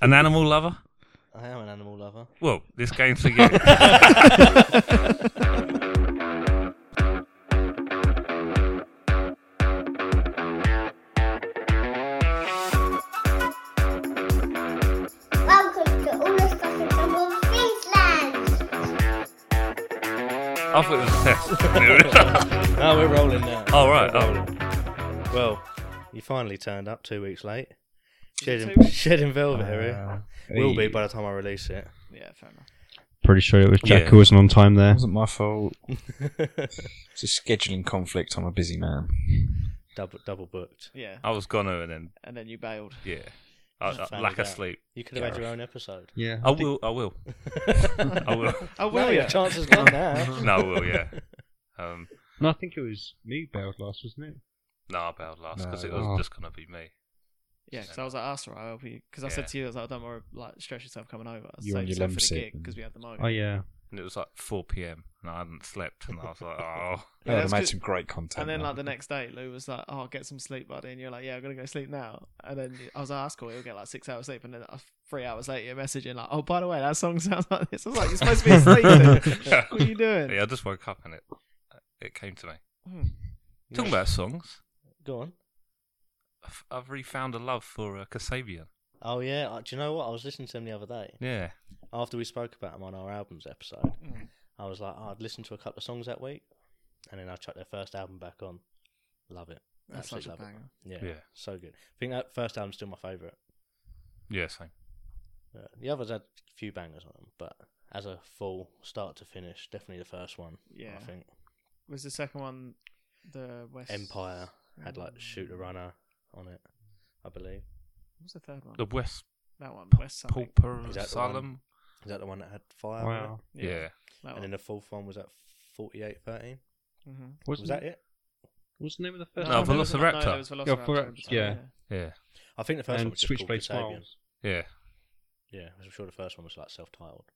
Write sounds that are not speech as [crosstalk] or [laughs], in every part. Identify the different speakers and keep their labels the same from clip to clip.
Speaker 1: An animal lover?
Speaker 2: I am an animal lover.
Speaker 1: Well, this game's for
Speaker 2: [laughs]
Speaker 1: you.
Speaker 3: Welcome to All the Stuff in Someone's Finsland.
Speaker 1: I thought it was a
Speaker 2: [laughs]
Speaker 1: test.
Speaker 2: No, we're rolling now.
Speaker 1: All right.
Speaker 2: We're
Speaker 1: Oh.
Speaker 2: rolling. Well, you finally turned up two weeks late. Shed
Speaker 4: two
Speaker 2: in,
Speaker 4: weeks?
Speaker 2: shed in velvet area. Will be
Speaker 5: Hey,
Speaker 2: by the time I release it. [laughs]
Speaker 4: Yeah, fair enough.
Speaker 6: Pretty sure it was Jack
Speaker 1: Yeah.
Speaker 6: who wasn't on time there.
Speaker 5: wasn't my fault. It's a scheduling conflict. I'm a busy man.
Speaker 2: double double booked.
Speaker 4: Yeah,
Speaker 1: I was gonna, and then
Speaker 4: and then you bailed.
Speaker 1: yeah, I,
Speaker 2: Just
Speaker 1: I,
Speaker 2: found
Speaker 1: lack
Speaker 2: it
Speaker 1: of
Speaker 2: out.
Speaker 1: sleep.
Speaker 2: You could have had your own episode.
Speaker 6: Yeah.
Speaker 1: I will. I will. I
Speaker 2: [laughs]
Speaker 1: will.
Speaker 4: Oh,
Speaker 2: Well,
Speaker 4: will
Speaker 2: your
Speaker 4: ya?
Speaker 2: chance is gone
Speaker 1: [laughs]
Speaker 2: now.
Speaker 1: No, I will. Yeah. Um,
Speaker 6: No, I think it was me bailed last, wasn't it?
Speaker 1: no, I bailed last because
Speaker 5: No.
Speaker 1: it was
Speaker 6: Oh.
Speaker 1: just gonna be me.
Speaker 4: Yeah, because I was like, "That's alright, I'll help you." Because I
Speaker 1: Yeah.
Speaker 4: said to you, "I was like, don't worry, like stretch yourself coming over."
Speaker 5: You and
Speaker 4: Save
Speaker 5: your
Speaker 4: yourself
Speaker 5: lemon
Speaker 4: for the
Speaker 5: soup
Speaker 4: gig
Speaker 5: and-
Speaker 4: because we had the mic.
Speaker 6: Oh yeah.
Speaker 1: And it was like 4 p.m. and I hadn't slept, and I was
Speaker 2: [laughs]
Speaker 1: like, oh.
Speaker 4: Yeah,
Speaker 5: Yeah,
Speaker 4: that's
Speaker 5: they made
Speaker 4: good.
Speaker 5: some great content.
Speaker 4: And then
Speaker 5: though.
Speaker 4: like the next day, Lou was like, "Oh, get some sleep, buddy," and you're like, "Yeah, I'm gonna go sleep now." And then I was like, "That's cool. You'll get like six hours sleep." And then uh, three hours later, you're messaging like, "Oh, by the way, that song [laughs] sounds like this." I was like, "You're supposed to be sleeping.
Speaker 1: yeah,
Speaker 4: what are you doing?"
Speaker 1: I just woke up and it it came to me.
Speaker 4: Hmm.
Speaker 1: Talking about songs,
Speaker 2: Go on.
Speaker 1: I've, I've refound a love for uh, Kasabian.
Speaker 2: Oh yeah. Uh, Do you know what? I was listening to him the other day
Speaker 1: Yeah,
Speaker 2: after we spoke about him on our albums episode.
Speaker 4: Mm.
Speaker 2: I was like, oh, I'd listened to a couple of songs that week, and then I chucked their first album back on. Love it.
Speaker 4: That's such
Speaker 2: Absolutely
Speaker 4: a
Speaker 2: love it.
Speaker 4: banger.
Speaker 2: Yeah,
Speaker 1: Yeah.
Speaker 2: so good. I think that first album's still my favourite.
Speaker 1: yeah, same.
Speaker 2: Yeah. The others had a few bangers on them, but as a full start to finish, definitely the first one.
Speaker 4: Yeah.
Speaker 2: I think
Speaker 4: Was the second one the West
Speaker 2: Empire had like
Speaker 4: Mm.
Speaker 2: Shoot the Runner on it, I believe.
Speaker 4: What was the third one?
Speaker 1: The West
Speaker 4: that one, West something.
Speaker 1: Pauper
Speaker 2: Is that the
Speaker 1: Asylum.
Speaker 2: Is that the one that had Fire? on it?
Speaker 6: Wow.
Speaker 1: Yeah.
Speaker 4: That
Speaker 2: And then
Speaker 4: one.
Speaker 2: the fourth one was at forty-eight thirteen.
Speaker 4: hmm
Speaker 6: Wasn't
Speaker 2: Was that it?
Speaker 6: What's the name of the
Speaker 1: No,
Speaker 6: first?
Speaker 1: No,
Speaker 6: one?
Speaker 1: Velo- Velociraptor.
Speaker 4: oh, there was Velociraptor
Speaker 6: Velociraptor,
Speaker 4: in between,
Speaker 6: yeah.
Speaker 1: yeah,
Speaker 2: I think the first one
Speaker 6: and
Speaker 2: was just called
Speaker 6: Switchblade
Speaker 2: Kasabian. [laughs]
Speaker 6: Smiles.
Speaker 1: yeah,
Speaker 2: Yeah, I'm sure the first one was like self-titled.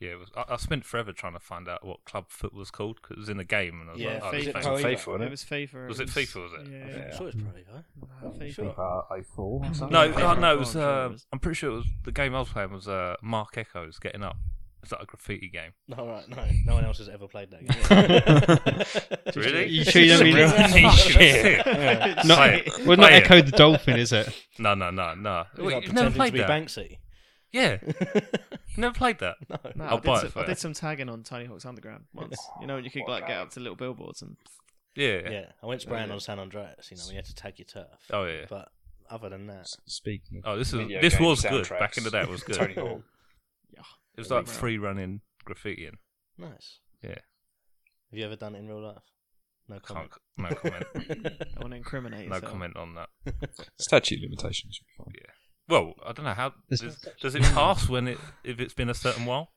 Speaker 1: yeah. It was, I, I spent forever trying to find out what club foot was called because it was in a game, and I was
Speaker 2: Yeah,
Speaker 1: like, oh,
Speaker 2: FIFA.
Speaker 1: this
Speaker 4: Is it
Speaker 1: thing-
Speaker 2: Pro-
Speaker 5: Faithful,
Speaker 4: It
Speaker 5: wasn't it?
Speaker 4: was FIFA.
Speaker 1: Was it FIFA, was it?
Speaker 2: I
Speaker 4: Yeah.
Speaker 2: think
Speaker 5: Yeah.
Speaker 2: I
Speaker 6: Mm.
Speaker 2: thought it was probably though.
Speaker 4: No,
Speaker 2: I'm
Speaker 4: FIFA.
Speaker 2: sure.
Speaker 5: Uh,
Speaker 1: [laughs]
Speaker 5: 04 or something.
Speaker 1: No,
Speaker 4: FIFA.
Speaker 1: oh, no, it
Speaker 4: Oh,
Speaker 1: was.
Speaker 4: I'm sure it
Speaker 1: Uh,
Speaker 4: was.
Speaker 1: I'm pretty sure it was the game I was playing was uh, Mark Echoes Getting Up. It's like a graffiti game.
Speaker 2: [laughs] No, right, no, no one else has ever played that
Speaker 6: [laughs]
Speaker 2: game. [laughs]
Speaker 1: Really?
Speaker 6: You sure you don't mean- [laughs]
Speaker 1: Yeah.
Speaker 6: No,
Speaker 1: Play it.
Speaker 6: [laughs] Well, not
Speaker 1: Play it.
Speaker 6: Echo the Dolphin, is it?
Speaker 2: [laughs]
Speaker 1: No, no, no, no.
Speaker 2: It
Speaker 1: Wait,
Speaker 2: was like
Speaker 1: you've never
Speaker 2: pretending to
Speaker 1: played
Speaker 2: be
Speaker 1: that.
Speaker 2: Banksy.
Speaker 1: Yeah,
Speaker 2: [laughs]
Speaker 1: you never played that.
Speaker 2: No.
Speaker 4: No,
Speaker 1: I'll
Speaker 4: I did
Speaker 1: buy it
Speaker 4: some-
Speaker 1: for
Speaker 4: I
Speaker 1: you.
Speaker 4: did some tagging on Tiny Hawk's Underground
Speaker 2: [laughs]
Speaker 4: once. You know, when you could like get up to little billboards and
Speaker 1: Yeah.
Speaker 2: Yeah. I went spraying
Speaker 4: Yeah.
Speaker 2: on San Andreas. You know, we had to tag your turf.
Speaker 1: Oh yeah.
Speaker 2: But other than that,
Speaker 5: Speaking
Speaker 1: Oh, this is
Speaker 5: Video
Speaker 1: this
Speaker 5: game
Speaker 1: was good.
Speaker 5: soundtracks.
Speaker 1: Back in the day, it was good.
Speaker 5: Tony Hawk.
Speaker 1: It was like
Speaker 4: Yeah.
Speaker 1: free running graffitiing.
Speaker 2: nice.
Speaker 1: Yeah.
Speaker 2: Have you ever done it in real life? No
Speaker 1: Can't,
Speaker 2: comment.
Speaker 1: no comment.
Speaker 4: [laughs] I want to incriminate
Speaker 1: no
Speaker 4: yourself.
Speaker 1: comment on that.
Speaker 5: Statute limitations. should be fine.
Speaker 1: Well, I don't know how
Speaker 6: There's
Speaker 1: does,
Speaker 6: no such
Speaker 1: does it pass when it if it's been a certain while.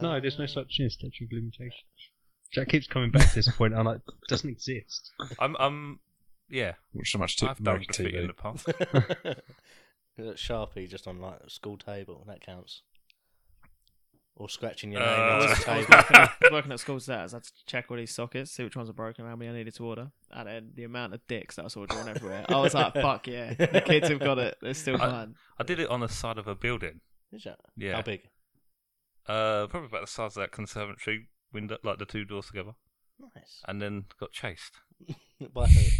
Speaker 6: No,
Speaker 2: [laughs]
Speaker 6: there's no such thing as statute of limitations. Jack keeps coming back to this point, and I'm like, doesn't exist.
Speaker 1: I'm I'm yeah.
Speaker 5: Watch so much t-
Speaker 1: I've done
Speaker 5: American
Speaker 1: graffiti in the
Speaker 5: TV.
Speaker 2: [laughs]
Speaker 1: past.
Speaker 2: Uh, Sharpie just on like a school table. That counts. Or scratching your name
Speaker 1: Uh,
Speaker 2: on
Speaker 4: [laughs]
Speaker 2: the
Speaker 4: I was
Speaker 2: table.
Speaker 4: working, at, working at school today. I had to check all these sockets, see which ones are broken, how many I needed to order, and then the amount of dicks that I saw drawn everywhere. I was like, "Fuck yeah, the kids have got it. They're still
Speaker 1: I-
Speaker 4: fine."
Speaker 1: I did it on the side of a building.
Speaker 2: Is that?
Speaker 1: Yeah.
Speaker 2: How big?
Speaker 1: Uh, probably about the size of that conservatory window, like the two doors together, [laughs]
Speaker 2: Nice. [laughs]
Speaker 1: and then got chased.
Speaker 2: By who?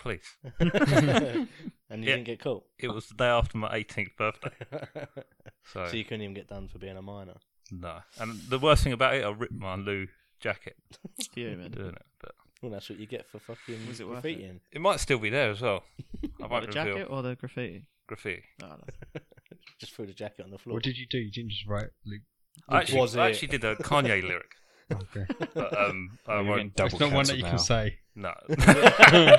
Speaker 1: Please.
Speaker 2: [laughs] and you
Speaker 1: Yeah.
Speaker 2: didn't get caught. [laughs]
Speaker 1: It was the day after my 18th birthday. So,
Speaker 2: so you couldn't even get done for being a minor.
Speaker 1: no. And the worst thing about it, I ripped my Lou jacket
Speaker 4: It's fuming.
Speaker 1: doing it. But
Speaker 2: Well, that's what you get for fucking
Speaker 4: Was it worth it?
Speaker 2: graffitiing.
Speaker 1: it might still be there as
Speaker 2: [laughs]
Speaker 1: well. I
Speaker 4: What,
Speaker 1: won't
Speaker 4: the
Speaker 1: reveal
Speaker 4: jacket or the graffiti? Oh,
Speaker 1: graffiti.
Speaker 4: No, no.
Speaker 2: Just threw the jacket on the floor.
Speaker 6: What did you do? You didn't just write Luke.
Speaker 1: I actually,
Speaker 2: was
Speaker 1: I
Speaker 2: it?
Speaker 1: actually did a Kanye lyric,
Speaker 6: Okay.
Speaker 1: [laughs] but
Speaker 2: [laughs]
Speaker 1: um, I
Speaker 5: You're getting
Speaker 1: won't.
Speaker 5: double
Speaker 6: It's not one
Speaker 5: cancelled
Speaker 6: that you
Speaker 5: now.
Speaker 6: can say.
Speaker 1: No, [laughs]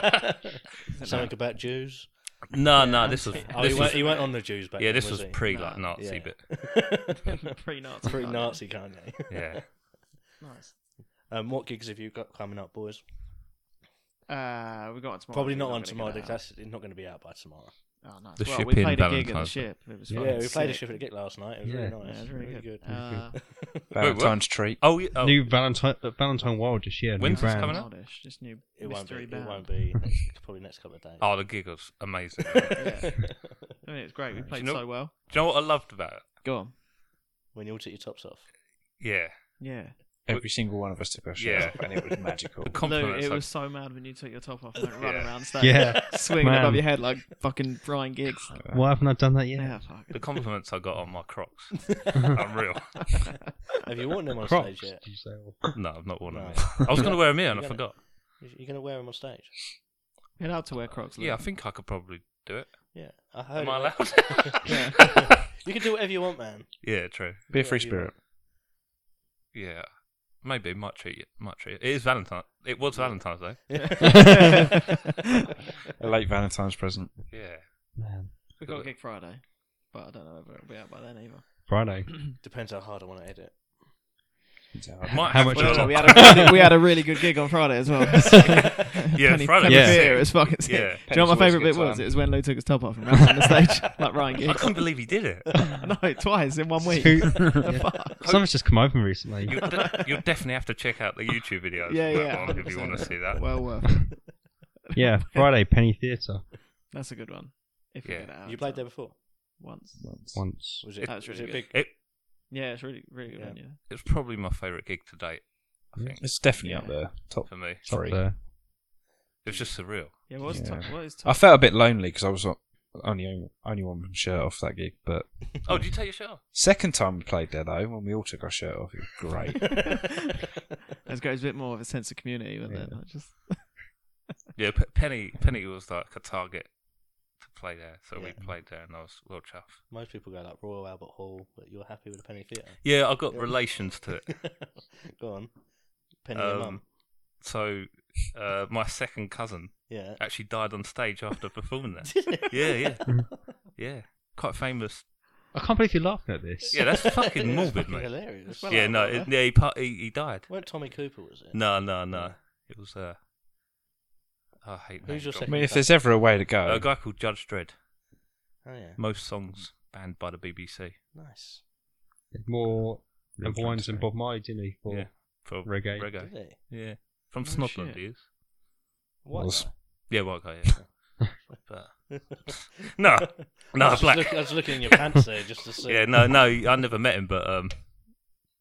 Speaker 2: Something about Jews.
Speaker 1: no, no. This was.
Speaker 2: [laughs] Oh,
Speaker 1: This
Speaker 2: he
Speaker 1: was
Speaker 2: went, he went on the Jews back
Speaker 1: yeah,
Speaker 2: then,
Speaker 1: this was
Speaker 2: was he?
Speaker 1: pre like
Speaker 4: Nah.
Speaker 1: Nazi bit.
Speaker 2: [laughs]
Speaker 4: [laughs]
Speaker 2: Yeah.
Speaker 4: Pre-Nazi.
Speaker 2: Pretty
Speaker 4: Kanye.
Speaker 2: Nazi Kanye.
Speaker 1: Yeah.
Speaker 2: [laughs]
Speaker 4: Nice.
Speaker 2: Um, what gigs have you got coming up, boys?
Speaker 4: Uh, we got one tomorrow.
Speaker 2: Probably
Speaker 4: We're
Speaker 2: not on
Speaker 4: gonna
Speaker 2: tomorrow.
Speaker 4: get
Speaker 2: Because
Speaker 4: it out.
Speaker 2: that's it's not going to be out by tomorrow.
Speaker 4: Oh, nice.
Speaker 1: The
Speaker 4: well,
Speaker 1: ship
Speaker 4: we
Speaker 1: in
Speaker 4: played a gig at the
Speaker 1: Valentine's Day.
Speaker 4: ship. It was
Speaker 6: Yeah,
Speaker 2: Yeah,
Speaker 4: fucking
Speaker 2: we played a
Speaker 4: sick.
Speaker 2: shift at the gig last night. It was
Speaker 6: Yeah.
Speaker 2: really
Speaker 4: Yeah,
Speaker 2: nice.
Speaker 4: it was really good. Uh,
Speaker 1: Wait, what?
Speaker 5: Valentine's treat.
Speaker 1: Oh, yeah, oh
Speaker 6: New Valentine, uh, Valentine Wild just yeah,
Speaker 1: When's
Speaker 6: new
Speaker 1: this
Speaker 6: brand.
Speaker 1: coming up?
Speaker 4: Childish, just new
Speaker 2: it won't be.
Speaker 4: mystery
Speaker 2: It [laughs]
Speaker 4: band.
Speaker 2: won't be. Next, probably next couple of days.
Speaker 1: oh, the gig was amazing.
Speaker 4: Yeah. I mean, it's great. We
Speaker 5: Do you
Speaker 4: played
Speaker 1: know-
Speaker 4: so well.
Speaker 1: Do you know what I loved about it?
Speaker 4: Go on.
Speaker 2: when you all took your tops off.
Speaker 1: Yeah.
Speaker 4: Yeah.
Speaker 5: Every single one of us took our shirts
Speaker 1: Yeah.
Speaker 5: off, and it was magical.
Speaker 1: The
Speaker 4: Lou,
Speaker 1: compliments.
Speaker 4: it
Speaker 1: I-
Speaker 4: was so mad when you took your top off and
Speaker 1: [laughs]
Speaker 4: went run
Speaker 1: Yeah.
Speaker 4: around stage.
Speaker 6: Yeah.
Speaker 4: Swinging
Speaker 6: Man.
Speaker 4: above your head like fucking Brian Giggs.
Speaker 1: [laughs]
Speaker 6: Why haven't I done that yet?
Speaker 4: Yeah, fuck.
Speaker 1: the compliments I got on my Crocs.
Speaker 4: [laughs]
Speaker 1: Unreal.
Speaker 2: Have you worn them on
Speaker 6: Crocs,
Speaker 2: stage yet?
Speaker 6: did you say? Or-
Speaker 1: No, I've not worn them.
Speaker 2: No.
Speaker 1: I was going to wear them here and I
Speaker 2: You're gonna-
Speaker 1: forgot.
Speaker 2: You're going to wear them on stage?
Speaker 4: You're allowed to wear Crocs. Lou.
Speaker 1: Yeah, I think I could probably do it.
Speaker 2: Yeah. I heard
Speaker 1: Am I
Speaker 2: it,
Speaker 1: allowed?
Speaker 4: Yeah.
Speaker 1: [laughs]
Speaker 2: You can do whatever you want, man.
Speaker 1: yeah, true.
Speaker 5: Be a free
Speaker 2: Whatever you want.
Speaker 5: spirit.
Speaker 1: Yeah, maybe might treat you. Might treat you. It is Valentine. It was Valentine's Day.
Speaker 5: A late Valentine's present.
Speaker 1: Yeah,
Speaker 6: Man.
Speaker 4: We've got a gig Friday, but I don't know whether it'll be out by then either.
Speaker 6: Friday.
Speaker 2: Depends how hard I want to edit.
Speaker 1: might
Speaker 6: How
Speaker 1: have
Speaker 6: much
Speaker 1: to-
Speaker 6: is
Speaker 4: we, had a
Speaker 1: [laughs]
Speaker 4: really, [laughs] we had a really good gig on Friday as well. [laughs]
Speaker 1: Yeah,
Speaker 4: Penny,
Speaker 1: Friday
Speaker 4: Penny
Speaker 6: was
Speaker 4: Beer,
Speaker 1: sick.
Speaker 4: it was fucking sick.
Speaker 1: Yeah.
Speaker 4: Do you know what my
Speaker 5: Penny's always a
Speaker 4: favourite bit
Speaker 5: good
Speaker 4: was?
Speaker 5: time.
Speaker 4: It was when Lou took his top off and ran on the stage [laughs] like Ryan
Speaker 1: I
Speaker 4: Giggs.
Speaker 1: couldn't believe he did it.
Speaker 4: [laughs] no, twice in one week.
Speaker 2: [laughs]
Speaker 6: Who-
Speaker 4: The
Speaker 6: Yeah.
Speaker 4: fuck?
Speaker 6: Something's just come over me recently.
Speaker 1: You'll,
Speaker 4: [laughs]
Speaker 1: de- you'll definitely have to check out the YouTube videos.
Speaker 4: Yeah,
Speaker 1: of that
Speaker 4: yeah,
Speaker 1: one if you want to see that.
Speaker 4: Well worth. it.
Speaker 6: yeah, Friday, Penny Theatre.
Speaker 4: That's a good one. If
Speaker 1: Yeah.
Speaker 4: you, get it out
Speaker 2: You played there before?
Speaker 4: once.
Speaker 6: Once.
Speaker 2: Was it,
Speaker 4: That's
Speaker 2: was
Speaker 4: really
Speaker 2: it
Speaker 4: good.
Speaker 2: big?
Speaker 1: It,
Speaker 4: Yeah, it's really, really good
Speaker 2: Yeah.
Speaker 4: venue.
Speaker 1: it's probably my favourite gig to date. I think
Speaker 5: It's definitely up
Speaker 4: Yeah.
Speaker 5: there, top
Speaker 1: for me,
Speaker 5: three.
Speaker 6: There.
Speaker 1: it's just surreal.
Speaker 4: Yeah, what's
Speaker 5: Yeah.
Speaker 4: top? What is top?
Speaker 5: I felt a bit lonely because I was o- only only one shirt off that gig. But
Speaker 1: Oh, did you take your shirt off?
Speaker 5: second time we played there though, when we all took our shirt off, it was
Speaker 2: [laughs]
Speaker 5: great.
Speaker 4: That's great. It's a bit more of a sense of community, wasn't it?
Speaker 6: Yeah.
Speaker 4: Like, just
Speaker 1: Yeah, P- Penny. Penny was like a target to play there, so we
Speaker 2: Yeah.
Speaker 1: played there, and I was well chuffed.
Speaker 2: Most people go like Royal Albert Hall, but you're happy with the Penny Theatre. [laughs]
Speaker 1: Yeah, I got
Speaker 2: Yeah.
Speaker 1: relations to
Speaker 2: [laughs]
Speaker 1: it.
Speaker 2: go on. Penny your
Speaker 1: Um,
Speaker 2: mum.
Speaker 1: So uh, my second cousin
Speaker 2: Yeah.
Speaker 1: actually died on stage after performing there. Yeah, yeah, yeah. Quite famous.
Speaker 6: I can't believe you're laughing at this.
Speaker 1: Yeah,
Speaker 2: [laughs]
Speaker 1: that's fucking
Speaker 2: It's
Speaker 1: morbid, mate.
Speaker 2: Hilarious.
Speaker 1: yeah, no, it, yeah. He, pa- he he died.
Speaker 2: Weren't Tommy Cooper, was it?
Speaker 1: No, no, no. It was uh, I hate.
Speaker 2: Who's your
Speaker 1: name
Speaker 5: I
Speaker 1: dropping.
Speaker 5: mean, if there's ever a way to go,
Speaker 1: A guy called Judge Dredd.
Speaker 2: Oh yeah,
Speaker 1: Most songs banned by the BBC.
Speaker 2: nice.
Speaker 6: More number
Speaker 5: Real
Speaker 6: ones than
Speaker 5: drums,
Speaker 6: Bob Marley, didn't he? For
Speaker 1: Yeah, for
Speaker 6: Reggae.
Speaker 1: Reggae.
Speaker 2: Did
Speaker 1: [laughs]
Speaker 2: he?
Speaker 1: Yeah, from
Speaker 4: Oh,
Speaker 1: Snodland,
Speaker 4: shit.
Speaker 1: he is.
Speaker 2: White
Speaker 5: Was-
Speaker 2: guy.
Speaker 1: Yeah, white guy. Yeah. but no, Ah, no,
Speaker 2: I was just
Speaker 1: black. [laughs]
Speaker 2: look- I was looking in your pants there just to see.
Speaker 1: Yeah, no, no. I never met him, but um,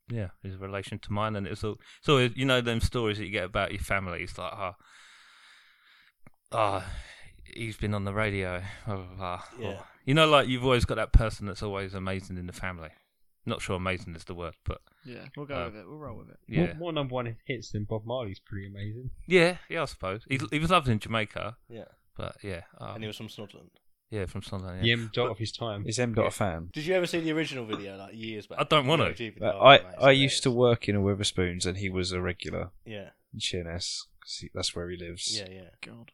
Speaker 1: yeah, his relation to mine, and it's all. So you know them stories that you get about your family. It's like, ah, ah, he's been on the radio. Blah, blah, blah. Or-
Speaker 2: Yeah.
Speaker 1: you know, like you've always got that person that's always amazing in the family. Not sure amazing is the word, but
Speaker 4: yeah, we'll go
Speaker 1: Uh,
Speaker 4: with it. We'll roll with it.
Speaker 1: yeah,
Speaker 6: More, more number one hits than Bob Marley's pretty amazing.
Speaker 1: yeah, yeah. I suppose he he was loved in Jamaica,
Speaker 2: Yeah,
Speaker 1: but yeah, um,
Speaker 2: and he was from Snodland.
Speaker 1: yeah, from Sunderland. Yeah.
Speaker 6: Yeah. Yem dot of his time.
Speaker 5: is M dot
Speaker 6: [laughs]
Speaker 5: a fan?
Speaker 2: Did you ever see the original video like years back?
Speaker 1: I don't wanna.
Speaker 2: Yeah, Jeep and
Speaker 5: But
Speaker 2: Dog,
Speaker 5: I
Speaker 2: mate, it's
Speaker 5: I used to
Speaker 2: hilarious.
Speaker 5: work in a Witherspoons, and he was a regular
Speaker 2: Yeah,
Speaker 5: in Sheerness because that's where he lives. [laughs]
Speaker 2: yeah, yeah.
Speaker 4: God.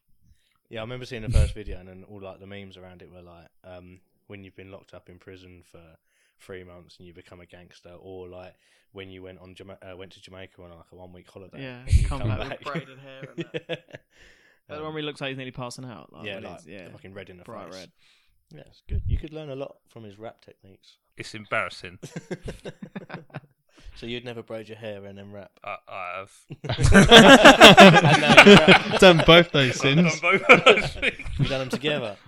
Speaker 2: Yeah, I remember seeing the first video and then all like the memes around it were like, um, when you've been locked up in prison for three months and you become a gangster, or like when you went on Jama- uh, went to Jamaica on like a one week holiday.
Speaker 4: Yeah,
Speaker 2: and you
Speaker 4: come back with braided hair and
Speaker 2: [laughs]
Speaker 4: That
Speaker 2: Um,
Speaker 4: one where he looks like he's nearly passing out. Like,
Speaker 2: yeah,
Speaker 4: when
Speaker 2: like
Speaker 4: he's- yeah.
Speaker 2: fucking red in the
Speaker 4: bright
Speaker 2: face.
Speaker 4: red.
Speaker 2: Yeah, it's good. You could learn a lot from his rap techniques. [laughs]
Speaker 1: It's embarrassing.
Speaker 2: so you'd never braid your hair and then rap. [laughs]
Speaker 1: I, I have
Speaker 2: and now you rap. [laughs]
Speaker 6: uh, Done both those
Speaker 1: I've done
Speaker 6: sins.
Speaker 1: both [laughs] of those things.
Speaker 2: You done them together.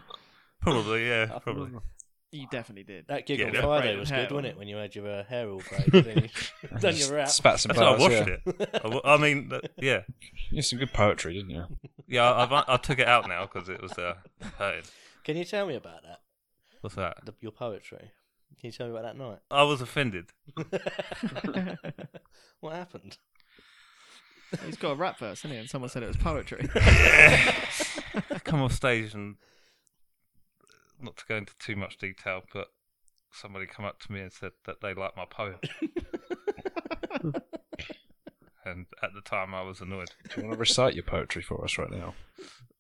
Speaker 1: Probably, yeah, probably.
Speaker 4: You definitely did.
Speaker 2: That gig
Speaker 1: Yeah,
Speaker 2: on
Speaker 1: that
Speaker 2: Friday
Speaker 4: braided
Speaker 2: was
Speaker 4: hair
Speaker 2: good, wasn't
Speaker 4: on.
Speaker 2: it? When you had your uh, hair all
Speaker 1: [laughs]
Speaker 2: braided, then you done your rap.
Speaker 5: Spat some
Speaker 1: That's how I
Speaker 5: bars,
Speaker 1: washed
Speaker 5: yeah.
Speaker 1: it. [laughs] I, wa- I mean, th- yeah,
Speaker 5: You had some good poetry, didn't you?
Speaker 1: yeah. I, I've, I took it out now because it was uh, hurting.
Speaker 2: Can you tell me about that?
Speaker 1: What's that?
Speaker 2: The, your poetry. Can you tell me about that night?
Speaker 1: I was offended. [laughs]
Speaker 2: what happened?
Speaker 4: He's got a rap verse, hasn't he? And someone said it
Speaker 1: [laughs]
Speaker 4: was poetry. [laughs]
Speaker 1: Come off stage and not to go into too much detail, but somebody come up to me and said that they liked my poem. and at the time, I was annoyed.
Speaker 5: Do you want to recite your poetry for us right now?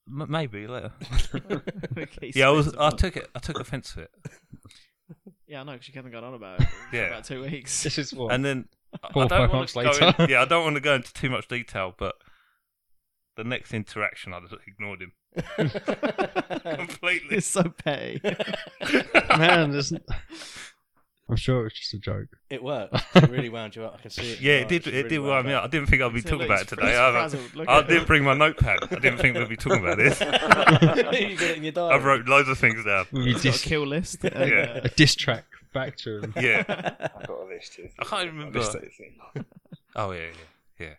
Speaker 1: M- maybe later.
Speaker 4: Okay,
Speaker 1: Yeah, I was.
Speaker 4: spins
Speaker 1: I
Speaker 4: a
Speaker 1: took it. I took offence to it.
Speaker 4: Yeah, I know, because you haven't gone on about it for
Speaker 1: Yeah.
Speaker 4: about two weeks. [laughs]
Speaker 6: This is what.
Speaker 1: and then I-
Speaker 6: Four
Speaker 1: I
Speaker 6: or
Speaker 1: don't
Speaker 6: five
Speaker 1: wanna
Speaker 6: months
Speaker 1: go
Speaker 6: later. [laughs]
Speaker 1: in- yeah, I don't want to go into too much detail, but the next interaction, I just ignored him [laughs] completely.
Speaker 4: It's so petty.
Speaker 6: man, there's, I'm sure it was just a joke.
Speaker 2: It worked. It really wound you up. I can see it. in
Speaker 1: Yeah, it
Speaker 2: your eyes.
Speaker 1: did.
Speaker 2: You
Speaker 1: It
Speaker 2: really
Speaker 1: did
Speaker 2: wound
Speaker 1: wind me
Speaker 2: up.
Speaker 1: up. I didn't think I'd be
Speaker 4: See,
Speaker 1: talking
Speaker 4: look,
Speaker 1: about it
Speaker 4: he's
Speaker 1: today.
Speaker 4: frizz-
Speaker 1: I,
Speaker 4: frazzled. Look
Speaker 1: I
Speaker 4: at
Speaker 1: didn't
Speaker 4: him.
Speaker 1: bring my notepad. I didn't think we'd be talking [laughs] about
Speaker 2: [laughs]
Speaker 1: this.
Speaker 2: you did it in your diary.
Speaker 1: I wrote loads of things down.
Speaker 6: We
Speaker 4: He's got a
Speaker 6: dis-
Speaker 4: kill list. uh,
Speaker 1: Yeah.
Speaker 6: a diss track back to him.
Speaker 1: Yeah.
Speaker 5: I've got a list here.
Speaker 1: I can't remember.
Speaker 5: A list of things.
Speaker 1: Oh yeah, yeah, yeah.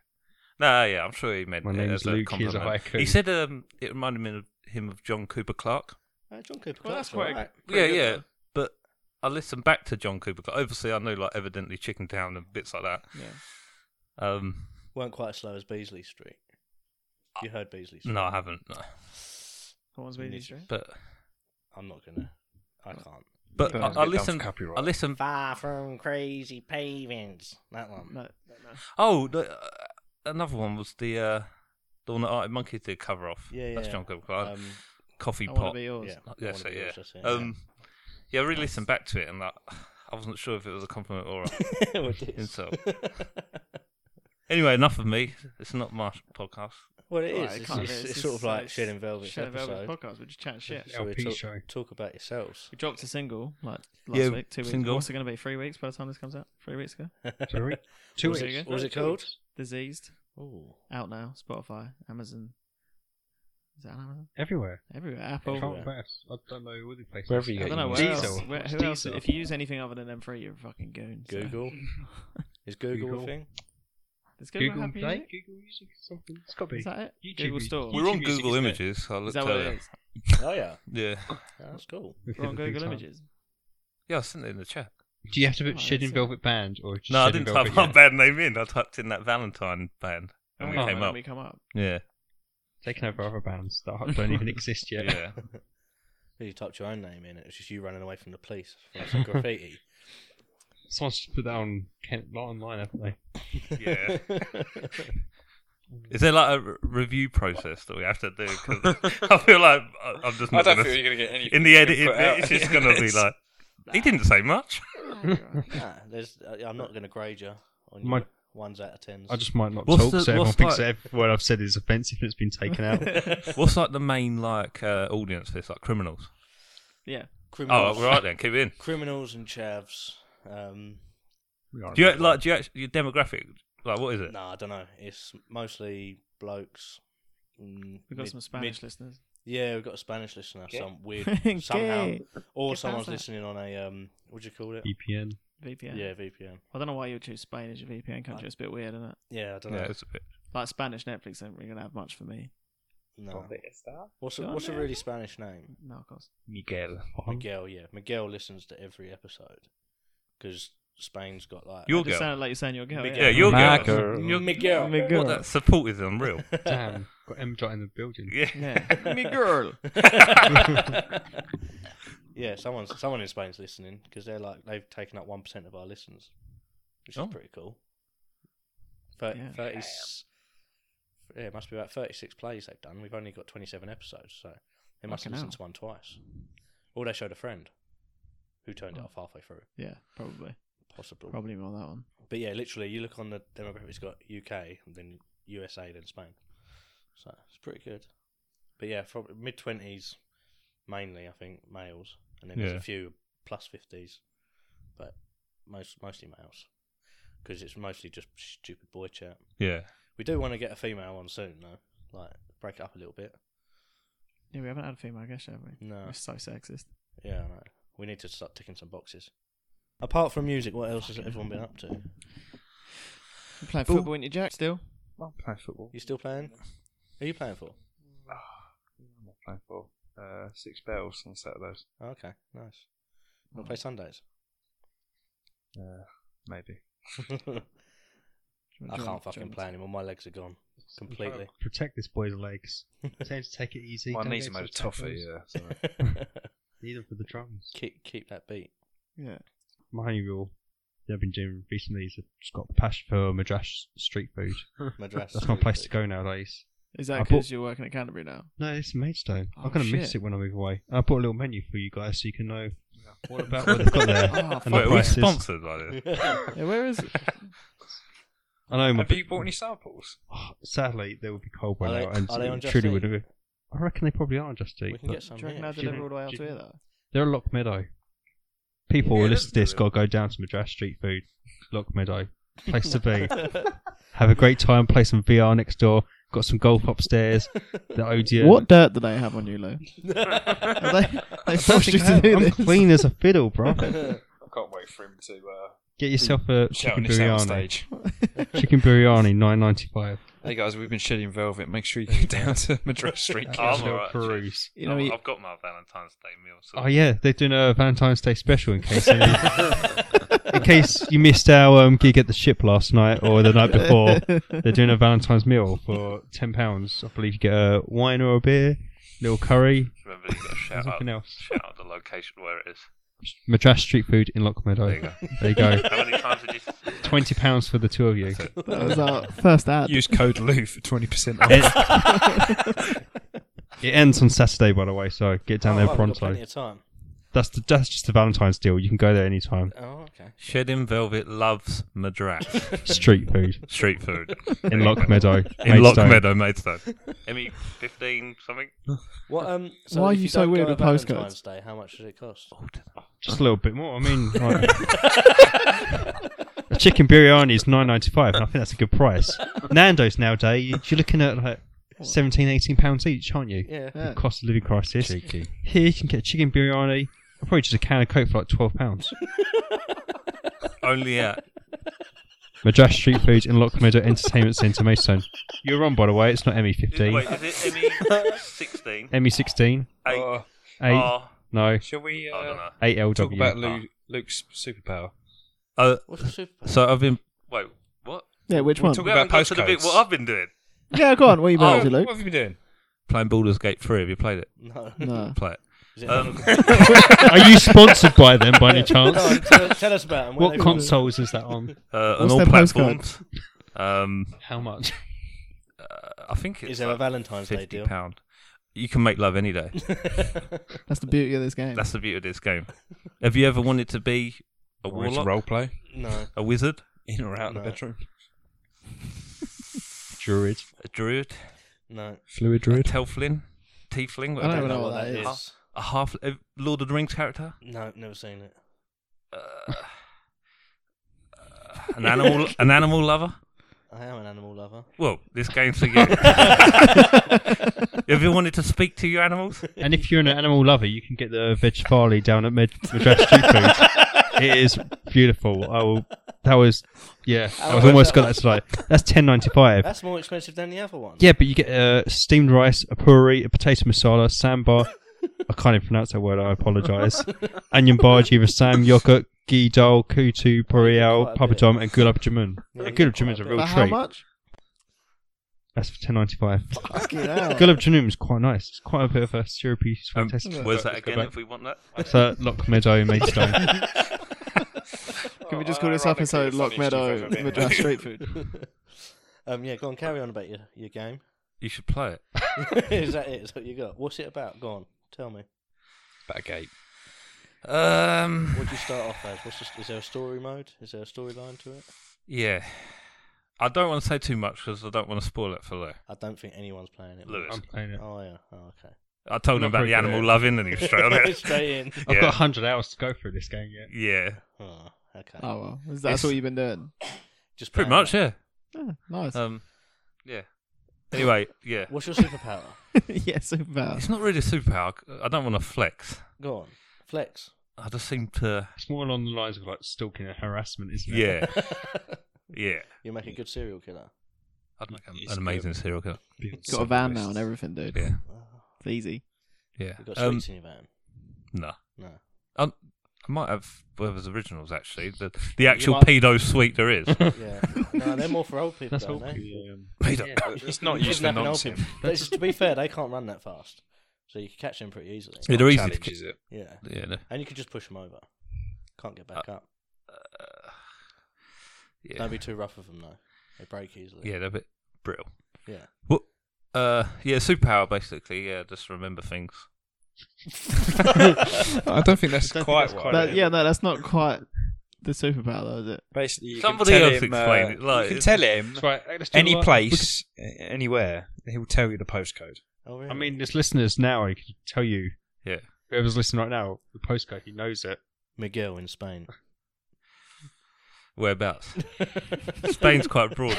Speaker 1: No, yeah, I'm sure he meant
Speaker 6: My
Speaker 1: it
Speaker 6: name's
Speaker 1: as a
Speaker 6: Luke, he's a
Speaker 1: compliment.
Speaker 6: haiku.
Speaker 1: He said um, it reminded me of him of John Cooper Clarke.
Speaker 2: Uh, John Cooper.
Speaker 4: Well, that's
Speaker 2: Clarke's all
Speaker 4: quite a-
Speaker 2: right.
Speaker 1: Yeah,
Speaker 4: Pretty good,
Speaker 1: yeah.
Speaker 4: though.
Speaker 1: But I listened back to John Cooper Clarke. Obviously, I know like evidently Chicken Town and bits like that.
Speaker 4: Yeah.
Speaker 1: Um,
Speaker 2: weren't quite as slow as Beasley Street. You heard Beasley Street.
Speaker 1: no, I haven't. No.
Speaker 4: Come on, Speedy Straight.
Speaker 1: But
Speaker 2: I'm not gonna. I can't.
Speaker 1: but
Speaker 5: Don't
Speaker 1: I,
Speaker 5: get
Speaker 1: I
Speaker 5: done for
Speaker 1: listened.
Speaker 5: copyright.
Speaker 1: I listened.
Speaker 2: Far from crazy pavings. That one.
Speaker 4: No, no, no.
Speaker 1: Oh, the, uh, another one was the uh, the one that Arctic Monkeys did cover off.
Speaker 2: Yeah,
Speaker 1: that's
Speaker 2: yeah.
Speaker 1: John Cooper Clarke.
Speaker 2: Um,
Speaker 1: Coffee
Speaker 4: I
Speaker 1: pot.
Speaker 4: want to be yours.
Speaker 2: yeah.
Speaker 1: Uh,
Speaker 2: I
Speaker 1: Yeah,
Speaker 2: wanna
Speaker 1: so
Speaker 2: be
Speaker 1: yeah.
Speaker 2: yours, that's it,
Speaker 1: Um, yeah, I really listened back to it and like, I wasn't sure if it was a compliment or a
Speaker 2: yeah. [laughs] What it is. [laughs]
Speaker 1: insult. anyway, enough of me. It's not my podcast.
Speaker 2: Well, it
Speaker 4: Right,
Speaker 2: is.
Speaker 4: it
Speaker 2: it's,
Speaker 4: can't be.
Speaker 2: it's-
Speaker 4: This
Speaker 2: it's
Speaker 4: is-
Speaker 2: sort of like
Speaker 4: it's
Speaker 2: Shed and Velvet's
Speaker 4: Shadow
Speaker 2: episode.
Speaker 4: Velvet podcast. We're just chatting shit.
Speaker 2: So we
Speaker 6: LP
Speaker 2: talk,
Speaker 6: show.
Speaker 2: talk about yourselves.
Speaker 4: [laughs] We dropped a single like last
Speaker 1: Yeah,
Speaker 4: week, two weeks.
Speaker 1: single.
Speaker 4: What's it going to be? Three weeks by the time this comes out. Three weeks ago.
Speaker 6: Sorry? Two
Speaker 4: Was it
Speaker 6: weeks.
Speaker 4: again?
Speaker 2: What was it called?
Speaker 4: Diseased
Speaker 2: Ooh.
Speaker 4: out now. Spotify, Amazon. Is that on Amazon?
Speaker 6: Everywhere.
Speaker 4: Everywhere.
Speaker 6: Can't
Speaker 4: Apple.
Speaker 6: pass. I don't know all the places.
Speaker 5: Wherever you
Speaker 4: I
Speaker 5: get
Speaker 4: don't know
Speaker 5: your
Speaker 4: where
Speaker 5: music.
Speaker 4: else.
Speaker 6: Diesel.
Speaker 4: Where,
Speaker 6: It's
Speaker 4: who else?
Speaker 6: diesel.
Speaker 4: If you use anything other than them three, you're a fucking goon. so-
Speaker 2: Google. Is Google,
Speaker 6: Google.
Speaker 1: [laughs]
Speaker 2: a thing?
Speaker 4: Does Google,
Speaker 6: Google
Speaker 4: have
Speaker 6: Play?
Speaker 4: music?
Speaker 6: Google Music or something. It's got to
Speaker 4: Is
Speaker 6: be.
Speaker 4: that it?
Speaker 6: YouTube
Speaker 4: Google
Speaker 6: is-
Speaker 4: Store.
Speaker 1: We're on
Speaker 6: Music is
Speaker 1: Google
Speaker 6: there.
Speaker 1: Images. I
Speaker 4: Is
Speaker 1: looked
Speaker 4: that what
Speaker 1: earlier.
Speaker 4: it is?
Speaker 2: Oh yeah. Oh,
Speaker 1: Yeah,
Speaker 2: That's cool.
Speaker 6: We could
Speaker 4: We're on
Speaker 6: [laughs] have been
Speaker 4: Google
Speaker 6: fine.
Speaker 4: Images.
Speaker 1: yeah. I sent it in the chat.
Speaker 6: Do you have to put
Speaker 4: Oh,
Speaker 6: Shed in
Speaker 4: that's it.
Speaker 6: Velvet Band or just
Speaker 1: No, I
Speaker 6: Shed in
Speaker 1: didn't type
Speaker 6: Velvet
Speaker 1: my
Speaker 6: Yet?
Speaker 1: band name in. I typed in that Valentine band, and we
Speaker 6: Oh,
Speaker 1: came
Speaker 4: and
Speaker 1: up.
Speaker 4: we come up.
Speaker 1: Yeah,
Speaker 6: Taking over other bands that
Speaker 1: [laughs]
Speaker 6: don't even exist yet.
Speaker 1: yeah.
Speaker 2: You typed your own name in. It was just you running away from the police from some graffiti.
Speaker 1: [laughs]
Speaker 6: Someone's just put that on Kent not online, haven't they?
Speaker 5: [laughs]
Speaker 1: Yeah. Is there like a re- review process that we have to do? 'Cause [laughs] I feel like I- I'm just
Speaker 5: I
Speaker 1: not
Speaker 5: don't
Speaker 1: gonna-
Speaker 5: think you're going to
Speaker 1: [laughs]
Speaker 5: get any.
Speaker 1: in the edit.
Speaker 5: put out.
Speaker 1: It's
Speaker 5: [laughs]
Speaker 1: just gonna be like he didn't say much.
Speaker 2: nah, there's. I- I'm not going to grade you on
Speaker 6: My-
Speaker 2: your ones out of tens.
Speaker 1: [laughs]
Speaker 2: [laughs]
Speaker 6: I just might not
Speaker 1: What's
Speaker 6: talk,
Speaker 1: the-
Speaker 6: so everyone
Speaker 1: what's
Speaker 6: thinks
Speaker 1: like-
Speaker 6: that every word I've said is offensive and it's been taken
Speaker 1: [laughs]
Speaker 6: out.
Speaker 1: What's like the main like uh, audience for this? Like criminals.
Speaker 2: [laughs]
Speaker 4: Yeah.
Speaker 1: Oh,
Speaker 2: criminals,
Speaker 1: well, right then, keep
Speaker 5: [laughs]
Speaker 1: it in.
Speaker 2: criminals and chavs. Um,
Speaker 6: We are
Speaker 1: Do you
Speaker 6: a bit
Speaker 1: like? Do you actually, your demographic? Like, what is it?
Speaker 2: no, I don't know. It's mostly blokes. Mm,
Speaker 4: We've got
Speaker 2: mid-
Speaker 4: some Spanish
Speaker 2: mid- [laughs]
Speaker 4: listeners. [laughs]
Speaker 2: yeah, we've got a Spanish listener.
Speaker 5: Okay.
Speaker 2: Some weird somehow,
Speaker 4: Gay.
Speaker 2: or
Speaker 4: Get
Speaker 2: someone's
Speaker 4: past
Speaker 2: listening on a um. What do you call it?
Speaker 6: VPN.
Speaker 1: [laughs]
Speaker 4: VPN.
Speaker 2: Yeah, VPN.
Speaker 4: I don't know why you would choose Spain as your VPN country. It's a bit weird, isn't it?
Speaker 2: Yeah, I don't
Speaker 1: Yeah,
Speaker 2: know.
Speaker 1: it's a bit.
Speaker 4: Like Spanish Netflix ain't really gonna have much for me.
Speaker 2: No.
Speaker 5: Star?
Speaker 2: What's a,
Speaker 4: Don't
Speaker 2: what's a
Speaker 4: know.
Speaker 2: really Spanish name?
Speaker 4: No, of course.
Speaker 1: Miguel.
Speaker 2: Miguel. Yeah, Miguel listens to every episode because Spain's got like
Speaker 1: Your
Speaker 4: It just
Speaker 1: girl.
Speaker 4: sounded like you're saying you're gay.
Speaker 2: Big
Speaker 1: Yeah, your
Speaker 6: Mac
Speaker 1: girl.
Speaker 6: or-
Speaker 1: Your
Speaker 2: Miguel.
Speaker 4: Me
Speaker 1: What,
Speaker 2: [laughs]
Speaker 4: girl.
Speaker 1: that support is unreal. [laughs]
Speaker 6: Damn, got M dot in the building.
Speaker 1: yeah.
Speaker 4: [laughs]
Speaker 2: [laughs]
Speaker 4: Yeah. Me girl.
Speaker 2: [laughs] yeah, someone's someone in Spain's listening because they're like they've taken up one percent of our listens, which
Speaker 1: Oh.
Speaker 2: is pretty cool. Thir-
Speaker 4: Yeah.
Speaker 2: 30 yeah, it must be about thirty-six plays they've done. We've only got twenty-seven episodes, so they must have
Speaker 4: Fucking
Speaker 2: listened to one twice. Or they showed a friend who turned
Speaker 4: Oh.
Speaker 2: it off halfway through,
Speaker 4: Yeah, probably.
Speaker 2: possibly.
Speaker 4: Probably more that one.
Speaker 2: But yeah, literally, you look on the demographic, it's got UK, then USA, then Spain. So it's pretty good. But yeah, from mid 20s, mainly, I think, males. And then there's
Speaker 1: Yeah.
Speaker 2: a few plus 50s, but most mostly males. Because it's mostly just stupid boy chat.
Speaker 1: Yeah.
Speaker 2: We do want to get a female on soon, though. Like, break it up a little bit.
Speaker 4: Yeah, we haven't had a female guest, have we?
Speaker 2: No.
Speaker 4: We're so sexist.
Speaker 2: Yeah, I know. We need to start ticking some boxes. Apart from music, what else has everyone been up to?
Speaker 4: You playing
Speaker 1: Ball-
Speaker 4: football, ain't you, Jack? Still?
Speaker 5: I'm playing football.
Speaker 2: You still playing? Who are you playing for?
Speaker 5: I'm not playing for uh, six bells on Saturdays.
Speaker 2: Okay, nice. Want to play Sundays? [laughs]
Speaker 5: Uh, maybe.
Speaker 2: I can't fucking play
Speaker 4: plan.
Speaker 2: anymore. My legs are gone completely.
Speaker 6: Protect this boy's legs. Tend to take it easy.
Speaker 5: My
Speaker 6: Don't
Speaker 5: knees are
Speaker 6: go
Speaker 5: made of
Speaker 6: for the
Speaker 5: toffee.
Speaker 6: tackles.
Speaker 5: Yeah. So.
Speaker 6: Need them for the drums.
Speaker 2: [laughs] keep keep that beat.
Speaker 4: Yeah.
Speaker 6: My only rule that I've been doing recently is I've just got a passion for Madras street food.
Speaker 4: Hmm. [laughs]
Speaker 2: Madras.
Speaker 6: That's my
Speaker 2: [laughs]
Speaker 6: place to go nowadays.
Speaker 4: Is
Speaker 6: I
Speaker 4: that
Speaker 6: bought-
Speaker 4: because you're working at Canterbury now?
Speaker 6: No, it's Maidstone.
Speaker 4: Oh,
Speaker 6: I'm going to miss
Speaker 4: shit.
Speaker 6: it when I move away. I bought a little menu for you guys so you can know all about what they've got there.
Speaker 4: Oh,
Speaker 1: Wait,
Speaker 6: and the
Speaker 1: are we
Speaker 6: prices.
Speaker 1: sponsored by this?
Speaker 4: Yeah, where is it?
Speaker 6: I know, my
Speaker 5: Have you bought any samples?
Speaker 6: sadly, they would be cold by
Speaker 2: Are they-
Speaker 6: now, and
Speaker 2: are they
Speaker 6: it
Speaker 2: on Just
Speaker 6: truly
Speaker 2: Eat?
Speaker 6: would have. I reckon they probably are on Just Eat.
Speaker 2: we can
Speaker 6: but
Speaker 2: get some.
Speaker 4: Do you reckon
Speaker 2: here.
Speaker 4: they'll
Speaker 6: Jim-
Speaker 4: deliver all the way out to
Speaker 6: Jim-
Speaker 4: here, though?
Speaker 6: They're a Lock Meadow. people
Speaker 2: Yeah,
Speaker 6: who
Speaker 2: it
Speaker 6: listen
Speaker 2: doesn't
Speaker 6: to this
Speaker 2: do
Speaker 6: got to go down to Madras Street Food, Lock Meadow, place to be.
Speaker 2: Oh,
Speaker 6: Have a great time. Play some VR next door. Got some golf upstairs. The Odeon.
Speaker 4: What dirt do they have on
Speaker 2: [laughs]
Speaker 4: you, [laughs] Lou? Are they, they
Speaker 6: I don't
Speaker 4: forced you
Speaker 6: think I
Speaker 4: to
Speaker 6: have.
Speaker 4: do
Speaker 6: [laughs] I'm
Speaker 4: this.
Speaker 6: clean as a fiddle, bro.
Speaker 5: I can't wait for him to [laughs] uh,
Speaker 6: Get yourself a
Speaker 5: shout
Speaker 6: chicken
Speaker 5: this out on
Speaker 6: biryani.
Speaker 5: stage.
Speaker 6: Chicken biryani, nine ninety five.
Speaker 5: [laughs] Hey guys, we've been shedding velvet. Make sure you go down to [laughs] Madras Street.
Speaker 1: Oh, I'm
Speaker 5: Casual.
Speaker 1: alright.
Speaker 6: peruse.
Speaker 4: You know,
Speaker 1: Oh, I've,
Speaker 4: you-
Speaker 1: I've got my Valentine's Day meal. So
Speaker 6: Oh yeah, they're doing a Valentine's Day special in case any, in case you missed our um, gig at the ship last night or the night before. They're doing a Valentine's meal for ten pounds. I believe you get a wine or a beer, little curry,
Speaker 1: remember you got to shout out,
Speaker 6: something else.
Speaker 1: shout out the location where it is.
Speaker 6: Madras Street Food in Lock
Speaker 1: There you
Speaker 6: Meadow.
Speaker 1: go.
Speaker 6: There you go.
Speaker 1: How many times did you?
Speaker 6: Twenty pounds for the two of you.
Speaker 4: [laughs] That was our first ad.
Speaker 5: Use code Lou for twenty percent off.
Speaker 6: It, [laughs] it ends on Saturday, by the way, so get down
Speaker 2: Oh, well, we've
Speaker 6: there
Speaker 2: got
Speaker 6: pronto.
Speaker 2: Plenty of time.
Speaker 6: That's the, that's just the Valentine's deal. You can go there anytime.
Speaker 2: Oh, okay.
Speaker 1: Shedding Velvet loves Madras
Speaker 6: Street food
Speaker 1: street food
Speaker 6: in Lock Meadow.
Speaker 1: in Lock
Speaker 6: Maidstone.
Speaker 1: Meadow, Maidstone. ME fifteen something.
Speaker 2: What? Um. So
Speaker 4: Why
Speaker 2: if
Speaker 4: are you so
Speaker 2: don't
Speaker 4: weird
Speaker 2: go
Speaker 4: with
Speaker 2: on
Speaker 4: postcodes?
Speaker 2: Valentine's Day, how much does it cost?
Speaker 6: Just a little bit more. I mean, like, a chicken biryani is nine ninety five, and I think that's a good price. Nando's nowadays, you're looking at like 17 18 pounds each, aren't you?
Speaker 2: Yeah.
Speaker 6: [laughs]
Speaker 4: Yeah.
Speaker 6: Cost of living
Speaker 5: [laughs]
Speaker 6: crisis.
Speaker 5: Cheeky.
Speaker 6: Here you can get a chicken biryani, or probably just a can of coke for like twelve pounds.
Speaker 1: Only at
Speaker 6: Madras Street Food in Lock Meadow Entertainment Centre, Maidstone. You're wrong, by the way. It's not ME fifteen.
Speaker 1: wait, is it ME
Speaker 6: [laughs]
Speaker 1: sixteen?
Speaker 6: ME sixteen.
Speaker 1: Eight.
Speaker 5: Oh,
Speaker 6: Eight.
Speaker 1: R-
Speaker 6: no.
Speaker 5: shall we
Speaker 1: I don't know.
Speaker 5: uh,
Speaker 6: Eight LW.
Speaker 5: talk about Lou, Luke's superpower?
Speaker 1: Uh,
Speaker 2: What's a super?
Speaker 1: so I've been wait. What?
Speaker 4: Yeah, which
Speaker 5: We'll
Speaker 4: one?
Speaker 5: talk
Speaker 1: We
Speaker 5: about
Speaker 1: haven't got to the bit
Speaker 5: postcodes.
Speaker 1: what I've been doing.
Speaker 4: Yeah, go on. What you been up
Speaker 5: Oh,
Speaker 4: to,
Speaker 5: what
Speaker 4: Luke?
Speaker 5: have you been doing?
Speaker 1: Playing Baldur's Gate 3. Have you played it?
Speaker 2: [laughs] No.
Speaker 1: [laughs]
Speaker 4: No.
Speaker 1: Play it.
Speaker 2: Is it
Speaker 4: [laughs]
Speaker 1: Um,
Speaker 6: Are you sponsored by them
Speaker 2: [laughs]
Speaker 6: by any
Speaker 2: Go
Speaker 6: chance?
Speaker 2: on, tell, tell us about them. Where
Speaker 6: What
Speaker 2: they from?
Speaker 6: consoles is that on?
Speaker 1: Uh, on
Speaker 4: What's
Speaker 1: all
Speaker 4: their
Speaker 1: platforms. Um,
Speaker 6: How much?
Speaker 1: uh, I think it's
Speaker 2: Is there a
Speaker 1: like
Speaker 2: Valentine's Day
Speaker 1: fifty
Speaker 2: deal?
Speaker 1: pound. You can make love any day.
Speaker 2: [laughs]
Speaker 4: That's the beauty of this game.
Speaker 1: That's the beauty of this game. Have you ever wanted to be a
Speaker 5: Or it's
Speaker 1: warlock,
Speaker 5: role play
Speaker 2: no.
Speaker 1: a wizard,
Speaker 5: in or out of
Speaker 2: No.
Speaker 5: the bedroom?
Speaker 6: Druid.
Speaker 1: a druid,
Speaker 2: No.
Speaker 5: Fluid
Speaker 1: a
Speaker 5: druid.
Speaker 1: telfling, tiefling,
Speaker 4: I don't
Speaker 1: whatever,
Speaker 4: even know what that is.
Speaker 2: is.
Speaker 1: a half a Lord of the Rings
Speaker 4: [laughs]
Speaker 1: character,
Speaker 2: No, never seen it.
Speaker 1: uh, an animal, an animal lover.
Speaker 2: I am an animal lover.
Speaker 1: Well, this game's
Speaker 4: [laughs]
Speaker 1: for you. [laughs] Have you wanted to speak to your animals?
Speaker 6: [laughs] And if you're an animal lover, you can get the veg farley down at Med- Madras Street Food. It is beautiful. I will. That was, yeah. I was almost got that tonight. That's ten ninety five.
Speaker 2: That's more expensive than the other one.
Speaker 6: Yeah, but you get uh, steamed rice, a puri, a potato masala, sambar. I can't even pronounce that word. I apologise. Onion bhaji, rasam, yogurt, ghee dal, kutu, puriel,
Speaker 2: Quite a
Speaker 6: papa
Speaker 2: bit.
Speaker 6: jam, and gulab jamun.
Speaker 2: Yeah, you
Speaker 6: gulab
Speaker 2: get quite
Speaker 6: jamun's
Speaker 2: a
Speaker 6: a
Speaker 2: bit.
Speaker 6: real
Speaker 4: For how
Speaker 6: treat.
Speaker 4: much?
Speaker 6: That's for ten ninety five.
Speaker 4: Fucking hell.
Speaker 6: Gulab Janoon is quite nice. It's quite a bit of a syrupy sweet
Speaker 1: Um,
Speaker 6: taste.
Speaker 1: where's that again? If we want that,
Speaker 6: That's uh, Lock Meadow Maidstone.
Speaker 4: Can we just call this
Speaker 5: Ironically,
Speaker 4: episode
Speaker 5: the
Speaker 4: Lock
Speaker 5: funniest you've
Speaker 4: Meadow
Speaker 5: ever been.
Speaker 4: Madras Street [laughs] Food?
Speaker 1: [laughs]
Speaker 2: [laughs] um, yeah, go on, carry on about your, your game. [laughs]
Speaker 1: you should play it.
Speaker 2: is that it? Is what you got? What's it about? Go on, tell me.
Speaker 5: Backgate.
Speaker 1: Um,
Speaker 2: What do you start off as? What's the, is there a story mode? Is there a storyline to it?
Speaker 1: yeah. I don't want to say too much because I don't want to spoil it for Lou.
Speaker 2: I don't think anyone's playing it.
Speaker 1: Lewis.
Speaker 6: [laughs] I'm playing it.
Speaker 2: Oh yeah. Oh okay.
Speaker 1: I told
Speaker 6: Not
Speaker 1: him about
Speaker 6: very
Speaker 1: the
Speaker 6: good
Speaker 1: animal
Speaker 6: at it.
Speaker 1: loving and he was
Speaker 2: [laughs]
Speaker 1: straight on
Speaker 4: [laughs]
Speaker 1: it.
Speaker 2: Straight in.
Speaker 6: I've
Speaker 1: Yeah.
Speaker 6: got got 100 hours to go through this game yet.
Speaker 1: Yeah,
Speaker 2: Oh, okay.
Speaker 4: Oh well, is that's all you've been doing.
Speaker 2: Just
Speaker 1: pretty
Speaker 2: playing
Speaker 1: much,
Speaker 2: it.
Speaker 1: yeah.
Speaker 4: Oh, nice.
Speaker 1: Um, yeah. Anyway, yeah.
Speaker 2: What's your superpower?
Speaker 4: [laughs] yeah, superpower.
Speaker 1: It's not really a superpower. I don't want to flex.
Speaker 2: go on. Flex.
Speaker 1: I just seem to.
Speaker 6: It's more along the lines of like stalking and harassment, isn't it?
Speaker 1: Yeah, [laughs] yeah.
Speaker 2: You make a good serial killer.
Speaker 1: I'd make a-
Speaker 5: It's
Speaker 1: an amazing serial killer.
Speaker 6: Yeah.
Speaker 4: Got a van now and everything, dude.
Speaker 1: Yeah,
Speaker 2: Oh,
Speaker 4: It's easy.
Speaker 1: yeah.
Speaker 2: you got
Speaker 1: Um,
Speaker 2: sweets in your van.
Speaker 1: no,
Speaker 2: No.
Speaker 1: Um, I might have Werther's originals actually. The the actual
Speaker 2: might-
Speaker 1: pedo suite there
Speaker 2: [laughs]
Speaker 1: is.
Speaker 2: Yeah. No, they're more for old people,
Speaker 6: That's
Speaker 2: aren't
Speaker 6: all.
Speaker 2: they?
Speaker 1: pedo.
Speaker 5: It's not used for
Speaker 2: Kidnapping old
Speaker 5: nonsense.
Speaker 2: people. They- To be fair, they can't run that fast, so you can catch them pretty easily.
Speaker 1: Yeah, they're easy.
Speaker 5: Challenge,
Speaker 1: To,
Speaker 5: is it?
Speaker 2: Yeah,
Speaker 1: yeah, no.
Speaker 2: and you could just push them over. Can't get back up.
Speaker 1: Uh, yeah.
Speaker 2: Don't be too rough with them though. They break easily.
Speaker 1: Yeah, [laughs] they're a bit brittle.
Speaker 2: Yeah.
Speaker 1: Well, uh, yeah, superpower basically. Yeah, just remember things.
Speaker 5: [laughs] I don't think that's
Speaker 6: I don't think
Speaker 5: quite
Speaker 6: that's
Speaker 5: right.
Speaker 6: quite
Speaker 4: That, yeah, no, that's not quite the superpower though, is it?
Speaker 5: Basically, you
Speaker 1: Somebody
Speaker 5: can tell
Speaker 1: else
Speaker 5: him,
Speaker 1: explain
Speaker 5: uh,
Speaker 1: it, like-
Speaker 5: you can tell him
Speaker 6: That's right. let's do
Speaker 5: any
Speaker 6: the li-
Speaker 5: place, a- anywhere, he'll tell you the postcode.
Speaker 2: [laughs] Oh, really?
Speaker 6: I mean, there's listeners now. I can tell you.
Speaker 1: Yeah.
Speaker 6: Whoever's listening right now, the postcode, he knows it.
Speaker 2: Miguel
Speaker 1: [laughs]
Speaker 2: in Spain. [laughs]
Speaker 1: Whereabouts? Spain's quite broad.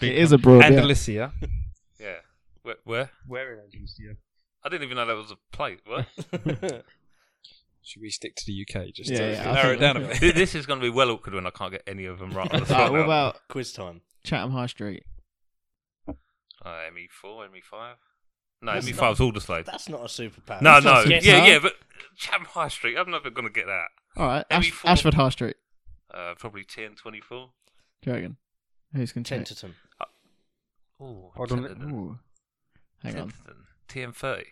Speaker 4: It is a broad. yeah.
Speaker 5: Andalusia.
Speaker 1: Yeah. Where? where?
Speaker 6: Where in Andalusia?
Speaker 1: I didn't even know that was a place. What?
Speaker 4: [laughs]
Speaker 5: Should we stick to the UK just
Speaker 4: Yeah,
Speaker 5: to
Speaker 4: yeah, I
Speaker 5: narrow
Speaker 4: think-
Speaker 5: it down a bit?
Speaker 1: Th- this is going to be well awkward when I can't get any of them right.
Speaker 4: [laughs]
Speaker 1: On the
Speaker 4: Alright,
Speaker 1: spot
Speaker 4: Uh, what
Speaker 1: now.
Speaker 4: about
Speaker 2: Quiz time.
Speaker 4: Chatham High Street?
Speaker 1: Uh, ME4, ME5? No, E ME5's Alderslade.
Speaker 2: That's not a superpower.
Speaker 1: No,
Speaker 4: That's
Speaker 1: no.
Speaker 4: not
Speaker 1: Yeah,
Speaker 4: Skip, huh?
Speaker 1: yeah, but Chatham High Street, I'm never going to get that.
Speaker 4: All right, Ash-
Speaker 1: ME4.
Speaker 4: Ashford High Street.
Speaker 1: Uh, probably 10, 24.
Speaker 4: Do you reckon? Who's going to
Speaker 2: Tenterton.
Speaker 1: Ooh,
Speaker 6: Hold on.
Speaker 1: Tenterden.
Speaker 4: Ooh, hang on.
Speaker 1: Tenterden. TM30.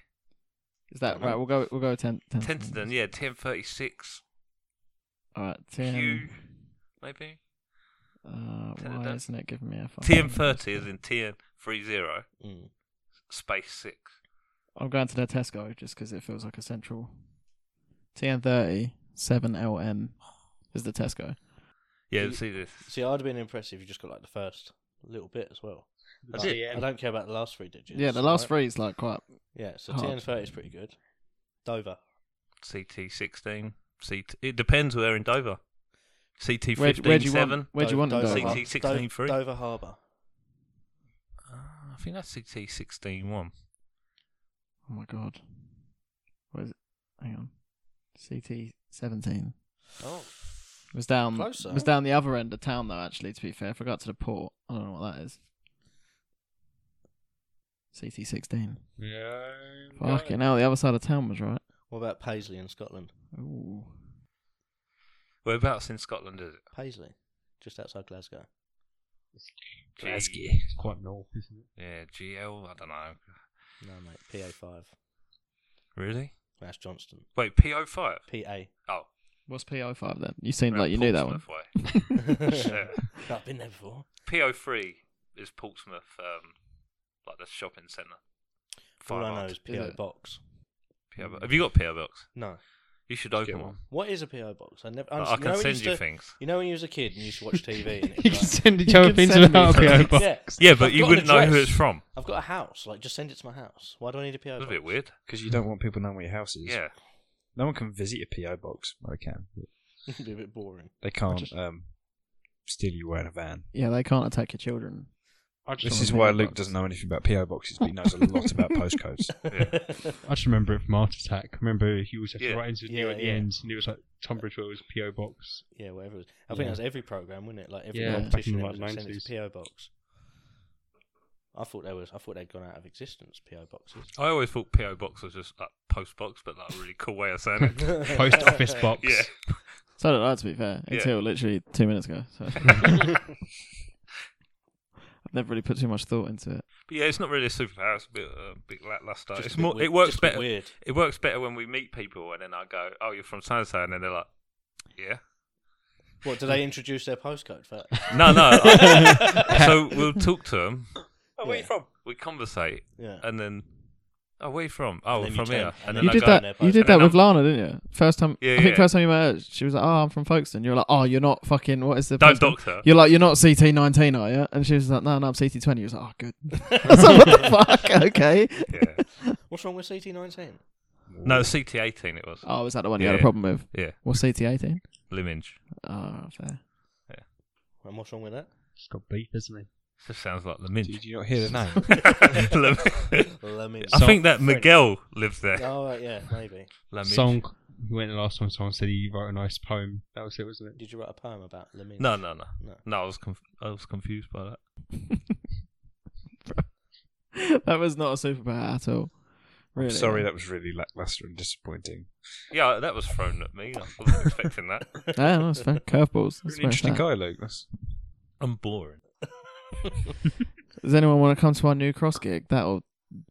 Speaker 4: Is that right? We'll go. We'll go ten. ten
Speaker 1: Tenterden, yeah, TM36.
Speaker 4: All right. TM.
Speaker 1: Q, maybe?
Speaker 4: Uh, why
Speaker 1: Tenterden.
Speaker 4: isn't it giving me a fucking-
Speaker 1: TM30 is in TM30,
Speaker 2: Mm.
Speaker 1: space 6.
Speaker 4: I'm going to their Tesco just because it feels like a central. TN30 7LM is the Tesco.
Speaker 1: Yeah, see this.
Speaker 2: See, I'd have been impressed if you just got like the first little bit as well.
Speaker 1: That's
Speaker 2: Like,
Speaker 1: it.
Speaker 2: I don't care about the last three digits.
Speaker 4: yeah, the last
Speaker 2: right?
Speaker 4: three is like quite.
Speaker 2: Yeah, so
Speaker 4: Hard.
Speaker 2: TN30 is pretty good. Dover.
Speaker 1: CT16. CT, it depends where in Dover. CT157.
Speaker 4: Where, where do you want? Where do you want them?
Speaker 2: Dover,
Speaker 1: Dover?
Speaker 4: Dover?
Speaker 2: Har-
Speaker 1: 16,
Speaker 2: Dover-
Speaker 1: 3.
Speaker 2: Dover Harbour.
Speaker 1: Uh, I think that's CT161.
Speaker 4: Oh my god. What is it? Hang on. CT seventeen.
Speaker 2: Oh.
Speaker 4: It was down
Speaker 2: Closer.
Speaker 4: it was down the other end of town though, actually, to be fair. If I got to the port, I don't know what that is. CT sixteen.
Speaker 5: Yeah.
Speaker 4: Fucking hell, the other side of town was right.
Speaker 2: What about Paisley in Scotland?
Speaker 4: Ooh.
Speaker 1: Whereabouts in Scotland is it?
Speaker 2: Paisley, just outside Glasgow.
Speaker 1: G-
Speaker 5: It's quite north, isn't it?
Speaker 1: Yeah, GL. I don't know.
Speaker 2: No, mate. PA5.
Speaker 1: Really?
Speaker 2: That's Johnston.
Speaker 1: Wait, PO5.
Speaker 2: PA.
Speaker 1: [laughs] Oh,
Speaker 4: What's PO five then? You seemed
Speaker 1: we're
Speaker 4: like you
Speaker 1: in
Speaker 4: knew that one.
Speaker 1: Portsmouth way.
Speaker 2: [laughs] I've
Speaker 1: Yeah.
Speaker 4: [laughs]
Speaker 2: been there before.
Speaker 1: PO3 is Portsmouth, um, like the shopping centre.
Speaker 2: All
Speaker 1: Fire
Speaker 2: I know
Speaker 1: hard.
Speaker 2: is
Speaker 4: Is
Speaker 2: PO
Speaker 4: it?
Speaker 2: box.
Speaker 1: PO bo- Have you got PO box?
Speaker 2: No.
Speaker 1: You should
Speaker 5: get
Speaker 1: open
Speaker 5: one.
Speaker 1: one.
Speaker 2: What is a PO box? I never.
Speaker 1: Like,
Speaker 2: understood-
Speaker 1: I can
Speaker 2: know when
Speaker 1: send
Speaker 2: used
Speaker 1: you
Speaker 2: to-
Speaker 1: things.
Speaker 2: You know when you was a kid and you used to watch
Speaker 1: [laughs]
Speaker 2: TV. And it
Speaker 4: You
Speaker 2: was
Speaker 4: can
Speaker 2: like,
Speaker 4: send it. You
Speaker 6: Tell
Speaker 4: can
Speaker 6: things
Speaker 4: send me
Speaker 6: about
Speaker 4: something.
Speaker 6: PO box.
Speaker 1: Yeah,
Speaker 2: yeah, I've
Speaker 1: but you
Speaker 2: got an
Speaker 1: wouldn't know who
Speaker 2: address.
Speaker 1: it's from.
Speaker 2: I've got a house. Like, just send it to my house. Why do I need a PO
Speaker 1: That's a
Speaker 2: box?
Speaker 1: bit weird.
Speaker 5: Because you don't want people knowing where your house is.
Speaker 1: Yeah.
Speaker 5: No one can visit your PO box. Well, they can. but
Speaker 2: [laughs] It'd be a bit
Speaker 1: [laughs]
Speaker 2: boring.
Speaker 5: They can't um, steal you away in a van.
Speaker 4: Yeah, they can't attack your children.
Speaker 5: This is why Luke doesn't know anything about PO boxes, but he knows a [laughs] lot about postcodes.
Speaker 6: I just remember it from Art Attack. Remember he always had
Speaker 1: Yeah.
Speaker 6: to write into the new
Speaker 2: Yeah,
Speaker 6: at the
Speaker 2: yeah.
Speaker 6: end, and it was like Tom Bridgewell's PO box.
Speaker 2: [laughs] yeah, whatever. It was. I think
Speaker 5: Yeah.
Speaker 2: that was every program, wasn't it? Like every
Speaker 6: Yeah. Back in
Speaker 2: competition,
Speaker 6: the,
Speaker 2: it
Speaker 6: like,
Speaker 2: was like, send it
Speaker 6: 90s.
Speaker 2: to PO box. I thought they was. I thought they'd gone out of existence. PO boxes.
Speaker 1: I always thought PO box was just like post box, but like a really cool way of saying it.
Speaker 2: [laughs]
Speaker 6: Post office box.
Speaker 1: Yeah.
Speaker 4: So did I to be fair. Until literally two minutes ago.
Speaker 1: [laughs]
Speaker 4: So [laughs] I've never really put too much thought into it.
Speaker 1: But yeah, it's not really a superpower. It's a bit, uh, bit lackluster.
Speaker 2: Just a
Speaker 1: It's
Speaker 2: bit
Speaker 1: more.
Speaker 2: weird-
Speaker 1: It works
Speaker 2: just a bit
Speaker 1: better.
Speaker 2: Weird.
Speaker 1: It works better when we meet people, and then I go, "Oh, you're from so and so," and then they're like,
Speaker 2: [laughs]
Speaker 1: "Yeah."
Speaker 2: What do they introduce their postcode for?
Speaker 1: No, no.
Speaker 2: [laughs]
Speaker 1: I- so we'll talk to them.
Speaker 2: Oh, where you from?
Speaker 1: We conversate,
Speaker 2: Yeah.
Speaker 1: and then, "Oh, where you from?" "Oh,
Speaker 2: then you
Speaker 1: from
Speaker 2: turn-
Speaker 1: here."
Speaker 2: and
Speaker 1: And
Speaker 2: then
Speaker 1: then
Speaker 4: You
Speaker 1: I
Speaker 4: did
Speaker 1: go,
Speaker 4: that. You did
Speaker 1: And
Speaker 4: that
Speaker 1: I'm-
Speaker 4: with Lana, didn't you? First time.
Speaker 1: Yeah,
Speaker 4: I think
Speaker 1: yeah.
Speaker 4: first time you met her, she was like, "Oh, I'm from Folkestone." You're like, "Oh, you're not fucking what is the
Speaker 1: "Don't
Speaker 4: first one?"
Speaker 1: doctor."
Speaker 4: You're like, "You're not CT nineteen, are you?" And she was like, "No, no, I'm CT 20 You was like, "Oh, good." [laughs] I was like, "What the fuck? Okay."
Speaker 1: Yeah.
Speaker 2: What's wrong with CT19?
Speaker 1: No, CT18 it was.
Speaker 4: Oh, was that the one you
Speaker 1: Yeah,
Speaker 4: had a
Speaker 1: yeah.
Speaker 4: problem with?
Speaker 1: Yeah,
Speaker 4: What's CT eighteen?
Speaker 1: Liminge.
Speaker 4: Oh, fair.
Speaker 2: And what's wrong with that?
Speaker 6: It's got beef, isn't it?
Speaker 1: Just sounds like
Speaker 5: Did
Speaker 1: Liminge.
Speaker 5: you not hear the name?
Speaker 1: [laughs]
Speaker 2: [laughs]
Speaker 1: Lim-
Speaker 2: Lemmings.
Speaker 1: I think that
Speaker 2: French.
Speaker 1: Miguel lives there.
Speaker 2: Oh right, yeah, maybe.
Speaker 1: Liminge.
Speaker 6: Song he went the last time. Someone said he wrote a nice poem. That was it, wasn't it?
Speaker 2: Did you write a poem about lemmings?
Speaker 1: No, no, no,
Speaker 2: No.
Speaker 1: no. I was conf- I was confused by that.
Speaker 4: that was not a superpower at all. Really.
Speaker 5: Sorry, that was really lackluster and disappointing.
Speaker 1: Yeah, that was thrown at me. I wasn't expecting that.
Speaker 4: Yeah, no, it's fair. Curveballs.
Speaker 5: You're
Speaker 4: That's
Speaker 5: an
Speaker 4: fair
Speaker 5: interesting
Speaker 4: fact.
Speaker 5: guy, Luke. That's
Speaker 1: [laughs] I'm boring.
Speaker 4: Does anyone want to come to our new cross gig? That'll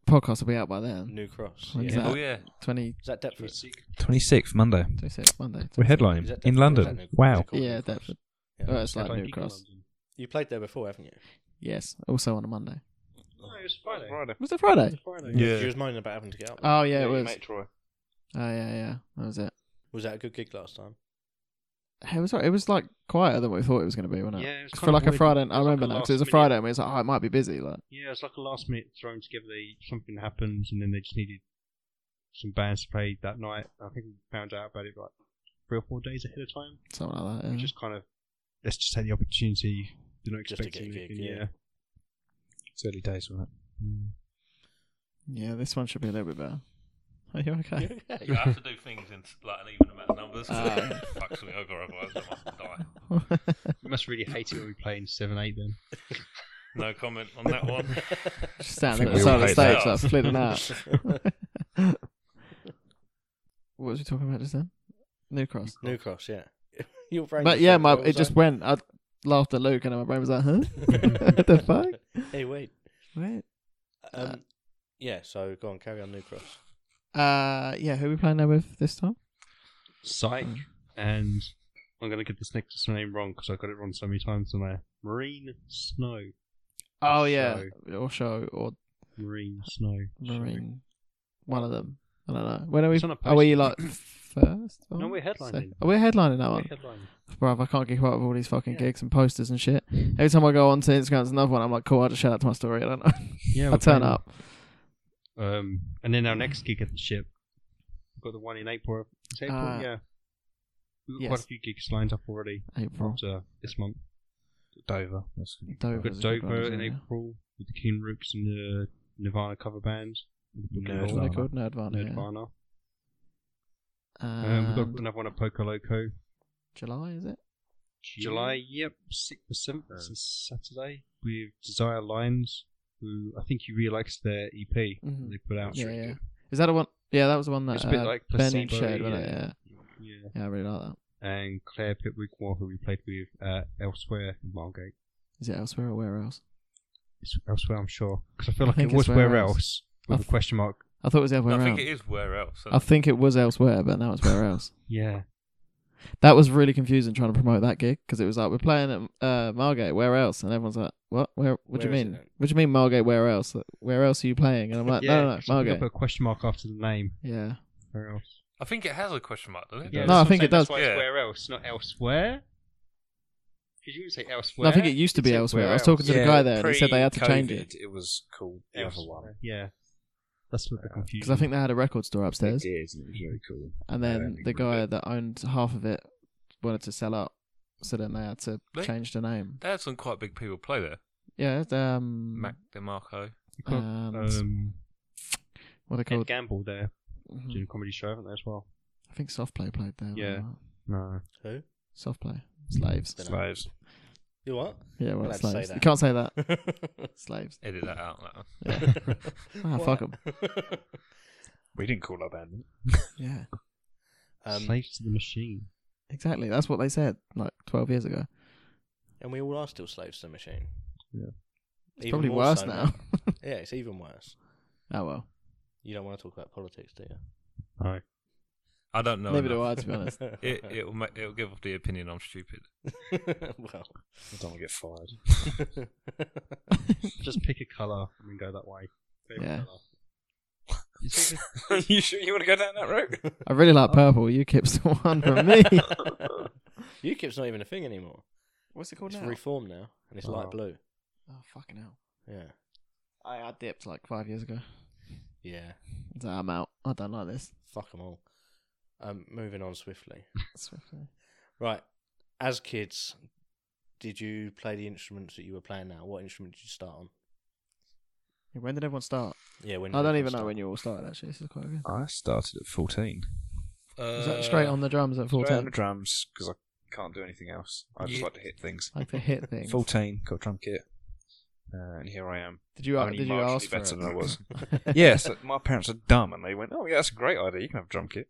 Speaker 4: podcast will be out by then.
Speaker 2: [laughs] New Cross.
Speaker 4: When's
Speaker 2: yeah.
Speaker 4: that?
Speaker 1: Oh yeah,
Speaker 4: Twenty
Speaker 2: Is that Deptford?
Speaker 5: 26th Monday.
Speaker 4: twenty six Monday.
Speaker 5: We're
Speaker 2: Is
Speaker 5: headlining
Speaker 2: that Deptford? Is
Speaker 5: in
Speaker 2: that
Speaker 5: London.
Speaker 2: New- is
Speaker 5: Wow.
Speaker 2: it called
Speaker 4: Yeah,
Speaker 2: New Cross?
Speaker 4: Deptford.
Speaker 2: Yeah.
Speaker 4: Oh, it's like
Speaker 5: Headline
Speaker 4: New Cross.
Speaker 2: You played there before, haven't you?
Speaker 4: Yes, also on a Monday.
Speaker 6: No, it was Friday.
Speaker 4: Was it Friday?
Speaker 1: Yeah.
Speaker 2: You was moaning about having to get up.
Speaker 4: Oh yeah, it was.
Speaker 5: Mate, Troy.
Speaker 4: Oh yeah, yeah, that was it.
Speaker 2: was that a good gig last
Speaker 4: [laughs]
Speaker 2: time?
Speaker 4: It was. It was like quieter than we thought it was going to be, wasn't it?
Speaker 6: Yeah, it was
Speaker 4: for
Speaker 6: kind of
Speaker 4: like a
Speaker 6: weird.
Speaker 4: Friday.
Speaker 6: It
Speaker 4: I
Speaker 6: was like
Speaker 4: remember
Speaker 6: a
Speaker 4: now because it was a
Speaker 6: last minute-
Speaker 4: Friday, and we was like, oh, it might be busy. Like,
Speaker 6: Yeah, it's like a last minute thrown together. They something happened, and then they just needed some bands to play that night. I think we found out about it like three or four days ahead of time.
Speaker 4: Something like that.
Speaker 6: We
Speaker 4: Yeah.
Speaker 6: just kind of let's just take the opportunity. You're not
Speaker 2: Just to
Speaker 6: expecting
Speaker 2: get a
Speaker 6: anything.
Speaker 2: gig, yeah.
Speaker 6: yeah.
Speaker 5: It's early days, wasn't
Speaker 4: yeah, this one should be a little bit better. Are you okay?
Speaker 1: You have to do things in like an even amount of numbers.
Speaker 4: Ah.
Speaker 1: it fucks me over, otherwise I might die.
Speaker 6: You must really hate it when we play in seven eight then.
Speaker 1: No comment on that
Speaker 4: [laughs]
Speaker 1: one.
Speaker 4: [laughs] just
Speaker 5: I
Speaker 4: standing
Speaker 5: think
Speaker 4: at
Speaker 5: we
Speaker 4: the side
Speaker 5: all
Speaker 4: of the
Speaker 5: hate
Speaker 4: stage,
Speaker 1: that.
Speaker 4: like flitting [laughs] out. what was you talking about just then? New Cross.
Speaker 2: [laughs] New Cross, yeah. [laughs] Your brain.
Speaker 4: But
Speaker 2: just
Speaker 4: yeah,
Speaker 2: went,
Speaker 4: my
Speaker 2: what
Speaker 4: it
Speaker 2: was
Speaker 6: um,
Speaker 4: just
Speaker 2: that?
Speaker 4: went. I laughed at Luke, and my brain was like, "Huh? [laughs] what the fuck?
Speaker 2: [laughs]
Speaker 4: Uh,
Speaker 2: Hey, wait.
Speaker 4: Wait."
Speaker 2: Um, yeah, so go on, carry on, New Cross.
Speaker 4: Uh, yeah. Who are we playing there with this time?
Speaker 6: Psych. And I'm going to get this next name wrong because I got it wrong so many times. And I Marine Snow.
Speaker 4: Oh yeah, or show or
Speaker 6: Marine Snow.
Speaker 4: Marine. One of them. I don't know. When are we?
Speaker 6: It's on a
Speaker 4: Are we
Speaker 6: poster. [clears throat]
Speaker 4: like first? Or
Speaker 6: No, we're
Speaker 4: second?
Speaker 6: headlining.
Speaker 4: Are we headlining that
Speaker 6: We're
Speaker 4: one?
Speaker 6: headlining.
Speaker 4: Bruv, I can't keep up with all these fucking gigs and posters and shit. Every time I go on to Instagram, there's another one. I'm like, cool, I'll just shout out to my story. I don't know. [laughs]
Speaker 6: Yeah,
Speaker 4: I
Speaker 6: we're
Speaker 4: turn
Speaker 6: playing-
Speaker 4: up.
Speaker 6: Um, and then our next gig at the ship, we've got the one in April. It's April,
Speaker 4: Uh,
Speaker 6: yeah. We've got
Speaker 4: yes.
Speaker 6: quite a few gigs lined up already
Speaker 4: April.
Speaker 6: after this month.
Speaker 5: it? Dover. That's
Speaker 4: Dover.
Speaker 6: We've got Dover in April with the Keen Rooks and the Nirvana cover band.
Speaker 5: Nerdvana.
Speaker 4: What are they Uh, called? Nerdvana. yeah.
Speaker 6: Nirvana. Um, we've got
Speaker 4: And
Speaker 6: another one at Poco Loco.
Speaker 4: July, is it?
Speaker 6: July, yep, 6th or 7th, it's a Saturday, Uh, with Desire Lions, who I think you really liked their EP
Speaker 4: Mhm.
Speaker 6: they put out.
Speaker 4: Yeah, yeah. Is that the one? Yeah, that was the one that
Speaker 6: It's a bit
Speaker 4: uh,
Speaker 6: like
Speaker 4: Ben
Speaker 6: Placebo,
Speaker 4: shared, wasn't it?
Speaker 6: yeah.
Speaker 4: Yeah.
Speaker 6: yeah.
Speaker 4: yeah, I really like that.
Speaker 6: and Claire Pitwick Moore, who we played with uh, elsewhere in Margate.
Speaker 4: Is it elsewhere or where else?
Speaker 6: It's elsewhere, I'm sure, because I feel
Speaker 4: I
Speaker 6: like
Speaker 4: think
Speaker 6: it
Speaker 4: it's
Speaker 6: was
Speaker 4: where
Speaker 6: where,
Speaker 4: else.
Speaker 6: else
Speaker 4: I
Speaker 6: with a
Speaker 4: th-
Speaker 6: question mark.
Speaker 4: I thought it was the other way
Speaker 1: I
Speaker 4: around.
Speaker 1: think it is where else.
Speaker 4: I think it was elsewhere, but now it's where else.
Speaker 6: Yeah,
Speaker 4: That was really confusing trying to promote that gig because it was like we're playing at uh, Margate. Where else? And everyone's like, "What? Where? What
Speaker 2: Where is
Speaker 4: do you
Speaker 2: it
Speaker 4: mean?
Speaker 2: then?
Speaker 4: What do you mean Margate? Where else? Like, Where else are you
Speaker 2: [laughs]
Speaker 4: playing?" And I'm like, "No, no, no,
Speaker 6: so we
Speaker 4: Margate."
Speaker 6: put a question mark after the name.
Speaker 4: Yeah,
Speaker 6: Where else?
Speaker 1: I think it has a question mark, doesn't it?
Speaker 4: No, I think it does.
Speaker 1: Yeah.
Speaker 6: Where else, not elsewhere. Because you would say elsewhere.
Speaker 4: no, I think it used to be
Speaker 6: It's
Speaker 4: elsewhere. I was
Speaker 6: else.
Speaker 4: talking to the guy there, and he said they had to change it
Speaker 5: It was called the other one.
Speaker 6: Elsewhere, Yeah, that's what the
Speaker 4: because
Speaker 6: confusion.
Speaker 4: I think they had a record store upstairs,
Speaker 5: It is, and it was very cool.
Speaker 4: and
Speaker 5: I don't
Speaker 4: then
Speaker 5: think
Speaker 4: the
Speaker 5: we
Speaker 4: guy
Speaker 5: did.
Speaker 4: that owned half of it wanted to sell up, so then they had to
Speaker 1: They-
Speaker 4: change the name.
Speaker 1: They had some quite big people play there.
Speaker 4: Yeah, it's, um,
Speaker 1: Mac DeMarco.
Speaker 6: You've got,
Speaker 4: um,
Speaker 2: Uh,
Speaker 6: um,
Speaker 4: what are they
Speaker 6: Ed
Speaker 4: called?
Speaker 6: Gamble there
Speaker 4: Mhm.
Speaker 6: doing a comedy show, haven't they as well?
Speaker 4: I think Softplay played there. wasn't
Speaker 6: Yeah.
Speaker 4: it?
Speaker 6: No,
Speaker 2: Who?
Speaker 4: Softplay. Slaves.
Speaker 5: Slaves.
Speaker 2: You what?
Speaker 4: Yeah,
Speaker 2: I'll
Speaker 4: well,
Speaker 2: have to say
Speaker 4: slaves. You
Speaker 2: that.
Speaker 4: can't
Speaker 2: [laughs]
Speaker 4: say that. Slaves.
Speaker 1: Edit that out. That one.
Speaker 4: Yeah. [laughs] ah,
Speaker 2: What?
Speaker 4: fuck 'em.
Speaker 5: We didn't call our band.
Speaker 4: Yeah.
Speaker 2: [laughs] um,
Speaker 6: slaves to the machine.
Speaker 4: Exactly. That's what they said like 12 years ago.
Speaker 2: and we all are still slaves to the machine.
Speaker 6: Yeah.
Speaker 4: It's
Speaker 2: Even
Speaker 4: probably
Speaker 2: more
Speaker 4: worse
Speaker 2: so
Speaker 4: [laughs] now.
Speaker 2: Yeah, it's even worse.
Speaker 4: oh, well.
Speaker 2: You don't want to talk about politics, do you?
Speaker 6: No.
Speaker 1: I don't know.
Speaker 4: Neither do
Speaker 1: enough.
Speaker 4: I, to be
Speaker 2: [laughs]
Speaker 4: honest.
Speaker 1: It it'll ma- it'll give off the opinion I'm stupid.
Speaker 2: [laughs]
Speaker 4: [laughs]
Speaker 2: well,
Speaker 5: I don't want to get fired.
Speaker 6: Just pick a colour and then go that way. Favourite
Speaker 4: Yeah.
Speaker 6: colour.
Speaker 5: you sure you want to go down that road?
Speaker 4: I really
Speaker 5: [laughs] Oh.
Speaker 4: like purple. You keeps the one
Speaker 2: [laughs]
Speaker 4: from me.
Speaker 2: UKIP's not even a thing anymore.
Speaker 4: What's it called
Speaker 2: It's reformed now, and it's light
Speaker 6: Oh.
Speaker 2: blue.
Speaker 4: oh, fucking hell.
Speaker 2: Yeah.
Speaker 4: I, I dipped like five years ago.
Speaker 2: Yeah.
Speaker 4: So I'm out. I don't like this.
Speaker 2: Fuck 'em all. Um, moving on swiftly.
Speaker 4: Swiftly.
Speaker 2: Right. As kids, did you play the instruments that you were playing now? What instrument did you start on?
Speaker 4: Yeah, When did everyone start?
Speaker 2: Yeah, when
Speaker 4: I don't even know when you all started, actually. This is quite good.
Speaker 5: I started at 14.
Speaker 1: Uh,
Speaker 4: Is that straight on the drums at
Speaker 5: Straight on the
Speaker 4: 14?
Speaker 5: drums because I can't do anything else. I just
Speaker 1: Yeah.
Speaker 5: like to hit things.
Speaker 4: Like the
Speaker 5: [laughs]
Speaker 4: hit thing.
Speaker 5: 14, got a drum kit, uh, and here I am.
Speaker 4: Did you,
Speaker 5: Only
Speaker 4: did you
Speaker 5: marginally
Speaker 4: ask for
Speaker 5: better
Speaker 4: it?
Speaker 5: than I
Speaker 4: [laughs]
Speaker 5: was. yes, my parents are dumb, and they went, "Oh yeah, that's a great idea. You can have a drum kit."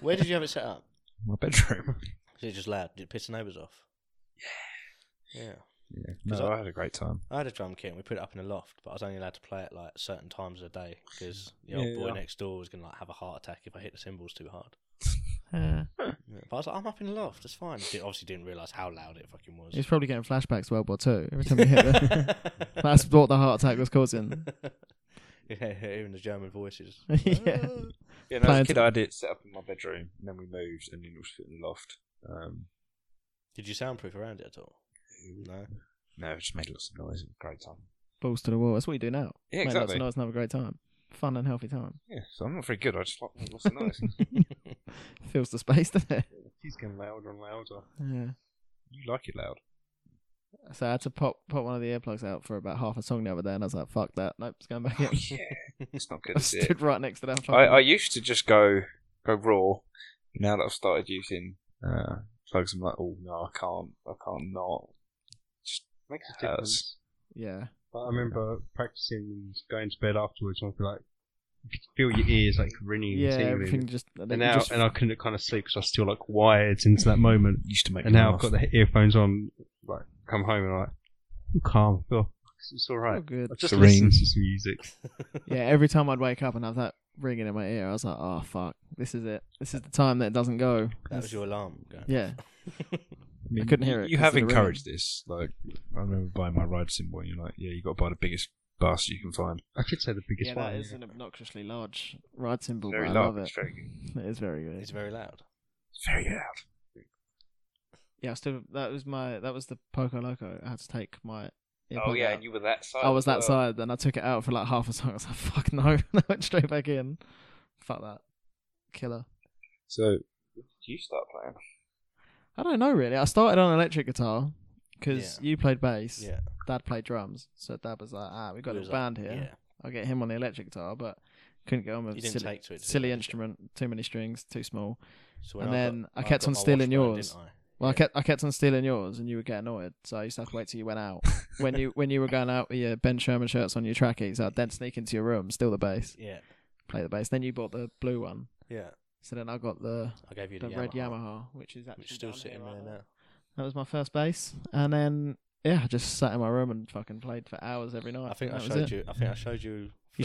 Speaker 2: Where did you have it set up?
Speaker 5: in My
Speaker 4: [laughs]
Speaker 5: bedroom.
Speaker 2: Is it just loud? Did it piss the neighbours off? Yeah. Yeah.
Speaker 5: Yeah.
Speaker 2: Because
Speaker 5: No,
Speaker 2: I-
Speaker 5: I had a great time.
Speaker 2: I had a drum kit and we put it up in the loft, but I was only allowed to play it like certain times of the day because the old
Speaker 5: Yeah,
Speaker 2: boy
Speaker 5: yeah.
Speaker 2: next door was gonna like have a heart attack if I hit the cymbals too hard.
Speaker 4: Uh,
Speaker 2: Yeah, But I was like, I'm up in the loft, it's fine. Did, obviously didn't realise how loud it fucking was.
Speaker 4: he was probably getting flashbacks to World War Two every time you hit the
Speaker 5: [laughs]
Speaker 4: [laughs]
Speaker 2: [laughs]
Speaker 4: That's what the heart attack was causing. [laughs]
Speaker 2: yeah, hearing the German voices.
Speaker 4: yeah.
Speaker 5: Yeah, no, as
Speaker 4: Plan
Speaker 5: a kid,
Speaker 4: to-
Speaker 5: I had it set up in my bedroom, and then we moved, and then it was put in the loft. Um,
Speaker 2: Did you soundproof around it at all? No.
Speaker 5: no, it just made lots of noise. It was a great time.
Speaker 4: Balls to the wall. That's what you do now.
Speaker 5: Yeah,
Speaker 4: Mate,
Speaker 5: exactly.
Speaker 4: Lots of noise and have a great time. Fun
Speaker 5: [laughs]
Speaker 4: and healthy time. [laughs]
Speaker 5: Yeah, so I'm not very good. I just like lots of noise.
Speaker 4: Fills the space, [laughs] doesn't it?
Speaker 6: He's getting louder and louder.
Speaker 4: Yeah.
Speaker 5: You like it loud.
Speaker 4: So I had to pop pop one of the earplugs out for about half a song the other day, and I was like, "Fuck that! Nope, it's going back in."
Speaker 5: [laughs] yeah, it's not
Speaker 4: [laughs]
Speaker 5: good.
Speaker 4: I
Speaker 5: Is it?
Speaker 4: stood right next to that.
Speaker 5: Oh, I, I
Speaker 4: fucking-
Speaker 5: used to just go go raw. Now that I've started using uh, plugs, I'm like, oh no, I can't, I can't not. Just
Speaker 6: Makes a
Speaker 5: hurts.
Speaker 6: difference.
Speaker 4: yeah,
Speaker 6: But I remember practicing and going to bed afterwards, and I'd be like, you could feel your ears like ringing
Speaker 4: yeah,
Speaker 6: and
Speaker 4: everything
Speaker 6: tingling.
Speaker 4: just and
Speaker 6: And
Speaker 4: it
Speaker 6: now,
Speaker 4: just-
Speaker 6: and I couldn't kind of sleep because I was still like wired into that moment.
Speaker 5: Used to make.
Speaker 6: And
Speaker 5: me
Speaker 6: now I've
Speaker 5: laugh.
Speaker 6: got the he- earphones on, like come home and I'm like, I'm calm, feel it's, it's all
Speaker 4: oh,
Speaker 6: right.
Speaker 4: good.
Speaker 6: I just
Speaker 5: Serene.
Speaker 6: listen to some music.
Speaker 4: Yeah, every time I'd wake up and have that ringing in my ear, I was like, "Oh fuck, this is it. This is the time that it doesn't go."
Speaker 2: That was your alarm. Going.
Speaker 4: Yeah,
Speaker 5: I, mean,
Speaker 4: couldn't hear it
Speaker 5: You
Speaker 4: 'cause
Speaker 5: have
Speaker 4: of the ringing.
Speaker 5: encouraged this. Like I remember buying my ride symbol, and you're like, yeah, you got to buy the biggest bus you can find.
Speaker 6: I could say the biggest
Speaker 4: yeah,
Speaker 6: one.
Speaker 4: that is an obnoxiously large ride symbol.
Speaker 5: Very
Speaker 4: but I
Speaker 5: loud.
Speaker 4: love
Speaker 5: It's
Speaker 4: it.
Speaker 5: very, good.
Speaker 4: It is very good.
Speaker 2: [laughs] It's very loud.
Speaker 5: It's very loud.
Speaker 4: Yeah, I still that was my that was the Poco Loco. I had to take my.
Speaker 5: oh
Speaker 4: earplug
Speaker 5: yeah,
Speaker 4: out.
Speaker 5: and you were that side.
Speaker 4: I was that
Speaker 5: as well.
Speaker 4: side, then I took it out for like half a song. [laughs] I was like, fuck no. And I went straight back in. Fuck that. Killer.
Speaker 5: So when did you start playing?
Speaker 4: I don't know really. I started on electric guitar because
Speaker 2: Yeah.
Speaker 4: you played bass,
Speaker 2: Yeah.
Speaker 4: dad played drums. So dad was like, ah, we've got
Speaker 2: It
Speaker 4: a
Speaker 2: was
Speaker 4: band
Speaker 2: like-
Speaker 4: here. I'll get him on the electric guitar, but couldn't get on
Speaker 2: Yeah.
Speaker 4: with
Speaker 2: You didn't
Speaker 4: silly,
Speaker 2: take to it. did
Speaker 4: silly
Speaker 2: you?
Speaker 4: instrument, too many strings, too small.
Speaker 2: So when
Speaker 4: and
Speaker 2: I
Speaker 4: then
Speaker 2: got-
Speaker 4: I kept
Speaker 2: got
Speaker 4: on
Speaker 2: my
Speaker 4: stealing
Speaker 2: Watchman, didn't
Speaker 4: yours.
Speaker 2: I?
Speaker 4: Well, I
Speaker 2: Yeah.
Speaker 4: kept I kept on stealing yours, and you would get annoyed. So I used to have to wait till you
Speaker 2: [laughs]
Speaker 4: went out. when you when you were going out with your Ben Sherman shirts on your trackies, I'd then sneak into your room, steal the bass,
Speaker 2: Yeah.
Speaker 4: play the bass. Then you bought the blue one.
Speaker 2: Yeah.
Speaker 4: So then I got the
Speaker 2: I gave you
Speaker 4: the
Speaker 2: the,
Speaker 4: red
Speaker 2: Yamaha,
Speaker 4: Yamaha, which is actually
Speaker 2: which is still
Speaker 4: down here
Speaker 2: sitting
Speaker 4: right
Speaker 2: there now.
Speaker 4: That was my first bass, and then yeah, I just sat in my room and fucking played for hours every night.
Speaker 2: I think I
Speaker 4: That was
Speaker 2: showed
Speaker 4: it.
Speaker 2: you. I think I showed you.
Speaker 4: You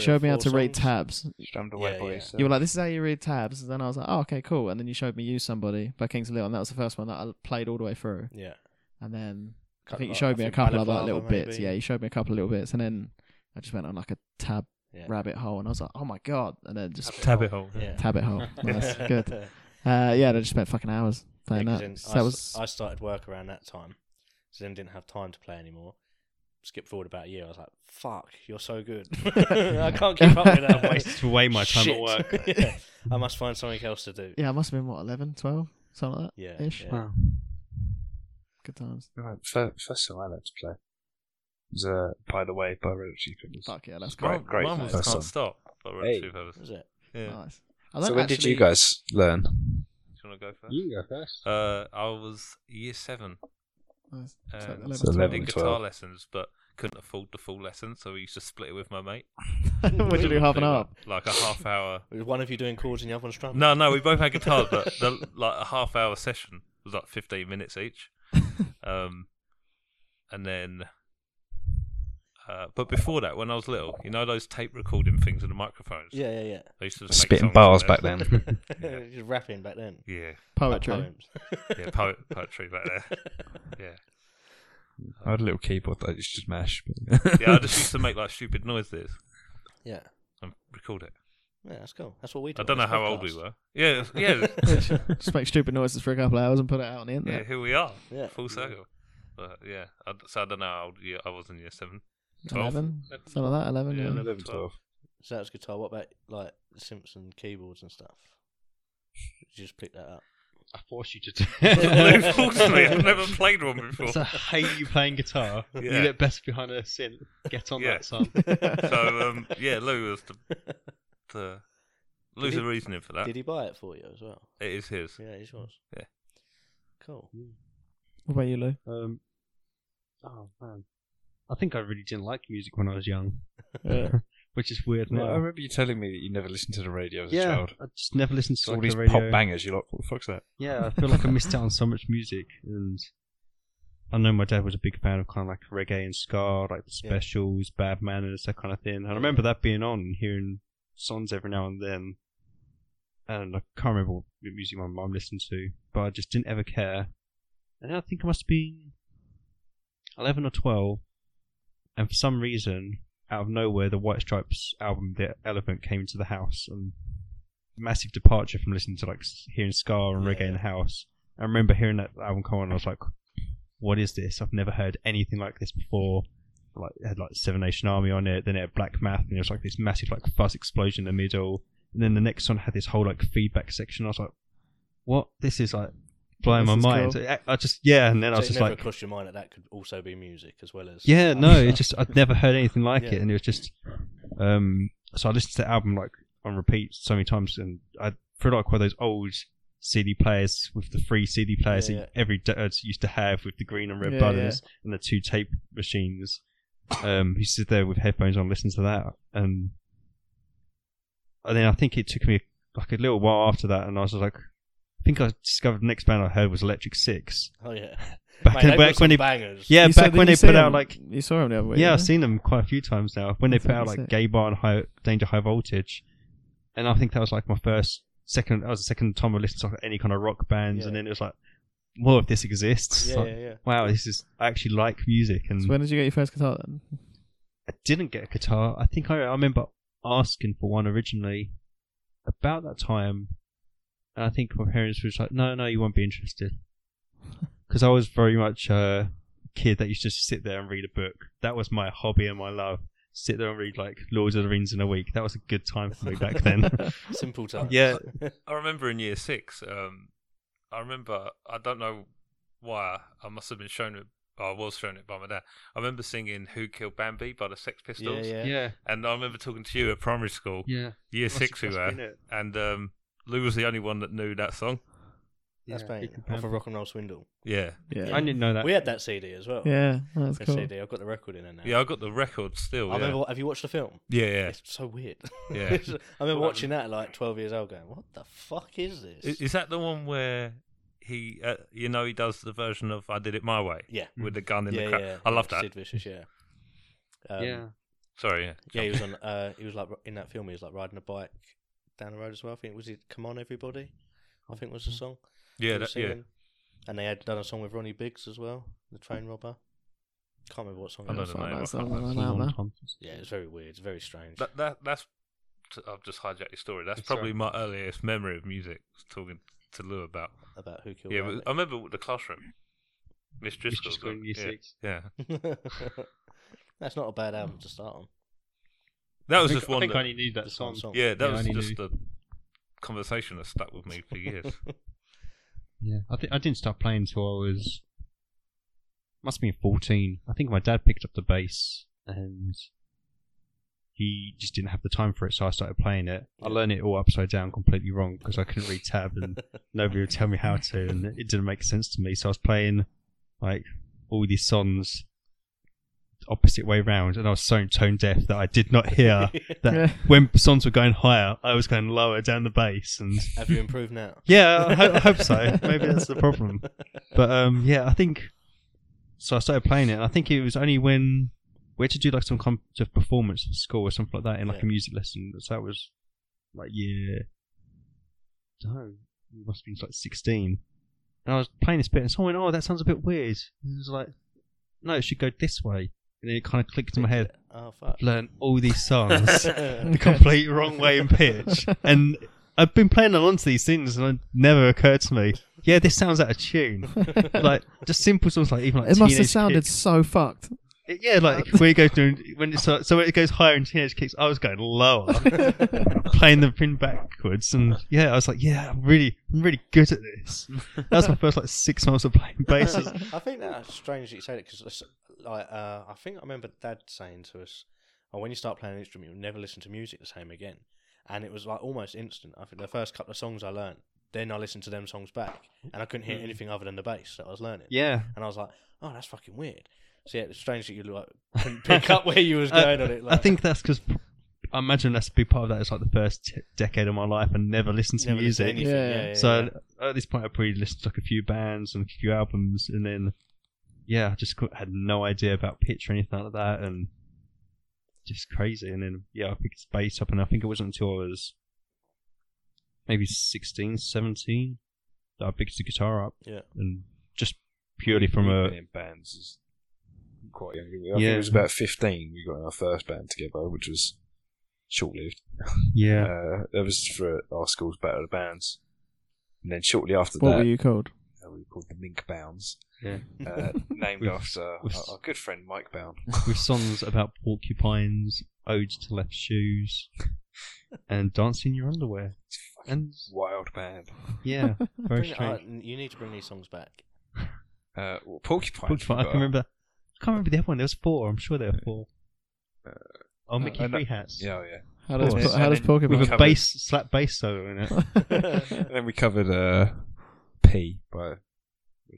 Speaker 2: three or
Speaker 4: showed me how to
Speaker 2: four
Speaker 4: read
Speaker 2: songs.
Speaker 4: tabs.
Speaker 5: Strummed
Speaker 2: Yeah,
Speaker 5: away,
Speaker 2: yeah.
Speaker 5: boys.
Speaker 4: You were like, "This is how you read tabs," and then I was like, "Oh, okay, cool." And then you showed me "You Somebody" by Kings of Leon. That was the first one that I played all the way through.
Speaker 2: Yeah.
Speaker 4: And then I
Speaker 2: Couple
Speaker 4: think you
Speaker 2: of-
Speaker 4: showed me a
Speaker 2: think
Speaker 4: couple of like
Speaker 2: Balaclava,
Speaker 4: little bits.
Speaker 2: maybe.
Speaker 4: Yeah, you showed me a couple of little bits, and then I just went on like a tab
Speaker 2: Yeah.
Speaker 4: rabbit hole, and I was like, "Oh my god!" And then just
Speaker 1: Tab it hole.
Speaker 2: Yeah.
Speaker 4: tab
Speaker 2: [laughs]
Speaker 4: it hole. Nice, good.
Speaker 2: Yeah,
Speaker 4: Uh, yeah, and I just spent fucking hours
Speaker 2: 'cause
Speaker 4: playing
Speaker 2: then
Speaker 4: that.
Speaker 2: I,
Speaker 4: So that
Speaker 2: s-
Speaker 4: was
Speaker 2: I started work around that time, so then didn't have time to play anymore. Skip forward about a year, I was like, "Fuck, you're so good. [laughs] I can't keep up with that.
Speaker 4: [laughs]
Speaker 6: I wasted away my time
Speaker 2: Shit.
Speaker 6: at
Speaker 2: [laughs]
Speaker 6: work.
Speaker 2: yeah. I must find something else to do."
Speaker 4: yeah, I must have been what 11, 12, something like that.
Speaker 2: Yeah.
Speaker 4: Ish.
Speaker 2: yeah.
Speaker 4: Good times.
Speaker 5: Right, first, first song I learned to play was uh, "By the Way" by Red Hot Chili Peppers.
Speaker 4: Fuck yeah, that's
Speaker 5: Great,
Speaker 4: great.
Speaker 1: Mine-
Speaker 5: great
Speaker 1: Mine was
Speaker 5: first
Speaker 1: can't
Speaker 5: song.
Speaker 1: stop. By Red
Speaker 5: Hey.
Speaker 1: Chili Peppers.
Speaker 2: What was it?
Speaker 1: Yeah.
Speaker 4: Nice. I
Speaker 5: So
Speaker 4: don't
Speaker 5: when did you
Speaker 4: actually-
Speaker 5: guys learn?
Speaker 1: Do you want to go first?
Speaker 6: You go first.
Speaker 1: Uh, I was year seven.
Speaker 4: Nice. So
Speaker 2: Uh,
Speaker 1: Um,
Speaker 4: 11,
Speaker 5: So 11.
Speaker 1: did
Speaker 5: and
Speaker 1: guitar
Speaker 5: 12.
Speaker 1: lessons, but couldn't afford the full lessons, so we used to split it with my mate.
Speaker 4: [laughs] 12. Would you do half an hour?
Speaker 1: Like a half hour.
Speaker 2: Was one of you doing chords and the other one strumming?
Speaker 1: No, no, we both had guitars, but the, like a half hour session was like 15 minutes each. Um, and then, uh, but before that, when I was little, you know those tape recording things with the microphones.
Speaker 2: Yeah, yeah,
Speaker 1: I used to just make
Speaker 5: Spitting
Speaker 1: songs
Speaker 5: bars
Speaker 1: with
Speaker 5: back
Speaker 1: those.
Speaker 5: then.
Speaker 2: [laughs] yeah. Just rapping back then.
Speaker 1: Yeah,
Speaker 6: Oh,
Speaker 4: Poetry.
Speaker 2: Poems.
Speaker 1: [laughs]
Speaker 2: [laughs]
Speaker 1: yeah, uh, poet, poetry back there. Yeah,
Speaker 5: I had a little keyboard that I used to mash. [laughs]
Speaker 1: yeah. I just used to make like stupid noises
Speaker 2: yeah.
Speaker 1: and record it.
Speaker 2: Yeah, that's cool. That's what we do.
Speaker 1: I don't know how old we were. Yeah, it's- yeah,
Speaker 4: [laughs]
Speaker 1: it's-
Speaker 4: Just make stupid noises for a couple of hours and put it out on the
Speaker 1: yeah.
Speaker 4: internet.
Speaker 1: Here we are,
Speaker 2: Yeah.
Speaker 1: full circle. But yeah, I, so I don't know. How old you- I was in year seven. 12.
Speaker 4: 11?
Speaker 1: [laughs]
Speaker 4: Something like that, 11.
Speaker 1: Yeah,
Speaker 4: Yeah.
Speaker 6: Mm.
Speaker 1: 11.
Speaker 2: So that was guitar. What about like the Simpson keyboards and stuff? Did you just pick that up?
Speaker 6: I force
Speaker 1: [laughs]
Speaker 6: you to.
Speaker 1: Well,
Speaker 6: do
Speaker 1: they forced me. I've never played one before.
Speaker 6: So I hate you playing guitar.
Speaker 1: Yeah.
Speaker 6: You look best behind a synth. Get on
Speaker 1: Yeah. [laughs]
Speaker 6: that, son.
Speaker 1: [laughs] So um, yeah, Lou was the, the Lou's
Speaker 2: he-
Speaker 1: the reasoning for that.
Speaker 2: [laughs] Did he buy it for you as well?
Speaker 1: It is his.
Speaker 2: Yeah, it's yours.
Speaker 1: Yeah.
Speaker 6: [laughs]
Speaker 2: Cool.
Speaker 4: What about you, Lou?
Speaker 6: Um, oh man, I think I really didn't like music when I was young,
Speaker 4: Yeah.
Speaker 6: [laughs] which is weird.
Speaker 5: I
Speaker 6: Now.
Speaker 5: remember you telling me that you never listened to the radio as a
Speaker 6: Yeah,
Speaker 5: child.
Speaker 6: I just never listened to
Speaker 5: So all
Speaker 6: like,
Speaker 5: these
Speaker 6: the radio.
Speaker 5: pop bangers, you're like, what the fuck's that?
Speaker 6: Yeah, I feel like I missed out on so much [laughs] music, and I know my dad was a big fan of kind of like reggae and ska, like the
Speaker 2: Yeah.
Speaker 6: specials, bad manners, that kind of thing. And I remember that being on and hearing songs every now and then. And I can't remember what music my mum listened to, but I just didn't ever care. And I think I must be eleven or twelve, and for some reason, out of nowhere, the White Stripes album, The Elephant, came into the house, and massive departure from listening to like s- hearing ska and
Speaker 2: Yeah,
Speaker 6: reggae in the
Speaker 2: yeah.
Speaker 6: house. I remember hearing that album come on, and I was like, "What is this? I've never heard anything like this before." Like it had like Seven Nation Army on it, then it had Black Math, and there was like this massive like fuzz explosion in the middle, and then the next one had this whole like feedback section. I was like, "What? This is like blowing my
Speaker 4: This is
Speaker 6: mind.
Speaker 4: cool.
Speaker 6: I- I just yeah, and then I
Speaker 2: So
Speaker 6: was
Speaker 2: it
Speaker 6: just
Speaker 2: never
Speaker 6: like,
Speaker 2: crossed your mind that that could also be music as well as
Speaker 6: yeah,
Speaker 2: other
Speaker 6: no, it
Speaker 2: stuff.
Speaker 6: just I'd never heard anything like
Speaker 2: Yeah.
Speaker 6: it, and it was just, um, so I listened to the album like on repeat so many times, and I feel like one of those old CD players with the three CD players
Speaker 2: Yeah,
Speaker 6: that every dad used to have with the green and red
Speaker 4: Yeah,
Speaker 6: buttons and the two tape machines. Um, he stood there with headphones on, listened to that, and and then I think it took me like a little while after that, and I was just like, I think I discovered the next band I heard was Electric Six.
Speaker 2: [laughs] oh yeah
Speaker 6: Back,
Speaker 2: Mate, they've got
Speaker 6: back
Speaker 2: some
Speaker 6: when they,
Speaker 2: bangers
Speaker 6: yeah,
Speaker 4: You said
Speaker 6: back
Speaker 4: that
Speaker 6: when
Speaker 4: you
Speaker 6: they
Speaker 4: see
Speaker 6: put out
Speaker 4: him-
Speaker 6: like
Speaker 4: you saw him the other week.
Speaker 6: yeah, I've
Speaker 4: didn't
Speaker 6: seen them quite a few times now. When they
Speaker 4: That's
Speaker 6: put out like
Speaker 4: sick.
Speaker 6: Gay Bar and High, Danger High Voltage, and I think that was like my first, second. That was the second time I listened to like, any kind of rock bands,
Speaker 2: Yeah.
Speaker 6: and then it was like, "Whoa, if this exists!
Speaker 2: yeah
Speaker 6: Like,
Speaker 2: yeah yeah
Speaker 6: Wow, this is. I actually like music."
Speaker 4: you?
Speaker 6: And
Speaker 4: So when did you get your first guitar then?
Speaker 6: I didn't get a guitar. I think I, I remember asking for one originally about that time, and I think my parents were just like, "No, no, you won't be interested,"
Speaker 2: [laughs]
Speaker 6: because I was very much a kid that used to just sit there and read a book. That was my hobby and my love. Sit there and read like Lords of the Rings in a week. That was a good time for me back
Speaker 1: [laughs]
Speaker 2: [laughs]
Speaker 6: then.
Speaker 2: simple times
Speaker 6: yeah,
Speaker 1: I remember in year six, um, I remember, I don't know why, I must have been shown it, I was shown it by my dad. I remember singing Who Killed Bambi by the Sex
Speaker 2: yeah
Speaker 1: Pistols.
Speaker 2: yeah
Speaker 6: yeah,
Speaker 1: And I remember talking to you at primary school,
Speaker 6: yeah.
Speaker 1: year six we were, and um, Lou was the only one that knew that song.
Speaker 2: that's banging off a rock and roll swindle
Speaker 1: Yeah.
Speaker 4: Yeah.
Speaker 6: I didn't know that.
Speaker 2: we had that CD as well
Speaker 4: Yeah, that's
Speaker 2: The
Speaker 4: cool.
Speaker 2: CD I've got the record in it now
Speaker 1: Yeah, I got the record still.
Speaker 2: I
Speaker 1: yeah.
Speaker 2: remember. Have you watched the film?
Speaker 1: yeah, yeah.
Speaker 2: It's so weird. [laughs]
Speaker 1: Yeah. [laughs]
Speaker 2: I remember watching that at like 12 years old, going, "What the fuck is this?"
Speaker 1: Is, is that the one where he, uh, you know, he does the version of "I Did It My Way"
Speaker 2: yeah,
Speaker 1: with the gun in
Speaker 2: Mm. yeah,
Speaker 1: the crowd?
Speaker 2: yeah.
Speaker 1: I love that.
Speaker 2: Sid Vicious, yeah. Um,
Speaker 6: yeah,
Speaker 1: Sorry, yeah.
Speaker 2: yeah, He was on. Uh, he was like in that film. He was like riding a bike down the road as well. I think was it "Come On Everybody," I think was the song. he
Speaker 1: yeah,
Speaker 2: was
Speaker 1: that, yeah.
Speaker 2: singing. And they had done a song with Ronnie Biggs as well, the train robber. Can't remember what song.
Speaker 1: I
Speaker 2: it
Speaker 1: don't
Speaker 2: was.
Speaker 1: know.
Speaker 4: Find
Speaker 1: I
Speaker 4: that song
Speaker 1: can't
Speaker 4: when I'm
Speaker 6: Come
Speaker 4: out
Speaker 6: on,
Speaker 4: now.
Speaker 6: Tom.
Speaker 2: Yeah, it's very weird. It's very strange.
Speaker 1: That, that that's. I've just hijacked your story. That's
Speaker 6: It's
Speaker 1: probably
Speaker 6: alright.
Speaker 1: my earliest memory of music. was Talking to Lou about.
Speaker 2: about who killed.
Speaker 1: Yeah,
Speaker 2: Bambi.
Speaker 1: but I remember the classroom. Miss
Speaker 6: It's
Speaker 1: Driscoll.
Speaker 6: just going year
Speaker 1: Yeah,
Speaker 6: six.
Speaker 1: yeah,
Speaker 2: [laughs] That's not a bad album to start on.
Speaker 1: that
Speaker 6: I
Speaker 1: was
Speaker 6: think-
Speaker 1: just
Speaker 6: I
Speaker 1: one.
Speaker 6: think I
Speaker 1: That,
Speaker 6: only knew that
Speaker 2: Just one
Speaker 6: song.
Speaker 2: song.
Speaker 1: yeah, that
Speaker 6: Yeah, I
Speaker 1: was
Speaker 6: only
Speaker 1: just the conversation that stuck with me for
Speaker 4: [laughs]
Speaker 1: years.
Speaker 6: Yeah, I think I didn't start playing until I was must have been fourteen. I think my dad picked up the bass and he just didn't have the time for it, so I started playing it. I
Speaker 2: Yeah.
Speaker 6: learned it all upside down, completely wrong, because I couldn't read tab and nobody would tell me how to, and it didn't make sense to me. So I was playing like all these songs opposite way round, and I was so tone deaf that I did not hear that
Speaker 4: Yeah.
Speaker 6: when songs were going higher, I was going lower down the bass, and
Speaker 2: [laughs] Have you improved now?
Speaker 6: yeah, [laughs] I, ho- I hope so. Maybe that's the problem. But um, yeah, I think so. I started playing it. And I think it was only when we had to do like some kind of performance at school or something like that in like
Speaker 2: Yeah.
Speaker 6: a music lesson. So that was like year. No, it must have been like sixteen. And I was playing this bit, and someone went, "Oh, that sounds a bit weird." And it was like, "No, it should go this way." And then it kind of clicked in my head.
Speaker 2: [laughs] Oh fuck.
Speaker 6: Learn all
Speaker 2: [laughs]
Speaker 6: these songs
Speaker 2: yeah,
Speaker 6: the complete wrong way in
Speaker 4: [laughs]
Speaker 6: pitch. And I've been playing along to these things, and it never occurred to me. Yeah, this sounds out
Speaker 4: [laughs]
Speaker 6: of tune. like just simple songs, like even
Speaker 4: [laughs]
Speaker 6: like
Speaker 4: it must have
Speaker 6: Teenage
Speaker 4: sounded
Speaker 6: Kicks.
Speaker 4: so fucked.
Speaker 6: Yeah, like when it goes down, when it starts, so when it goes higher in teenage kicks, I was going
Speaker 4: [laughs]
Speaker 6: lower, playing the pin backwards, and yeah, I was like, yeah, I'm really, I'm really good at this. That was my first like six months of playing
Speaker 4: [laughs]
Speaker 6: bass. I was like,
Speaker 2: I think that's strange that you say that because, like, uh, I think I remember Dad saying to us, "Oh, when you start playing an instrument, you'll never listen to music the same again." And it was like almost instant. I think the first couple of songs I learned, then I listened to them songs back, and I couldn't
Speaker 6: Hmm.
Speaker 2: hear anything other than the bass that I was learning.
Speaker 6: yeah,
Speaker 2: And I was like, "Oh, that's fucking weird." So yeah, it's strange that you like
Speaker 6: [laughs]
Speaker 2: couldn't pick up where you was going on it.
Speaker 6: Uh, I
Speaker 2: Like,
Speaker 6: think that's because I imagine that's a big part of that. It's like the first t- decade of my life, and never listened to
Speaker 2: never listened
Speaker 6: music.
Speaker 2: to anything.
Speaker 4: Yeah.
Speaker 2: Yeah, yeah,
Speaker 6: So at this point, I probably listened to like a few bands and a few albums, and then yeah, I just cou- had no idea about pitch or anything like that, and just crazy. And then yeah, I picked bass up, and I think it wasn't until I was maybe 16, 17 that I picked the guitar up,
Speaker 2: Yeah.
Speaker 6: and just purely from
Speaker 5: We've
Speaker 6: a
Speaker 5: been in bands is quite young. haven't we? I think
Speaker 6: Yeah.
Speaker 5: it was about fifteen. We got in our first band together, which was short-lived.
Speaker 6: yeah.
Speaker 5: Uh, that was for our school's battle of the bands, and then shortly after
Speaker 4: What
Speaker 5: that,
Speaker 4: were you called?
Speaker 5: uh, we were called the Mink Bounds,
Speaker 6: Yeah. [laughs]
Speaker 5: uh, named
Speaker 6: With-
Speaker 5: after our,
Speaker 6: with-
Speaker 5: our good
Speaker 6: [laughs]
Speaker 5: friend Mike Bound.
Speaker 2: [laughs]
Speaker 6: With songs about porcupines, odes to left shoes, and dance in your underwear. And
Speaker 5: Wild band.
Speaker 6: yeah,
Speaker 2: [laughs]
Speaker 6: very
Speaker 2: Bring it
Speaker 6: strange.
Speaker 2: out. You need to bring these songs
Speaker 6: [laughs]
Speaker 2: back.
Speaker 5: Uh, well, porcupine.
Speaker 6: Porcupine, I
Speaker 5: but-
Speaker 6: can remember. I can't remember the other one. There was four. I'm sure there were four. oh, Mickey
Speaker 5: I know-
Speaker 6: Free Hats.
Speaker 5: Yeah, oh, yeah.
Speaker 4: How does
Speaker 6: course.
Speaker 4: po- how does
Speaker 5: And then-
Speaker 6: With
Speaker 4: Pokemon?
Speaker 6: a
Speaker 5: Covered.
Speaker 6: bass slap bass solo in it.
Speaker 5: and then we covered uh, P by Red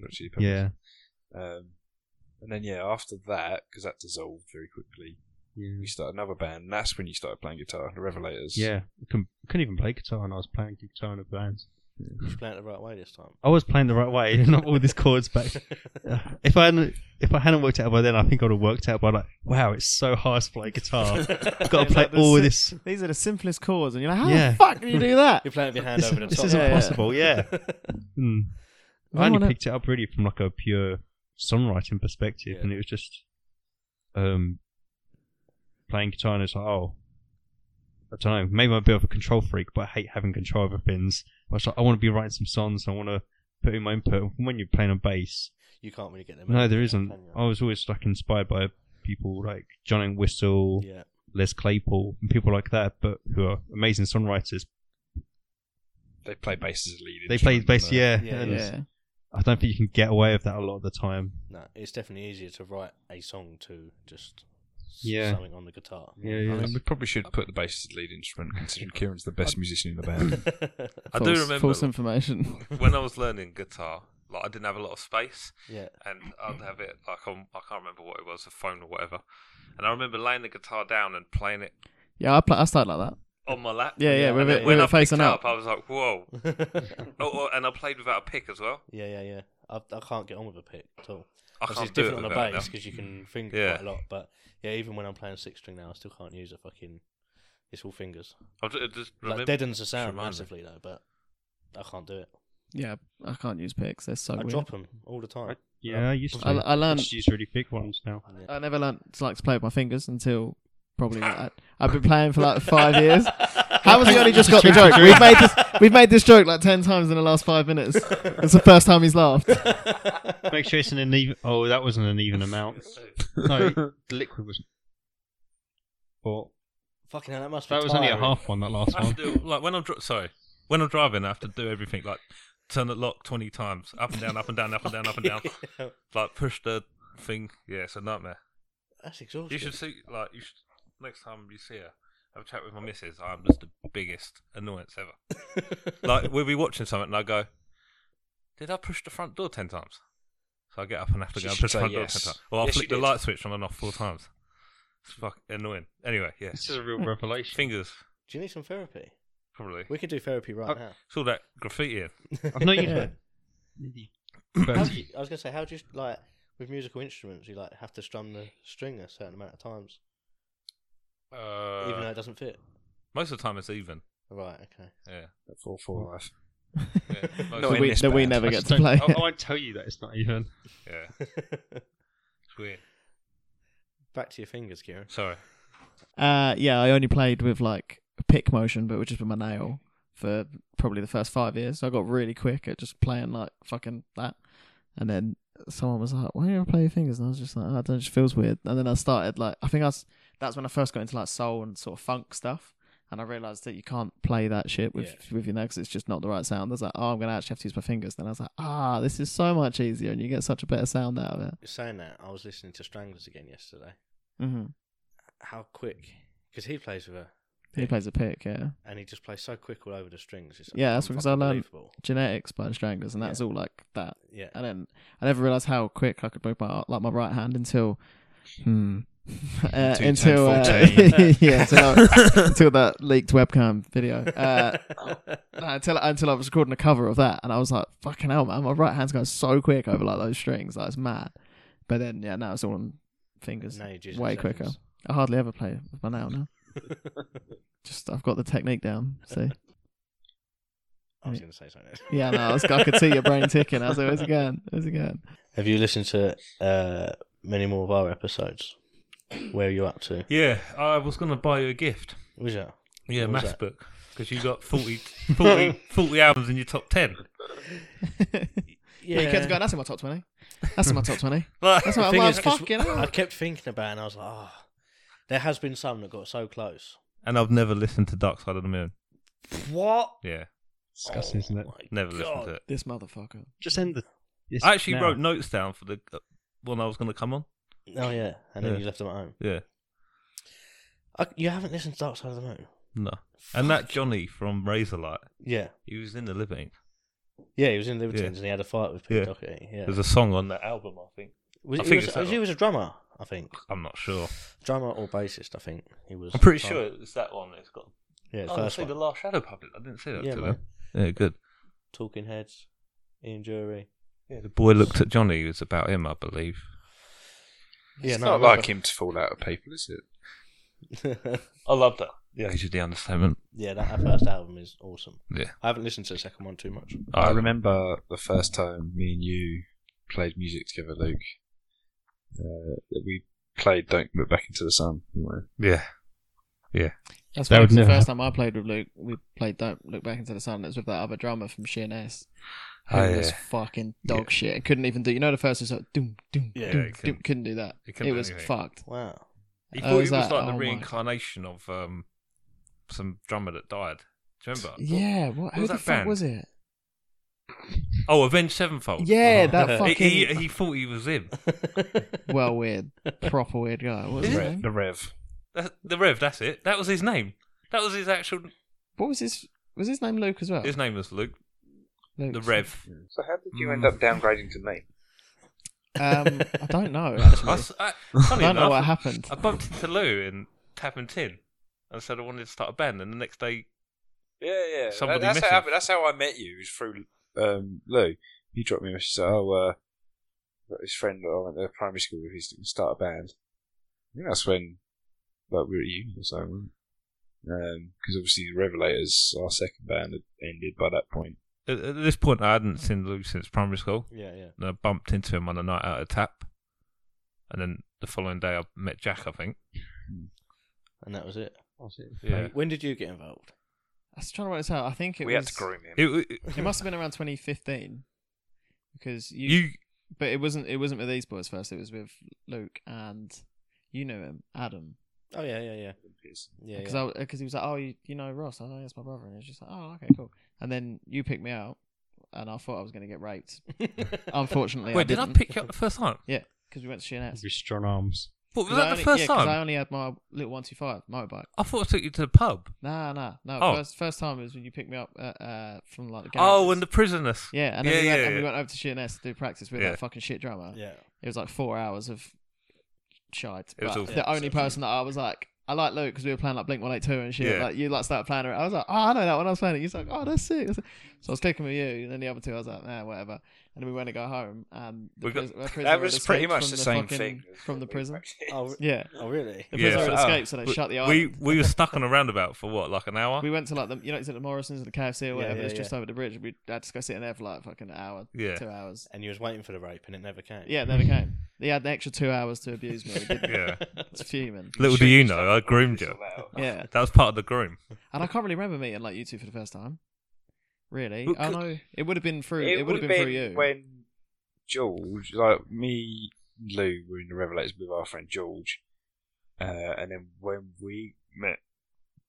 Speaker 5: Hot Chili Peppers.
Speaker 6: yeah,
Speaker 5: Um, and then yeah, after that, because that dissolved very quickly,
Speaker 6: yeah,
Speaker 5: we started another band. And that's when you started playing guitar, the Revelators.
Speaker 6: yeah. I couldn't, couldn't even play guitar, and I was playing guitar in a band.
Speaker 2: Just play it the right way this time.
Speaker 6: I was playing the right way, [laughs] not all these chords back.
Speaker 2: [laughs]
Speaker 6: If I hadn't, if I hadn't worked out by then, I think I'd have worked out by like, wow, it's so hard to
Speaker 2: [laughs]
Speaker 6: play guitar. Oh, I've got to play
Speaker 4: Like the
Speaker 6: all
Speaker 4: si-
Speaker 6: this.
Speaker 4: These are the simplest chords, and you're like, how
Speaker 6: Yeah.
Speaker 4: the fuck can you do
Speaker 2: [laughs]
Speaker 4: that?
Speaker 2: You're playing with your hand
Speaker 6: This,
Speaker 2: over the
Speaker 6: this
Speaker 2: top.
Speaker 6: is
Speaker 4: Yeah, yeah.
Speaker 6: impossible. Yeah. Hmm.
Speaker 4: No
Speaker 6: I only
Speaker 4: one- e-
Speaker 6: picked it up really from like a pure songwriting perspective,
Speaker 5: Yeah.
Speaker 6: and it was just um, playing guitar, and it's like, oh, I don't know, maybe I'm a bit of a control freak, but I hate having control over things. I was like, I want to be writing some songs, I want to put in my input. And When you're playing on bass,
Speaker 2: [laughs] You can't really get them.
Speaker 6: no,
Speaker 2: out,
Speaker 6: there isn't. Oh,
Speaker 2: can you?
Speaker 6: I was always like inspired by people like John Entwistle,
Speaker 2: Yeah.
Speaker 6: Les Claypool, and people like that, but who are amazing songwriters.
Speaker 5: They play bass as a lead.
Speaker 6: They play
Speaker 5: instrument, uh,
Speaker 6: bass,
Speaker 5: don't they?
Speaker 6: yeah,
Speaker 2: Yeah,
Speaker 6: and
Speaker 4: Yeah.
Speaker 6: I don't think you can get away with that a lot of the time.
Speaker 2: No, it's definitely easier to write a song to just s-
Speaker 6: Yeah.
Speaker 2: something on the guitar.
Speaker 5: I mean, we probably should put the bass as a lead instrument, considering Kieran's the
Speaker 6: [laughs]
Speaker 5: best musician in the band.
Speaker 1: I do
Speaker 4: false,
Speaker 1: remember-
Speaker 4: false information.
Speaker 1: when I was learning guitar, like I didn't have a lot of space,
Speaker 2: yeah.
Speaker 1: and
Speaker 4: Mm.
Speaker 1: I'd have it like on I can't remember what it was, a phone or whatever. And I remember laying the guitar down and playing it
Speaker 4: [laughs] Yeah, I, pl- I started like that.
Speaker 1: on my lap.
Speaker 4: Yeah, yeah,
Speaker 2: Yeah,
Speaker 4: with
Speaker 1: And
Speaker 4: it,
Speaker 1: then
Speaker 4: with
Speaker 1: when I
Speaker 4: it
Speaker 1: picked
Speaker 4: facing
Speaker 1: it
Speaker 4: up.
Speaker 1: up, I was like, "Whoa!"
Speaker 2: [laughs] yeah, [laughs]
Speaker 1: Oh, oh, and I played without a pick as well.
Speaker 2: yeah, yeah. I, I can't get on with a pick at all.
Speaker 1: I
Speaker 2: Obviously,
Speaker 1: can't
Speaker 2: it's
Speaker 1: do it
Speaker 2: different on a
Speaker 1: without
Speaker 2: bass
Speaker 1: it now.
Speaker 2: because you can finger
Speaker 1: Yeah.
Speaker 2: quite a lot. But yeah, even when I'm playing six string now, I still can't use a fucking. It's all fingers.
Speaker 1: I ju- I just
Speaker 2: Like
Speaker 1: remember-
Speaker 2: deadens the
Speaker 1: just
Speaker 2: sound
Speaker 1: reminded me.
Speaker 2: massively though, but I can't do it.
Speaker 4: Yeah, I can't use picks. They're so
Speaker 2: I
Speaker 4: weird.
Speaker 2: drop them all the time.
Speaker 6: Yeah, I used to.
Speaker 4: I, I
Speaker 6: I
Speaker 4: learned.
Speaker 6: just use really big ones now.
Speaker 4: I never learned to like to play with my fingers until probably I, I've been playing for like five
Speaker 5: [laughs]
Speaker 4: years. How has he only just got the joke? We've made this. We've made this joke like ten times in the last five minutes. It's the first time he's
Speaker 5: [laughs]
Speaker 4: laughed.
Speaker 6: Make sure it's an uneven. Oh, that wasn't an even amount. No,
Speaker 4: [laughs]
Speaker 5: [laughs]
Speaker 6: the liquid was. But
Speaker 2: Fucking hell, that must be.
Speaker 6: that was only a
Speaker 2: tiring.
Speaker 6: half one. That last
Speaker 1: I have
Speaker 4: [laughs]
Speaker 6: one.
Speaker 1: to do like when I'm dri- sorry when I'm driving, I have to do everything like turn the lock twenty times, up and down, up and down, up and down, up and
Speaker 2: [laughs]
Speaker 4: [laughs]
Speaker 1: down. Like push the thing. Yeah, it's a nightmare.
Speaker 2: That's exhausting.
Speaker 1: You should see like you should, next time you see her, have a chat with my missus. I'm just the biggest annoyance ever. like we'll be watching something and I go, Did I push the front door ten times? So I get up and have to
Speaker 5: She
Speaker 1: go and
Speaker 5: should
Speaker 1: push the
Speaker 5: say
Speaker 1: front
Speaker 5: yes.
Speaker 1: door ten times. Or I'll
Speaker 5: Yes,
Speaker 1: flick
Speaker 5: you
Speaker 1: the
Speaker 5: did.
Speaker 1: light switch on and off four times. It's fucking annoying. Anyway, yeah.
Speaker 6: This is a real revelation.
Speaker 1: Fingers,
Speaker 2: Do you need some therapy?
Speaker 1: probably.
Speaker 2: We could do therapy right
Speaker 6: Oh.
Speaker 2: now.
Speaker 1: It's all that graffiti in.
Speaker 6: I've not
Speaker 4: Yeah.
Speaker 6: even.
Speaker 2: How
Speaker 6: But
Speaker 2: do you, I was gonna say, how do you like with musical instruments? You like have to strum the string a certain amount of times,
Speaker 1: Uh,
Speaker 2: even though it doesn't fit.
Speaker 1: most of the time it's even.
Speaker 2: Right. Okay.
Speaker 1: Yeah.
Speaker 5: Four, four, life.
Speaker 1: yeah. most
Speaker 5: No,
Speaker 1: of
Speaker 4: that
Speaker 5: in
Speaker 1: the-
Speaker 4: we,
Speaker 5: this
Speaker 4: that we
Speaker 5: band.
Speaker 4: never
Speaker 6: I
Speaker 4: get
Speaker 6: just
Speaker 4: to
Speaker 6: don't- oh,
Speaker 4: play.
Speaker 6: I, I won't tell you that it's not even.
Speaker 1: yeah.
Speaker 2: [laughs]
Speaker 1: It's weird.
Speaker 2: Back to your fingers, Kieran.
Speaker 1: Sorry.
Speaker 4: Uh, yeah, I only played with like pick motion, but which is with my nail for probably the first five years. So I got really quick at just playing like fucking that. And then someone was like, "Why do you ever play your fingers?" And I was just like, "Oh, "I don't. It just feels weird." And then I started like, I think I was, that's when I first got into like soul and sort of funk stuff. And I realized that you can't play that shit with with your nail 'cause it's just not the right sound. I was like, "Oh, I'm gonna actually have to use my fingers." Then I was like, "Ah, this is so much easier, and you get such a better sound out of it."
Speaker 2: Saying that, I was listening to Stranglers again yesterday.
Speaker 4: Mm-hmm.
Speaker 2: How quick? Because he plays with her,
Speaker 4: He plays a pick, yeah.
Speaker 2: and he just plays so quick all over the strings. It's
Speaker 4: Yeah, that's because I learned-
Speaker 2: unbelievable.
Speaker 4: Genetics by the Stranglers, and that's all like that.
Speaker 2: Yeah.
Speaker 4: I didn't. I never realized how quick I could move my like my right hand until, hmm, uh,
Speaker 5: Two,
Speaker 4: until uh,
Speaker 5: 10,
Speaker 4: [laughs] yeah, until,
Speaker 6: [laughs]
Speaker 4: I- until that leaked webcam video. Uh, [laughs]
Speaker 2: [laughs]
Speaker 4: no, until until I was recording a cover of that, and I was like, "Fucking hell, man! My right hand's going so quick over like those strings, like it's mad." But then, yeah, now it's all on fingers.
Speaker 2: No, you just-
Speaker 4: way
Speaker 2: seconds.
Speaker 4: quicker. I hardly ever play with my nail now. Just I've got the technique down. See,
Speaker 2: [laughs] I was going to say something. else.
Speaker 4: yeah, no, I, was, I could see your brain ticking. I was like, "Where's it going? Where's it going?" [laughs]
Speaker 2: Have you listened to uh, many more of our episodes? Where are you up to?
Speaker 1: Yeah, I was going to buy you a gift.
Speaker 2: Was that?
Speaker 1: Yeah,
Speaker 2: What was
Speaker 1: maths
Speaker 2: that?
Speaker 1: book. Because you got [laughs] 40, 40, 40 albums in your top 10.
Speaker 4: Yeah, you kept going. That's in my top twenty. That's in my top twenty.
Speaker 1: Like,
Speaker 4: That's what
Speaker 2: thing
Speaker 4: I
Speaker 2: is,
Speaker 4: was
Speaker 2: 'cause
Speaker 4: fucking.
Speaker 2: I "Ah."
Speaker 4: hell.
Speaker 2: kept thinking about it and I was like, oh, there has been some that got so close.
Speaker 1: [laughs] and I've never listened to Dark Side of the Moon.
Speaker 2: What?
Speaker 1: Yeah,
Speaker 6: Disgusting, isn't
Speaker 2: Oh
Speaker 6: it?
Speaker 1: never listened to it.
Speaker 4: This motherfucker.
Speaker 6: Just end the. this
Speaker 1: I actually
Speaker 6: now.
Speaker 1: wrote notes down for the uh, one I was going to come on.
Speaker 2: it. Oh yeah, and then
Speaker 1: Yeah.
Speaker 2: you left them at home.
Speaker 1: Yeah,
Speaker 2: I, you haven't listened to Dark Side of the Moon.
Speaker 1: no. And that Johnny from Razorlight,
Speaker 2: Yeah,
Speaker 1: he was in the Libertines.
Speaker 2: yeah, he was in Libertines
Speaker 1: Yeah.
Speaker 2: and he had a fight with Pete
Speaker 1: Yeah.
Speaker 2: Doherty. Yeah,
Speaker 1: There's a song on that album, I think.
Speaker 2: was,
Speaker 1: I
Speaker 2: he,
Speaker 1: think
Speaker 2: was,
Speaker 1: it's that
Speaker 2: was he
Speaker 1: one.
Speaker 2: was a drummer, I think,
Speaker 1: I'm not sure.
Speaker 2: drummer or bassist. I think he was.
Speaker 1: I'm pretty
Speaker 2: Oh,
Speaker 1: sure it's that one. It's got.
Speaker 2: Yeah,
Speaker 1: Oh, I
Speaker 2: first
Speaker 1: see
Speaker 2: one.
Speaker 1: the Last Shadow Puppet. I didn't see that.
Speaker 2: Yeah,
Speaker 1: till
Speaker 2: mate.
Speaker 1: then. yeah, good.
Speaker 2: Talking Heads, Ian Jury.
Speaker 1: Yeah, the boy looked at Johnny. It was about him, I believe.
Speaker 2: Yeah,
Speaker 5: it's
Speaker 2: no, I
Speaker 5: not
Speaker 2: love
Speaker 5: like him to fall out of people, is it?
Speaker 2: it.
Speaker 1: I love that. Yeah, he's the understatement.
Speaker 2: [laughs] yeah, that, that first album is awesome.
Speaker 1: Yeah.
Speaker 2: I haven't listened to the second one too much.
Speaker 5: I remember the first time me and you played music together, Luke. Uh, that we played "Don't Look Back into the Sun." didn't
Speaker 2: Oh,
Speaker 5: we?
Speaker 1: Yeah,
Speaker 4: That's
Speaker 6: That
Speaker 4: why
Speaker 6: would
Speaker 4: the
Speaker 6: never
Speaker 4: first time I played with Luke, we played Don't Look Back into the Sun. It was with that other drummer from Sheer S. Who
Speaker 1: Oh,
Speaker 4: was
Speaker 1: yeah.
Speaker 4: fucking dog shit. It couldn't even do. You know the first was like doom doom
Speaker 2: Yeah,
Speaker 4: doom,
Speaker 1: it couldn't-
Speaker 4: doom. Couldn't do that.
Speaker 1: it
Speaker 4: It,
Speaker 1: couldn't do
Speaker 4: was
Speaker 1: anything.
Speaker 4: fucked.
Speaker 2: Wow.
Speaker 1: he
Speaker 4: Oh,
Speaker 1: thought
Speaker 4: is
Speaker 1: he was
Speaker 4: that-
Speaker 1: like the
Speaker 4: oh my-
Speaker 1: reincarnation of um, some drummer that died. Do you remember?
Speaker 4: Yeah. What? Who
Speaker 1: was
Speaker 4: the
Speaker 1: that
Speaker 4: fuck
Speaker 1: band?
Speaker 4: was it?
Speaker 1: Oh, Avenged Sevenfold. [laughs]
Speaker 4: Yeah, that
Speaker 1: He-
Speaker 4: fucking
Speaker 1: he, he thought he was him.
Speaker 4: well weird, proper weird guy. What was, his
Speaker 1: Is it?
Speaker 4: name?
Speaker 5: The Rev.
Speaker 1: That, the Rev. That's it. That was his name. That was his actual.
Speaker 4: what was his? Was his name Luke as well?
Speaker 1: His name was Luke.
Speaker 4: Luke.
Speaker 1: The Rev.
Speaker 5: So how did
Speaker 1: you end up
Speaker 5: downgrading to me?
Speaker 4: Um, I
Speaker 1: [laughs]
Speaker 4: don't know. Actually.
Speaker 1: I,
Speaker 4: I,
Speaker 1: s-
Speaker 4: [laughs]
Speaker 1: I- funny
Speaker 4: don't know
Speaker 1: enough,
Speaker 4: what happened.
Speaker 1: I bumped into Lou in Tap and Tin and said I wanted to start a band, and the next day,
Speaker 5: Yeah, yeah.
Speaker 1: Somebody
Speaker 5: That- that's,
Speaker 1: missing.
Speaker 5: how, happened- that's how I met you. was through um, Lou. He dropped me a message. Said, "Oh, uh, got his friend that I went to primary school with. He's going to start a band." I think that's when, like, we were at uni or something. Because obviously, the Revelators, our second band, had ended by that point.
Speaker 1: at, at this point, I hadn't seen Lou since primary school.
Speaker 2: [laughs] yeah, yeah.
Speaker 1: And I bumped into him on a night out of Tap, and then the following day I met Jack. I think.
Speaker 2: And that was it.
Speaker 1: Yeah.
Speaker 2: When did you get involved?
Speaker 4: I was trying to work this out. I think it
Speaker 5: we
Speaker 4: was.
Speaker 5: had to groom him.
Speaker 1: It, it-
Speaker 4: It must have been around 2015, because you,
Speaker 1: you
Speaker 4: But it wasn't. It wasn't with these boys first. It was with Luke and you knew him, Adam.
Speaker 2: Oh yeah, yeah, yeah, yeah.
Speaker 4: because
Speaker 2: yeah.
Speaker 4: because he was like, oh, you, you know Ross, I know that's my brother, and he was just like, oh, okay, cool. And then you picked me out, and I thought I was going to get raped. Unfortunately,
Speaker 1: wait. Did I
Speaker 4: didn't,
Speaker 1: pick you up the first time?
Speaker 4: Because we went to Sheerness.
Speaker 6: With strong arms.
Speaker 1: What was
Speaker 4: 'Cause
Speaker 1: that
Speaker 4: I
Speaker 1: the
Speaker 4: only-
Speaker 1: first
Speaker 4: yeah, 'cause
Speaker 1: time?
Speaker 4: I
Speaker 1: I,
Speaker 4: only had my little one two five motorbike.
Speaker 1: thought I took you to the pub.
Speaker 4: Nah, nah, no.
Speaker 1: Oh.
Speaker 4: First first time was when you picked me up uh, uh, from like the
Speaker 1: Oh,
Speaker 4: garages.
Speaker 1: and the prisoners.
Speaker 4: yeah, and then
Speaker 1: Yeah,
Speaker 4: we, went,
Speaker 1: yeah,
Speaker 4: and we
Speaker 1: yeah.
Speaker 4: went over to Sheerness to do practice with
Speaker 1: Yeah.
Speaker 4: that fucking shit drummer.
Speaker 2: [laughs] yeah.
Speaker 4: It was like four hours of shite.
Speaker 1: It was
Speaker 4: but
Speaker 1: awful.
Speaker 4: the only person that I was like, I like Luke because we were playing like Blink One Eight Two and shit.
Speaker 1: Yeah.
Speaker 4: Like you like started playing it. I was like, oh, I know that one. I was playing it. You was like, oh, that's sick. So I was clicking with you, and then the other two, I was like, nah, whatever. And then we went to go home, and the
Speaker 1: We got-
Speaker 4: pris- the prisoner
Speaker 5: That
Speaker 4: had
Speaker 5: was
Speaker 4: escaped
Speaker 5: pretty much
Speaker 4: from
Speaker 5: the, same
Speaker 4: fucking-
Speaker 5: thing
Speaker 4: from the
Speaker 5: [laughs]
Speaker 4: prison.
Speaker 2: Oh,
Speaker 4: Yeah,
Speaker 2: oh, [laughs] really?
Speaker 4: the
Speaker 1: Yeah.
Speaker 4: prisoner had
Speaker 5: Oh.
Speaker 4: escaped, so they shut the
Speaker 1: we
Speaker 4: island. [laughs]
Speaker 1: we were stuck on a roundabout for what, like an hour?
Speaker 4: We, went to like the you know it's at the Morrison's or the KFC or whatever.
Speaker 2: yeah,
Speaker 4: it's
Speaker 2: yeah.
Speaker 4: just over the bridge. We had to go sit in there for like fucking an hour,
Speaker 1: yeah.
Speaker 4: two hours.
Speaker 2: And you was waiting for the rape, and it never came.
Speaker 4: Yeah, it never came. They had the extra two hours to abuse me.
Speaker 2: [laughs]
Speaker 4: We didn't.
Speaker 1: Yeah.
Speaker 4: It's fuming.
Speaker 5: [laughs]
Speaker 1: Little do you know, I groomed you.
Speaker 4: Yeah.
Speaker 1: That was part of the groom.
Speaker 4: And I can't really remember meeting like you two for the first time. Really?
Speaker 5: Well,
Speaker 4: I
Speaker 5: c-
Speaker 4: know it would have been through.
Speaker 5: It,
Speaker 4: It, would have been, through you.
Speaker 5: when George, like me, Lou were in the Revelators with our friend George, uh, and then when we met,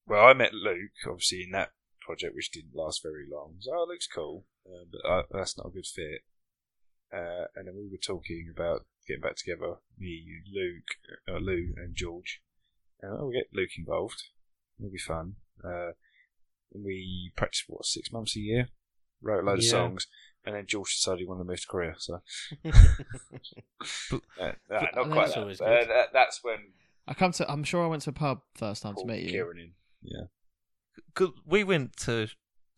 Speaker 5: well, I met Luke obviously in that project, which didn't last very long. So oh, Luke's cool, uh, but uh, that's not a good fit. Uh, and then we were talking about getting back together, me, Luke, uh, Lou, and George. And oh, we get Luke involved. It'll be fun. Uh, we practiced what six months a year, wrote a load of
Speaker 6: Yeah.
Speaker 5: songs, and then George decided he wanted to move to Korea. So uh, no,
Speaker 4: But-
Speaker 5: not
Speaker 4: and
Speaker 5: quite.
Speaker 4: that's
Speaker 5: that.
Speaker 2: always
Speaker 5: Uh,
Speaker 2: good.
Speaker 5: that- that's when
Speaker 4: I come to. I'm sure I went to a pub first time
Speaker 5: Paul
Speaker 4: to meet you.
Speaker 5: Kieran in.
Speaker 1: 'Cause we went to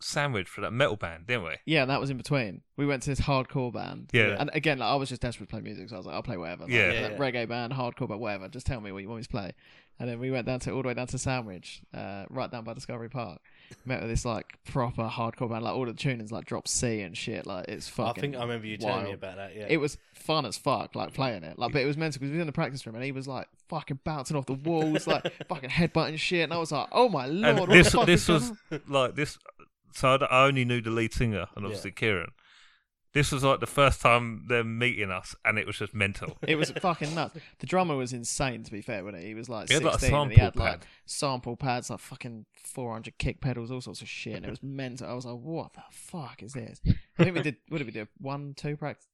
Speaker 1: Sandwich for that metal band, didn't we?
Speaker 4: Yeah, and that was in between. We went to this hardcore band.
Speaker 1: Yeah.
Speaker 4: And again, like, I was just desperate to play music, so I was like, I'll play whatever. Like,
Speaker 1: Yeah.
Speaker 4: like,
Speaker 2: Yeah.
Speaker 4: Reggae band, hardcore, but whatever. Just tell me what you want me to play. And then we went down to all the way down to Sandwich, uh, right down by Discovery Park. Met with this like proper hardcore band, like all the tunings like drop C and shit. Like it's
Speaker 2: I
Speaker 4: fucking.
Speaker 2: think I remember you telling me
Speaker 4: wild.
Speaker 2: about that. Yeah.
Speaker 4: [laughs] It was fun as fuck, like playing it. Like, but it was mental because we was in the practice room and he was like fucking bouncing off the walls, like
Speaker 1: [laughs]
Speaker 4: fucking headbutting shit, and I was like, oh my lord, what
Speaker 1: and this
Speaker 4: the fuck
Speaker 1: this
Speaker 4: is going
Speaker 1: was
Speaker 4: on? [laughs]
Speaker 1: like this. So I'd- I only knew the lead singer and obviously Kieran, This was like the first time they're meeting us, and it was just
Speaker 4: [laughs]
Speaker 1: mental.
Speaker 4: It was fucking nuts. The drummer was insane, to be fair, wasn't he? He was like
Speaker 1: He had,
Speaker 4: 16
Speaker 1: like, a
Speaker 4: and he had
Speaker 1: sample
Speaker 4: like
Speaker 1: pad.
Speaker 4: sample pads, like fucking 400 kick pedals, all sorts of shit. And it was mental. I was like, what the fuck is this? I think we did, what did we do? One, two practice?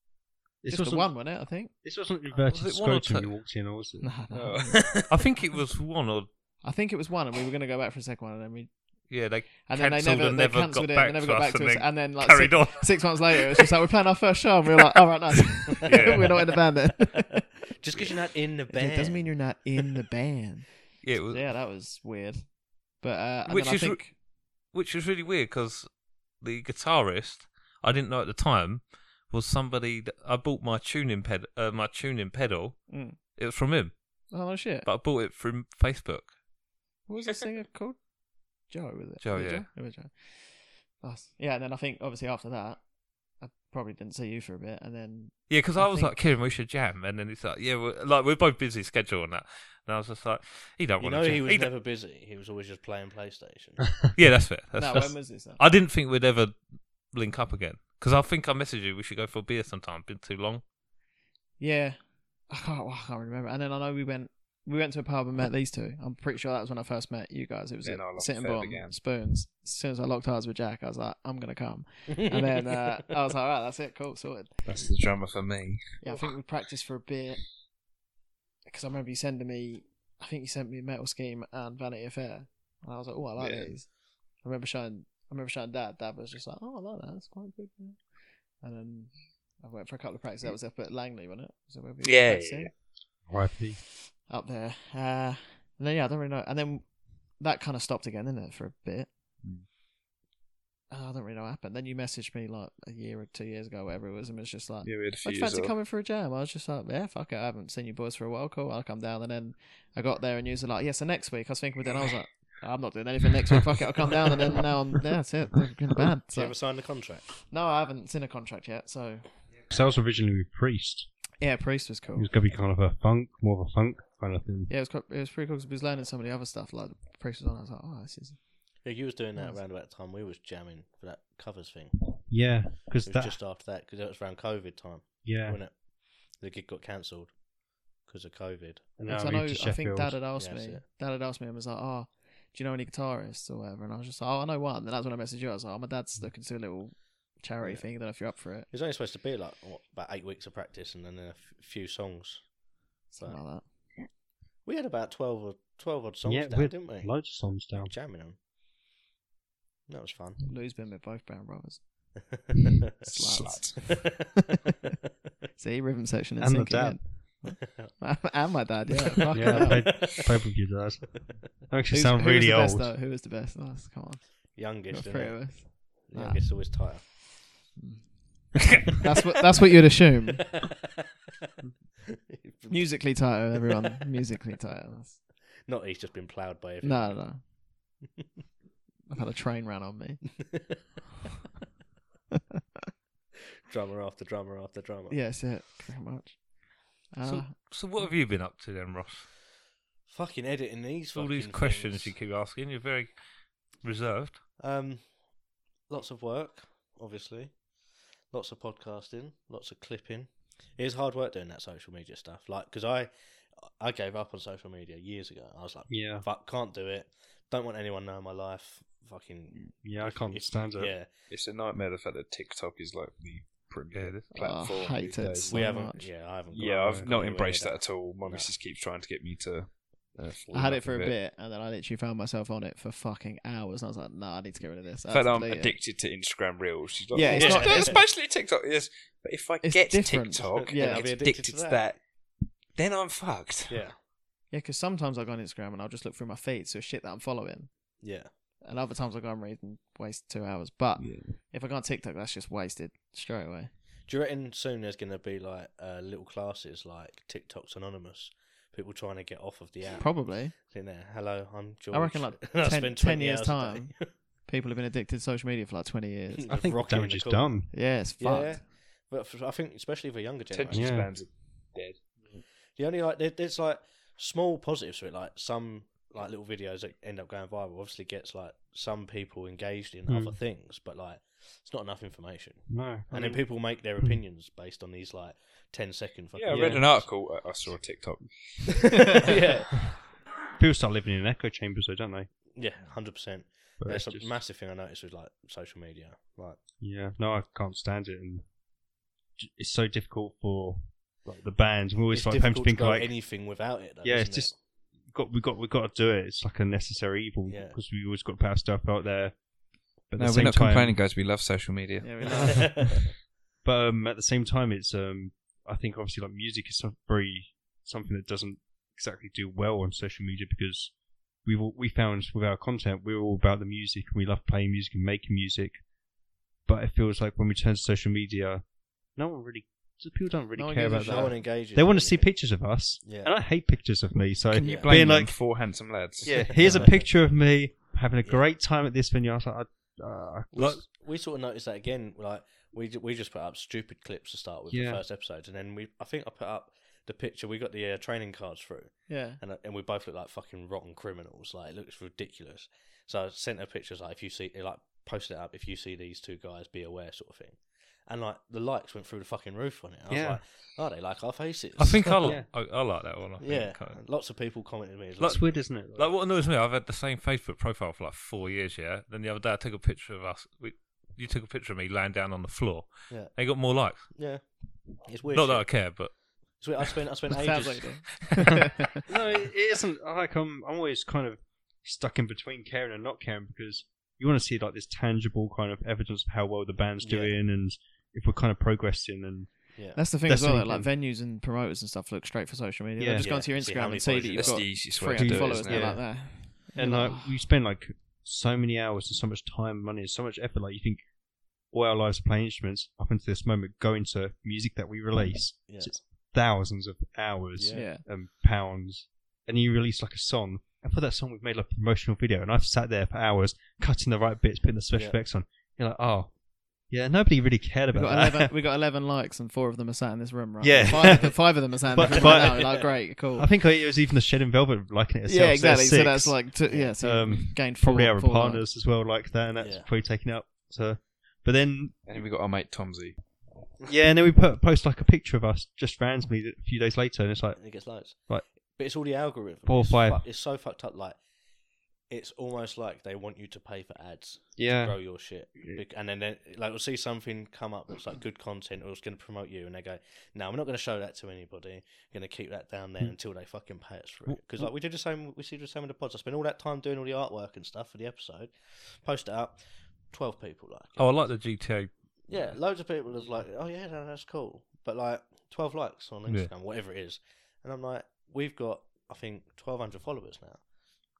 Speaker 4: Just
Speaker 6: This
Speaker 4: the
Speaker 6: wasn't,
Speaker 4: one, wasn't it, I think?
Speaker 6: this wasn't
Speaker 1: Was
Speaker 6: reverted
Speaker 1: it one or
Speaker 6: scrotum
Speaker 1: two?
Speaker 6: you walked in, or was it? [laughs] Oh,
Speaker 4: No, no. [laughs]
Speaker 1: I think it was one or
Speaker 4: I think it was one, and we were going to go back for a second one, and then we
Speaker 1: yeah. They
Speaker 4: and then they
Speaker 1: cancelled
Speaker 4: never,
Speaker 1: and
Speaker 4: they
Speaker 1: never got
Speaker 4: cancelled it,
Speaker 1: back
Speaker 4: and they never
Speaker 1: to
Speaker 4: got
Speaker 1: us,
Speaker 4: back to
Speaker 1: and
Speaker 4: us,
Speaker 1: then
Speaker 4: and then [laughs] like
Speaker 1: carried
Speaker 4: six,
Speaker 1: on.
Speaker 4: six months later, it was just like we're playing our first show, and we were like, all right, nice,
Speaker 1: Yeah.
Speaker 4: [laughs] we're not in the band then.
Speaker 2: [laughs] Just because you're not in the
Speaker 4: Yeah,
Speaker 2: band
Speaker 4: [laughs] It doesn't mean you're not in the band.
Speaker 1: Yeah, it was,
Speaker 4: yeah, that was weird. But uh, and
Speaker 1: Which
Speaker 4: then I
Speaker 1: is re-
Speaker 4: think
Speaker 1: which was really weird because the guitarist I didn't know at the time was somebody that I bought my tuning ped uh, my tuning pedal.
Speaker 4: Mm.
Speaker 1: It was from him,
Speaker 4: oh no shit,
Speaker 1: but I bought it from Facebook.
Speaker 4: what was the singer called? Joe was it?
Speaker 1: Joe,
Speaker 4: Was it
Speaker 1: yeah.
Speaker 4: It was Joe. Nice. Yeah, and then I think obviously after that, I probably didn't see you for a bit, and then
Speaker 1: Yeah, because
Speaker 4: I
Speaker 1: I, was like, Kieran, we should jam, and then he's like, yeah, we're, like we're both busy schedule on that, and I was just like, he don't
Speaker 2: You
Speaker 1: want
Speaker 2: know,
Speaker 1: to. jam.
Speaker 2: he was
Speaker 1: He don't-
Speaker 2: never busy. He was always just playing PlayStation.
Speaker 1: Yeah, that's fair. That's,
Speaker 4: no,
Speaker 1: that's-
Speaker 4: when was this? uh, Then?
Speaker 1: I didn't think we'd ever link up again because I think I messaged you. We should go for a beer sometime. Been too long.
Speaker 4: Yeah, I can't. well, I can't remember. And then I know we went. We went to a pub and met these two. I'm pretty sure that was when I first met you guys. It was
Speaker 5: Yeah,
Speaker 4: at
Speaker 5: no, I locked
Speaker 4: Sitting
Speaker 5: Fed
Speaker 4: Bomb
Speaker 5: again.
Speaker 4: Spoons. As soon as I locked eyes with Jack, I was like, "I'm gonna come." [laughs]
Speaker 2: [laughs]
Speaker 4: And
Speaker 5: [laughs]
Speaker 4: then uh, I was like, "All right, that's it. Cool, sorted."
Speaker 5: That's the drummer for me.
Speaker 4: Yeah, I think we practiced for a bit because I remember you sending me. I think you sent me Metal Scheme and Vanity Fair, and I was like, "Oh, I like
Speaker 5: Yeah.
Speaker 4: these." I remember showing. I remember showing Dad. Dad was just like, "Oh, I like that. That's quite good." yeah." And then I went for a couple of practices. That was up at Langley, wasn't it? Was it where we were
Speaker 5: Yeah, yeah,
Speaker 4: practicing?
Speaker 5: yeah.
Speaker 6: R.I.P.
Speaker 4: up there. Uh, and then yeah, I don't really know. And then that kind of stopped again, didn't it, for a bit?
Speaker 5: Mm.
Speaker 4: Uh, I don't really know what happened. Then you messaged me like a year or two years ago, whatever it was, and it was just like,
Speaker 5: Yeah, we had a few
Speaker 4: "I'd
Speaker 5: years
Speaker 4: fancy
Speaker 5: off.
Speaker 4: coming for a jam." I was just like, "Yeah, fuck it, I haven't seen you boys for a while. Cool, I'll come down." And then I got there, and you was like, "Yeah, so next week." I was thinking, but then I was like, "I'm not doing anything next week. Fuck it, I'll come down." And then now I'm yeah, that's it. I'm in the band.
Speaker 2: Did you
Speaker 4: So.
Speaker 2: ever sign the contract?
Speaker 4: No, I haven't seen a contract yet. So
Speaker 6: Because that was originally with Priest.
Speaker 4: yeah, Priest was
Speaker 6: It
Speaker 4: cool.
Speaker 6: was going to be kind of a funk, more of a funk kind of thing.
Speaker 4: Yeah, it was quite, it was pretty cool because we was learning some of the other stuff. Like Priest was on, I was like, "Oh, this is
Speaker 2: Yeah, you was doing that
Speaker 4: Nice.
Speaker 2: around about the time we was jamming for that covers thing.
Speaker 6: Yeah,
Speaker 2: It
Speaker 6: because
Speaker 2: was
Speaker 6: that.
Speaker 2: just after that because it was around COVID time,
Speaker 6: yeah,
Speaker 2: wasn't it? The gig got cancelled because of COVID.
Speaker 6: and
Speaker 4: Because
Speaker 6: now I
Speaker 4: I know,
Speaker 6: moved to
Speaker 4: I think
Speaker 6: Sheffield.
Speaker 4: Dad had asked
Speaker 2: Yeah,
Speaker 4: me.
Speaker 2: that's it.
Speaker 4: Dad had asked me and was like, "Oh, do you know any guitarists or whatever?" And I was just like, "Oh, I know one." And that's when I messaged you. I was like, "Oh, my
Speaker 6: Mm.
Speaker 4: dad's looking to do a little charity
Speaker 2: Yeah.
Speaker 4: thing. I don't know if you're up for it."
Speaker 2: It was only supposed to be like what, about eight weeks of practice and then a f- few songs.
Speaker 4: Something
Speaker 2: Right.
Speaker 4: like that.
Speaker 2: We had about twelve or twelve odd songs
Speaker 6: yeah,
Speaker 2: down,
Speaker 6: we had
Speaker 2: didn't we?
Speaker 6: Loads of songs down.
Speaker 2: Jamming them. That was
Speaker 4: [laughs]
Speaker 2: fun. [laughs]
Speaker 4: Lou's been with both Brown Brothers.
Speaker 6: [laughs]
Speaker 5: Slut.
Speaker 4: See, rhythm section and
Speaker 6: And the
Speaker 4: sinking
Speaker 6: dad.
Speaker 4: in. [laughs] and my dad, yeah. Fuck
Speaker 6: Yeah,
Speaker 4: it.
Speaker 6: I played with you, Dad. That makes you
Speaker 4: Who's-
Speaker 6: sound
Speaker 4: who was
Speaker 6: really
Speaker 4: the
Speaker 6: old.
Speaker 4: Best, though? Who was the best? Nice, come on.
Speaker 2: [laughs] Youngest,
Speaker 4: Got
Speaker 2: isn't
Speaker 4: three
Speaker 2: it?
Speaker 4: of us. [laughs] Nah.
Speaker 2: Youngest always tighter.
Speaker 4: [laughs] That's what that's what you'd assume. [laughs]
Speaker 2: Music.
Speaker 4: Musically tighter, everyone. Musically tighter. [laughs] That's-
Speaker 2: [laughs] Not that he's just been ploughed by everyone.
Speaker 4: No, no. I've had a train ran on me.
Speaker 2: drummer after drummer after drummer.
Speaker 4: Yes, yeah, pretty much. Uh,
Speaker 1: so, so what have you been up to then, Ross?
Speaker 2: Fucking editing these.
Speaker 1: All these
Speaker 2: fucking
Speaker 1: questions
Speaker 2: things.
Speaker 1: you keep asking. You're very reserved.
Speaker 2: Um, lots of work, obviously. Lots of podcasting. Lots of clipping. It is hard work doing that social media stuff. Like, because I, I gave up on social media years ago. I was like,
Speaker 6: Yeah,
Speaker 2: fuck, can't do it. Don't want anyone knowing my life. Fucking.
Speaker 6: yeah, I can't
Speaker 2: it's-
Speaker 6: stand it.
Speaker 2: Yeah,
Speaker 5: It's a nightmare the fact that TikTok is like the
Speaker 1: Yeah,
Speaker 5: premier
Speaker 1: it is.
Speaker 5: platform.
Speaker 4: Oh, I hate
Speaker 5: these
Speaker 4: it
Speaker 5: days.
Speaker 4: so
Speaker 2: we haven't.
Speaker 4: much.
Speaker 2: Yeah, I haven't. got-
Speaker 5: Yeah, I've
Speaker 2: got
Speaker 5: not
Speaker 2: anywhere
Speaker 5: embranced
Speaker 2: near
Speaker 5: that at all. My
Speaker 2: No.
Speaker 5: missus keeps trying to get me to. Uh, fall
Speaker 4: I had
Speaker 5: in
Speaker 4: it for a
Speaker 5: love
Speaker 4: bit.
Speaker 5: with
Speaker 4: and then I literally found myself on it for fucking hours, and I was like, "Nah, I need to get rid of this."
Speaker 7: um,
Speaker 5: In fact,
Speaker 4: That's
Speaker 5: I'm
Speaker 4: deleted.
Speaker 5: addicted to Instagram Reels. She's like,
Speaker 4: Yeah,
Speaker 5: "Oh,
Speaker 4: it's
Speaker 5: it's
Speaker 4: not-
Speaker 5: that's
Speaker 2: it's-
Speaker 5: basically TikTok. Yes, but if I
Speaker 4: It's
Speaker 5: get
Speaker 4: different.
Speaker 5: TikTok,
Speaker 4: Yeah.
Speaker 5: and
Speaker 4: I'll
Speaker 5: I
Speaker 2: be addicted
Speaker 5: get addicted
Speaker 2: to
Speaker 5: to
Speaker 2: that.
Speaker 5: that, then I'm fucked.
Speaker 2: Yeah,
Speaker 4: Yeah, because sometimes I go on Instagram and I'll just look through my feed, so shit that I'm following,
Speaker 2: yeah.
Speaker 4: and other times I go and read and waste two hours. But
Speaker 5: Yeah.
Speaker 4: if I go on TikTok, that's just wasted straight away.
Speaker 2: Do you reckon soon there's going to be like uh, little classes like TikTok's Anonymous? People trying to get off of the app.
Speaker 4: Probably
Speaker 2: In there. Hello, I'm George. [laughs]
Speaker 4: reckon, like,
Speaker 2: And I
Speaker 4: 10
Speaker 2: spend
Speaker 4: 10
Speaker 2: 20
Speaker 4: years'
Speaker 2: hours a
Speaker 4: time.
Speaker 2: day.
Speaker 4: people have been addicted to social media for like
Speaker 2: [laughs]
Speaker 4: twenty years.
Speaker 6: I think the
Speaker 2: Rocky in
Speaker 6: damage
Speaker 2: the
Speaker 6: is
Speaker 2: court.
Speaker 6: done.
Speaker 4: yeah, it's
Speaker 2: Yeah.
Speaker 4: fucked.
Speaker 2: But for, I think, especially for younger
Speaker 5: Attention
Speaker 2: generation,
Speaker 6: Yeah.
Speaker 5: spans are dead.
Speaker 2: the only like there, there's like small positives to it. Like some like little videos that end up going viral. Obviously, gets like some people engaged in
Speaker 6: Mm.
Speaker 2: other things, but like it's not enough information.
Speaker 6: No. I
Speaker 2: and
Speaker 6: mean,
Speaker 2: then people make
Speaker 6: Hmm.
Speaker 2: their opinions based on these like 10 second fucking
Speaker 5: Yeah, I read an article. I- I saw a TikTok.
Speaker 2: [laughs] yeah
Speaker 5: [laughs]
Speaker 6: people start living in echo chambers, though, don't they?
Speaker 2: yeah 100%
Speaker 6: But
Speaker 2: that's
Speaker 6: it's
Speaker 2: a
Speaker 6: just-
Speaker 2: massive thing i noticed with like social media like
Speaker 6: Yeah, no, I can't stand it, and j- it's so difficult for like the bands. We always
Speaker 2: it's
Speaker 6: like having to
Speaker 2: difficult to
Speaker 6: think
Speaker 2: go
Speaker 6: like,
Speaker 2: anything without it though,
Speaker 6: yeah, it's
Speaker 2: isn't it? [laughs]
Speaker 6: just [laughs] got we got we got to do it. It's like a necessary evil
Speaker 2: Yeah.
Speaker 6: because we always got to put our stuff out there. But at
Speaker 7: No,
Speaker 6: the
Speaker 7: we're
Speaker 6: same
Speaker 7: not
Speaker 6: time,
Speaker 7: complaining, guys. We love social media.
Speaker 4: Yeah, we know.
Speaker 2: [laughs] yeah,
Speaker 6: But um, at the same time, it's um, I think obviously like music is some- very something that doesn't exactly do well on social media because we have we found with our content we're all about the music and we love playing music and making music. But it feels like when we turn to social media, no one really, people don't really
Speaker 4: No one
Speaker 6: care
Speaker 4: gives a shit.
Speaker 6: about
Speaker 2: no one
Speaker 6: that.
Speaker 2: engages
Speaker 6: They
Speaker 2: with
Speaker 6: want to see
Speaker 2: anything.
Speaker 6: pictures of us,
Speaker 2: Yeah.
Speaker 6: and I hate pictures of me. So
Speaker 7: Can
Speaker 6: [laughs]
Speaker 7: you
Speaker 2: Yeah.
Speaker 7: blame
Speaker 6: being
Speaker 7: them?
Speaker 6: like,
Speaker 7: four handsome lads? [laughs]
Speaker 6: yeah, here's a picture of me having a
Speaker 2: Yeah.
Speaker 6: great time at this venue. I was like, I, uh,
Speaker 2: we,
Speaker 1: Like-
Speaker 2: s- we sort of noticed that again like we ju- we just put up stupid clips to start with
Speaker 6: Yeah.
Speaker 2: the first episode and then we i think i put up the picture we got the uh, training cards through
Speaker 4: yeah.
Speaker 2: and uh, and we both look like fucking rotten criminals. Like it looks ridiculous. So I sent her pictures like if you see like posted it up if you see these two guys be aware sort of thing. And like the likes went through the fucking roof on it. I
Speaker 6: Yeah.
Speaker 2: was like, are they like our faces?
Speaker 1: I
Speaker 4: [laughs]
Speaker 1: think I,
Speaker 2: [laughs]
Speaker 1: li-
Speaker 6: Yeah.
Speaker 1: I, I like that one. I think.
Speaker 2: yeah.
Speaker 1: Kind of-
Speaker 2: Lots of people commented to me. It's like,
Speaker 6: that's weird, isn't it?
Speaker 1: Like what annoys me, I've had the same Facebook profile for like four years. Yeah. Then the other day, I took a picture of us. We, you took a picture of me laying down on the floor.
Speaker 2: Yeah.
Speaker 1: They got more likes.
Speaker 2: yeah, it's weird.
Speaker 1: Not
Speaker 2: shit.
Speaker 1: that I care, but
Speaker 2: It's weird. I spent I spent
Speaker 4: [laughs]
Speaker 2: ages.
Speaker 4: Sounds like it.
Speaker 6: no, it it isn't. Like I'm, I'm always kind of stuck in between caring and not caring because you want to see like this tangible kind of evidence of how well the band's
Speaker 2: Yeah.
Speaker 6: doing and if we're kind of progressing. And
Speaker 2: yeah.
Speaker 4: That's the thing
Speaker 6: That's
Speaker 4: as well.
Speaker 6: the
Speaker 4: that, like venues and promoters and stuff look straight for social media.
Speaker 6: Yeah.
Speaker 4: They just
Speaker 2: Yeah.
Speaker 4: go onto your
Speaker 2: See how
Speaker 4: Instagram
Speaker 2: many
Speaker 4: and see that
Speaker 2: followers
Speaker 4: you've
Speaker 2: you've
Speaker 7: That's
Speaker 4: got
Speaker 7: the easiest way to
Speaker 4: 300
Speaker 7: do it.
Speaker 4: followers.
Speaker 7: Isn't
Speaker 4: They're
Speaker 7: it?
Speaker 4: like there.
Speaker 6: and like we spend like so many hours and so much time, money, and so much effort. Like you think all our lives playing instruments up until this moment go into music that we release.
Speaker 2: Yeah.
Speaker 6: So it's thousands of hours
Speaker 4: [laughs] yeah.
Speaker 6: and um, pounds, and you release like a song. And for that song, we've made like a promotional video, and I've sat there for hours cutting the right bits, putting the special
Speaker 2: Yeah.
Speaker 6: effects on. You're like, oh, yeah, nobody really cared
Speaker 4: We
Speaker 6: about
Speaker 4: got
Speaker 6: that. [laughs]
Speaker 4: eleven. we got eleven likes, and four of them are sat in this room, right?
Speaker 6: uh, Yeah.
Speaker 4: five of, them, five of them are sat in
Speaker 6: But-
Speaker 4: this room
Speaker 6: but-
Speaker 4: right now. Like, great, cool.
Speaker 6: [laughs] I think it was even the Shed and Velvet liking it itself.
Speaker 4: yeah, exactly.
Speaker 6: So,
Speaker 4: So
Speaker 6: six.
Speaker 4: that's like, two, yeah, so
Speaker 6: Um,
Speaker 4: you've gained four,
Speaker 6: probably our
Speaker 4: four
Speaker 6: partners as well like that, and that's
Speaker 2: Yeah.
Speaker 6: probably taken up. So, but then
Speaker 7: And then we got our mate Tomsey.
Speaker 6: yeah, and then we put, post like a picture of us just randomly a few days later, and it's like,
Speaker 2: And it gets loads.
Speaker 6: Right.
Speaker 2: But it's all the algorithm.
Speaker 6: Four or
Speaker 2: it's
Speaker 6: five.
Speaker 2: fu- it's so fucked up. Like it's almost like they want you to pay for ads.
Speaker 6: yeah,
Speaker 2: grow your shit. Bec- And then, they- like, we'll see something come up that's like good content or it's going to promote you, and they go, "No, we're not going to show that to anybody. We're going to keep that down
Speaker 6: Hmm.
Speaker 2: there until they fucking pay us for it." Because like we do the same, we see the same with the pods. I spend all that time doing all the artwork and stuff for the episode, post it up, twelve people like, it.
Speaker 1: oh, I like the GTA.
Speaker 2: yeah, loads of people is like, "Oh yeah, no, that's cool," but like twelve likes on
Speaker 1: Yeah.
Speaker 2: Instagram, whatever it is, and I'm like, we've got I think twelve hundred followers now.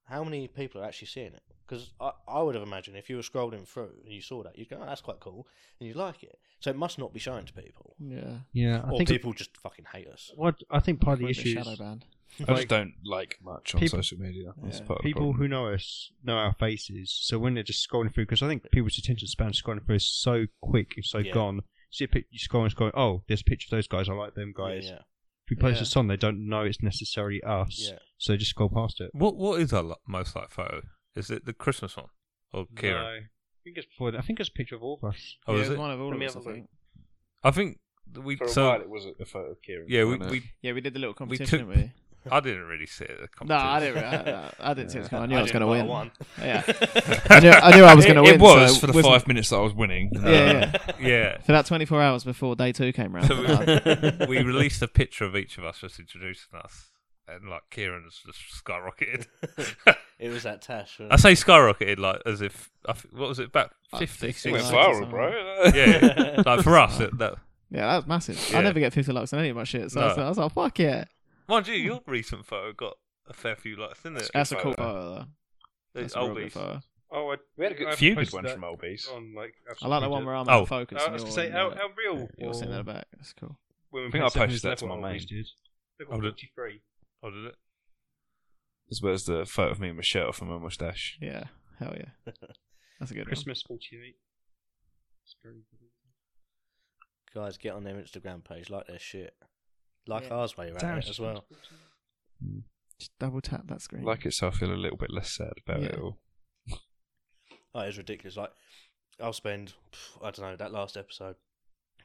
Speaker 2: How many people are actually seeing it? Because I, I would have imagined if you were scrolling through and you saw that, you'd go, oh, that's quite cool, and you'd like it. So it must not be shown to people.
Speaker 4: Yeah.
Speaker 6: yeah. I
Speaker 2: or
Speaker 6: think
Speaker 2: people just fucking hate us.
Speaker 6: what I think part of the
Speaker 4: We're a bit
Speaker 6: issue
Speaker 4: shadow
Speaker 6: is
Speaker 4: band.
Speaker 6: [laughs]
Speaker 7: I
Speaker 6: like-
Speaker 7: just don't like much on
Speaker 6: People-
Speaker 7: social media. That's
Speaker 4: Yeah.
Speaker 7: part of the
Speaker 6: people
Speaker 7: problem.
Speaker 6: who know us know our faces. So when they're just scrolling through, because I think people's attention span scrolling through is so quick, it's so
Speaker 2: Yeah.
Speaker 6: gone. So you, pic- you scroll and scroll. Oh, there's a picture of those guys. I like them guys.
Speaker 2: Yeah,
Speaker 6: If we post
Speaker 4: Yeah.
Speaker 6: a song, they don't know it's necessarily us.
Speaker 2: yeah.
Speaker 6: So they just scroll past it.
Speaker 1: What What is our li- most like photo? Is it the Christmas one or Kieran?
Speaker 6: No, I think it's before. that. I think it's a picture of all of us.
Speaker 1: Oh,
Speaker 4: yeah,
Speaker 1: is
Speaker 4: it was
Speaker 1: it?
Speaker 4: one of all
Speaker 6: Let
Speaker 4: of
Speaker 6: me
Speaker 4: us, I
Speaker 6: have a look.
Speaker 4: think.
Speaker 1: I think that we
Speaker 5: For a
Speaker 1: so
Speaker 5: while, it was a photo of Kieran.
Speaker 1: yeah we,
Speaker 7: wasn't
Speaker 1: we
Speaker 4: Yeah, we did the little
Speaker 1: We
Speaker 4: competition,
Speaker 1: took-
Speaker 4: didn't we?
Speaker 1: I didn't really see it. at the
Speaker 4: [laughs] No, I didn't.
Speaker 1: competition.
Speaker 4: I, I didn't see it was coming. I knew I,
Speaker 2: I
Speaker 4: was
Speaker 2: didn't,
Speaker 4: going to
Speaker 2: but I
Speaker 4: [laughs] win.
Speaker 2: won.
Speaker 4: Yeah,
Speaker 6: [laughs]
Speaker 4: I knew, I knew I was
Speaker 1: [laughs]
Speaker 4: going to win.
Speaker 7: It was
Speaker 4: so
Speaker 7: for the
Speaker 4: wasn't-
Speaker 7: five minutes that I was winning.
Speaker 4: Yeah, yeah.
Speaker 2: [laughs]
Speaker 1: yeah.
Speaker 4: For that 24 hours before day two came round.
Speaker 1: So we, we released a picture of each of us just introducing us, and like Kieran's just
Speaker 2: [laughs]
Speaker 1: skyrocketed.
Speaker 2: It was that Tash.
Speaker 1: I say skyrocketed like as if I th- what was it about
Speaker 4: Like
Speaker 1: 50,
Speaker 4: 50
Speaker 5: It went
Speaker 1: 60?
Speaker 4: likes or
Speaker 5: viral,
Speaker 4: something.
Speaker 5: bro.
Speaker 1: Yeah, [laughs]
Speaker 4: [laughs]
Speaker 1: yeah. like for us, it, that
Speaker 4: [laughs] Yeah, that was massive.
Speaker 1: Yeah.
Speaker 4: I never get 50 likes on any of my shit, so I, was,
Speaker 1: No.
Speaker 4: I was like, fuck yeah.
Speaker 1: mind you, your recent photo got a fair few likes, didn't it?
Speaker 4: That's a
Speaker 5: photo.
Speaker 4: cool photo, though.
Speaker 1: It's
Speaker 4: That's a real good
Speaker 1: Oldies.
Speaker 4: photo.
Speaker 6: Oh, I,
Speaker 5: We had a good
Speaker 6: I've
Speaker 5: few good
Speaker 6: posted
Speaker 5: ones
Speaker 6: that
Speaker 5: from Oldies.
Speaker 6: On like,
Speaker 4: I like the one where I'm
Speaker 1: Oh.
Speaker 4: out focus.
Speaker 6: I
Speaker 4: and
Speaker 6: was gonna
Speaker 4: you're
Speaker 6: say
Speaker 4: in
Speaker 6: how,
Speaker 2: oh,
Speaker 4: the-
Speaker 6: how real.
Speaker 4: You're sitting
Speaker 6: or-
Speaker 4: at the back. That's cool.
Speaker 6: when we
Speaker 7: think I
Speaker 6: posted
Speaker 7: posted that
Speaker 6: this
Speaker 7: to
Speaker 6: level,
Speaker 7: my
Speaker 6: I
Speaker 7: mate.
Speaker 6: posted. Level
Speaker 1: Oh, did-
Speaker 6: 43.
Speaker 1: Oh, did it?
Speaker 7: As well as the photo of me and my shirt off and my mustache.
Speaker 4: Yeah, hell
Speaker 2: [laughs]
Speaker 4: yeah. That's a good one.
Speaker 6: Christmas 48. It's very good.
Speaker 2: Guys, get on their Instagram page, like their shit, like
Speaker 4: Yeah.
Speaker 2: ours while you're at it as well.
Speaker 4: Just double tap that screen.
Speaker 7: Like it, so I feel a little bit less sad about
Speaker 4: Yeah.
Speaker 7: it all.
Speaker 2: Oh, it's ridiculous. Like I'll spend, pff, I don't know, that last episode,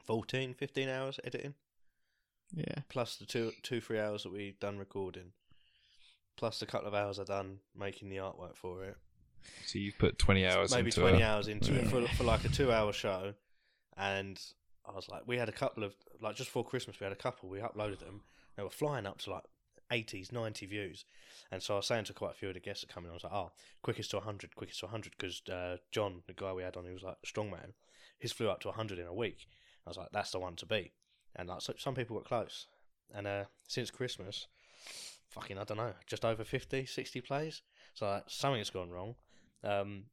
Speaker 2: 14, 15 hours editing,
Speaker 4: Yeah.
Speaker 2: plus the two, two, three hours that we done recording, plus the couple of hours I done making the artwork for it.
Speaker 7: So you've put 20 hours
Speaker 2: maybe
Speaker 7: into
Speaker 2: 20
Speaker 7: it.
Speaker 2: hours into it
Speaker 4: Yeah.
Speaker 2: for, for like a two hour show and i was like we had a couple of like just before christmas we had a couple we uploaded them they were flying up to like 80s 90 views and so i was saying to quite a few of the guests that come in i was like oh quickest to 100 quickest to 100 because uh, john the guy we had on who was like strongman his flew up to 100 in a week i was like that's the one to be and like so, some people got close and uh, since christmas fucking i don't know just over 50 60 plays so like, something's gone wrong um,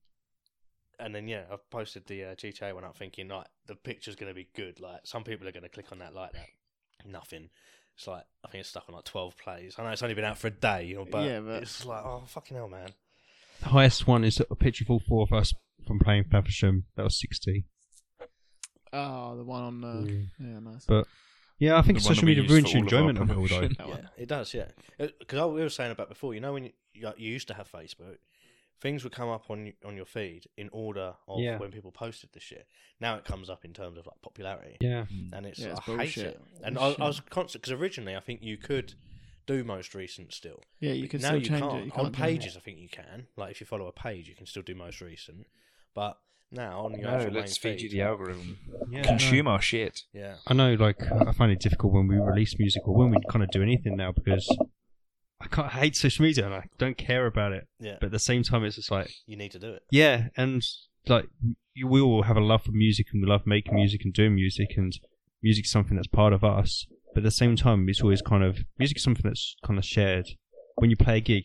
Speaker 2: and then yeah, I've posted the uh, GTA one up, thinking like the picture's going to be good. Like some people are going to click on that like that. Nothing. It's like I think it's stuck on like twelve plays. I know it's only been out for a day, you know, but,
Speaker 4: Yeah, but-
Speaker 2: it's like oh fucking hell, man.
Speaker 6: The highest one is a picture of all four of us from playing Faversham. That was 60.
Speaker 4: Oh, the one on. Uh,
Speaker 6: Yeah.
Speaker 4: yeah. nice.
Speaker 6: But- Yeah, I think
Speaker 7: The one that
Speaker 6: social
Speaker 7: we
Speaker 6: media
Speaker 7: use for
Speaker 6: ruins your
Speaker 7: all of our
Speaker 6: enjoyment of it all, though.
Speaker 7: promotion.
Speaker 4: That
Speaker 2: yeah,
Speaker 4: one.
Speaker 2: it does. Yeah, because we were saying about before. You know, when you, you used to have Facebook, things would come up on y- on your feed in order of
Speaker 6: Yeah.
Speaker 2: when people posted the shit. Now it comes up in terms of like popularity.
Speaker 6: Yeah.
Speaker 2: and it's,
Speaker 4: Yeah, it's
Speaker 2: I hate
Speaker 4: bullshit.
Speaker 2: it. And
Speaker 4: It's
Speaker 2: I, I
Speaker 4: shit.
Speaker 2: was constant because originally I think you could do most recent still.
Speaker 4: Yeah, you could
Speaker 2: now
Speaker 4: still
Speaker 2: you
Speaker 4: change
Speaker 2: can't.
Speaker 4: it. You
Speaker 2: on
Speaker 4: can't change it.
Speaker 2: pages, I think you can. Like if you follow a page, you can still do most recent. But now on your
Speaker 5: No,
Speaker 2: actual main
Speaker 5: let's feed you
Speaker 2: feed,
Speaker 5: the algorithm.
Speaker 6: yeah
Speaker 5: Consume our shit.
Speaker 2: yeah,
Speaker 6: I know, like, I find it difficult when we release music or when we kind of do anything now because I can't I hate social media and I don't care about it.
Speaker 2: yeah,
Speaker 6: But at the same time, it's just like,
Speaker 2: you need to do it.
Speaker 6: yeah, and like, you we all have a love for music and we love making music and doing music, and music's something that's part of us. But at the same time, it's always kind of music is something that's kind of shared. When you play a gig,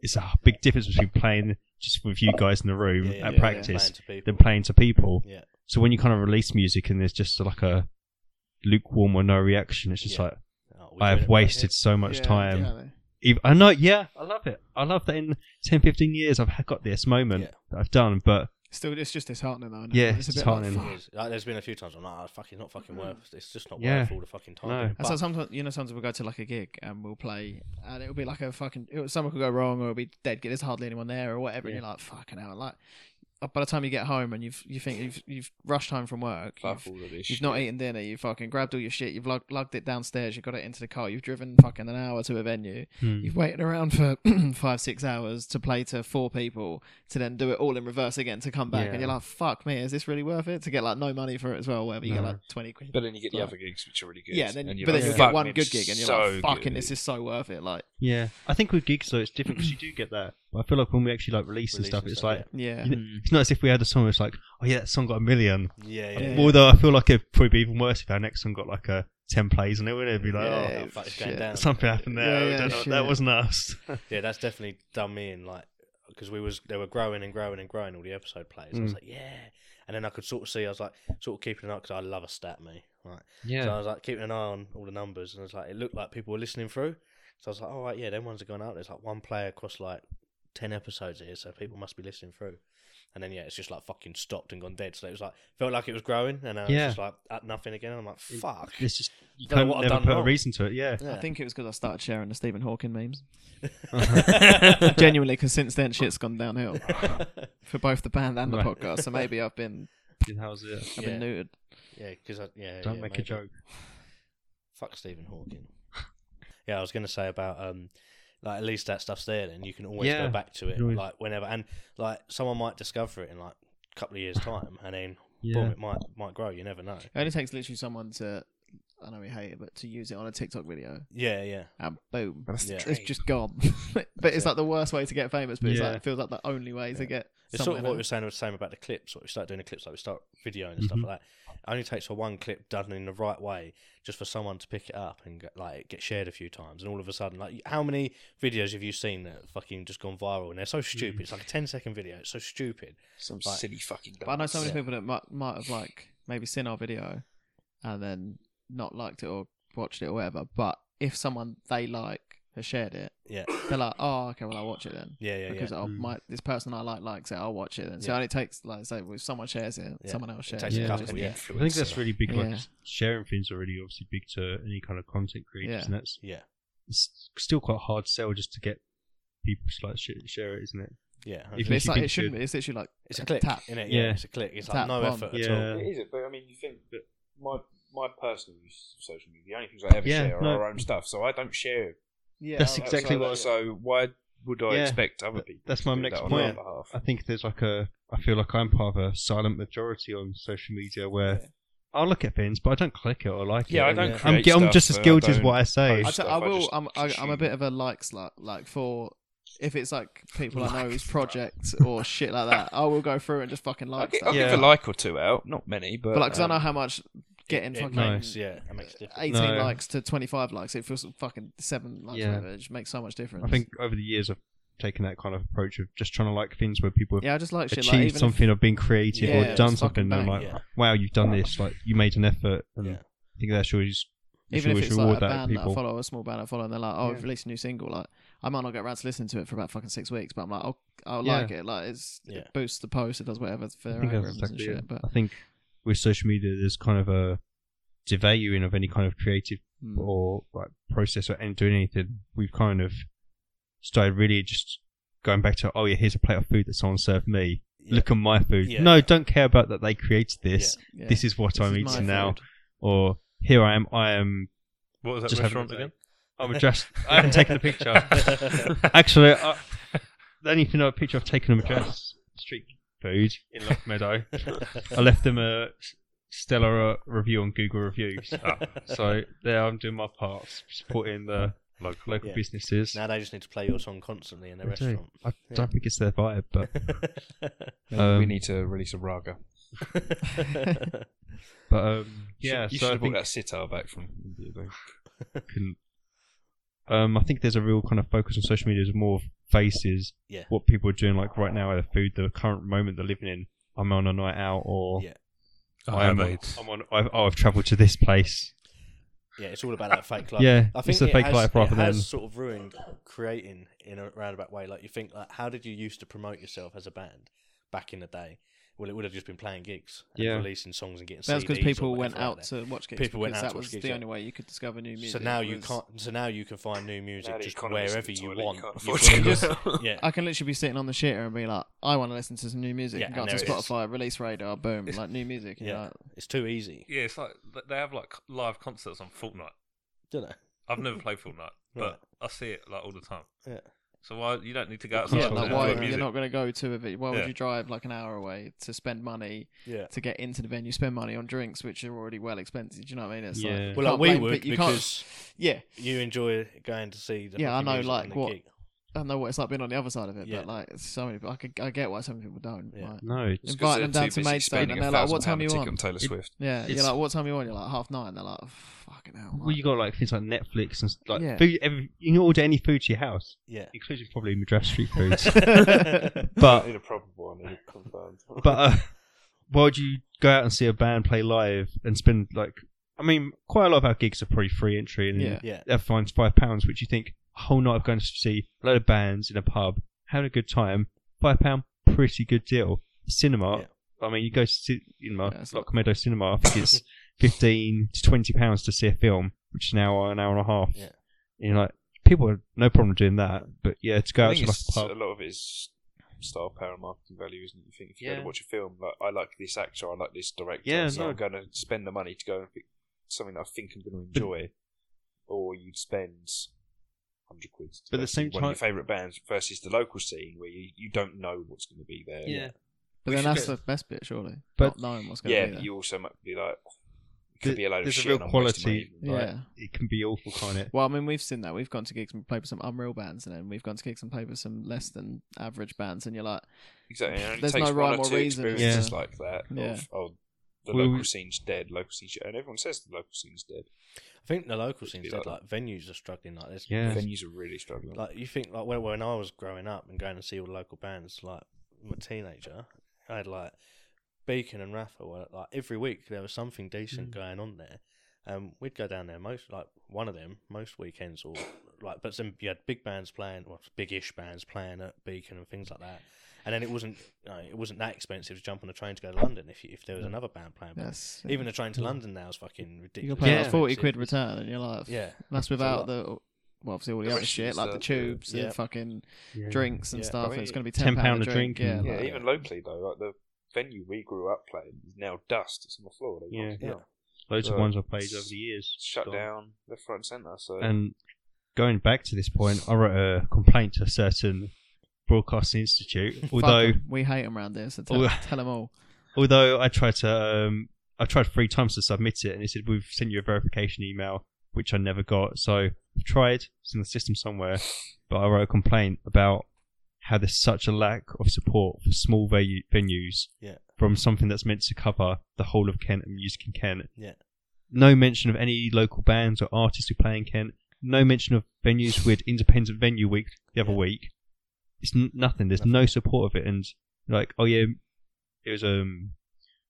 Speaker 6: it's a big difference between playing just with you guys in the room
Speaker 2: Yeah, yeah,
Speaker 6: at
Speaker 2: yeah.
Speaker 6: practice
Speaker 2: Playing to people.
Speaker 6: than playing to people.
Speaker 2: Yeah.
Speaker 6: So when you kind of release music and there's just like a lukewarm or no reaction, it's just
Speaker 2: Yeah.
Speaker 6: like
Speaker 2: Oh, we're
Speaker 6: I
Speaker 2: doing
Speaker 6: have
Speaker 2: it right
Speaker 6: wasted so much
Speaker 4: Yeah,
Speaker 6: time.
Speaker 4: exactly.
Speaker 6: Ev- I know, yeah, I love it. I love that in 10, 15 years I've ha- got this moment
Speaker 2: Yeah.
Speaker 6: that I've done, but
Speaker 4: Still, it's just disheartening though. Isn't
Speaker 6: Yeah,
Speaker 4: it? it's a bit
Speaker 6: disheartening.
Speaker 4: Like,
Speaker 2: here. It
Speaker 4: fuck. Hmm.
Speaker 2: is. Like, there's been a few times I'm like, oh, fuck, it's not fucking worth. It's just not
Speaker 6: Yeah.
Speaker 2: worth all the fucking time.
Speaker 6: No.
Speaker 4: And so
Speaker 2: But-
Speaker 4: sometimes you know, sometimes we'll go to like a gig and we'll play, and it'll be like a fucking it'll, something could go wrong, or it'll be dead. There's hardly anyone there, or whatever. And you're like, fucking hell! Like uh, by the time you get home and you've you think you've you've rushed home from work,
Speaker 5: Fuck
Speaker 4: you've,
Speaker 5: all of this.
Speaker 4: you've not eaten dinner, you fucking grabbed all your shit, you've lug- lugged it downstairs, you got it into the car, you've driven fucking an hour to a venue,
Speaker 6: Hmm.
Speaker 2: Hmm.
Speaker 4: you've waited around for [clears throat] five six hours to play to four people, to then do it all in reverse again to come back,
Speaker 6: Yeah.
Speaker 4: and you're like, fuck me, is this really worth it? To get like no money for it as well, whatever. You get
Speaker 6: No.
Speaker 4: like twenty quid.
Speaker 5: But then you get the
Speaker 4: Right.
Speaker 5: other gigs, which are really good.
Speaker 4: Yeah, then,
Speaker 5: and you're
Speaker 4: but
Speaker 5: like,
Speaker 4: then you
Speaker 5: "Fuck,
Speaker 4: get one
Speaker 5: it's
Speaker 4: good gig and you're
Speaker 5: so
Speaker 4: like, fucking,
Speaker 5: good."
Speaker 4: this is so worth it. Like,
Speaker 6: yeah. I think with gigs though, it's different because you do get that. But I feel like when we actually like release and
Speaker 2: Release
Speaker 6: stuff,
Speaker 2: and
Speaker 6: it's
Speaker 2: stuff,
Speaker 6: like,
Speaker 4: yeah.
Speaker 6: you know,
Speaker 2: Hmm.
Speaker 6: it's not as if we had a song that's like, oh yeah, that song got a million.
Speaker 2: yeah, yeah,
Speaker 4: Yeah.
Speaker 2: yeah.
Speaker 6: Although I feel like it'd probably be even worse if our next song got like a 10 plays on it, wouldn't it? It'd be like,
Speaker 4: Yeah,
Speaker 6: oh,
Speaker 2: Oh, fuck, it's going
Speaker 4: shit.
Speaker 2: down.
Speaker 6: something happened there.
Speaker 4: Yeah,
Speaker 6: We
Speaker 4: yeah,
Speaker 6: don't know-
Speaker 4: shit.
Speaker 6: that
Speaker 2: [laughs]
Speaker 6: wasn't us.
Speaker 2: Yeah, that's definitely done me in like because we was they were growing and growing and growing all the episode plays. I was
Speaker 4: Hmm.
Speaker 6: Mm.
Speaker 2: like, yeah, and then I could sort of see I was like sort of keeping an eye because I love a stat me. Right,
Speaker 6: yeah.
Speaker 2: so I was like keeping an eye on all the numbers and it's like it looked like people were listening through. So I was like, all right, yeah, them ones have gone out. There's like one player across like ten episodes here, so people must be listening through. And then yeah, it's just like fucking stopped and gone dead. So it was like felt like it was growing, and now
Speaker 6: Yeah.
Speaker 2: it's just like at nothing again. And I'm like, fuck. [laughs]
Speaker 6: [laughs] It's just you
Speaker 2: Don't know
Speaker 6: can
Speaker 2: what I've
Speaker 6: never
Speaker 2: done
Speaker 6: put a
Speaker 2: wrong.
Speaker 6: reason to it. Yeah,
Speaker 2: Yeah.
Speaker 4: I think it was because I started sharing the Stephen Hawking memes.
Speaker 2: [laughs] yeah,
Speaker 4: [laughs] Genuinely, because since then, shit's gone downhill for both the band and the
Speaker 6: Right.
Speaker 4: podcast. So maybe I've been
Speaker 6: [laughs] how's it?
Speaker 4: I've been neutered.
Speaker 2: because yeah,
Speaker 6: Don't
Speaker 2: yeah,
Speaker 6: make
Speaker 2: maybe.
Speaker 6: a joke.
Speaker 2: Fuck Stephen Hawking. yeah, I was going to say about um, like at least that stuff's there, then you can always
Speaker 6: Yeah,
Speaker 2: go back to it,
Speaker 6: you always-
Speaker 2: like whenever, and like someone might discover it in like a couple of years' time, and then boom,
Speaker 6: Yeah,
Speaker 2: it might might grow. You never know.
Speaker 4: It only takes literally someone to, I know we hate it, but to use it on a TikTok video
Speaker 2: Yeah, yeah,
Speaker 4: and boom,
Speaker 2: yeah.
Speaker 4: it's just gone. [laughs] but it's like the worst way to get famous, but it's like,
Speaker 6: Yeah.
Speaker 4: it feels like the only way to get.
Speaker 2: It's sort
Speaker 4: somewhere
Speaker 2: of what we
Speaker 4: now.
Speaker 2: were saying the same about the clips. Like we start doing the clips, like we start videoing and
Speaker 6: Mm-hmm.
Speaker 2: stuff like that. It only takes for one clip done in the right way, just for someone to pick it up and get, like get shared a few times, and all of a sudden, like how many videos have you seen that fucking just gone viral? And they're
Speaker 6: Mm.
Speaker 2: so stupid. It's like a 10 second video. It's so stupid.
Speaker 5: Some
Speaker 2: Like-
Speaker 5: silly fucking.
Speaker 4: But I know so many
Speaker 2: Yeah.
Speaker 4: people that might might have like maybe seen our video and then not liked it or watched it or whatever. But if someone they like has shared it,
Speaker 2: Yeah,
Speaker 4: they're like, oh, okay, well I'll watch it then
Speaker 2: yeah, yeah, yeah.
Speaker 4: because I'll,
Speaker 6: Mm.
Speaker 4: my this person I like likes it, I'll watch it then. So
Speaker 2: Yeah.
Speaker 4: and it takes like say if someone shares it,
Speaker 2: Yeah.
Speaker 4: someone else
Speaker 2: It
Speaker 4: shares it.
Speaker 2: takes
Speaker 6: Yeah.
Speaker 2: a
Speaker 4: Just-
Speaker 2: couple, yeah.
Speaker 6: I think that's really big. Like
Speaker 4: Yeah.
Speaker 6: sharing things are really obviously big to any kind of content creators,
Speaker 4: Yeah.
Speaker 6: and that's
Speaker 2: Yeah.
Speaker 6: it's still quite a hard sell just to get people to like sh- share it, isn't it?
Speaker 2: Yeah,
Speaker 6: If
Speaker 4: But
Speaker 6: you
Speaker 4: it's like
Speaker 6: think
Speaker 4: it shouldn't.
Speaker 6: should-
Speaker 4: It's literally like
Speaker 2: it's a click,
Speaker 4: tap.
Speaker 2: innit? Yeah,
Speaker 6: Yeah.
Speaker 2: it's a click. It's
Speaker 4: Tap
Speaker 2: like no
Speaker 4: on.
Speaker 2: effort at all.
Speaker 6: Yeah.
Speaker 5: It is, but I mean, you think that my my personal use of social media, the only things I ever
Speaker 6: Yeah,
Speaker 5: share are
Speaker 6: no.
Speaker 5: our own stuff, so I don't share.
Speaker 4: yeah,
Speaker 6: That's
Speaker 4: I-
Speaker 6: exact- exactly
Speaker 5: so,
Speaker 6: what-
Speaker 5: So why would I
Speaker 6: Yeah.
Speaker 5: expect other people?
Speaker 6: That's
Speaker 5: to
Speaker 6: my
Speaker 5: do
Speaker 6: next
Speaker 5: that on
Speaker 6: point.
Speaker 5: Our behalf?
Speaker 6: I think there's like a. I feel like I'm part of a silent majority on social media where I'll look at things, but I don't click it or like
Speaker 5: Yeah, I
Speaker 6: it.
Speaker 5: don't.
Speaker 2: Yeah.
Speaker 5: Create
Speaker 6: I'm, I'm just
Speaker 5: stuff,
Speaker 6: as
Speaker 5: and
Speaker 6: guilty as
Speaker 5: don't
Speaker 6: what I say.
Speaker 5: post
Speaker 4: I,
Speaker 5: stuff,
Speaker 4: I will.
Speaker 5: just
Speaker 4: I am I, I'm a
Speaker 5: consume.
Speaker 4: bit of a like slut. Like for if it's like people I know's project or shit like that, I will go through and just fucking
Speaker 5: I'll,
Speaker 4: like
Speaker 5: gi-
Speaker 4: stuff.
Speaker 5: I'll
Speaker 6: Yeah.
Speaker 5: give a like or two out, not many, but,
Speaker 4: But like, 'cause
Speaker 5: um,
Speaker 4: I know how much getting
Speaker 2: It
Speaker 4: fucking
Speaker 2: makes- yeah, it makes a difference.
Speaker 4: 18
Speaker 6: No.
Speaker 4: likes to 25 likes, it feels fucking seven likes.
Speaker 6: Yeah.
Speaker 4: Yeah. Whatever. It just makes so much difference.
Speaker 6: I think over the years I've taken that kind of approach of just trying to like things where people have
Speaker 4: Yeah, I just like shit. Like,
Speaker 6: achieved
Speaker 4: even if-
Speaker 6: something or been creative
Speaker 4: Yeah,
Speaker 6: or
Speaker 4: it's
Speaker 6: done
Speaker 4: fucking
Speaker 6: something and I'm
Speaker 4: bang.
Speaker 6: like,
Speaker 2: Yeah.
Speaker 6: wow, you've done this, like you made an effort. And
Speaker 2: Yeah.
Speaker 6: I think that's always you
Speaker 4: even
Speaker 6: should
Speaker 4: if
Speaker 6: always
Speaker 4: it's
Speaker 6: reward
Speaker 4: like a
Speaker 6: that
Speaker 4: band that I
Speaker 6: people.
Speaker 4: follow, a small band I follow, and they're like, "Oh,
Speaker 5: Yeah.
Speaker 4: we've released a new single." Like, I might not get around to listening to it for about fucking six weeks, but I'm like, "I'll, I'll
Speaker 6: Yeah.
Speaker 4: like it." Like, it's,
Speaker 2: Yeah.
Speaker 4: it boosts the post, it does whatever for their
Speaker 6: I think that's
Speaker 4: algorithms and
Speaker 6: exactly
Speaker 4: shit.
Speaker 6: it.
Speaker 4: But
Speaker 6: I think with social media, there's kind of a devaluing of any kind of creative
Speaker 4: Mm.
Speaker 6: or like process or any- doing anything. We've kind of started really just going back to, oh yeah, here's a plate of food that someone served me.
Speaker 2: Yeah.
Speaker 6: Look at my food.
Speaker 2: Yeah.
Speaker 6: No, don't care about that. They created this.
Speaker 4: yeah.
Speaker 6: This is what
Speaker 4: This
Speaker 6: I'm
Speaker 4: is my
Speaker 6: eating now.
Speaker 4: food.
Speaker 6: Or here I am. I am.
Speaker 1: What was that
Speaker 6: Just have
Speaker 1: restaurant
Speaker 6: it
Speaker 1: again?
Speaker 6: [laughs] I'm dressed. I haven't taken a [laughs] picture. Actually, I, [laughs] the only thing I picture I've taken of a dress street food in Loch Meadow. [laughs] I left them a s- stellar uh, review on Google Reviews. Ah, so there, I'm doing my part, s- supporting the
Speaker 1: Local.
Speaker 6: local
Speaker 2: Yeah. [laughs]
Speaker 6: businesses.
Speaker 2: now they just need to play your song constantly in their
Speaker 6: I do.
Speaker 2: restaurant.
Speaker 6: I
Speaker 2: Yeah.
Speaker 6: don't think it's their vibe,
Speaker 5: [laughs]
Speaker 6: but
Speaker 5: we
Speaker 6: um,
Speaker 5: need to release a raga.
Speaker 6: but um, yeah.
Speaker 5: you should
Speaker 6: so I
Speaker 5: have brought
Speaker 6: think
Speaker 5: that sitar back from India. though.
Speaker 6: can- um, I think there's a real kind of focus on social media is more faces.
Speaker 2: Yeah.
Speaker 6: What people are doing, like right now, the food, the current moment they're living in. I'm on a night out, or
Speaker 2: Yeah.
Speaker 6: I'm, on, I'm on. I've, oh, I've travelled to this place.
Speaker 2: [laughs] yeah, it's all about that fake life.
Speaker 6: Yeah,
Speaker 2: I
Speaker 6: it's
Speaker 2: think
Speaker 6: a
Speaker 2: it
Speaker 6: fake
Speaker 2: has,
Speaker 6: life rather
Speaker 2: it
Speaker 6: than-
Speaker 2: has sort of ruined creating in a roundabout way. Like you think, like how did you used to promote yourself as a band back in the day? Well, it would have just been playing gigs, and
Speaker 6: Yeah.
Speaker 2: releasing songs and getting.
Speaker 4: That's because
Speaker 2: CDs or
Speaker 4: people went
Speaker 2: whatever out
Speaker 4: out
Speaker 2: there.
Speaker 4: to watch gigs.
Speaker 2: People went
Speaker 4: because
Speaker 2: out
Speaker 4: that
Speaker 2: to watch
Speaker 4: was
Speaker 2: gigs,
Speaker 4: the
Speaker 2: yeah.
Speaker 4: only way you could discover new music.
Speaker 2: So now you
Speaker 4: was-
Speaker 2: can't. So now you can find new music
Speaker 5: Now the
Speaker 2: just
Speaker 5: economy's in
Speaker 2: wherever
Speaker 5: the
Speaker 2: you
Speaker 5: toilet,
Speaker 2: want.
Speaker 5: can't
Speaker 2: You've
Speaker 4: [laughs]
Speaker 5: afford
Speaker 2: got-
Speaker 5: to [laughs] go.
Speaker 2: yeah,
Speaker 4: I can literally be sitting on the shitter and be like, "I want to listen to some new music."
Speaker 2: Yeah,
Speaker 4: and go
Speaker 2: and
Speaker 4: to
Speaker 2: there it is.
Speaker 4: Spotify, release radar, boom, like new music. and you're
Speaker 2: Yeah.
Speaker 4: like,
Speaker 2: it's too easy.
Speaker 1: [laughs] Yeah, it's like th- they have like live concerts on Fortnite.
Speaker 2: Don't know.
Speaker 1: I've never played
Speaker 4: [laughs]
Speaker 1: Fortnite,
Speaker 2: Right.
Speaker 1: but I see it like all the time.
Speaker 2: Yeah.
Speaker 1: So why you don't need to go
Speaker 6: Yeah,
Speaker 1: outside?
Speaker 4: Yeah,
Speaker 1: and
Speaker 4: like
Speaker 1: enjoy
Speaker 4: why
Speaker 1: music.
Speaker 4: you're not going to go to a vi- Why
Speaker 1: Yeah.
Speaker 4: would you drive like an hour away to spend money
Speaker 2: Yeah.
Speaker 4: to get into the venue, spend money on drinks which are already well expensive? Do you know what I mean? It's
Speaker 6: Yeah.
Speaker 4: like, you
Speaker 2: Well, like
Speaker 4: can't
Speaker 2: we
Speaker 4: blame-
Speaker 2: would
Speaker 4: but you can't.
Speaker 2: because
Speaker 4: Yeah,
Speaker 2: you enjoy going to see. The
Speaker 4: Yeah, I
Speaker 2: fucking
Speaker 4: know,
Speaker 2: music
Speaker 4: like,
Speaker 2: and the
Speaker 4: what-
Speaker 2: gig.
Speaker 4: I know what it's like being on the other side of it,
Speaker 2: Yeah.
Speaker 4: but like it's so many. I could, I get why so many people don't.
Speaker 2: Yeah.
Speaker 4: Like,
Speaker 6: No, it's-
Speaker 5: It's
Speaker 4: Invite
Speaker 5: 'cause they're
Speaker 4: them down
Speaker 5: too
Speaker 4: to
Speaker 5: busy
Speaker 4: Maidstone and
Speaker 5: spending
Speaker 4: they're
Speaker 5: a
Speaker 4: like, "What
Speaker 5: £1,000
Speaker 4: time are you
Speaker 5: ticket
Speaker 4: on?"
Speaker 5: on Taylor
Speaker 6: It-
Speaker 5: Swift.
Speaker 4: yeah, you're
Speaker 6: It's-
Speaker 4: like, what time are you on? You're like half nine. They're like, fucking hell.
Speaker 6: Well,
Speaker 4: like,
Speaker 6: you got like things like Netflix and st- like
Speaker 4: Yeah.
Speaker 6: food. Every, you can order any food to your house,
Speaker 2: Yeah.
Speaker 6: including probably Madras street foods. [laughs]
Speaker 4: [laughs]
Speaker 5: I
Speaker 6: but
Speaker 5: need a proper one. I need it confirmed.
Speaker 6: but uh, why would you go out and see a band play live and spend like? I mean, quite a lot of our gigs are probably free entry, and
Speaker 4: Yeah.
Speaker 2: [laughs] Yeah.
Speaker 6: that fines five pounds, which you think a whole night of going to see a load of bands in a pub, having a good time, five pound, pretty good deal. Cinema,
Speaker 2: Yeah.
Speaker 6: I mean, you go to ci- cinema,
Speaker 4: Yeah, it's
Speaker 6: like Meadow Cinema, I think [laughs] it's fifteen to twenty pounds to see a film, which is an hour, an hour and a half.
Speaker 2: Yeah.
Speaker 6: And you're like, people have no problem doing that, but yeah, to go
Speaker 5: I
Speaker 6: out
Speaker 5: think
Speaker 6: to like a
Speaker 5: it's, a
Speaker 6: pub,
Speaker 5: lot of it is star power and marketing value, isn't it? You think if you go
Speaker 6: Yeah.
Speaker 5: to watch a film, like I like this actor, I like this director,
Speaker 6: Yeah,
Speaker 5: so
Speaker 6: no.
Speaker 5: I'm going to spend the money to go and pick something that I think I'm going to enjoy, or you'd spend hundred quid. to
Speaker 6: But at
Speaker 5: go
Speaker 6: the
Speaker 5: see
Speaker 6: same
Speaker 5: one of your
Speaker 6: time-
Speaker 5: favourite bands versus the local scene where you, you don't know what's going to be there.
Speaker 6: Yeah.
Speaker 4: but
Speaker 6: We
Speaker 4: then
Speaker 6: should
Speaker 4: that's
Speaker 6: go-
Speaker 4: the best bit, surely. not
Speaker 6: But-
Speaker 4: knowing what's going
Speaker 5: yeah,
Speaker 4: to
Speaker 5: but
Speaker 4: be
Speaker 5: you also might be like, "Oh, it
Speaker 6: There-
Speaker 5: could be a load of
Speaker 6: there's a
Speaker 5: shit.
Speaker 6: real
Speaker 5: and I'm wasting my
Speaker 6: quality,
Speaker 5: evening.
Speaker 4: there.
Speaker 6: like-
Speaker 4: yeah.
Speaker 6: it can be awful, can't [laughs] it?
Speaker 4: Well, I mean, we've seen that. We've gone to gigs and played with some unreal bands, and then we've gone to gigs and played with some less than average bands, and you're like,
Speaker 5: Exactly. and It
Speaker 4: There's
Speaker 5: takes
Speaker 4: no
Speaker 5: one
Speaker 4: rhyme or
Speaker 5: or two
Speaker 4: reason as
Speaker 5: experiences
Speaker 4: to-
Speaker 5: like that.
Speaker 4: Yeah.
Speaker 5: Of, oh, the
Speaker 6: Well, we-
Speaker 5: local scene's dead. Local scene's dead. And everyone says the local scene's dead.
Speaker 2: I think the local
Speaker 5: It'd
Speaker 2: scene
Speaker 5: be
Speaker 2: said
Speaker 5: like-
Speaker 2: like venues are struggling like this.
Speaker 6: Yeah.
Speaker 5: Venues are really struggling.
Speaker 2: Like you think like when, when I was growing up and going to see all the local bands, like I'm a teenager, I had like Beacon and Rafa were like every week there was something
Speaker 6: Mm.
Speaker 2: decent going on there. Um, we'd go down there most like one of them most weekends or like but then you had big bands playing, well, big-ish bands playing at Beacon and things like that. And then it wasn't you know, it wasn't that expensive to jump on the train to go to London if you, if there was another band playing. But
Speaker 4: that's
Speaker 2: Even the train to London now is fucking ridiculous.
Speaker 4: you can pay
Speaker 6: Yeah.
Speaker 4: like forty quid
Speaker 2: Expensive.
Speaker 4: return, and you're like,
Speaker 2: Yeah.
Speaker 4: that's
Speaker 2: a
Speaker 4: without
Speaker 2: lot.
Speaker 4: the well, obviously all the
Speaker 5: The
Speaker 4: other
Speaker 5: rest of
Speaker 4: shit
Speaker 5: the
Speaker 4: like the
Speaker 5: stuff, yeah.
Speaker 4: tubes, the
Speaker 2: uh, Yeah.
Speaker 4: fucking
Speaker 6: Yeah.
Speaker 4: drinks and
Speaker 2: Yeah.
Speaker 4: stuff.
Speaker 5: I mean,
Speaker 4: it's going to be
Speaker 6: £10
Speaker 4: ten pound
Speaker 6: a
Speaker 4: a drink.
Speaker 6: drink
Speaker 4: Yeah,
Speaker 6: and-
Speaker 5: Yeah,
Speaker 4: like-
Speaker 5: even locally though, like the venue we grew up playing is now dust. It's on the floor. They
Speaker 6: Yeah.
Speaker 5: yeah.
Speaker 6: Loads of
Speaker 5: Uh,
Speaker 6: ones I've played over the years.
Speaker 5: shut
Speaker 6: Gone.
Speaker 5: down left, front, and centre. So
Speaker 6: And going back to this point, I wrote a complaint to a certain broadcasting institute.
Speaker 4: Fuck
Speaker 6: Although,
Speaker 4: 'em. we hate them around there, so tell,
Speaker 6: Although-
Speaker 4: tell 'em
Speaker 6: [laughs]
Speaker 4: all.
Speaker 6: although I tried to, um, I tried three times to submit it, and it said we've sent you a verification email, which I never got. So I've tried. It's in the system somewhere. But I wrote a complaint about how there's such a lack of support for small venu- venues
Speaker 2: Yeah.
Speaker 6: from something that's meant to cover the whole of Kent and music in Kent.
Speaker 2: Yeah.
Speaker 6: No mention of any local bands or artists who play in Kent. No mention of venues with Independent Venue Week the other
Speaker 2: Yeah.
Speaker 6: week. It's n- nothing. There's no support of it. And like, oh yeah, it was um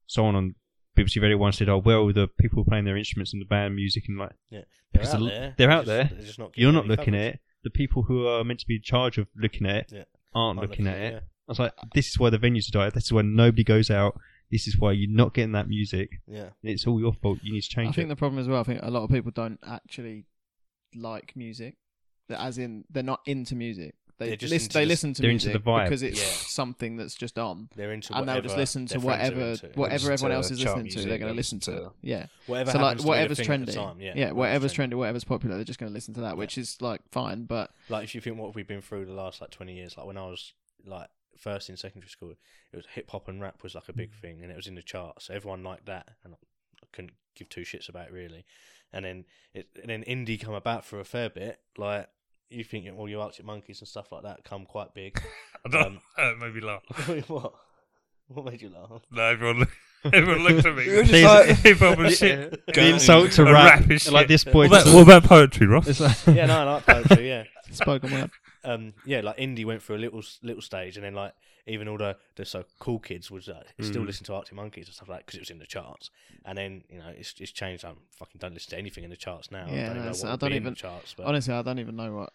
Speaker 6: someone on BBC Radio One said, oh well, the people playing their instruments and the band music and like
Speaker 2: They're
Speaker 6: Because
Speaker 2: out
Speaker 6: the l-
Speaker 2: there.
Speaker 6: they're
Speaker 2: just-
Speaker 6: out there.
Speaker 2: they're just not
Speaker 6: you're
Speaker 2: getting
Speaker 6: not
Speaker 2: any
Speaker 6: looking
Speaker 2: coverage.
Speaker 6: at it. The people who are meant to be in charge of looking at it
Speaker 2: Yeah.
Speaker 6: aren't
Speaker 2: Aren't
Speaker 6: looking at it.
Speaker 2: yeah.
Speaker 6: I was like, this is why the venues are dying. This is why nobody goes out. This is why you're not getting that music.
Speaker 2: Yeah,
Speaker 6: And it's all your fault. You need to
Speaker 4: I
Speaker 6: change
Speaker 4: think
Speaker 6: it.
Speaker 4: the problem as well. I think a lot of people don't actually like music, That- as in they're not into music. They
Speaker 2: They're just
Speaker 4: listen.
Speaker 2: into
Speaker 4: They
Speaker 2: the-
Speaker 4: listen to
Speaker 6: they're into
Speaker 4: music
Speaker 6: the vibe.
Speaker 4: because it's
Speaker 2: Yeah.
Speaker 4: something that's just on.
Speaker 2: they're into
Speaker 4: and they'll just
Speaker 2: whatever
Speaker 4: listen to
Speaker 2: their friends are
Speaker 4: whatever
Speaker 2: into.
Speaker 4: whatever
Speaker 5: Listen
Speaker 4: everyone
Speaker 5: to
Speaker 4: else is
Speaker 5: chart
Speaker 4: listening to.
Speaker 5: music,
Speaker 4: They're going
Speaker 5: they
Speaker 4: to listen
Speaker 5: listen
Speaker 4: to.
Speaker 5: to-
Speaker 4: Yeah.
Speaker 2: Whatever
Speaker 4: So like
Speaker 2: happens to be the
Speaker 4: whatever's
Speaker 2: thing at the
Speaker 4: trendy.
Speaker 2: time,
Speaker 4: Yeah.
Speaker 2: yeah,
Speaker 4: Whatever's
Speaker 2: trendy.
Speaker 4: trendy, whatever's popular, they're just going to listen to that, which is like
Speaker 2: [laughs]
Speaker 4: fine, but
Speaker 2: Like if you think what we've been through the last like twenty years, like when I was like first in secondary school, it was hip hop and rap was like a big thing, and it was in the charts. So everyone liked that, and I couldn't give two shits about it really. And then it, and then indie come about for a fair bit. Like you think, well, your Arctic Monkeys and stuff like that come quite
Speaker 6: [laughs]
Speaker 2: big.
Speaker 1: [laughs] I don't,
Speaker 2: Um, [laughs]
Speaker 1: uh, it made me laugh.
Speaker 2: what? What made you
Speaker 6: [laughs]
Speaker 2: laugh?
Speaker 1: No, everyone, [laughs] look, everyone looked at me.
Speaker 5: You were just
Speaker 6: There's-
Speaker 5: like,
Speaker 1: Hip hop and [laughs] shit.
Speaker 6: the insult to
Speaker 1: A
Speaker 6: rap,
Speaker 1: rap is
Speaker 6: like
Speaker 1: shit.
Speaker 6: this point.
Speaker 1: What about, what about poetry, Ross?
Speaker 6: it's like-
Speaker 2: Yeah, no, I like poetry. Yeah.
Speaker 4: spoken word.
Speaker 2: um, yeah, like indie went through a little little stage, and then like even all the, the so cool kids was like, still
Speaker 6: Mm.
Speaker 2: listen to Arctic Monkeys and stuff like because it was in the charts, and then you know it's it's changed. I fucking don't listen to anything in the charts now.
Speaker 4: Yeah,
Speaker 2: I don't
Speaker 4: no,
Speaker 2: even know
Speaker 4: so
Speaker 2: what
Speaker 4: I
Speaker 2: would
Speaker 4: don't
Speaker 2: be in
Speaker 4: even-
Speaker 2: the charts. But
Speaker 4: Honestly, I don't even know what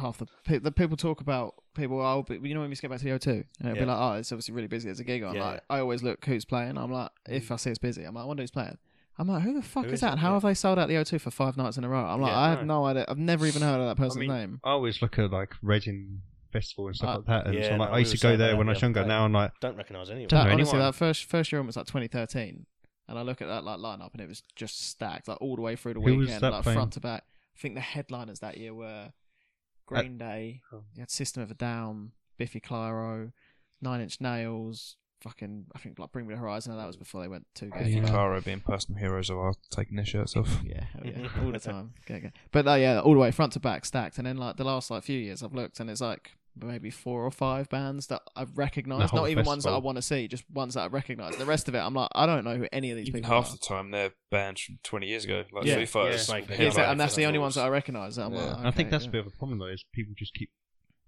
Speaker 4: half the pe- the people talk about. People, oh, but you know when we get back to the O2, and it'll be
Speaker 2: Yeah.
Speaker 4: like, oh, it's obviously really busy. There's a gig on.
Speaker 2: Yeah, Mm.
Speaker 4: like, I always look who's playing. I'm like, if I see it's busy, I'm like, I wonder who's playing. I'm like, who the fuck
Speaker 2: Who
Speaker 4: is
Speaker 2: is
Speaker 4: that?
Speaker 2: it?
Speaker 4: And how
Speaker 2: Yeah.
Speaker 4: have they sold out the O2 for five nights in a row? I'm like,
Speaker 2: Yeah,
Speaker 4: I have
Speaker 2: no.
Speaker 4: no idea. I've never even heard of that person's
Speaker 6: mean,
Speaker 4: name.
Speaker 6: I always look at like Reading Festival and stuff
Speaker 4: Uh,
Speaker 6: like that, and
Speaker 2: yeah,
Speaker 6: so I'm like,
Speaker 2: no,
Speaker 6: I
Speaker 2: we
Speaker 6: used
Speaker 2: were
Speaker 6: to go
Speaker 2: saying
Speaker 6: there
Speaker 2: that
Speaker 6: when
Speaker 2: the
Speaker 6: I was
Speaker 2: other
Speaker 6: younger.
Speaker 2: day.
Speaker 6: Now I'm like,
Speaker 2: don't recognise anyone.
Speaker 6: Don't
Speaker 4: That,
Speaker 6: know
Speaker 4: honestly,
Speaker 6: anyone.
Speaker 4: that first first year on was like 2013, and I look at that like lineup, and it was just stacked like all the way through the
Speaker 6: Who was
Speaker 4: weekend,
Speaker 6: that
Speaker 4: like
Speaker 6: playing?
Speaker 4: front to back. I think the headliners that year were Green Day,
Speaker 6: Oh.
Speaker 4: you had System of a Down, Biffy Clyro, Nine Inch Nails, fucking I think like Bring Me the Horizon. and That was before they went too gay.
Speaker 6: Yeah.
Speaker 5: Clara being personal heroes of ours, taking their shirts off.
Speaker 4: Yeah, hell yeah,
Speaker 5: [laughs]
Speaker 4: all the time. Go, go. But uh, yeah, all the way front to back stacked, and then like the last like few years, I've looked and it's like maybe four or five bands that I've recognised.
Speaker 6: The whole
Speaker 4: Not even ones that I
Speaker 6: festival.
Speaker 4: want to see, just ones that I've recognised. The rest of it, I'm like, I don't know who any of these
Speaker 5: Even
Speaker 4: people
Speaker 5: half
Speaker 4: are.
Speaker 5: the time they're bands from 20 years ago, like
Speaker 4: Yeah.
Speaker 5: Foo Fighters.
Speaker 2: Yeah.
Speaker 5: Like,
Speaker 2: Yeah,
Speaker 4: Yeah,
Speaker 2: exactly,
Speaker 5: like,
Speaker 4: and that's the only ones
Speaker 5: festivals.
Speaker 4: that I recognise. that I'm like,
Speaker 5: Yeah.
Speaker 6: and I think
Speaker 4: okay,
Speaker 6: that's
Speaker 4: yeah.
Speaker 6: a bit of a problem though, is people just keep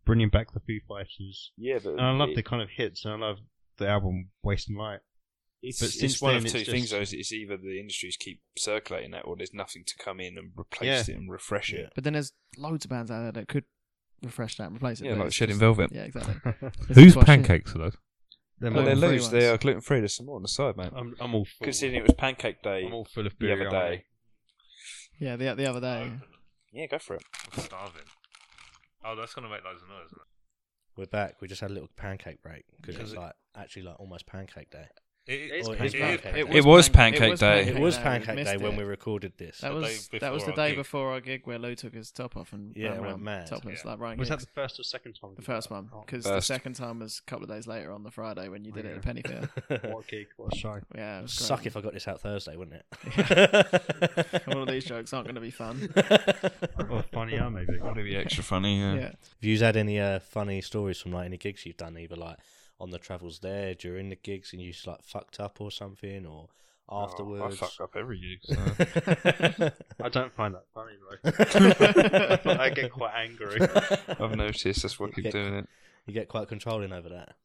Speaker 6: bringing back the Foo Fighters,
Speaker 5: Yeah, but
Speaker 6: and I love
Speaker 5: it-
Speaker 6: the kind of hits, and I love the album Wasting Light.
Speaker 5: It's,
Speaker 6: But
Speaker 5: it's
Speaker 6: since
Speaker 5: one
Speaker 6: then,
Speaker 5: of two
Speaker 6: it's
Speaker 5: things
Speaker 6: just-
Speaker 5: though. is It's either the industries keep circulating that, or there's nothing to come in and replace
Speaker 6: Yeah.
Speaker 5: it and refresh
Speaker 2: Yeah.
Speaker 5: it.
Speaker 4: But then there's loads of bands out there that could refresh that and replace it.
Speaker 5: Yeah,
Speaker 4: but
Speaker 5: like
Speaker 4: it's
Speaker 5: Shedding
Speaker 4: just-
Speaker 5: Velvet.
Speaker 4: [laughs] Yeah,
Speaker 5: [laughs]
Speaker 4: exactly.
Speaker 1: Whose
Speaker 4: That's why shit-
Speaker 1: pancakes are those?
Speaker 6: Them
Speaker 5: Well, they're
Speaker 6: all-
Speaker 4: free
Speaker 5: loose. They
Speaker 4: ones.
Speaker 5: are gluten free. There's some more on the side, mate.
Speaker 6: I'm, I'm all full.
Speaker 5: Considering it was Pancake Day
Speaker 6: I'm all full of
Speaker 5: the
Speaker 6: beer.
Speaker 5: other day.
Speaker 4: Yeah, the the other day.
Speaker 5: Yeah, go for it.
Speaker 1: I'm starving. Oh, that's gonna make loads of noise. Isn't
Speaker 2: We're back. We just had a little pancake break because
Speaker 1: Because
Speaker 2: it's
Speaker 1: it-
Speaker 2: like actually like almost pancake day.
Speaker 1: it? It,
Speaker 2: is
Speaker 1: it,
Speaker 2: pancake
Speaker 1: is
Speaker 2: day.
Speaker 1: pancake
Speaker 2: It
Speaker 1: day.
Speaker 5: It was Pancake Day.
Speaker 2: It
Speaker 5: Pancake
Speaker 2: was
Speaker 4: we
Speaker 2: pancake
Speaker 4: missed
Speaker 2: day when
Speaker 4: it.
Speaker 2: we recorded this.
Speaker 4: That
Speaker 2: [laughs]
Speaker 1: The
Speaker 4: was
Speaker 1: day
Speaker 4: that was
Speaker 1: before
Speaker 4: the
Speaker 1: our
Speaker 4: day
Speaker 1: gig.
Speaker 4: before our gig where Lou took his top off and
Speaker 2: Yeah,
Speaker 4: ran
Speaker 2: went
Speaker 4: around
Speaker 2: mad.
Speaker 4: topless
Speaker 1: Yeah.
Speaker 4: like Ryan
Speaker 6: Was that Oh,
Speaker 4: Giggs.
Speaker 6: the first or second time?
Speaker 4: the first one? Because the
Speaker 5: First.
Speaker 4: second time was a couple of days later on the Friday when you did it at a penny fair.
Speaker 6: [laughs] What a gig, what a show.
Speaker 4: Yeah, it was great.
Speaker 2: Suck if I got this out Thursday, wouldn't
Speaker 4: [laughs]
Speaker 2: it?
Speaker 4: All
Speaker 2: [laughs]
Speaker 4: of these jokes aren't going to be fun.
Speaker 6: Or funny,
Speaker 5: [laughs]
Speaker 6: are maybe.
Speaker 5: That'd be extra funny. Yeah.
Speaker 4: yeah.
Speaker 2: Have you had any uh, funny stories from like any gigs you've done, either like on the travels there during the gigs, and you just like fucked up or something, or
Speaker 5: Oh,
Speaker 2: afterwards?
Speaker 5: I fuck up every year.
Speaker 2: [laughs]
Speaker 5: So.
Speaker 6: I don't find that funny,
Speaker 4: [laughs]
Speaker 6: though. I
Speaker 2: I
Speaker 6: get quite angry.
Speaker 5: I've noticed. That's why I keep
Speaker 2: Yeah.
Speaker 5: doing it.
Speaker 2: You get quite controlling over that.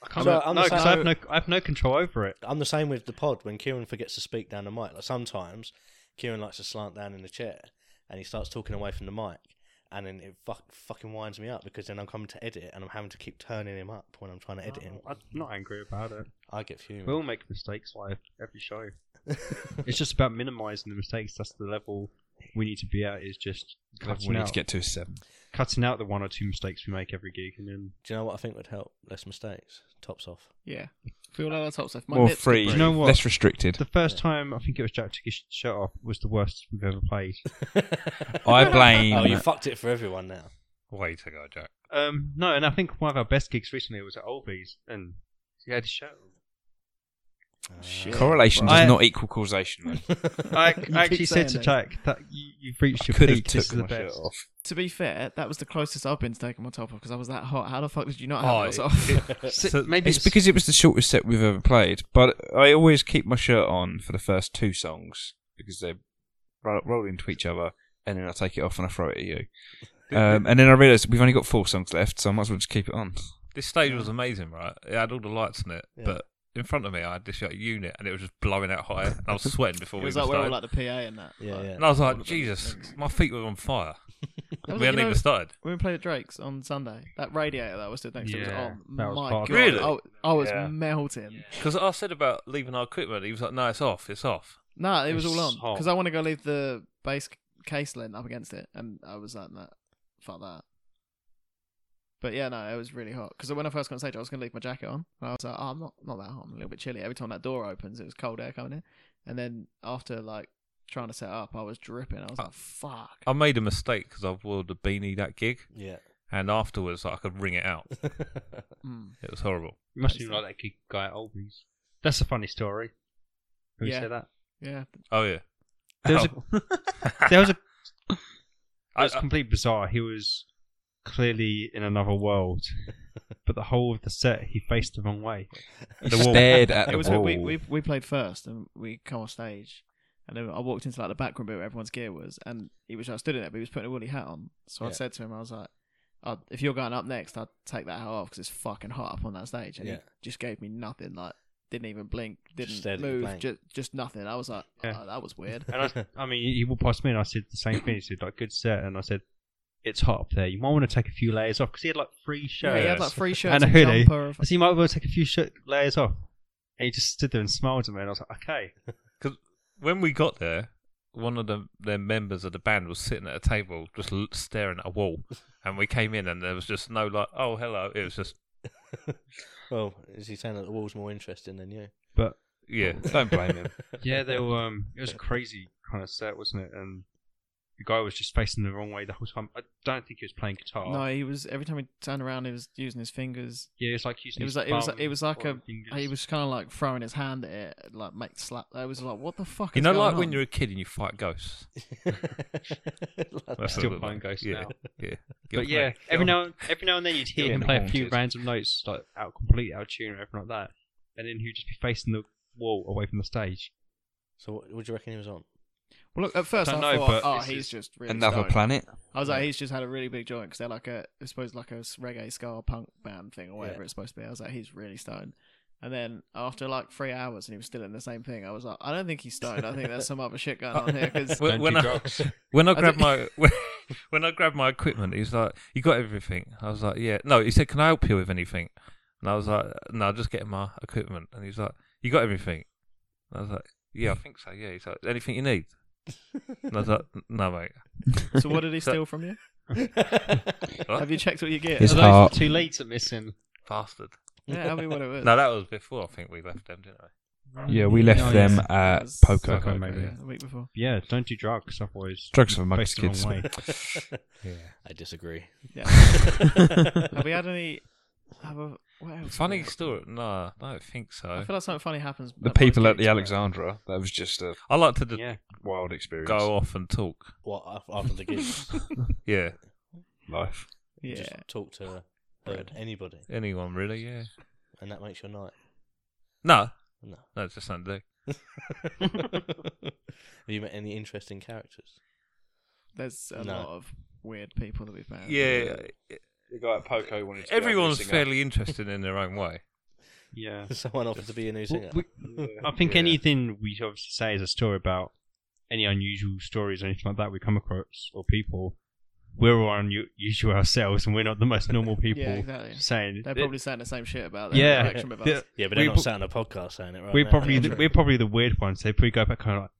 Speaker 6: I can't
Speaker 2: So,
Speaker 6: remember-
Speaker 2: I'm
Speaker 6: no,
Speaker 2: the
Speaker 6: 'cause
Speaker 2: same-
Speaker 6: I have no, I have no control over it.
Speaker 2: I'm the same with the pod. When Kieran forgets to speak down the mic, like sometimes Kieran likes to slant down in the chair, and he starts talking away from the mic, and then it fuck, fucking winds me up because then I'm coming to edit it, and I'm having to keep turning him up when I'm trying to edit him.
Speaker 6: I'm not angry about it.
Speaker 2: I get fuming.
Speaker 6: We all
Speaker 2: [laughs]
Speaker 6: make mistakes live every show. it's just about minimising the mistakes. That's the level we need to be at is just
Speaker 7: Level
Speaker 6: cutting
Speaker 7: we need
Speaker 6: out,
Speaker 7: to get to is seven.
Speaker 6: cutting out the one or two mistakes we make every gig, and then
Speaker 2: Do you know what I think would help? Less mistakes.
Speaker 1: [laughs]
Speaker 2: Tops off.
Speaker 4: Yeah. Feel like that's helps. If my
Speaker 7: More
Speaker 4: lips could
Speaker 7: free.
Speaker 6: Do
Speaker 4: breathe.
Speaker 6: you know what?
Speaker 7: Less restricted.
Speaker 6: [laughs] the first time I think it was Jack took his shirt off was the worst we've ever played.
Speaker 7: I blame.
Speaker 2: oh, you fucked it for everyone now.
Speaker 1: Way to go, Jack.
Speaker 6: Um, no, and I think one of our best gigs recently was at Olby's, and he had his shirt. on.
Speaker 2: Shit.
Speaker 7: Correlation
Speaker 6: I-
Speaker 7: does not equal causation. though.
Speaker 6: I,
Speaker 4: keep
Speaker 6: I actually said
Speaker 4: saying
Speaker 6: to
Speaker 4: that.
Speaker 6: Jack that you, you've reached your
Speaker 7: Could have
Speaker 6: peak. This is
Speaker 7: took
Speaker 6: the
Speaker 7: my shirt
Speaker 6: best.
Speaker 7: off.
Speaker 4: To be fair, that was the closest I've been to taking my top off because I was that hot. How the fuck did you not have
Speaker 1: Oh,
Speaker 4: yours off?
Speaker 1: it- it-
Speaker 6: So
Speaker 1: so-
Speaker 6: maybe
Speaker 7: It's because it was the shortest set we've ever played, but I always keep my shirt on for the first two songs because they roll, roll into each other, and then I take it off and I throw it at you. Um, and then I realise we've only got four songs left, so I might as well just keep it
Speaker 6: [laughs]
Speaker 7: on.
Speaker 1: This stage was amazing, right? It had all the lights in it, but in front of me, I had this like, unit, and it was just blowing out higher. And I was sweating before
Speaker 4: it
Speaker 1: we
Speaker 4: was
Speaker 1: even
Speaker 4: like we're all
Speaker 1: started.
Speaker 4: like the PA and that.
Speaker 2: Yeah,
Speaker 4: Like,
Speaker 2: yeah.
Speaker 1: and I was like, Jesus, my feet were on fire.
Speaker 4: [laughs] That
Speaker 1: we hadn't
Speaker 4: was like, you know,
Speaker 1: even started.
Speaker 4: when we played at Drake's on Sunday, that radiator that I was stood next to was
Speaker 6: Yeah,
Speaker 4: on.
Speaker 6: that was
Speaker 4: my
Speaker 6: hard.
Speaker 4: god,
Speaker 1: Really?
Speaker 4: I, I was
Speaker 5: Yeah.
Speaker 4: melting.
Speaker 1: Because I said about leaving our equipment, he was like, "No, it's off. It's off."
Speaker 4: Nah, it was all on
Speaker 6: It's hot.
Speaker 4: because I want to go leave the base c- case lint up against it, and I was like, "Nah, fuck that." But yeah, no, it was really hot because when I first got on stage, I was gonna leave my jacket on, and I was like, "Oh, I'm not not that hot. I'm a little bit chilly." Every time that door opens, it was cold air coming in, and then after like trying to set up, I was dripping. I
Speaker 6: Oh.
Speaker 4: was like, "Fuck."
Speaker 1: I made a mistake because I wore the beanie that gig,
Speaker 2: Yeah. [laughs]
Speaker 1: and afterwards like, I could wring it out.
Speaker 4: Mm.
Speaker 1: It was horrible.
Speaker 6: it must be like that gig guy at Olby's. That's a funny story. Who
Speaker 4: Yeah.
Speaker 6: said that?
Speaker 4: Yeah,
Speaker 1: Oh yeah,
Speaker 6: There was a, [laughs] there was a
Speaker 1: I-
Speaker 6: It's completely bizarre. He was clearly in another world, but the whole of the set he faced the wrong way.
Speaker 7: The stared at
Speaker 4: it
Speaker 7: the
Speaker 4: was
Speaker 7: wall.
Speaker 4: we, we we played first and we come off stage and then I walked into like the back room bit where everyone's gear was and he was I stood in it but he was putting a woolly hat on so I
Speaker 2: Yeah.
Speaker 4: said to him I was like "Oh, if you're going up next I'd take that hat off because it's fucking hot up on that stage and
Speaker 2: Yeah.
Speaker 4: he just gave me nothing like didn't even blink didn't
Speaker 2: stared at you
Speaker 4: move
Speaker 2: blank.
Speaker 4: just just nothing I was like
Speaker 6: Yeah.
Speaker 4: oh, that
Speaker 2: [laughs]
Speaker 4: was weird
Speaker 6: And I, I mean, he walked past me and I said the same thing. He said like, "Good set," and I said, "It's hot up there. You might want to take a few layers off because he had like three shirts.
Speaker 4: yeah, he had like three shirts
Speaker 6: And
Speaker 4: and
Speaker 6: a
Speaker 4: a
Speaker 6: hoodie.
Speaker 4: jumper
Speaker 2: [laughs]
Speaker 4: of-
Speaker 6: I said, "You might want to take a few shirt layers off." And he just stood there and smiled at me, and I was like, "Okay."
Speaker 1: when we got there, one of the their members of the band was sitting at a table just l- staring at a wall, and we came in and there was just no like, "Oh, hello." It was just
Speaker 2: well, is he saying that the wall's more interesting than you?
Speaker 6: But
Speaker 1: yeah.
Speaker 7: Don't blame
Speaker 2: [laughs]
Speaker 7: him.
Speaker 6: yeah, they were. Um, it was a crazy kind of set, wasn't it? And the guy was just facing the wrong way the whole time. I don't think he was playing
Speaker 2: Oh.
Speaker 6: guitar.
Speaker 4: no he was every time he turned around he was using his fingers
Speaker 6: Yeah, it's like using
Speaker 4: It was
Speaker 6: his
Speaker 4: like- it was
Speaker 6: thumb
Speaker 4: like- it was like
Speaker 6: or
Speaker 4: a-
Speaker 6: fingers.
Speaker 4: he was kind of like throwing his hand at it like make slap I was like what the fuck
Speaker 1: You
Speaker 4: is
Speaker 1: know,
Speaker 4: going
Speaker 1: like when
Speaker 4: on?
Speaker 1: you're a kid and you fight ghosts.
Speaker 2: Love
Speaker 1: That's
Speaker 6: still
Speaker 1: what it
Speaker 6: playing
Speaker 1: was.
Speaker 6: ghosts
Speaker 1: yeah,
Speaker 6: now.
Speaker 1: Yeah,
Speaker 6: But [laughs] yeah, every now every now and then you'd hear [laughs]
Speaker 7: Still
Speaker 6: him
Speaker 7: in
Speaker 6: play a
Speaker 7: haunted.
Speaker 6: few random notes like out completely out of tune or everything like that, and then he'd just be facing the wall away from the stage.
Speaker 2: So, what, what do you reckon he was on?
Speaker 4: Well, look, at first I,
Speaker 6: don't know,
Speaker 4: thought,
Speaker 6: but
Speaker 4: oh,
Speaker 6: it's
Speaker 4: he's
Speaker 6: just
Speaker 4: just really
Speaker 7: Another
Speaker 4: stoned.
Speaker 7: planet.
Speaker 4: I was like, he's just had a really big joint because they're like a, I suppose like a reggae ska punk band thing or whatever
Speaker 2: Yeah.
Speaker 4: it's supposed to be. I was like, he's really stoned. And then after like three hours and he was still in the same thing, I was like, I don't think he's stoned. I think there's some other shit going on here
Speaker 7: [laughs]
Speaker 4: because
Speaker 1: when,
Speaker 6: Don't
Speaker 1: when
Speaker 6: do
Speaker 1: I
Speaker 6: drugs.
Speaker 1: when I
Speaker 4: I
Speaker 1: grabbed
Speaker 4: don't-
Speaker 1: my [laughs] when, when I grabbed my equipment, he's like, "You got everything." I was like, "Yeah." No, he said, "Can I help you with anything?" And I was like, "No, just getting my equipment." And he's like, "You got everything?" And I was like, "Yeah, I think so." Yeah, he's like, "Anything you need?" And I was like, "No, mate."
Speaker 4: so what did he steal from you?
Speaker 1: What?
Speaker 4: Have you checked what you get?
Speaker 7: His
Speaker 6: Are those
Speaker 7: heart.
Speaker 6: the two leads are missing.
Speaker 1: Bastard.
Speaker 4: Yeah, tell me what it was.
Speaker 1: No, that was before I think we left them, didn't we?
Speaker 7: Yeah, we left
Speaker 6: Oh,
Speaker 7: them
Speaker 6: yes.
Speaker 4: That
Speaker 7: at
Speaker 4: was-
Speaker 7: poker.
Speaker 6: Poker, maybe.
Speaker 4: yeah, the week before.
Speaker 6: Yeah, don't do drugs, otherwise
Speaker 7: Drugs for
Speaker 6: face
Speaker 7: mugs
Speaker 6: the wrong
Speaker 7: kids.
Speaker 6: way.
Speaker 2: [laughs]
Speaker 6: [laughs]
Speaker 2: I disagree.
Speaker 4: Yeah. Have we had any? Have a, what else
Speaker 1: Funny
Speaker 4: we had?
Speaker 1: story. No, I don't think
Speaker 4: I
Speaker 1: so.
Speaker 4: feel like something funny happens.
Speaker 7: [laughs] The
Speaker 4: at most
Speaker 7: people at
Speaker 4: gigs,
Speaker 7: the
Speaker 4: but-
Speaker 7: Alexandra. That was just a
Speaker 1: I like to just
Speaker 6: Yeah,
Speaker 7: wild experience.
Speaker 1: go off and talk.
Speaker 2: What af- after the gig?
Speaker 1: Yeah,
Speaker 7: [laughs] Life.
Speaker 4: Yeah.
Speaker 2: Just talk to
Speaker 4: Bread.
Speaker 2: anybody,
Speaker 1: anyone really? Yeah.
Speaker 2: and that makes your night.
Speaker 1: No,
Speaker 2: No.
Speaker 1: [laughs]
Speaker 2: [laughs]
Speaker 1: no, it's just something to do.
Speaker 2: Have you met any interesting characters? [laughs]
Speaker 4: There's a
Speaker 2: No.
Speaker 4: lot of weird people that we've met.
Speaker 1: Yeah,
Speaker 7: The guy at Poco wanted to
Speaker 1: everyone's fairly interesting in their own way.
Speaker 6: yeah.
Speaker 2: Someone offered to be a new singer.
Speaker 6: Well, we- I think
Speaker 1: Yeah.
Speaker 6: anything we obviously say is a story about any unusual stories or anything like that we come across or people. We're all unusual ourselves, and we're not the most normal people.
Speaker 4: [laughs] Yeah, exactly.
Speaker 6: Saying
Speaker 4: They're probably saying the same shit about their
Speaker 6: yeah,
Speaker 4: interaction
Speaker 6: [laughs]
Speaker 4: with us.
Speaker 6: the-
Speaker 2: yeah, but
Speaker 6: we
Speaker 2: they're
Speaker 6: pro-
Speaker 2: not sat on a podcast saying it right
Speaker 6: we're
Speaker 2: now.
Speaker 6: probably the, we're probably the weird ones. They probably go back kind of like,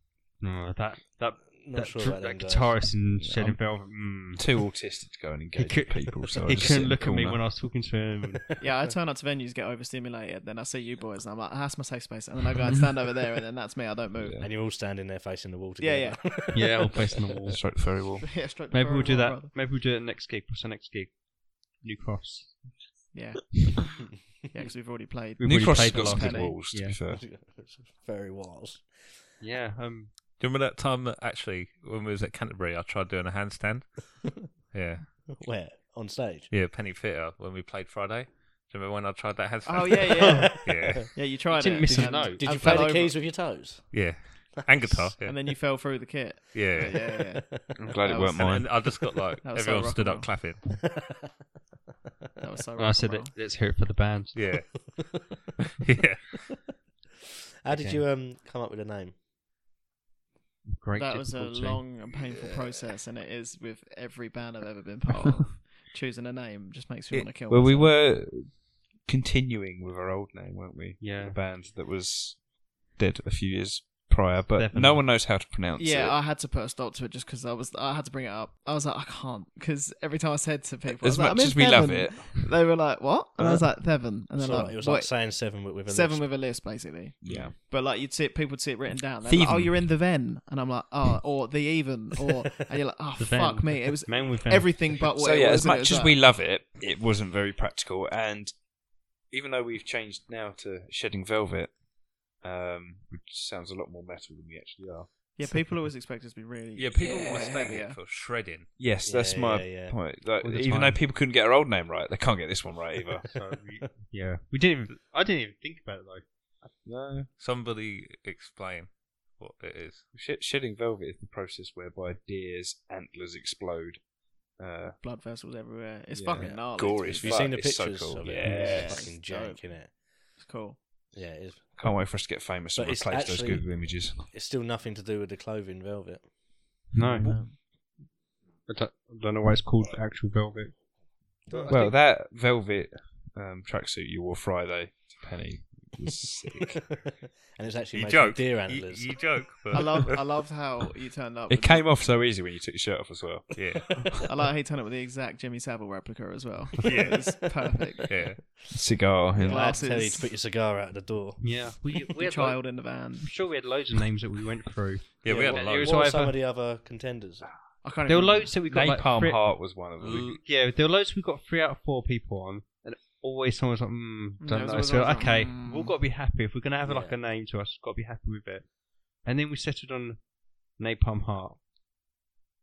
Speaker 6: no, "Mm, that that
Speaker 2: Not sure
Speaker 6: dr-
Speaker 2: about them
Speaker 6: that
Speaker 2: guys.
Speaker 6: guitarist in Shedding Velvet. Mm. [laughs]
Speaker 5: Too autistic to go and engage
Speaker 6: could-
Speaker 5: with people, so I
Speaker 6: [laughs] He
Speaker 5: Oh, just sit in
Speaker 6: couldn't
Speaker 5: the
Speaker 6: look at me
Speaker 5: corner.
Speaker 6: when I was talking
Speaker 5: [laughs]
Speaker 6: to him.
Speaker 4: Yeah, I turn up to venues, get overstimulated, then I see you boys, and I'm like, "Ah, that's my safe space. And then I go and stand over there, and then that's me. I don't move.
Speaker 2: And you're all standing there facing the wall
Speaker 4: Yeah,
Speaker 2: together. Yeah, yeah.
Speaker 6: yeah, all placed
Speaker 5: [laughs]
Speaker 6: on the wall.
Speaker 5: Stroke very well.
Speaker 4: [laughs] Yeah, straight
Speaker 6: Maybe
Speaker 4: before
Speaker 6: we'll do
Speaker 4: everyone,
Speaker 6: that.
Speaker 4: rather.
Speaker 6: Maybe we'll do it next gig. What's our next gig? New Cross.
Speaker 4: Yeah, yeah, because we've already played.
Speaker 6: We've
Speaker 5: New
Speaker 6: already
Speaker 5: Cross has
Speaker 6: played
Speaker 5: got
Speaker 6: the
Speaker 5: some good
Speaker 6: last gig.
Speaker 4: penny.
Speaker 5: walls, to
Speaker 6: Yeah.
Speaker 5: be fair.
Speaker 2: [laughs] Very wise.
Speaker 6: Yeah. Um,
Speaker 1: Do you remember that time that actually when we was at Canterbury, I tried doing a handstand? yeah,
Speaker 2: Where? On stage?
Speaker 1: yeah, Penny Theatre when we played Friday. Do you remember when I tried that handstand?
Speaker 4: [laughs] Oh yeah,
Speaker 2: [laughs]
Speaker 4: yeah,
Speaker 1: yeah,
Speaker 4: yeah. You tried
Speaker 6: Didn't
Speaker 4: it.
Speaker 6: miss a
Speaker 4: and-
Speaker 6: note.
Speaker 2: Did
Speaker 4: and
Speaker 2: you play
Speaker 4: fell
Speaker 2: the
Speaker 4: over
Speaker 2: keys with your toes?
Speaker 1: yeah, and guitar. Yeah,
Speaker 4: And then you fell through the kit.
Speaker 1: yeah.
Speaker 4: Yeah, yeah. yeah.
Speaker 5: I'm glad
Speaker 4: That was-
Speaker 5: it weren't
Speaker 1: And,
Speaker 5: mine.
Speaker 1: and I just got like
Speaker 4: That was so
Speaker 1: everyone
Speaker 4: rock
Speaker 1: stood
Speaker 4: and
Speaker 1: up
Speaker 4: roll.
Speaker 1: clapping.
Speaker 4: That was so.
Speaker 6: I said, let, let's hear it for the band.
Speaker 1: Yeah, yeah.
Speaker 2: [laughs] How did
Speaker 6: Okay.
Speaker 2: you um come up with a name?
Speaker 6: Great.
Speaker 4: that was a
Speaker 6: difficulty.
Speaker 4: long and painful process, and it is with every band I've ever been part of. Choosing a name just makes me
Speaker 5: Yeah,
Speaker 4: want to kill.
Speaker 5: Well, we
Speaker 4: myself.
Speaker 5: were continuing with our old name, weren't we?
Speaker 6: Yeah.
Speaker 5: The band that was dead a few years prior, but
Speaker 6: Definitely.
Speaker 5: no one knows how to pronounce
Speaker 4: Yeah,
Speaker 5: it.
Speaker 4: I had to put a stop to it just because I was. I had to bring it up. I was like, I can't because every time I said to people, I was
Speaker 5: as
Speaker 4: like,
Speaker 5: much
Speaker 4: "I'm in
Speaker 5: as we love
Speaker 4: Devon,"
Speaker 5: it,
Speaker 4: they were like, "What?" And I was
Speaker 5: Uh,
Speaker 4: like, "Devon," and then
Speaker 2: So,
Speaker 4: like,
Speaker 2: it was
Speaker 4: "What?"
Speaker 2: like saying seven but with a
Speaker 4: seven
Speaker 2: lisp.
Speaker 4: with a list, basically.
Speaker 5: yeah,
Speaker 4: But like you'd see it, people would see it written down. They're like, oh,
Speaker 5: Thieving.
Speaker 4: you're in the Ven, and I'm like, oh, or the
Speaker 5: [laughs]
Speaker 4: even, or and you're like, oh,
Speaker 6: [laughs] The Ven.
Speaker 4: fuck me, it was
Speaker 6: Man with Ven.
Speaker 4: everything but what.
Speaker 5: so
Speaker 4: it
Speaker 5: yeah,
Speaker 4: was,
Speaker 5: as
Speaker 4: and it
Speaker 5: much
Speaker 4: was
Speaker 5: as
Speaker 4: like-
Speaker 5: we love it, it wasn't very practical. And even though we've changed now to Shedding Velvet, um, which sounds a lot more metal than we actually are.
Speaker 4: yeah, people always expect us to be really
Speaker 1: Yeah, people
Speaker 5: Yeah.
Speaker 1: mistake it for shredding.
Speaker 5: Yes,
Speaker 2: Yeah,
Speaker 5: that's my
Speaker 2: yeah, yeah.
Speaker 5: point. Like,
Speaker 6: All the
Speaker 5: even
Speaker 6: time.
Speaker 5: though people couldn't get our old name right, they can't get this one right
Speaker 6: [laughs]
Speaker 5: either.
Speaker 6: So we- yeah, we didn't. Even, I didn't even think about it though.
Speaker 5: no,
Speaker 1: Somebody explain what it is.
Speaker 5: Sh- shedding velvet is the process whereby deer's antlers explode. Uh,
Speaker 4: [laughs] blood vessels everywhere. It's
Speaker 5: Yeah.
Speaker 4: fucking gnarly.
Speaker 5: Gory
Speaker 4: It's
Speaker 5: as
Speaker 2: Have you
Speaker 5: fuck,
Speaker 2: seen the
Speaker 5: it's so
Speaker 2: pictures
Speaker 5: cool.
Speaker 2: of it?
Speaker 5: Yes.
Speaker 2: It's fucking jank, innit?
Speaker 4: cool.
Speaker 2: Yeah, it is.
Speaker 5: can't wait for us to get famous
Speaker 2: But
Speaker 5: and
Speaker 2: it's
Speaker 5: replace those
Speaker 2: actually-
Speaker 5: Google images.
Speaker 2: It's still nothing to do with the clothing velvet. [laughs]
Speaker 6: No, I don't, I don't know why it's called actual velvet.
Speaker 5: Well, that velvet um, tracksuit you wore Friday to Penny was
Speaker 6: [laughs]
Speaker 5: sick.
Speaker 2: and it's actually
Speaker 1: You
Speaker 2: made from
Speaker 1: joke.
Speaker 2: deer
Speaker 1: You,
Speaker 2: antlers.
Speaker 1: you joke. But
Speaker 5: [laughs]
Speaker 4: [laughs] I love, I loved how you turned up.
Speaker 5: it
Speaker 4: with-
Speaker 5: came off so easy when you took your shirt off as well.
Speaker 1: yeah,
Speaker 4: I like how you turned up with the exact Jimmy Savile replica as well.
Speaker 1: Yeah.
Speaker 4: it's perfect.
Speaker 1: yeah.
Speaker 5: Cigar.
Speaker 4: yeah.
Speaker 2: Well, I had to tell you
Speaker 4: Glasses.
Speaker 2: to put your cigar out the door.
Speaker 6: Yeah, we, we [laughs]
Speaker 4: The
Speaker 6: had
Speaker 4: child in the van.
Speaker 6: I'm sure we had loads of names that we went through.
Speaker 1: Yeah, we had
Speaker 2: what,
Speaker 1: a lot.
Speaker 6: was
Speaker 2: what were
Speaker 6: either-
Speaker 2: some of the other contenders?
Speaker 4: I can't.
Speaker 6: There were
Speaker 4: even remember.
Speaker 6: loads that we got. like,
Speaker 5: Napalm
Speaker 6: three-
Speaker 5: Heart was one of them.
Speaker 1: Ooh.
Speaker 6: Yeah, there were loads we got three out of four people on, and always someone's like, mm,
Speaker 4: there
Speaker 6: don't
Speaker 4: was
Speaker 6: know.
Speaker 4: always
Speaker 6: So
Speaker 4: someone
Speaker 6: okay,
Speaker 4: like, mm.
Speaker 6: we've got to be happy if we're gonna have like
Speaker 2: Yeah.
Speaker 6: a name to us. Got to be happy with it. And then we settled on Napalm Heart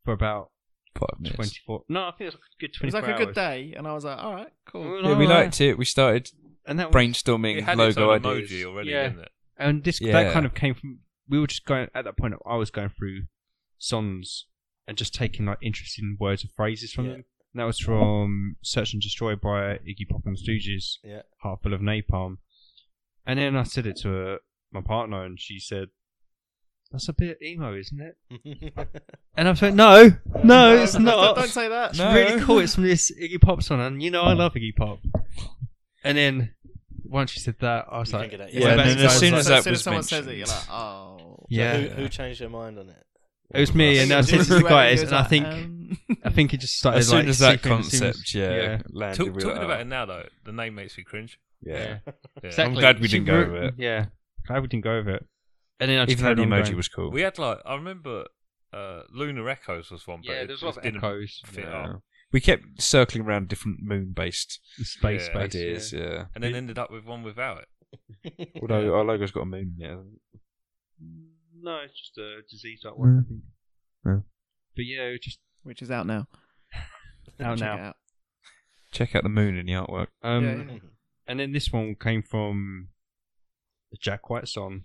Speaker 6: for about
Speaker 5: Five minutes.
Speaker 6: twenty four. No, I think it was like a good
Speaker 4: It
Speaker 6: twenty
Speaker 4: was
Speaker 6: four
Speaker 4: like a good
Speaker 6: hours.
Speaker 4: day, and I was like, all right, cool.
Speaker 5: Yeah, we liked it. We started
Speaker 6: and that was-
Speaker 5: brainstorming
Speaker 1: It had its
Speaker 5: logo
Speaker 1: own
Speaker 5: ideas.
Speaker 1: emoji already,
Speaker 6: Yeah.
Speaker 1: didn't it?
Speaker 6: And this that
Speaker 5: Yeah.
Speaker 6: kind of came from we were just going at that point. I was going through songs and just taking like interesting words and phrases from
Speaker 2: Yeah.
Speaker 6: them. And that was from Search and Destroy by Iggy Pop and the Stooges,
Speaker 2: Yeah.
Speaker 6: Heart Full of Napalm. And then I said it to uh my partner, and she said, "That's a bit emo, isn't it?" And I was like, "No, no,
Speaker 2: [laughs]
Speaker 6: it's not.
Speaker 4: Don't say that.
Speaker 6: It's
Speaker 5: No.
Speaker 6: really cool. It's from this Iggy Pop song, and you know I love Iggy Pop." And then once she said that, I was
Speaker 2: You
Speaker 6: like,
Speaker 2: think of that,
Speaker 5: Yeah,
Speaker 6: back
Speaker 5: and then
Speaker 6: to- I
Speaker 5: as
Speaker 6: was
Speaker 5: soon
Speaker 6: like-
Speaker 5: as
Speaker 4: so
Speaker 5: that
Speaker 4: as soon
Speaker 5: was
Speaker 4: as someone says it,
Speaker 5: mentioned-
Speaker 4: you're like, oh.
Speaker 6: yeah,
Speaker 2: Who, who changed their mind on it?
Speaker 6: It was me, and now
Speaker 4: As soon
Speaker 6: this
Speaker 4: as
Speaker 6: is the
Speaker 4: you went in,
Speaker 6: guys,
Speaker 4: you was
Speaker 6: and I
Speaker 4: like,
Speaker 6: think
Speaker 4: um,
Speaker 6: I think it just started
Speaker 5: as soon
Speaker 6: like,
Speaker 5: as that
Speaker 6: seeping- as soon as-
Speaker 5: concept, yeah, landed,
Speaker 1: Talk,
Speaker 5: we were
Speaker 1: talking
Speaker 5: like,
Speaker 1: about
Speaker 5: "Oh,
Speaker 1: it now, though, the name makes me cringe.
Speaker 5: yeah.
Speaker 1: Yeah.
Speaker 6: Exactly.
Speaker 5: glad we didn't go
Speaker 6: wrote-
Speaker 5: with it.
Speaker 6: Yeah, glad we didn't go with it. And then I just
Speaker 5: Even though
Speaker 6: carried
Speaker 5: the
Speaker 6: on
Speaker 5: emoji
Speaker 6: going.
Speaker 5: was cool.
Speaker 1: We had like I remember uh, Lunar Echoes was one, but
Speaker 6: yeah,
Speaker 1: it
Speaker 6: there was a lot
Speaker 1: just
Speaker 6: of
Speaker 1: didn't
Speaker 6: echoes,
Speaker 1: fit
Speaker 5: Yeah.
Speaker 1: up,
Speaker 5: We kept circling around different moon-based
Speaker 6: space,
Speaker 1: Yeah,
Speaker 6: space.
Speaker 5: ideas. Yeah.
Speaker 1: and then ended up with one without it.
Speaker 2: [laughs]
Speaker 5: Although our logo's got a moon. Yeah.
Speaker 6: No, it's just
Speaker 1: uh,
Speaker 6: a disease that
Speaker 5: one,
Speaker 6: I think.
Speaker 5: Yeah.
Speaker 6: But yeah, it just
Speaker 4: which is out now.
Speaker 6: out
Speaker 4: Check it
Speaker 6: now.
Speaker 4: out.
Speaker 5: Check out the moon in the artwork.
Speaker 6: Um,
Speaker 4: Yeah, yeah.
Speaker 6: And then this one came from the Jack White song,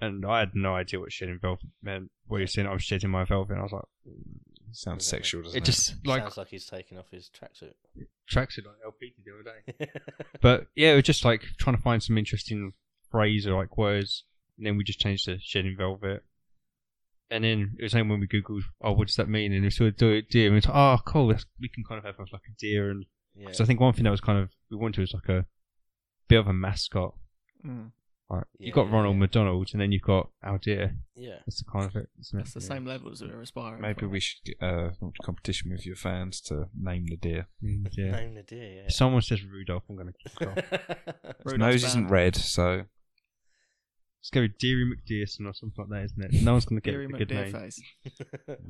Speaker 6: and I had no idea what shedding velvet meant. What you're saying, I'm shedding my velvet. And I was like,
Speaker 5: Sounds
Speaker 2: Exactly.
Speaker 5: sexual, doesn't it?
Speaker 6: it just like
Speaker 2: Sounds like he's taking off his tracksuit. [laughs]
Speaker 6: tracks it like LP did the other day. But yeah, it was just like trying to find some interesting phrase or like words, and then we just changed to shedding velvet. And then it was only when we googled, oh, what does that mean? And we saw do deer, and we thought, oh, cool, that's, we can kind of have like a deer. And
Speaker 2: yeah.
Speaker 6: because I think one thing that was kind of we wanted was like a bit of a mascot.
Speaker 4: Mm.
Speaker 6: Like,
Speaker 2: Yeah,
Speaker 6: you've got
Speaker 2: yeah,
Speaker 6: Ronald
Speaker 2: yeah.
Speaker 6: McDonald, and then you've got Aldir.
Speaker 2: Yeah.
Speaker 6: That's the kind of it. Isn't it?
Speaker 4: That's the same level as we're aspiring.
Speaker 5: Maybe
Speaker 4: for.
Speaker 5: we should get uh, launch a competition with your fans to name the deer.
Speaker 6: Mm, yeah.
Speaker 2: Name the deer, [laughs]
Speaker 6: If someone says Rudolph, I'm gonna kick off.
Speaker 2: yeah.
Speaker 5: His
Speaker 4: Rudolph's
Speaker 5: nose
Speaker 4: bad.
Speaker 5: isn't red, so
Speaker 6: Let's go with Deary McDearson or something like that, isn't it? No one's gonna get
Speaker 4: Gary
Speaker 6: a good
Speaker 4: McDear
Speaker 6: name.
Speaker 4: face.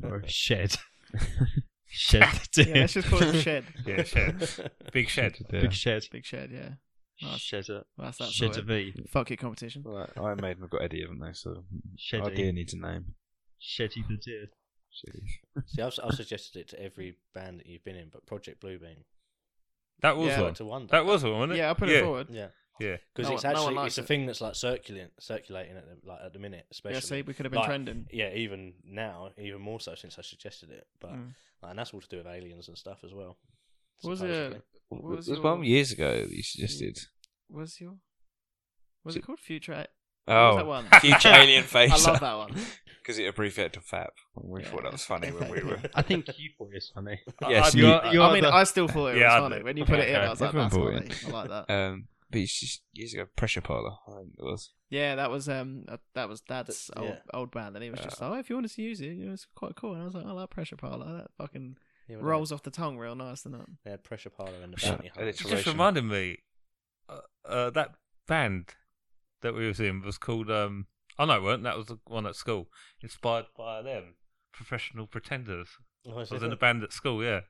Speaker 6: Or Shed. shed. the
Speaker 4: Yeah,
Speaker 6: deer.
Speaker 4: let's just call
Speaker 6: [laughs]
Speaker 4: it shed.
Speaker 1: Yeah, shed. [laughs] Big shed.
Speaker 5: deer.
Speaker 6: Big shed.
Speaker 4: Big shed, yeah. Nice.
Speaker 6: Shedder.
Speaker 4: Well, that's that
Speaker 6: Shedder
Speaker 4: sort of
Speaker 6: V.
Speaker 4: fuck it competition.
Speaker 5: Well, Iron Maiden have got Eddie, haven't they? So our deer
Speaker 6: Sheddy.
Speaker 5: needs a name.
Speaker 6: Sheddy the deer.
Speaker 2: See, I've, I've suggested it to every band that you've been in, but Project Bluebeam.
Speaker 1: That was
Speaker 4: Yeah.
Speaker 1: one.
Speaker 2: To wonder.
Speaker 1: That was one, wasn't it?
Speaker 4: Yeah, I put it forward.
Speaker 2: Yeah.
Speaker 1: Yeah.
Speaker 2: Because
Speaker 4: No
Speaker 2: it's
Speaker 4: one- no one
Speaker 2: actually
Speaker 4: likes
Speaker 2: it's a
Speaker 4: it.
Speaker 2: thing that's like circulating, circulating at the like at the minute, especially.
Speaker 4: Yeah, see, we could have been
Speaker 2: Like,
Speaker 4: trending.
Speaker 2: yeah, even now, even more so since I suggested it. But
Speaker 4: Mm.
Speaker 2: like, and that's all to do with aliens and stuff as well.
Speaker 4: What was it,
Speaker 2: supposedly.
Speaker 6: [laughs]
Speaker 4: What
Speaker 5: There's
Speaker 4: was
Speaker 5: was
Speaker 4: your-
Speaker 5: one years ago that you suggested.
Speaker 4: Was your was
Speaker 5: So-
Speaker 4: it called Future? A-
Speaker 5: Oh,
Speaker 4: what was that one?
Speaker 5: [laughs] huge alien face.
Speaker 4: [laughs] I love that one.
Speaker 5: Because it abbreviated to FAP. We
Speaker 4: Yeah.
Speaker 5: thought that was funny when
Speaker 2: [laughs]
Speaker 5: we
Speaker 4: [laughs]
Speaker 5: were.
Speaker 6: I think you thought it was funny.
Speaker 5: yes,
Speaker 1: you
Speaker 5: you-
Speaker 1: are- you
Speaker 4: I
Speaker 1: are
Speaker 4: mean,
Speaker 1: the-
Speaker 4: I still thought it
Speaker 1: Yeah, I
Speaker 4: was funny
Speaker 1: did.
Speaker 4: when you put it in.
Speaker 1: Okay,
Speaker 4: I was like,
Speaker 5: everyone
Speaker 4: that's
Speaker 5: bought
Speaker 4: funny. I like
Speaker 5: [laughs]
Speaker 4: that.
Speaker 5: Um, but it's just years ago, Pressure Parlor, I think it was.
Speaker 4: Yeah, that was um, uh, that was Dad's
Speaker 2: yeah.
Speaker 4: old, old band, and he was just like, "Oh, if you want us to use it, you know, it's quite cool." And I was like, "I like Pressure Parlor. That fucking
Speaker 2: Yeah, but they-
Speaker 4: rolls off the tongue real nice, doesn't it?"
Speaker 2: They had pressure parlor in the
Speaker 5: Yeah,
Speaker 2: bounty
Speaker 5: and
Speaker 2: hunt.
Speaker 5: it's
Speaker 1: It just reminded me, uh, uh, that band that we was in was called. Um, oh no, it weren't. That was the one at school, inspired by them, professional pretenders.
Speaker 2: Oh, is
Speaker 1: I was
Speaker 2: it?
Speaker 1: in a band at school. Yeah,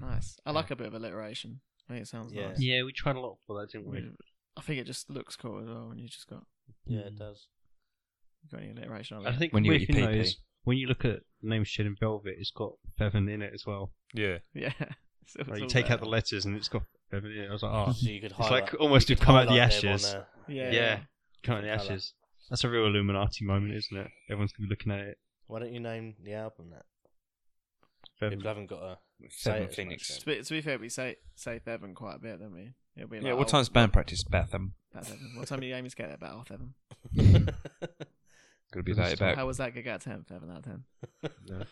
Speaker 4: Nice. I like a bit of alliteration. I think it sounds
Speaker 2: Yeah.
Speaker 4: nice.
Speaker 6: Yeah, we tried a lot for that, didn't
Speaker 4: Mm,
Speaker 6: we?
Speaker 4: I think it just looks cool as well when you just got
Speaker 2: Yeah, it does.
Speaker 4: got any alliteration on it.
Speaker 6: I think
Speaker 5: When you
Speaker 6: when you,
Speaker 5: get your PP.
Speaker 6: those, when you look at the name Shed and Velvet, it's got Bevan in it as well.
Speaker 1: yeah.
Speaker 4: [laughs] yeah. [laughs] So it's
Speaker 6: Like, you
Speaker 4: all
Speaker 6: take
Speaker 4: there.
Speaker 6: out the letters and it's got Bevan in it. I was like,
Speaker 2: [laughs]
Speaker 6: oh,
Speaker 2: So you could
Speaker 6: it's
Speaker 2: highlight.
Speaker 6: like almost you've come out of the
Speaker 2: highlight them on
Speaker 6: ashes.
Speaker 2: there.
Speaker 4: yeah,
Speaker 6: Yeah. Come out of the
Speaker 2: Different colour.
Speaker 6: ashes. That's a real Illuminati moment, isn't it? Everyone's going to be looking at it.
Speaker 2: Why don't you name the album that?
Speaker 6: Bevan. Um,
Speaker 2: People haven't got a. Say it
Speaker 5: Seven
Speaker 2: as
Speaker 5: Phoenix.
Speaker 2: much
Speaker 4: To be, to be fair, we say say Bevan quite a bit, don't we? It'll be
Speaker 5: Yeah,
Speaker 4: like,
Speaker 5: what
Speaker 4: oh,
Speaker 5: time's band practice, Batham?
Speaker 4: that's Bevan. What time are you aiming to get that battle, Bevan?
Speaker 5: Could be that
Speaker 6: Yeah.
Speaker 5: about.
Speaker 4: How was that gig out of ten, Bevan? Out of ten.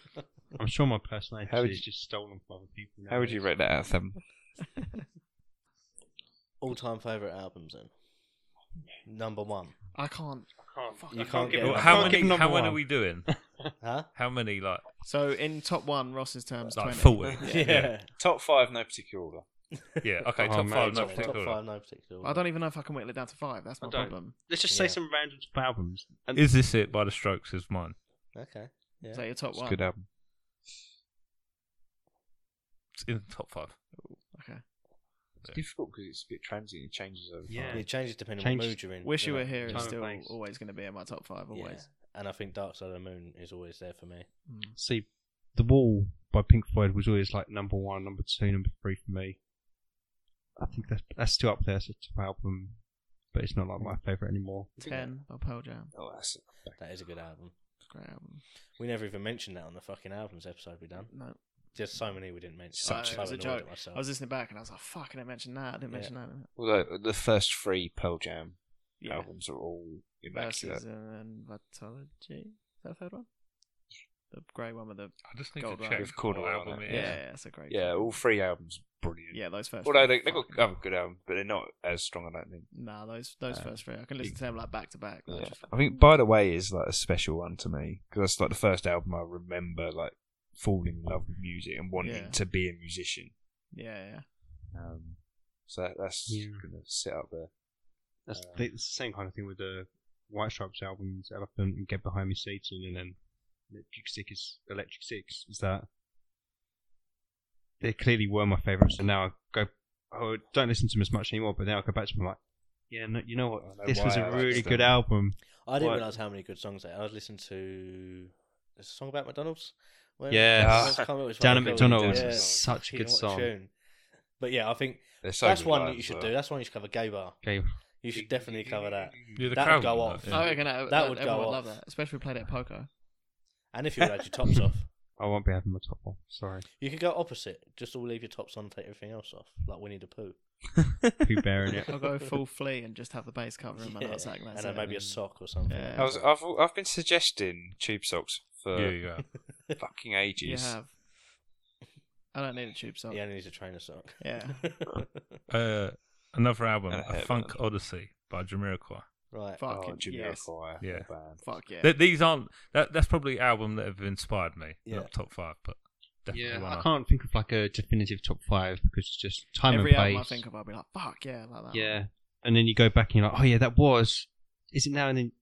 Speaker 6: I'm sure my personality
Speaker 5: How would
Speaker 6: is
Speaker 5: you-
Speaker 6: just stolen from other people.
Speaker 5: How would you rate that out of seven?
Speaker 2: [laughs] All-time favorite albums then. Number one.
Speaker 4: I can't.
Speaker 2: You can't get.
Speaker 1: Well,
Speaker 2: enough.
Speaker 1: how
Speaker 6: can't give
Speaker 1: many?
Speaker 6: number
Speaker 1: How many
Speaker 6: one.
Speaker 1: are we doing?
Speaker 2: Huh?
Speaker 1: How many? Like
Speaker 4: So in top one, Ross's terms,
Speaker 1: like
Speaker 4: 20.
Speaker 1: forty.
Speaker 2: [laughs] Yeah.
Speaker 5: Top five, no particular order.
Speaker 1: Yeah. Okay.
Speaker 6: Oh,
Speaker 1: top
Speaker 6: mate,
Speaker 1: five. No
Speaker 2: Top, top
Speaker 1: particular. order.
Speaker 2: five, no particular.
Speaker 4: I don't even know if I can whittle it down to five. That's my
Speaker 6: I don't.
Speaker 4: problem.
Speaker 6: Let's just
Speaker 2: Yeah.
Speaker 6: say some random albums. And
Speaker 1: Is this it by the Strokes? Is mine.
Speaker 4: e-
Speaker 2: Okay. Yeah.
Speaker 4: Is that your top
Speaker 5: It's a
Speaker 4: one?
Speaker 5: good album.
Speaker 1: It's in the top five.
Speaker 4: Okay.
Speaker 5: It's difficult because it's a bit transient. It changes over time.
Speaker 6: Yeah.
Speaker 2: It changes depending on
Speaker 6: Change-
Speaker 2: what mood you're in.
Speaker 4: Wish you
Speaker 2: know?
Speaker 4: were here
Speaker 6: Time
Speaker 4: is
Speaker 6: and
Speaker 4: still
Speaker 6: place.
Speaker 4: always going to be in my top five.
Speaker 2: Yeah.
Speaker 4: Always.
Speaker 2: And I think Dark Side of the Moon is always there for me.
Speaker 4: Mm.
Speaker 6: see, The Wall by Pink Floyd was always like number one, number two, number three for me. I think that's that's still up there as a top album, but it's not like my favorite anymore.
Speaker 4: Ten by Pearl Jam.
Speaker 5: Oh, that's
Speaker 2: That is a good album.
Speaker 4: It's a Great album.
Speaker 2: We never even mentioned that on the fucking albums episode we done.
Speaker 4: No,
Speaker 2: There's so many we didn't mention.
Speaker 4: Such
Speaker 2: I'm
Speaker 4: as
Speaker 2: so
Speaker 4: a
Speaker 2: annoyed
Speaker 4: joke.
Speaker 2: at myself.
Speaker 4: I was listening back and I was like, "Fuck, I didn't mention that. I didn't
Speaker 2: Yeah.
Speaker 4: mention that."
Speaker 5: Although the first three Pearl Jam
Speaker 4: Yeah.
Speaker 5: albums are all immaculate.
Speaker 4: Versus and Vitology. Is that the third one? The grey one with the
Speaker 1: I just need
Speaker 4: Gold
Speaker 1: to
Speaker 4: Rush.
Speaker 1: check
Speaker 5: With Corduroy
Speaker 1: what
Speaker 5: on
Speaker 1: album
Speaker 5: it,
Speaker 1: it
Speaker 4: yeah,
Speaker 1: is.
Speaker 4: yeah, that's a great.
Speaker 5: Yeah, all three albums are brilliant.
Speaker 4: yeah, those first.
Speaker 5: Although
Speaker 4: three
Speaker 5: they they got
Speaker 4: fucking-
Speaker 5: other good albums, but they're not as strong. I don't think.
Speaker 4: Nah, those those
Speaker 5: Uh,
Speaker 4: first three. I can listen to them like back to back. like,
Speaker 5: Yeah.
Speaker 4: just-
Speaker 5: I think By the Way is like a special one to me because that's like the first album I remember like falling in love with music and wanting
Speaker 4: Yeah.
Speaker 5: to be a musician.
Speaker 4: Yeah, yeah.
Speaker 5: Um, so that, that's
Speaker 6: Yeah.
Speaker 5: gonna sit up there.
Speaker 6: That's
Speaker 5: Uh,
Speaker 6: the, it's the same kind of thing with the White Stripes albums, Elephant and Get Behind Me Satan, and then Electric Six is Electric Six. Is that they clearly were my favourites, and now I go. Oh, I don't listen to them as much anymore, but now I go back to them like, yeah, no, you know what?
Speaker 5: I know
Speaker 6: this
Speaker 5: why
Speaker 6: was
Speaker 5: I
Speaker 6: a
Speaker 5: liked
Speaker 6: really
Speaker 5: them.
Speaker 6: good album.
Speaker 2: I didn't
Speaker 6: What?
Speaker 2: realize how many good songs they. had. I was listening to there's a song about McDonald's. When-
Speaker 6: Yes.
Speaker 2: I can't remember which one
Speaker 6: Down
Speaker 2: it
Speaker 6: at
Speaker 2: was.
Speaker 6: McDonald's,
Speaker 2: Yeah.
Speaker 6: is such a
Speaker 2: Fucking
Speaker 6: good
Speaker 2: what
Speaker 6: song.
Speaker 2: tune. But yeah, I think
Speaker 5: They're so
Speaker 2: that's
Speaker 5: good
Speaker 2: one
Speaker 5: live
Speaker 2: that you
Speaker 5: as
Speaker 2: should
Speaker 5: well.
Speaker 2: do. That's one you should cover. Gay bar.
Speaker 6: Okay,
Speaker 2: You should definitely cover that.
Speaker 1: Yeah, the
Speaker 2: That would
Speaker 1: crowd
Speaker 2: go
Speaker 1: one,
Speaker 2: off.
Speaker 1: that,
Speaker 4: I
Speaker 1: yeah.
Speaker 4: reckon that,
Speaker 2: That would go
Speaker 4: everyone
Speaker 2: off.
Speaker 4: would love that, especially if we played it at Poco.
Speaker 2: And if you had your tops off,
Speaker 6: I won't be having my top off. Sorry,
Speaker 2: you could go opposite. Just all leave your tops on, and take everything else off, like Winnie the Pooh.
Speaker 6: Pooh
Speaker 5: [laughs]
Speaker 6: Bear in it.
Speaker 4: I'll go full flea and just have the bass cover in my
Speaker 2: Yeah.
Speaker 4: nutsack.
Speaker 2: and
Speaker 4: That's
Speaker 2: then
Speaker 4: it.
Speaker 2: maybe a sock or something.
Speaker 4: Yeah.
Speaker 5: I was, I've I've been suggesting tube socks for
Speaker 1: Yeah, you are.
Speaker 5: fucking ages.
Speaker 4: You have. I don't need a tube sock.
Speaker 2: He only needs a trainer sock.
Speaker 4: Yeah.
Speaker 1: Uh, another album,
Speaker 5: And a
Speaker 1: A
Speaker 5: hair
Speaker 1: Funk Odyssey by Jamiroquai.
Speaker 2: [laughs] Right.
Speaker 4: Fucking
Speaker 5: oh, Jimmy
Speaker 4: yes.
Speaker 5: Require,
Speaker 1: Yeah.
Speaker 5: band.
Speaker 4: Fuck yeah.
Speaker 1: Th- these aren't. That, that's probably album that have inspired me.
Speaker 2: Yeah.
Speaker 1: Not top five, but definitely
Speaker 6: Yeah,
Speaker 1: one.
Speaker 6: I
Speaker 1: I-
Speaker 6: can't think of like a definitive top five because it's just time
Speaker 4: Every
Speaker 6: and
Speaker 4: album
Speaker 6: place.
Speaker 4: I think of, I'll be like, fuck yeah, like that.
Speaker 6: yeah, and then you go back and you're like, oh yeah, that was. Is it now? And then,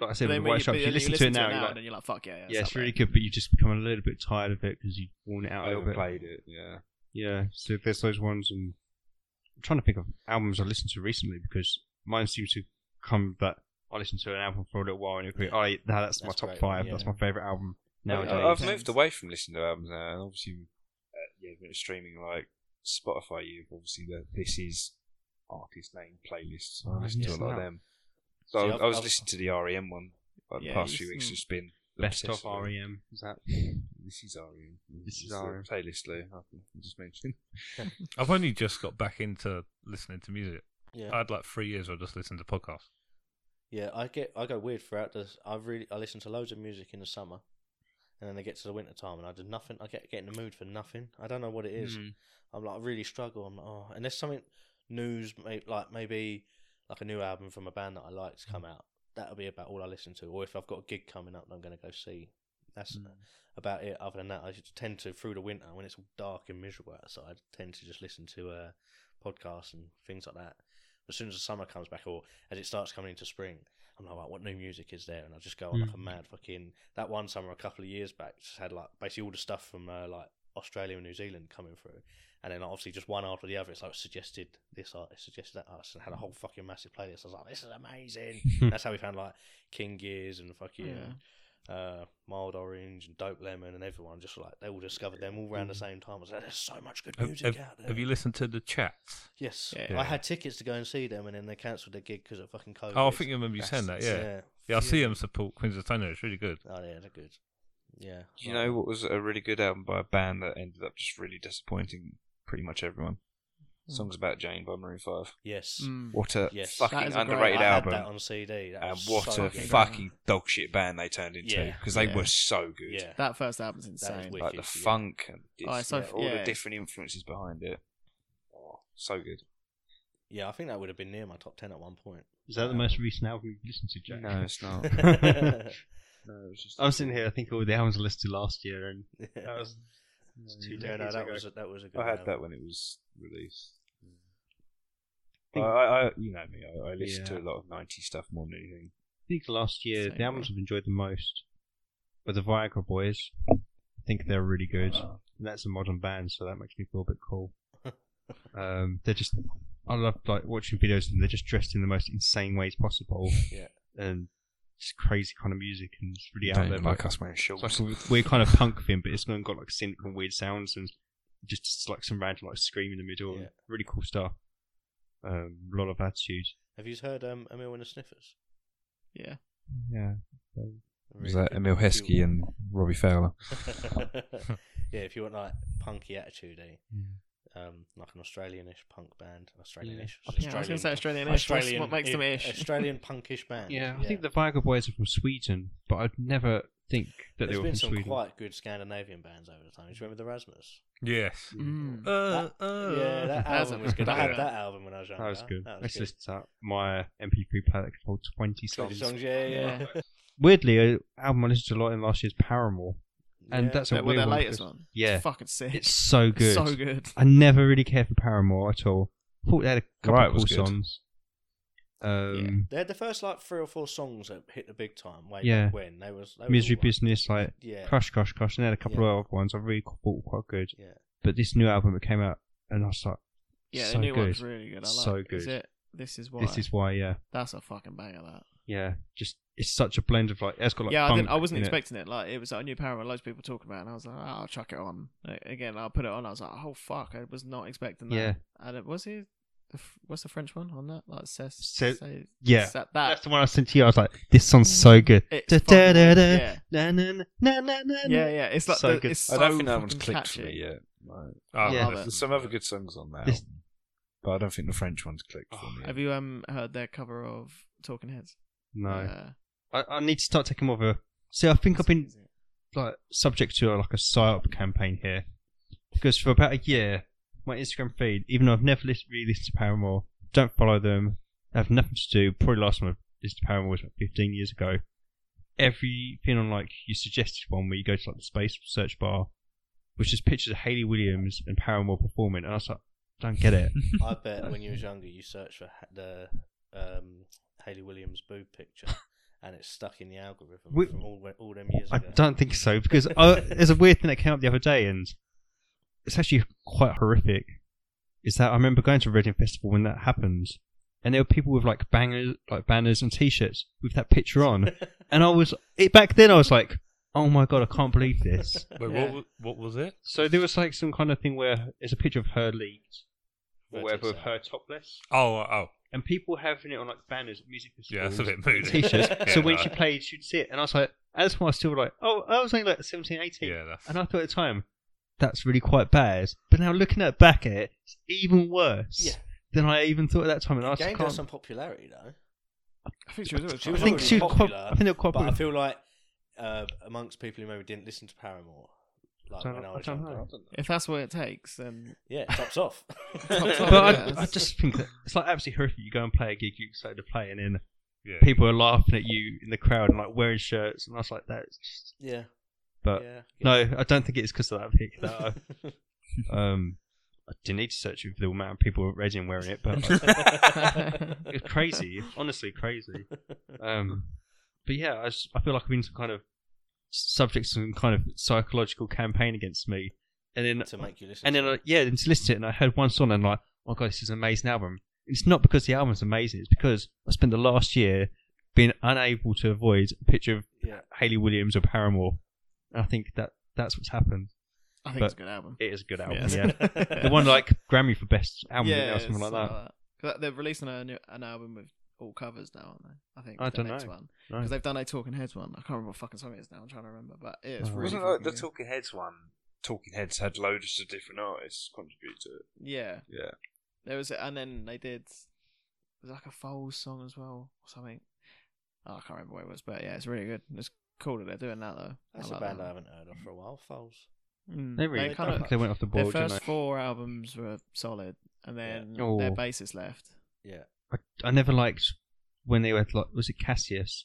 Speaker 6: like I
Speaker 4: But
Speaker 6: said, with
Speaker 4: then
Speaker 6: the
Speaker 4: when
Speaker 6: White
Speaker 4: you,
Speaker 6: Stripes,
Speaker 4: but
Speaker 6: you,
Speaker 4: then
Speaker 6: listen
Speaker 4: you
Speaker 6: to it now, and you're
Speaker 4: and
Speaker 6: like,
Speaker 4: you're like, fuck yeah, yeah.
Speaker 6: yeah,
Speaker 4: up
Speaker 6: it's
Speaker 4: there.
Speaker 6: really good, but you've just become a little bit tired of it because you've worn it out a
Speaker 5: I
Speaker 6: little bit.
Speaker 5: overplayed it. Yeah.
Speaker 6: Yeah, so there's those ones, and I'm trying to think of albums I listened to recently because mine seems to come that I listened to an album for a little while and it'll be, oh, yeah, nah, that's, my
Speaker 2: That's
Speaker 6: top
Speaker 2: great,
Speaker 6: five,
Speaker 2: yeah.
Speaker 6: that's my favourite album
Speaker 5: I-
Speaker 6: nowadays.
Speaker 5: I've
Speaker 4: Thanks.
Speaker 5: moved away from listening to albums now, and obviously, uh, yeah, with streaming like Spotify, you've obviously the this is artist name playlists. and
Speaker 6: Oh,
Speaker 5: I listen to a
Speaker 6: yes,
Speaker 5: lot of
Speaker 6: no.
Speaker 5: them. So
Speaker 2: See,
Speaker 5: I,
Speaker 2: I've-
Speaker 5: I was
Speaker 2: I've-
Speaker 5: listening to the REM one. Like,
Speaker 4: Yeah,
Speaker 5: the past
Speaker 4: you
Speaker 5: few weeks,
Speaker 4: listen-
Speaker 5: just been
Speaker 6: Best of
Speaker 5: obsessed with it.
Speaker 6: REM. Is that?
Speaker 5: This is E REM.
Speaker 6: This is
Speaker 5: the
Speaker 6: REM.
Speaker 5: playlist, Lou. I think I just mentioned.
Speaker 1: I've only just got back into listening to music.
Speaker 2: Yeah.
Speaker 1: I had like three years where I just listened to podcasts.
Speaker 2: Yeah, I get I go weird throughout this. I really I listen to loads of music in the summer, and then I get to the winter time and I do nothing. I get get in the mood for nothing. I don't know what it is.
Speaker 6: Mm.
Speaker 2: I'm like I really struggle. I'm like oh, unless something news may, like maybe like a new album from a band that I like to come out. That'll be about all I listen to. Or if I've got a gig coming up, that I'm going to go see. That's about it. Other than that, I just tend to through the winter when it's all dark and miserable outside, I tend to just listen to uh, podcasts and things like that. As soon as the summer comes back, or as it starts coming into spring, I'm like, right, what new music is there? And I just go on like a mad fucking. That one summer a couple of years back just had like basically all the stuff from uh, like Australia and New Zealand coming through, and then obviously just one after the other. It's like suggested this artist, suggested that artist, and had a whole fucking massive playlist. I was like, this is amazing. That's how we found like King Gears and fucking uh, Mild Orange and Dope Lemon and everyone just like they all discovered them all around the same time. I was like, there's so much good
Speaker 1: Mm. Have,
Speaker 2: music
Speaker 1: have-
Speaker 2: out there.
Speaker 1: have you listened to the chats?
Speaker 2: Yes,
Speaker 4: Yeah.
Speaker 2: I had tickets to go and see them, and then they cancelled their gig because of fucking COVID.
Speaker 1: Oh, I think you remember you saying that. Yeah, yeah. I see them support Queens of Stone Age, It's really good.
Speaker 2: Oh yeah, they're good. Yeah,
Speaker 5: You
Speaker 2: like-
Speaker 5: know what was a really good album by a band that ended up just really disappointing pretty much everyone. Songs about Jane by Maroon Five.
Speaker 2: Yes,
Speaker 4: Mm.
Speaker 5: What a
Speaker 2: Yes. That
Speaker 5: fucking
Speaker 4: is a great-
Speaker 2: I
Speaker 5: underrated
Speaker 2: had
Speaker 5: album.
Speaker 2: that on CD. That
Speaker 5: and
Speaker 2: was
Speaker 5: what
Speaker 2: so
Speaker 5: a
Speaker 2: good.
Speaker 5: fucking dog shit band they turned into
Speaker 2: Yeah.
Speaker 5: because they
Speaker 4: Yeah.
Speaker 5: were so good.
Speaker 2: Yeah,
Speaker 4: That first album's
Speaker 2: was
Speaker 4: insane.
Speaker 2: weird.
Speaker 5: Like the
Speaker 2: Wicked, yeah.
Speaker 5: funk and
Speaker 4: Oh,
Speaker 5: it's-
Speaker 4: it's so
Speaker 5: yeah,
Speaker 4: f-
Speaker 5: all the
Speaker 4: yeah.
Speaker 5: different influences behind it. Oh, so good.
Speaker 2: yeah. I think that would have been near my top ten at one point.
Speaker 6: Is that the most recent album you've listened to, Jack?
Speaker 5: No, it's
Speaker 2: [laughs]
Speaker 5: [laughs] not. no, it's just
Speaker 6: I was sitting here, I think all the albums I listened to last year, and that
Speaker 2: yeah,
Speaker 6: was two
Speaker 2: no,
Speaker 6: decades
Speaker 2: that
Speaker 6: ago.
Speaker 2: was a, that was a good.
Speaker 5: I had
Speaker 2: album.
Speaker 5: that when it was released. I, I, I, you know me. I, I listen
Speaker 6: Yeah.
Speaker 5: to a lot of '90s stuff more than anything.
Speaker 6: I think last year
Speaker 4: Same
Speaker 6: the albums I've enjoyed the most were the Viagra Boys. I think they're really good. And that's a modern band, so that makes me feel a bit
Speaker 2: [laughs]
Speaker 6: cool. um, they're just I love like watching videos and they're just dressed in the most insane ways possible.
Speaker 2: Yeah.
Speaker 6: And it's crazy kind of music and it's really out there. but
Speaker 5: us wearing shorts.
Speaker 6: it's like a weird kind of punk thing, but it's not got like synth and weird sounds and just, just like some random like scream in the middle.
Speaker 2: Yeah.
Speaker 6: Really cool stuff. Um, a lot of attitude.
Speaker 2: Have you heard um, Emil and the Sniffers?
Speaker 4: Yeah.
Speaker 6: Yeah.
Speaker 5: [laughs] Was
Speaker 2: Really
Speaker 5: that
Speaker 2: good.
Speaker 5: Emil
Speaker 2: If
Speaker 5: Heskey
Speaker 2: you-
Speaker 5: and Robbie Fowler?
Speaker 2: Um, [laughs] yeah, if you want like punky attitude, eh?
Speaker 6: Mm.
Speaker 2: Um, like an Australianish punk band, Australianish.
Speaker 4: Yeah, I was going to say Australian ish. That's what makes them ish. [laughs]
Speaker 2: Australian punkish band.
Speaker 6: Yeah, I think the Viagra Boys are from Sweden, but I'd never think that
Speaker 2: There's
Speaker 6: they were
Speaker 2: been
Speaker 6: from
Speaker 2: some
Speaker 6: Sweden.
Speaker 2: quite good Scandinavian bands over the time. Do you remember the Rasmus?
Speaker 1: Yes.
Speaker 4: Mm.
Speaker 1: Uh,
Speaker 2: That-
Speaker 1: uh,
Speaker 2: yeah,
Speaker 4: [laughs]
Speaker 2: that
Speaker 4: That's
Speaker 2: album
Speaker 4: a-
Speaker 2: was good. I had
Speaker 4: Yeah.
Speaker 2: that album when I was
Speaker 6: that
Speaker 2: younger.
Speaker 6: was good.
Speaker 2: uh, That
Speaker 6: I used to
Speaker 2: was
Speaker 6: listen to that. My MP3 player that could hold 20
Speaker 2: good.
Speaker 6: songs.
Speaker 2: songs. Yeah, [laughs] yeah.
Speaker 6: Weirdly, an album I listened to a lot in last year's Paramore, and
Speaker 2: Yeah.
Speaker 6: that's a
Speaker 4: That- well,
Speaker 6: weird
Speaker 4: their
Speaker 6: one
Speaker 4: latest
Speaker 6: because-
Speaker 4: one.
Speaker 6: Yeah,
Speaker 4: It's fucking sick.
Speaker 6: it's so good.
Speaker 4: So good.
Speaker 6: I never really cared for Paramore at all. Thought they had a couple
Speaker 5: Riot
Speaker 6: of cool
Speaker 5: was good.
Speaker 6: songs. Um,
Speaker 2: They're the first like three or four songs that hit the big time. Way
Speaker 6: Yeah.
Speaker 2: back when they was they was all
Speaker 6: Misery
Speaker 2: right.
Speaker 6: Business, like
Speaker 2: Yeah,
Speaker 6: Crush, Crush, Crush, and they had a couple
Speaker 2: Yeah.
Speaker 6: of other ones I really thought were quite good.
Speaker 2: yeah.
Speaker 6: But this new album that came out, and I was like,
Speaker 4: Yeah,
Speaker 6: so
Speaker 4: the new
Speaker 6: good.
Speaker 4: one's really good. I like
Speaker 6: So
Speaker 4: it. Is
Speaker 6: good.
Speaker 4: it? This is why.
Speaker 6: this is why, yeah.
Speaker 4: That's a fucking banger. That.
Speaker 6: Yeah, just it's such a blend of like it's got like
Speaker 4: yeah, I,
Speaker 6: funk
Speaker 4: didn't, I wasn't
Speaker 6: in it.
Speaker 4: expecting it. Like it was like, a new Paramore. Loads of people talking about, it, and I was like, oh, I'll chuck it on Like, again. I'll put it on. I was like, oh fuck, I was not expecting that.
Speaker 6: Yeah.
Speaker 4: And it was he. the f- What's the French one on that? Like ses,
Speaker 6: Se-
Speaker 4: se-
Speaker 6: yeah.
Speaker 4: se- that.
Speaker 6: That's the one I sent to you. I was like, this song's so good.
Speaker 4: It's
Speaker 6: Da-
Speaker 4: fucking-
Speaker 6: da- da- da-
Speaker 4: yeah.
Speaker 6: Mm. na- na- na- na- na-
Speaker 4: yeah, yeah. It's like
Speaker 6: So
Speaker 4: the,
Speaker 6: good.
Speaker 4: it's
Speaker 5: I
Speaker 4: so
Speaker 5: don't think that one's
Speaker 4: fucking
Speaker 5: clicked
Speaker 4: catchy.
Speaker 5: for me yet.
Speaker 1: I
Speaker 6: Yeah.
Speaker 1: love
Speaker 4: Love
Speaker 1: it.
Speaker 4: it.
Speaker 5: There's some other good songs on that,
Speaker 6: This-
Speaker 5: album, but I don't think the French one's clicked for me.
Speaker 4: Have you um heard their cover of Talking Heads?
Speaker 6: No,
Speaker 4: Uh,
Speaker 6: I, I need to start taking more of a. See, I think I've been
Speaker 4: is it?
Speaker 6: like subject to like a psyop campaign here, because for about a year, my Instagram feed, even though I've never lis- really listened to Paramore, don't follow them, have nothing to do. Probably last time I this to Paramore was about 15 years ago. Everything on like your suggested one where you go to like the space search bar, which is pictures of Haley Williams and Paramore performing, and I was like, don't get it.
Speaker 2: I bet when you was younger, you searched for ha- the um, Haley Williams boob
Speaker 6: [laughs]
Speaker 2: picture, and it's stuck in the algorithm
Speaker 6: We-
Speaker 2: from all all them years
Speaker 6: I
Speaker 2: ago.
Speaker 6: don't think so because
Speaker 2: [laughs]
Speaker 6: uh, there's a weird thing that came up the other day, and it's actually quite horrific. Is that I remember going to a Reading Festival when that happened, and there were people with like bangers, like banners and T-shirts with that picture on,
Speaker 2: [laughs]
Speaker 6: and I was it back then. I was like, oh my god, I can't believe this.
Speaker 1: Wait,
Speaker 2: Yeah.
Speaker 1: what, wa- what was it?
Speaker 6: so there was like some kind of thing where there's a picture of her leaked, or whatever, of
Speaker 2: Vertice.
Speaker 6: her topless,
Speaker 1: Oh, uh, oh,
Speaker 6: and people having it on like banners, at music festivals.
Speaker 1: yeah, that's a bit moody.
Speaker 6: T-shirts.
Speaker 1: [laughs]
Speaker 6: so
Speaker 1: Yeah,
Speaker 6: when
Speaker 1: no.
Speaker 6: she played, she'd see it, and I was like, at this point, I was still like, oh, I was only like 17,
Speaker 1: [laughs]
Speaker 6: 18.
Speaker 1: Yeah, that's.
Speaker 6: And I thought at the time, that's really quite bad. But now looking at back at it, it's even worse
Speaker 2: Yeah.
Speaker 6: than I even thought at that time. And I
Speaker 2: It
Speaker 6: just
Speaker 2: gained her
Speaker 6: can't-
Speaker 2: some popularity though.
Speaker 4: I think she was.
Speaker 2: She
Speaker 6: I
Speaker 2: was
Speaker 6: think
Speaker 2: already
Speaker 6: she was quite,
Speaker 2: popular,
Speaker 6: I think they were quite
Speaker 2: But I
Speaker 6: popular.
Speaker 2: feel like uh, amongst people who maybe didn't listen to Paramore, like
Speaker 6: Don't-
Speaker 2: when I
Speaker 6: I
Speaker 2: was
Speaker 6: don't
Speaker 2: younger,
Speaker 6: know.
Speaker 4: If that's what it takes, then
Speaker 2: yeah, it tops
Speaker 6: [laughs]
Speaker 2: off. [laughs]
Speaker 4: Tops off,
Speaker 6: But
Speaker 4: yeah.
Speaker 6: I, I just think that it's like absolutely horrific. You go and play a gig, you excited to play, and then
Speaker 1: yeah.
Speaker 6: people are laughing at you in the crowd and like wearing shirts, and I was like, that's just.
Speaker 2: yeah,
Speaker 6: But
Speaker 2: yeah,
Speaker 6: no, I don't think it's because of that. pic that
Speaker 2: [laughs]
Speaker 6: I, um, I didn't need to search for the amount of people at Reading wearing it,
Speaker 2: [laughs]
Speaker 6: but like, [laughs] it's crazy, It's honestly crazy. Um, but yeah, I, just, I feel like I've been some kind of subject to some kind of psychological campaign against me, and then
Speaker 2: to make you listen.
Speaker 6: and
Speaker 2: to
Speaker 6: then uh,
Speaker 2: it.
Speaker 6: I, yeah, then to listen to it, and I heard one song, and I'm like, oh my god, this is an amazing album. It's not because the album's amazing; it's because I spent the last year being unable to avoid a picture of
Speaker 2: Yeah.
Speaker 6: Haley Williams or Paramore, and I think that that's what's happened.
Speaker 4: I think
Speaker 6: But-
Speaker 4: it's a good album.
Speaker 6: It is a good album,
Speaker 4: Yes.
Speaker 6: yeah. [laughs] the one like Grammy for best album
Speaker 4: yeah,
Speaker 6: or something like
Speaker 4: Uh,
Speaker 6: that.
Speaker 4: that. They're releasing a new, an album with all covers now, aren't they? I think
Speaker 6: I
Speaker 4: the
Speaker 6: don't
Speaker 4: next
Speaker 6: know.
Speaker 4: one
Speaker 6: No.
Speaker 4: because they've done a Talking Heads one. I can't remember what fucking song it is now. I'm trying to remember, but it's
Speaker 6: Oh.
Speaker 4: really
Speaker 5: Wasn't like the
Speaker 4: fucking good.
Speaker 5: Talking Heads one? Talking Heads had loads of different artists contribute to it.
Speaker 4: Yeah,
Speaker 5: Yeah.
Speaker 4: there was, and then they did there's like a Foles song as well or something. Oh, I can't remember what it was, but yeah, it's really good. It's cool that they're doing that though.
Speaker 2: That's
Speaker 4: I
Speaker 2: a
Speaker 4: like
Speaker 2: band I
Speaker 4: that.
Speaker 2: haven't heard of for a while. Foles.
Speaker 4: Mm,
Speaker 6: They really,
Speaker 4: they
Speaker 6: they,
Speaker 4: kind of
Speaker 6: they went off the
Speaker 4: their
Speaker 6: board.
Speaker 4: first
Speaker 6: didn't they?
Speaker 4: four albums were solid, and then
Speaker 6: Yeah.
Speaker 4: their
Speaker 6: Oh.
Speaker 4: bassist left.
Speaker 6: I, I never liked when they were like, was it Cassius?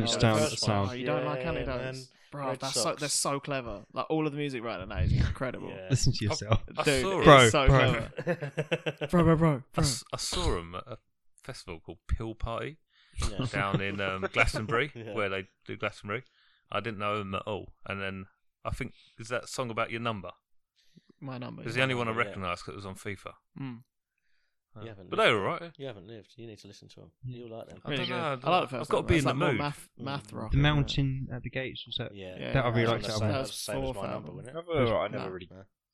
Speaker 2: Oh, the
Speaker 6: stand the
Speaker 2: first one.
Speaker 4: Oh,
Speaker 6: sound.
Speaker 4: you don't like
Speaker 2: Yeah,
Speaker 4: Annie
Speaker 2: man.
Speaker 4: Does? Bro,
Speaker 2: Red
Speaker 4: that's so,
Speaker 2: Sox.
Speaker 4: they're so clever. Like all of the music right now is incredible.
Speaker 2: Yeah. [laughs]
Speaker 6: Listen to yourself.
Speaker 1: I
Speaker 4: Dude,
Speaker 1: saw
Speaker 4: it's
Speaker 6: Bro,
Speaker 4: so
Speaker 6: bro.
Speaker 4: clever. Bro, bro, bro,
Speaker 1: I,
Speaker 4: bro.
Speaker 1: s- I saw him at a festival called Pill Party
Speaker 2: Yeah.
Speaker 1: down in
Speaker 2: [laughs]
Speaker 1: um, Glastonbury,
Speaker 2: Yeah.
Speaker 1: where they do Glastonbury. I didn't know him at all, and then I think is that song about your number.
Speaker 4: My number.
Speaker 1: It's the only one I
Speaker 2: Yeah.
Speaker 1: recognised because it was on FIFA.
Speaker 4: Mm.
Speaker 1: Uh,
Speaker 2: You haven't
Speaker 1: but
Speaker 2: lived
Speaker 1: they were
Speaker 2: it.
Speaker 1: all right.
Speaker 2: You haven't lived. You need to listen to them.
Speaker 6: Mm.
Speaker 2: You'll like them.
Speaker 1: I
Speaker 4: Really
Speaker 1: don't know,
Speaker 4: good.
Speaker 1: I
Speaker 4: I
Speaker 1: don't-
Speaker 4: like the first
Speaker 1: I've got to
Speaker 4: one.
Speaker 1: be
Speaker 4: It's
Speaker 1: in the
Speaker 4: like more
Speaker 1: mood.
Speaker 4: Math, math rock.
Speaker 6: The
Speaker 4: isn't it?
Speaker 6: mountain at the gates was that?
Speaker 2: Yeah,
Speaker 4: Yeah,
Speaker 6: That I really
Speaker 2: was
Speaker 6: liked
Speaker 2: the
Speaker 6: that
Speaker 2: same-
Speaker 6: album.
Speaker 2: was the same as
Speaker 4: Fourth
Speaker 2: my number,
Speaker 4: album.
Speaker 2: wasn't it?
Speaker 5: Never, I never
Speaker 4: No.
Speaker 5: really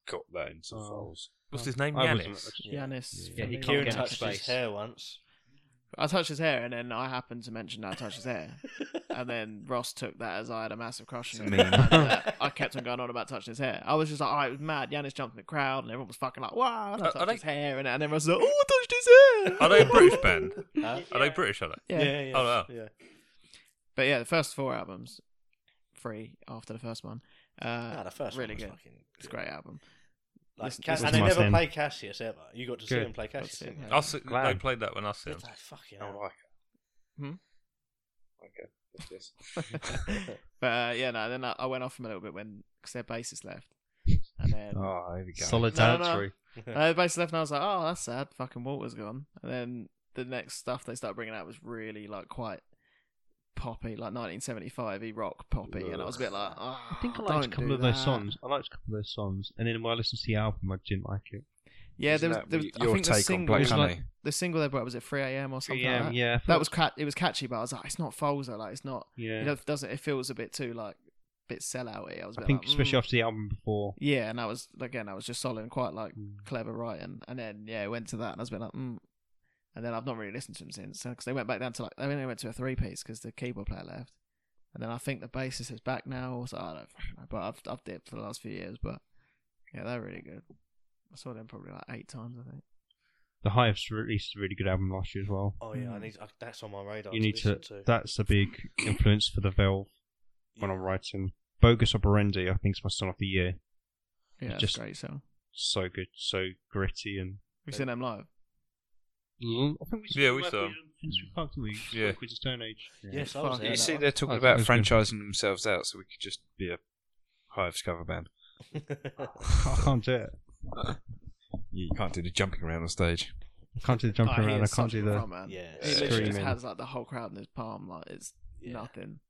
Speaker 5: got that into
Speaker 6: Oh.
Speaker 5: Foles.
Speaker 1: What's his name?
Speaker 6: I wasn't-
Speaker 1: Yannis.
Speaker 2: Yeah.
Speaker 4: Yanis.
Speaker 6: Yeah, he
Speaker 4: Fernandez.
Speaker 6: can't
Speaker 2: Kieran
Speaker 6: get
Speaker 2: touched
Speaker 6: touch
Speaker 2: his hair once. [laughs]
Speaker 4: I touched his hair, and then I happened to mention that I touched his hair, and then Ross took that as I had a massive crush on him.
Speaker 5: Mean.
Speaker 4: And,
Speaker 6: [laughs]
Speaker 4: uh, I kept on going on about touching his hair. I was just like, "All right, it was mad." Yanis jumped in the crowd, and everyone was fucking like, "Wow!" And I
Speaker 1: Are- are
Speaker 4: touched
Speaker 1: they-
Speaker 4: his hair, and, and then Ross was like, "Oh, I touched his hair."
Speaker 1: Are they a
Speaker 4: [laughs]
Speaker 1: British band?
Speaker 2: [laughs] Huh?
Speaker 1: Are they British? Are they?
Speaker 4: Yeah.
Speaker 2: yeah.
Speaker 1: Oh, wow.
Speaker 2: yeah.
Speaker 4: But yeah, the first four albums, three after the first one, uh,
Speaker 5: Oh,
Speaker 2: Nah, the first one
Speaker 4: really
Speaker 2: was
Speaker 4: good.
Speaker 2: fucking
Speaker 4: It's a great album.
Speaker 2: Like,
Speaker 4: Listen-
Speaker 2: Cass-
Speaker 4: listen
Speaker 2: and
Speaker 6: to
Speaker 2: they
Speaker 6: my
Speaker 2: never
Speaker 6: stand.
Speaker 2: played Cassius ever. You got to see
Speaker 6: Good.
Speaker 2: him play
Speaker 4: Got to
Speaker 2: Cassius.
Speaker 4: see
Speaker 2: didn't
Speaker 4: him,
Speaker 2: you?
Speaker 4: yeah.
Speaker 1: I see, they
Speaker 6: Glad.
Speaker 1: played that when I see
Speaker 2: Good
Speaker 1: them.
Speaker 2: day, fucking
Speaker 5: I
Speaker 2: hell.
Speaker 5: like it.
Speaker 4: Hmm?
Speaker 5: Okay. that's Yes.
Speaker 4: [laughs] But uh, yeah, no, then I, I went off them a little bit when because their bassist left,
Speaker 5: [laughs]
Speaker 4: and then
Speaker 5: oh, there we go.
Speaker 6: Solidarity.
Speaker 4: And I basically left and I was like, oh, that's sad. Fucking Walter's gone. And then the next stuff they started bringing out was really like quite poppy, like 1975 e rock poppy. And I was a bit like, oh,
Speaker 6: I think I liked a couple of those songs. I liked a couple of those songs, and then when I listened to the album, I didn't like it.
Speaker 4: Yeah,
Speaker 5: Isn't
Speaker 4: there was,
Speaker 5: that
Speaker 4: there was
Speaker 5: your
Speaker 4: I think the
Speaker 5: take on
Speaker 4: single,
Speaker 5: Black
Speaker 4: was like-
Speaker 5: Honey?
Speaker 4: the single they brought was at 3 a.m. or something. like that.
Speaker 6: yeah,
Speaker 4: that was cat. It was catchy, but I was like, it's not Foles though. Like it's not.
Speaker 6: yeah.
Speaker 4: It does- doesn't. It feels a bit too like, bit sellouty. I was. A
Speaker 6: I
Speaker 4: bit
Speaker 6: think
Speaker 4: like,
Speaker 6: especially
Speaker 4: mm.
Speaker 6: after the album before.
Speaker 4: Yeah, and I was again, I was just solid and quite like
Speaker 6: Mm.
Speaker 4: clever writing, and then yeah, it went to that, and I was a bit like, mm. and then I've not really listened to him since because they went back down to like they only went to a three piece because the keyboard player left, and then I think the bassist is back now, so I don't fucking know, but I've I've dipped for the last few years, but yeah, they're really good. I saw them probably like eight times, I think.
Speaker 6: The Hives released a really good album last year as well.
Speaker 2: Oh yeah, I
Speaker 4: Mm.
Speaker 2: need. I, that's on my radar.
Speaker 6: you need to,
Speaker 2: listen to.
Speaker 6: That's a big influence for the Valve when I'm writing. Bogus Operandi, I think, is my song of the year.
Speaker 4: Yeah, it's
Speaker 6: Just-
Speaker 4: great song.
Speaker 6: So good, so gritty, and
Speaker 4: Have you seen them live?
Speaker 6: L- I think we
Speaker 1: Yeah, we saw 'em. Yeah.
Speaker 6: Yeah, Quiz of Stone Age.
Speaker 2: Yes, I was
Speaker 4: Fuck.
Speaker 2: there.
Speaker 5: You
Speaker 2: that
Speaker 5: see,
Speaker 2: one.
Speaker 5: they're talking
Speaker 6: Oh,
Speaker 5: about
Speaker 6: that's good.
Speaker 5: franchising themselves out, so we could just be a Hives cover band.
Speaker 6: I can't do it.
Speaker 5: You can't do the jumping around on stage.
Speaker 6: I can't do the jumping around. I can't do the.
Speaker 2: yeah.
Speaker 4: He literally just
Speaker 6: Screaming.
Speaker 4: has like the whole crowd in his palm, like it's
Speaker 2: [laughs]
Speaker 4: nothing.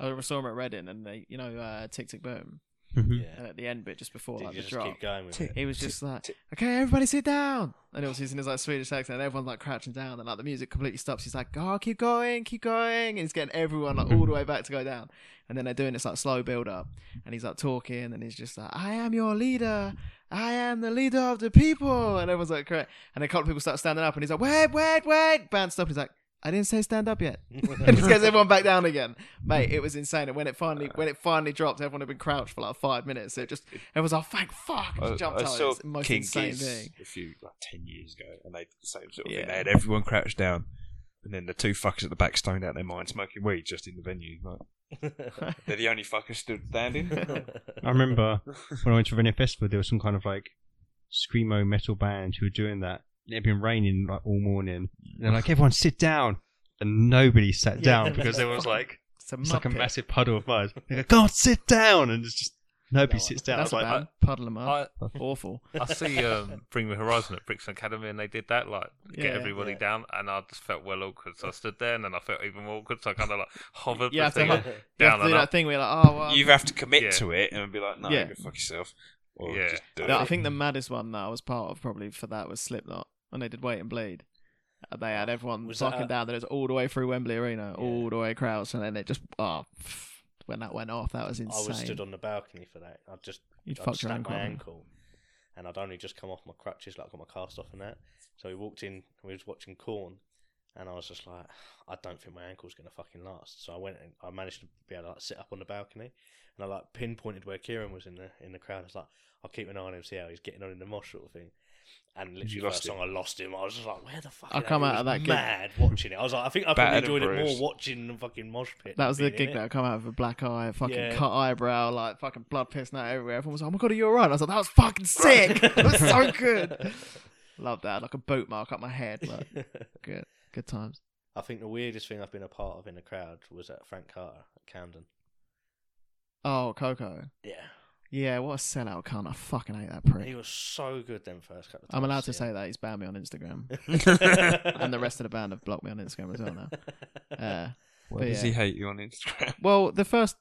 Speaker 4: I saw him at Reading, and they, you know, uh, Tick Tick Boom,
Speaker 6: Mhm.
Speaker 2: Yeah.
Speaker 4: and at the end bit, just before
Speaker 2: Did
Speaker 4: like
Speaker 2: you
Speaker 4: the
Speaker 2: just
Speaker 4: drop,
Speaker 2: keep going
Speaker 4: [laughs]
Speaker 2: with it?
Speaker 4: he was just like, "Okay, everybody sit down," and it was using his like Swedish accent. And everyone's like crouching down, and like the music completely stops. He's like, "Oh, keep going, keep going," and he's getting everyone like all the way back to go down. And then they're doing this like slow build up, and he's like talking, and he's just like, "I am your leader." I am the leader of the people, and everyone's like, "Correct!" And a couple of people start standing up, and he's like, "Wait, wait, wait!" Band stop. He's like, "I didn't say stand up yet." and [laughs] just
Speaker 2: [laughs]
Speaker 4: gets everyone back down again. Mate, it was insane. And when it finally when it finally dropped, everyone had been crouched for like five minutes. So it just everyone's like, thank fuck, and
Speaker 5: I,
Speaker 4: just jumped
Speaker 5: I
Speaker 4: out.
Speaker 5: saw
Speaker 4: It's the most
Speaker 5: King
Speaker 4: insane
Speaker 5: Giz
Speaker 4: thing.
Speaker 5: a few like ten years ago, and they did the same sort of
Speaker 4: Yeah.
Speaker 5: thing. They had everyone crouched down, and then the two fuckers at the back stoned out their mind, smoking weed just in the venue. Like, they're the only fuckers still
Speaker 4: [laughs]
Speaker 5: standing.
Speaker 6: [laughs] I [laughs] remember when I went to Reading Festival, there was some kind of like screamo metal band who were doing that. It had been raining like all morning. And they're like, "Everyone, sit down," and nobody
Speaker 4: [laughs]
Speaker 6: sat down because everyone was like,
Speaker 4: It's a,
Speaker 6: it's like a
Speaker 4: muppet.
Speaker 6: massive puddle of mud. They go, "Can't sit down," and it's just nobody
Speaker 2: No,
Speaker 6: sits down.
Speaker 4: That's
Speaker 6: I was
Speaker 4: a
Speaker 6: like,
Speaker 4: band. Puddle 'em up.
Speaker 1: I,
Speaker 4: Awful.
Speaker 1: I see um, Bring Me Horizon at Brixton Academy, and they did that, like
Speaker 4: Yeah,
Speaker 1: get everybody
Speaker 2: yeah.
Speaker 1: down, and I just felt well awkward. So I stood there, and then I felt even more awkward. So I kind of like hovered
Speaker 4: You
Speaker 1: the
Speaker 4: have to
Speaker 1: thing
Speaker 4: have- You have
Speaker 1: down
Speaker 4: to do
Speaker 1: and
Speaker 4: that
Speaker 1: up.
Speaker 4: thing where you're like, oh, well,
Speaker 5: you have to commit
Speaker 1: Yeah.
Speaker 5: to it and be like, no,
Speaker 4: Yeah.
Speaker 5: go fuck yourself. Or
Speaker 1: Yeah.
Speaker 5: just do
Speaker 4: No,
Speaker 5: it.
Speaker 4: I think the maddest one that I was part of probably for that was Slipknot when they did Wait and Bleed. Uh, They had everyone
Speaker 2: Was that
Speaker 4: blocking
Speaker 2: at-
Speaker 4: down. There was all the way through Wembley Arena,
Speaker 2: Yeah.
Speaker 4: all the way crowds, and then it just oh, pff, when that went off, that was
Speaker 2: [laughs] I
Speaker 4: insane.
Speaker 2: was stood on the balcony for that. I just
Speaker 4: You'd
Speaker 2: I'd
Speaker 4: fucked your
Speaker 2: snapped
Speaker 4: ankle.
Speaker 2: my
Speaker 4: hadn't you?
Speaker 2: ankle, and I'd only just come off my crutches, like I got my cast off and that. So we walked in, and we was watching Corn, and I was just like, I don't think my ankle's gonna fucking last. So I went and I managed to be able to like, sit up on the balcony, and I like pinpointed where Kieran was in the in the crowd. I was like, I'll keep an eye on him, see how he's getting on in the mosh sort of thing. And literally,
Speaker 5: lost
Speaker 2: first
Speaker 5: him.
Speaker 2: song I lost him. I was just like, "Where the fuck?"
Speaker 4: I
Speaker 2: is that?
Speaker 4: come
Speaker 2: It
Speaker 4: out
Speaker 2: was
Speaker 4: of that gig-
Speaker 2: mad watching it. I was like, "I think I probably
Speaker 5: Battered
Speaker 2: enjoyed
Speaker 5: and
Speaker 2: it more
Speaker 5: bruised.
Speaker 2: watching the fucking mosh pit."
Speaker 4: That was the
Speaker 2: than being
Speaker 4: gig
Speaker 2: in [laughs]
Speaker 4: that
Speaker 2: it.
Speaker 4: I come out with a black eye, fucking
Speaker 2: Yeah.
Speaker 4: cut eyebrow, like fucking blood pissing out everywhere. Everyone was like, "Oh my god, are you alright?" I was like, "That was fucking sick. that
Speaker 2: [laughs]
Speaker 4: was so good." Love that, like a boot mark up my head. Like, good, good times.
Speaker 2: I think the weirdest thing I've been a part of in a crowd was at Frank Carter at Camden.
Speaker 4: Oh, Coco.
Speaker 2: Yeah.
Speaker 4: Yeah, what a sellout cunt. I fucking hate that prick.
Speaker 2: He was so good then first couple of times.
Speaker 4: I'm allowed to say that he's banned me
Speaker 2: [laughs]
Speaker 4: on Instagram,
Speaker 2: that.
Speaker 4: and the rest of the band have blocked me on Instagram as well now.
Speaker 2: [laughs]
Speaker 4: Uh,
Speaker 5: Why
Speaker 4: but
Speaker 5: does
Speaker 4: yeah.
Speaker 5: he hate you on Instagram? [laughs]
Speaker 4: well, the first,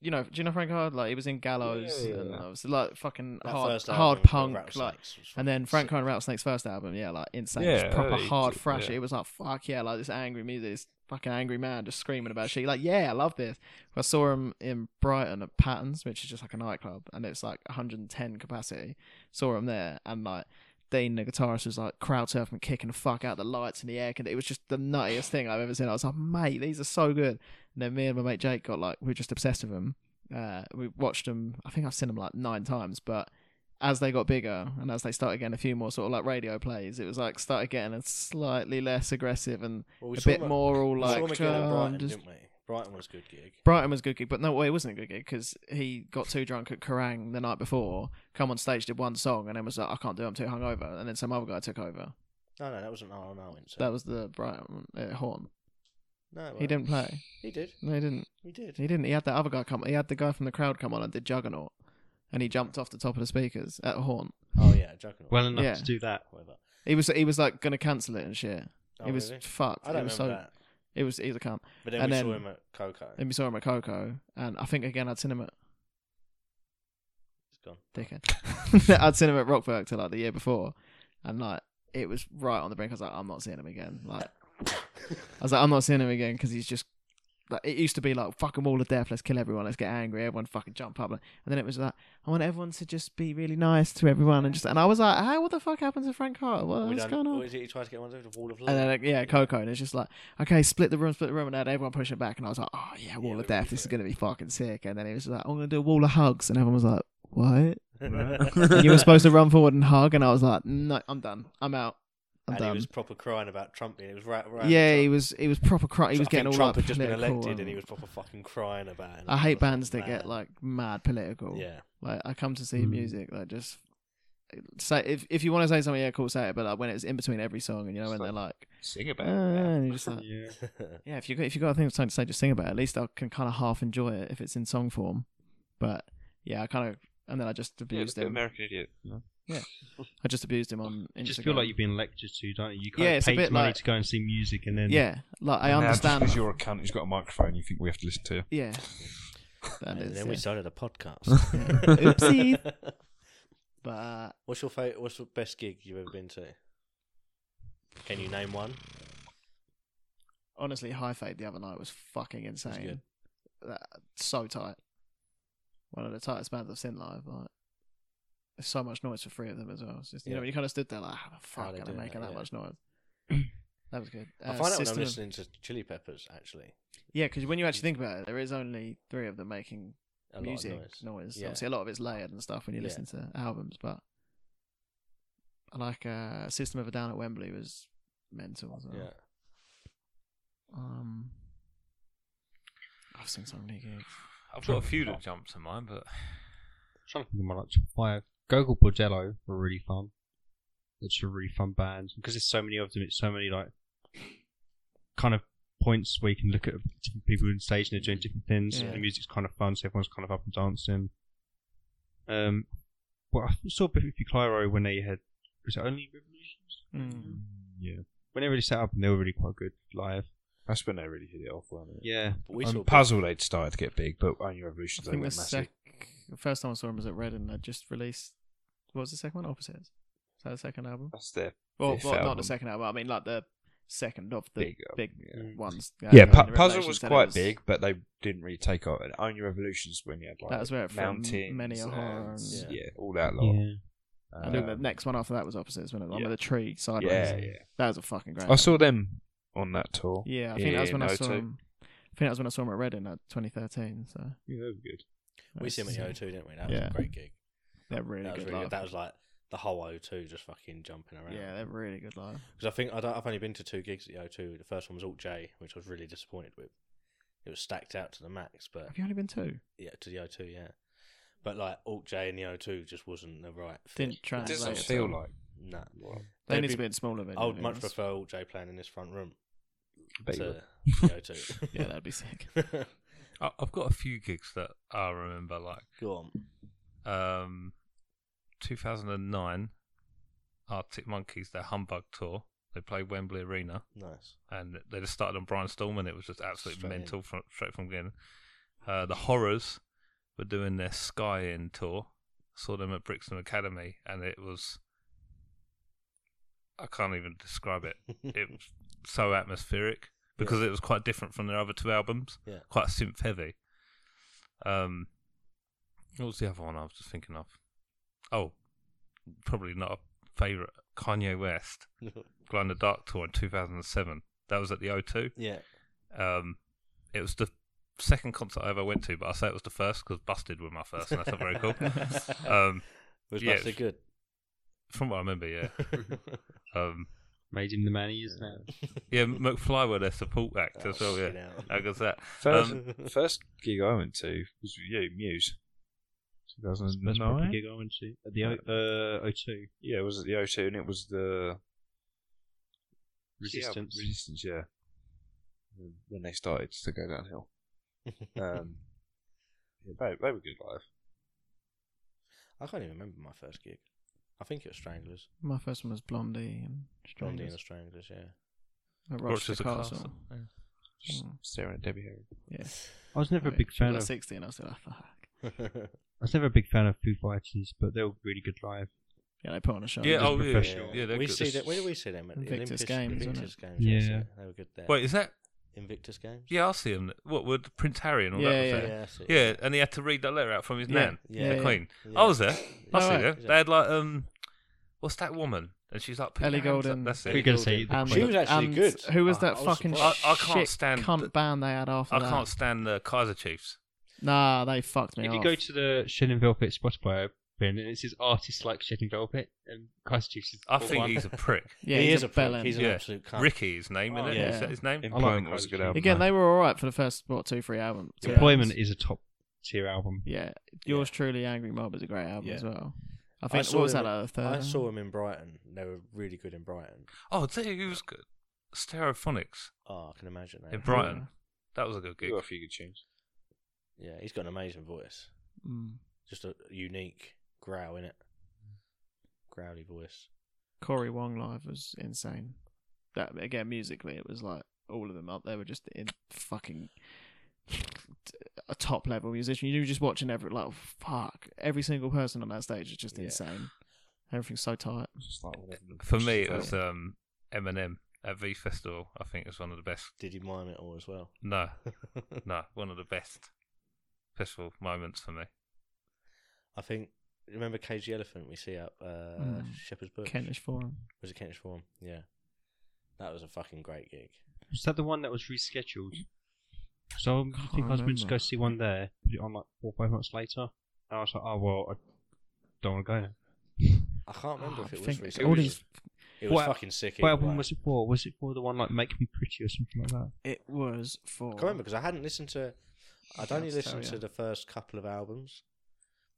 Speaker 4: you know, do you know Frank Hard? Like he was in Gallows,
Speaker 5: Yeah, yeah,
Speaker 4: and
Speaker 5: yeah.
Speaker 4: I was like fucking
Speaker 2: That
Speaker 4: hard,
Speaker 2: first
Speaker 4: hard
Speaker 2: album with
Speaker 4: punk,
Speaker 2: Rattlesnakes
Speaker 4: like.
Speaker 2: was
Speaker 4: And then
Speaker 2: fucking
Speaker 4: Frank
Speaker 2: sick.
Speaker 4: Ryan Rattlesnake's first album, yeah, like insane, It's
Speaker 5: Yeah,
Speaker 4: proper
Speaker 5: early,
Speaker 4: hard
Speaker 5: yeah.
Speaker 4: thrashy. It was like fuck yeah, like this angry music, this fucking angry man just screaming about shit. Like yeah, I love this. I saw him in Brighton at Patton's, which is just like a nightclub, and it's like 110 capacity. Saw him there, and like Dean, the guitarist, was like crowd surfing, kicking the fuck out the lights and the air, and it was just the nuttiest thing I've ever seen. I was like, mate, these are so good. And then me and my mate Jake got like we were just obsessed with them. Uh, we watched them. I think I've seen them like nine times, but as they got bigger and as they started getting a few more sort of like radio plays, it was like started getting a slightly less aggressive and
Speaker 2: Well, we
Speaker 4: a
Speaker 2: saw
Speaker 4: bit
Speaker 2: him at-
Speaker 4: more all
Speaker 2: we
Speaker 4: like.
Speaker 2: saw him again at
Speaker 4: "Oh, I'm
Speaker 2: Brighton,
Speaker 4: just-
Speaker 2: didn't we? Brighton was a good gig.
Speaker 4: Brighton was a good gig, but no, well, it wasn't a good gig because he got too drunk at Kerrang the night before, come on stage, did one song, and then was like, I can't do it, I'm too hungover. And then some other guy took over.
Speaker 2: No, no, that wasn't R and R went.
Speaker 4: That was the Brighton uh, Horn.
Speaker 2: no, it
Speaker 4: He
Speaker 2: weren't.
Speaker 4: didn't play.
Speaker 2: He did.
Speaker 4: No, he didn't.
Speaker 2: He did.
Speaker 4: He didn't. He had that other guy come. He had the guy from the crowd come on and did Juggernaut, and he jumped off the top of the speakers at Horn.
Speaker 2: Oh yeah, Juggernaut.
Speaker 6: well enough
Speaker 4: Yeah.
Speaker 6: to do that.
Speaker 2: whatever.
Speaker 4: He was he was like gonna cancel it and shit.
Speaker 2: Oh,
Speaker 4: he was
Speaker 2: really?
Speaker 4: fucked.
Speaker 2: I don't
Speaker 4: it was
Speaker 2: remember
Speaker 4: so
Speaker 2: that.
Speaker 4: it was he's a cunt.
Speaker 2: But then
Speaker 4: and
Speaker 2: we
Speaker 4: then-
Speaker 2: saw him at Coco.
Speaker 4: Then we saw him at Coco, and I think again I'd seen him at
Speaker 2: He's gone. [laughs]
Speaker 4: Dickhead. [laughs] I'd seen him at Rockberg till like the year before, and like it was right on the brink. I was like, I'm not seeing him again.
Speaker 2: [laughs]
Speaker 4: Like I was like, I'm not seeing him again because he's just like it used to be like fucking wall of death. Let's kill everyone. Let's get angry. Everyone fucking jump up. And then it was like, I want everyone to just be really nice to everyone and just. And I was like, hey, what the fuck happened to Frank Carter? What,
Speaker 2: We
Speaker 4: what's
Speaker 2: don't-
Speaker 4: going on?
Speaker 2: What is it? He tried to get one over the wall of
Speaker 4: And then
Speaker 2: love.
Speaker 4: like, yeah, Coco, and it's just like, okay, split the room, split the room, and then everyone pushing back, and I was like, oh yeah, wall
Speaker 2: Yeah,
Speaker 4: of
Speaker 2: we're
Speaker 4: death,
Speaker 2: ready
Speaker 4: this
Speaker 2: for
Speaker 4: is
Speaker 2: it.
Speaker 4: gonna be fucking sick. And then he was like, I'm gonna do a wall of hugs, and everyone was like,
Speaker 2: [laughs]
Speaker 4: what?
Speaker 2: and
Speaker 4: And you were supposed to run forward and hug, and I was like, no, I'm done, I'm out, I'm
Speaker 2: And he
Speaker 4: done.
Speaker 2: was proper crying about Trump being. It was right. right
Speaker 4: yeah,
Speaker 2: Trump.
Speaker 4: he was he was proper crying. He was
Speaker 2: I
Speaker 4: getting
Speaker 2: think
Speaker 4: all
Speaker 2: Trump
Speaker 4: like,
Speaker 2: had just been
Speaker 4: political
Speaker 2: elected, and he was proper fucking crying about it.
Speaker 4: I hate bands that
Speaker 2: Mad.
Speaker 4: get like mad political.
Speaker 2: Yeah,
Speaker 4: Like I come to see
Speaker 6: Mm.
Speaker 4: music that just say if if you want to say something, yeah, cool, say it. But like when it's in between every song, and you know when
Speaker 5: It's
Speaker 4: they're like,
Speaker 5: Sing
Speaker 4: "Ah,"
Speaker 5: about it.
Speaker 4: and you're just like,
Speaker 6: Yeah.
Speaker 4: yeah, if you got, if you got a thing something to say, just sing about it. At least I can kind of half enjoy it if it's in song form. But yeah, I kind of and then I just
Speaker 5: Yeah,
Speaker 4: abused
Speaker 5: the
Speaker 4: him.
Speaker 5: American idiot.
Speaker 4: I just abused him on Instagram.
Speaker 6: You just feel like you're being lectured to, don't you? You kind
Speaker 4: Yeah,
Speaker 6: of
Speaker 4: it's a
Speaker 6: pay
Speaker 4: bit
Speaker 6: money
Speaker 4: like-
Speaker 6: to go and see music, and then
Speaker 4: yeah, like I
Speaker 5: Now, just
Speaker 4: understand.
Speaker 5: Because you're a cunt who's got a microphone, you think we have to listen to you.
Speaker 4: Yeah, [laughs]
Speaker 2: [laughs]
Speaker 4: that
Speaker 2: And
Speaker 4: is.
Speaker 2: then
Speaker 4: yeah.
Speaker 2: we started a podcast.
Speaker 4: Oopsie. But uh,
Speaker 2: [laughs] What's your favorite? What's the best gig you've ever been to? Can you name one?
Speaker 4: honestly, high fade the other night was fucking insane.
Speaker 2: good.
Speaker 4: That, so tight. One of the tightest bands I've seen live. Like, there's so much noise for three of them as well. It's just, you
Speaker 2: Yeah.
Speaker 4: know, you kind of stood there like, how the fuck
Speaker 2: they
Speaker 4: are they
Speaker 2: doing
Speaker 4: making
Speaker 2: that?
Speaker 4: that,
Speaker 2: Yeah.
Speaker 4: much
Speaker 2: [clears throat]
Speaker 4: noise? that was good.
Speaker 2: I
Speaker 4: Uh,
Speaker 2: find out when I'm
Speaker 4: System of-
Speaker 2: listening to Chili Peppers. Actually,
Speaker 4: Yeah, because when you actually think about it, there is only three of them making
Speaker 2: a
Speaker 4: music
Speaker 2: lot of noise.
Speaker 4: noise.
Speaker 2: Yeah.
Speaker 4: Obviously, a lot of it's layered and stuff when you
Speaker 2: Yeah.
Speaker 4: listen to albums, but I like uh, System of a Down at Wembley was mental as well.
Speaker 2: Yeah.
Speaker 4: Um, I've seen so many gigs.
Speaker 1: I've got a few that jump to mind, but
Speaker 6: trying to think of my like top five. Gogol Bordello were really fun. It's a really fun band because there's so many of them. It's so many like kind of points where you can look at different people on stage and they're doing different things.
Speaker 4: Yeah.
Speaker 6: The music's kind of fun, so everyone's kind of up and dancing. Um, well, I saw Biffy Clyro when they had was it only Revolutions?
Speaker 4: Hmm.
Speaker 5: Mm-hmm.
Speaker 6: Yeah, when they really set up and they were really quite good live.
Speaker 5: That's when they really hit it off, weren't it?
Speaker 6: Yeah,
Speaker 2: But we
Speaker 5: Um,
Speaker 2: saw
Speaker 5: Puzzle, they'd started to get big, but Only Revolutions,
Speaker 4: I
Speaker 5: they
Speaker 4: think the
Speaker 5: went massive.
Speaker 4: sec- the first time I saw him was at Red, and they just released. What was the second one? Opposites. Is that the second album?
Speaker 5: That's their
Speaker 4: Well,
Speaker 5: fifth
Speaker 4: well not
Speaker 5: album.
Speaker 4: the second album. I mean, like the second of the big,
Speaker 5: big, um, yeah.
Speaker 4: ones. uh,
Speaker 5: Yeah,
Speaker 4: going
Speaker 5: pu-
Speaker 4: into
Speaker 5: Puzzle
Speaker 4: Revelations,
Speaker 5: was
Speaker 4: then it
Speaker 5: quite big, but they didn't really take off. And Only Revolutions when you had like
Speaker 4: That was where it from
Speaker 5: mountains,
Speaker 4: many a horror.
Speaker 5: and-
Speaker 4: and-
Speaker 5: yeah.
Speaker 2: Yeah.
Speaker 5: all that lot.
Speaker 6: yeah.
Speaker 4: And then the
Speaker 5: Um,
Speaker 4: next one after that was opposites, wasn't it? The one
Speaker 5: yeah.
Speaker 4: with the tree sideways.
Speaker 5: yeah, yeah.
Speaker 4: That was a fucking great.
Speaker 5: I saw them on that tour.
Speaker 4: Yeah, I think that was when I
Speaker 5: in
Speaker 4: saw
Speaker 5: 02.
Speaker 4: him. I think that was when I saw him at Reading at 2013. So
Speaker 5: Yeah, they were good.
Speaker 2: we see him at the
Speaker 4: that's-
Speaker 2: O2, didn't we? That was
Speaker 4: Yeah.
Speaker 2: a great gig.
Speaker 4: They're really
Speaker 2: that was
Speaker 4: good
Speaker 2: really
Speaker 4: live.
Speaker 2: good. That was like the whole O2 just fucking jumping around.
Speaker 4: yeah, they're really good live.
Speaker 2: Because I think I don't, I've only been to two gigs at the O2. The first one was Alt J, which I was really disappointed with. It was stacked out to the max, but
Speaker 4: Have you only been two?
Speaker 2: yeah, to the O2, yeah. But like Alt J and the O2 just wasn't the right. fit.
Speaker 4: Didn't
Speaker 2: Like,
Speaker 5: It
Speaker 4: translate.
Speaker 5: doesn't
Speaker 4: Later
Speaker 5: feel
Speaker 4: on.
Speaker 5: like.
Speaker 2: Nah.
Speaker 4: They
Speaker 2: They'd
Speaker 4: need
Speaker 2: be-
Speaker 4: to be in smaller venues.
Speaker 2: I would much
Speaker 4: that's-
Speaker 2: prefer Alt J playing in this front room
Speaker 5: But you
Speaker 2: to
Speaker 5: were-
Speaker 2: the [laughs] O2.
Speaker 4: [laughs] Yeah, that'd be sick.
Speaker 1: I, I've got a few gigs that I remember, like
Speaker 2: [laughs] Go on.
Speaker 1: um, 2009 Arctic Monkeys, their Humbug tour. They played Wembley Arena,
Speaker 2: Nice. [laughs]
Speaker 1: and they just started on Brian Stallman. It was just absolutely
Speaker 2: Straight in.
Speaker 1: mental from, straight from the beginning. Uh, the Horrors were doing their Sky In tour. Saw them at Brixton Academy, and it was I can't even describe it. It was so atmospheric because it was quite different from their other two albums.
Speaker 2: Yeah.
Speaker 1: quite synth heavy. Um, what was the other one I was just thinking of? Oh, probably not a favorite. Kanye West. Glow in the Dark tour in 2007. That was at the O2.
Speaker 2: yeah.
Speaker 1: Um, it was the second concert I ever went to, but I say it was the first because Busted were my first, and that's not very
Speaker 2: [laughs]
Speaker 1: cool. Um,
Speaker 2: was
Speaker 1: yeah,
Speaker 2: yeah, so good.
Speaker 1: from what I remember,
Speaker 2: [laughs]
Speaker 1: yeah. Um,
Speaker 6: Made him the man he is now.
Speaker 1: yeah, McFly were their support
Speaker 2: Oh,
Speaker 1: act as well,
Speaker 2: Fucking
Speaker 1: yeah.
Speaker 2: hell.
Speaker 1: I guess that.
Speaker 2: [laughs]
Speaker 5: First,
Speaker 1: Um,
Speaker 5: first gig I went to was with you, Muse.
Speaker 6: That's probably
Speaker 5: 2009?
Speaker 6: gig I went to at the O- uh, O2
Speaker 5: Yeah, it was at the O2, and it was the
Speaker 6: Resistance.
Speaker 5: Yeah, resistance, yeah. When they started to
Speaker 7: [laughs]
Speaker 5: go downhill. Um, yeah, they, they were good live.
Speaker 2: I can't even remember my first gig. I think it was Stranglers.
Speaker 4: My first one was Blondie and
Speaker 2: Blondie and
Speaker 4: Strangers.
Speaker 2: the Stranglers, yeah.
Speaker 4: at
Speaker 1: Rochester Castle. Yeah.
Speaker 5: Just
Speaker 4: Mm.
Speaker 5: staring at Debbie Harry.
Speaker 4: Yeah.
Speaker 6: I was never a big
Speaker 4: She was
Speaker 6: fan
Speaker 4: like
Speaker 6: of. I
Speaker 4: 60 and I was like, oh, fuck.
Speaker 1: [laughs]
Speaker 6: was never a big fan of Foo Fighters, but they were really good live.
Speaker 4: Yeah, they put on a show.
Speaker 1: Yeah,
Speaker 6: Just
Speaker 1: oh, yeah, yeah.
Speaker 6: professional.
Speaker 1: yeah they're
Speaker 2: we
Speaker 1: good.
Speaker 2: see that. Where do we see them? At the
Speaker 4: Invictus
Speaker 2: Olympus-
Speaker 4: Games, wasn't
Speaker 2: Invictus games.
Speaker 6: Yeah.
Speaker 2: so they were good there.
Speaker 1: Wait, is that.
Speaker 2: Invictus games.
Speaker 1: Yeah, I see him. What, with Printarian and all
Speaker 4: Yeah,
Speaker 1: that? was
Speaker 4: yeah,
Speaker 1: there?
Speaker 2: yeah. I see.
Speaker 1: Yeah, and he had to read that letter out from his
Speaker 4: Yeah.
Speaker 1: nan,
Speaker 2: Yeah,
Speaker 1: the
Speaker 2: yeah.
Speaker 1: Queen.
Speaker 2: Yeah.
Speaker 1: I was there. I
Speaker 4: Yeah.
Speaker 1: see
Speaker 4: Alright.
Speaker 1: them. They had like um, what's that woman? And she's like, put
Speaker 4: Ellie
Speaker 1: your hands up.
Speaker 4: Goulding.
Speaker 1: That's
Speaker 6: You're
Speaker 1: it.
Speaker 6: gonna say
Speaker 4: And-
Speaker 2: She was actually
Speaker 4: and
Speaker 2: good.
Speaker 4: Who was
Speaker 2: I-
Speaker 4: that
Speaker 2: Ah, I was
Speaker 4: fucking
Speaker 2: surprised.
Speaker 1: I- I can't
Speaker 4: shit
Speaker 1: stand
Speaker 4: cunt
Speaker 1: the-
Speaker 4: band they had after
Speaker 1: I
Speaker 4: that?
Speaker 1: can't stand the Kaiser Chiefs.
Speaker 4: Nah, they fucked me
Speaker 6: If
Speaker 4: off.
Speaker 6: you go to the Shedding Velvet Spotify bin, and it says artists like Shedding Velvet, and Christ Jesus.
Speaker 1: I think he's a prick.
Speaker 4: [laughs] yeah,
Speaker 2: he
Speaker 4: he's
Speaker 2: is a
Speaker 4: a
Speaker 2: prick.
Speaker 4: bellend.
Speaker 2: He's an
Speaker 1: Yeah.
Speaker 2: absolute cunt.
Speaker 1: Ricky, his name, isn't
Speaker 6: Oh,
Speaker 1: it?
Speaker 4: yeah.
Speaker 1: Is that his name?
Speaker 6: [laughs] I like
Speaker 5: Employment was a
Speaker 6: Crazy
Speaker 5: good
Speaker 6: Kid.
Speaker 5: album.
Speaker 4: Again,
Speaker 5: though.
Speaker 4: they were all right for the first what two, three albums.
Speaker 2: Yeah.
Speaker 6: Employment is a top tier album.
Speaker 4: Yeah, yours truly, Angry Mob is a great album
Speaker 2: Yeah.
Speaker 4: as well. I think
Speaker 2: saw
Speaker 4: what was
Speaker 2: them
Speaker 4: that? Like, a third?
Speaker 2: I saw them in Brighton. They were really good in Brighton.
Speaker 1: Oh, I'll tell you, it was good. Stereophonics
Speaker 2: Oh, I can imagine that.
Speaker 1: in Brighton. That was a good gig.
Speaker 5: We've got a few good tunes.
Speaker 2: Yeah, he's got an amazing voice.
Speaker 4: Mm.
Speaker 2: Just a unique growl in it. Growly voice.
Speaker 4: Corey Wong live was insane. That again, musically, it was like all of them up there were just in fucking a top level musician. You were just watching every like oh, fuck every single person on that stage is just
Speaker 2: Yeah.
Speaker 4: insane. Everything's so tight.
Speaker 5: Just like whatever the-
Speaker 1: For me, it
Speaker 5: uh,
Speaker 1: was um, Eminem at V Festival. I think it was one of the best.
Speaker 2: Did he mime it all as well? [laughs]
Speaker 1: No, no, one of the best festival moments for me.
Speaker 2: I think. Remember Cage the Elephant we see up uh,
Speaker 4: Mm.
Speaker 2: Shepherd's Bush?
Speaker 4: Kentish Forum.
Speaker 2: Was it Kentish Forum? Yeah. That was a fucking great gig.
Speaker 6: Is that the one that was rescheduled? So I think I was meant
Speaker 4: remember.
Speaker 6: to go see one there, put it on like four or five months later. And I was like, oh, well, I don't want to go now.
Speaker 2: I can't remember
Speaker 4: Oh,
Speaker 2: if
Speaker 4: I
Speaker 2: it was
Speaker 4: think
Speaker 2: rescheduled.
Speaker 4: all these-
Speaker 2: It was
Speaker 6: What-
Speaker 2: fucking sick.
Speaker 6: What
Speaker 2: either
Speaker 6: album
Speaker 2: way.
Speaker 6: was it for? Was it for the one like Make Me Pretty or something like that?
Speaker 4: It was for.
Speaker 2: I can't remember because I hadn't listened to. I'd only
Speaker 4: Sounds
Speaker 2: listened
Speaker 4: so,
Speaker 2: to
Speaker 4: yeah.
Speaker 2: the first couple of albums,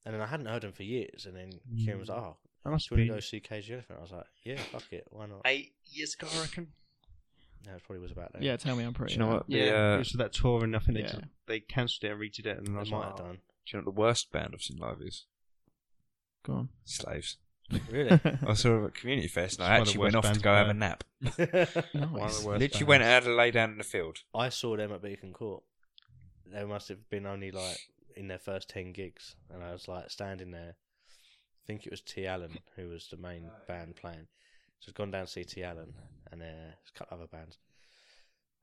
Speaker 2: and then I hadn't heard them for years. And then
Speaker 4: Mm.
Speaker 2: Kieran was like, "Oh,
Speaker 6: That must
Speaker 2: do
Speaker 6: have
Speaker 2: you want
Speaker 6: been
Speaker 2: to go see Cage the Elephant?" I was like, "Yeah, fuck it, why not?"
Speaker 6: eight years ago, I reckon.
Speaker 2: No, it probably was about that.
Speaker 4: Yeah, tell me I'm pretty.
Speaker 7: Do you know
Speaker 4: yeah.
Speaker 7: what?
Speaker 6: Yeah,
Speaker 7: The,
Speaker 6: it
Speaker 7: uh,
Speaker 6: was for that tour, and I think they
Speaker 4: Yeah.
Speaker 6: just, they cancelled it and redid it, and I
Speaker 2: they
Speaker 6: was
Speaker 2: might
Speaker 6: like,
Speaker 2: have
Speaker 6: oh,
Speaker 2: done.
Speaker 7: Do you know what the worst band I've seen live is?
Speaker 4: Go [laughs] on.
Speaker 6: [laughs]
Speaker 7: Slaves.
Speaker 2: Really?
Speaker 7: I saw them at Community Fest and
Speaker 6: It's
Speaker 7: I
Speaker 6: one of the
Speaker 7: actually went
Speaker 6: worst
Speaker 7: off to
Speaker 6: bands
Speaker 7: go have a nap.
Speaker 2: [laughs]
Speaker 4: [laughs]
Speaker 6: I've one of
Speaker 4: nice.
Speaker 6: the worst
Speaker 7: Literally
Speaker 6: bands.
Speaker 7: went out and lay down in the field.
Speaker 2: I saw them at Beacon Court. They must have been only like in their first ten gigs, and I was like standing there. I think it was T. Allen who was the main band playing. So I'd gone down to see T. Allen and uh, a couple other bands.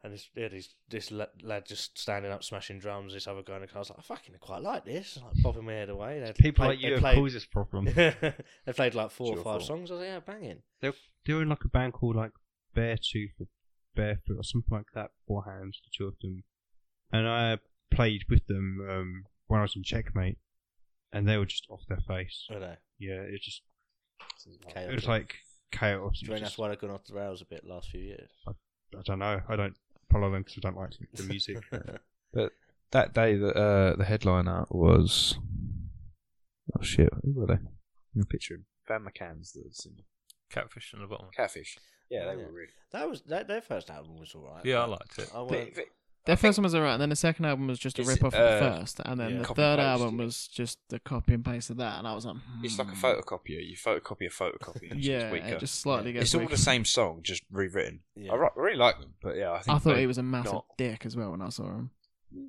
Speaker 2: And this, yeah, this, this la- lad just standing up, smashing drums. This other guy in the car I was like, I fucking quite like this. Like bobbing my head away. They'd
Speaker 6: People
Speaker 2: played-
Speaker 6: like you
Speaker 2: they
Speaker 6: have
Speaker 2: played- [laughs]
Speaker 6: caused this problem.
Speaker 2: they played like four
Speaker 5: It's
Speaker 2: or five
Speaker 5: your fault.
Speaker 2: songs. I was like, yeah, banging.
Speaker 6: [laughs] they were in like a band called like Beartooth or Barefoot or something like that beforehand, the two of them. And I played with them um, when I was in Checkmate, and they were just off their face.
Speaker 2: I don't know.
Speaker 6: Yeah, it just
Speaker 2: Chaotic.
Speaker 6: it was like chaos.
Speaker 2: Do you reckon
Speaker 6: Just-
Speaker 2: that's why they've gone off the rails a bit last few years?
Speaker 6: I don't know. I don't follow them because I don't like [laughs] the music.
Speaker 7: That day, the, uh, the headliner was. Oh shit, who were they? I'm gonna picture him.
Speaker 5: Van McCann's the singer.
Speaker 1: Catfish on the bottom.
Speaker 5: Catfish. Yeah, they
Speaker 2: Yeah.
Speaker 5: were really.
Speaker 2: That was that, their first album was alright.
Speaker 1: Yeah, I
Speaker 2: but
Speaker 1: liked it.
Speaker 2: I
Speaker 5: They-
Speaker 2: won't-
Speaker 5: they-
Speaker 4: Their first one was alright, and then the second album was just a
Speaker 5: Is
Speaker 4: rip
Speaker 5: it,
Speaker 4: off of the
Speaker 5: uh,
Speaker 4: first, and then
Speaker 2: yeah.
Speaker 4: the
Speaker 5: Copy
Speaker 4: third
Speaker 5: paste.
Speaker 4: album was just the copy and paste of that, and I was like,
Speaker 5: It's like a
Speaker 4: hmm.
Speaker 5: photocopier. You photocopy a photocopy. And
Speaker 4: Yeah,
Speaker 5: yeah, it's,
Speaker 4: it
Speaker 5: weaker.
Speaker 4: just slightly gets
Speaker 5: it's all
Speaker 4: weaker.
Speaker 5: the same song, just rewritten.
Speaker 2: Yeah.
Speaker 5: I, ri- I really like them, but yeah, I think
Speaker 4: I thought
Speaker 5: they
Speaker 4: he was a massive
Speaker 5: not-
Speaker 4: dick as well when I saw him.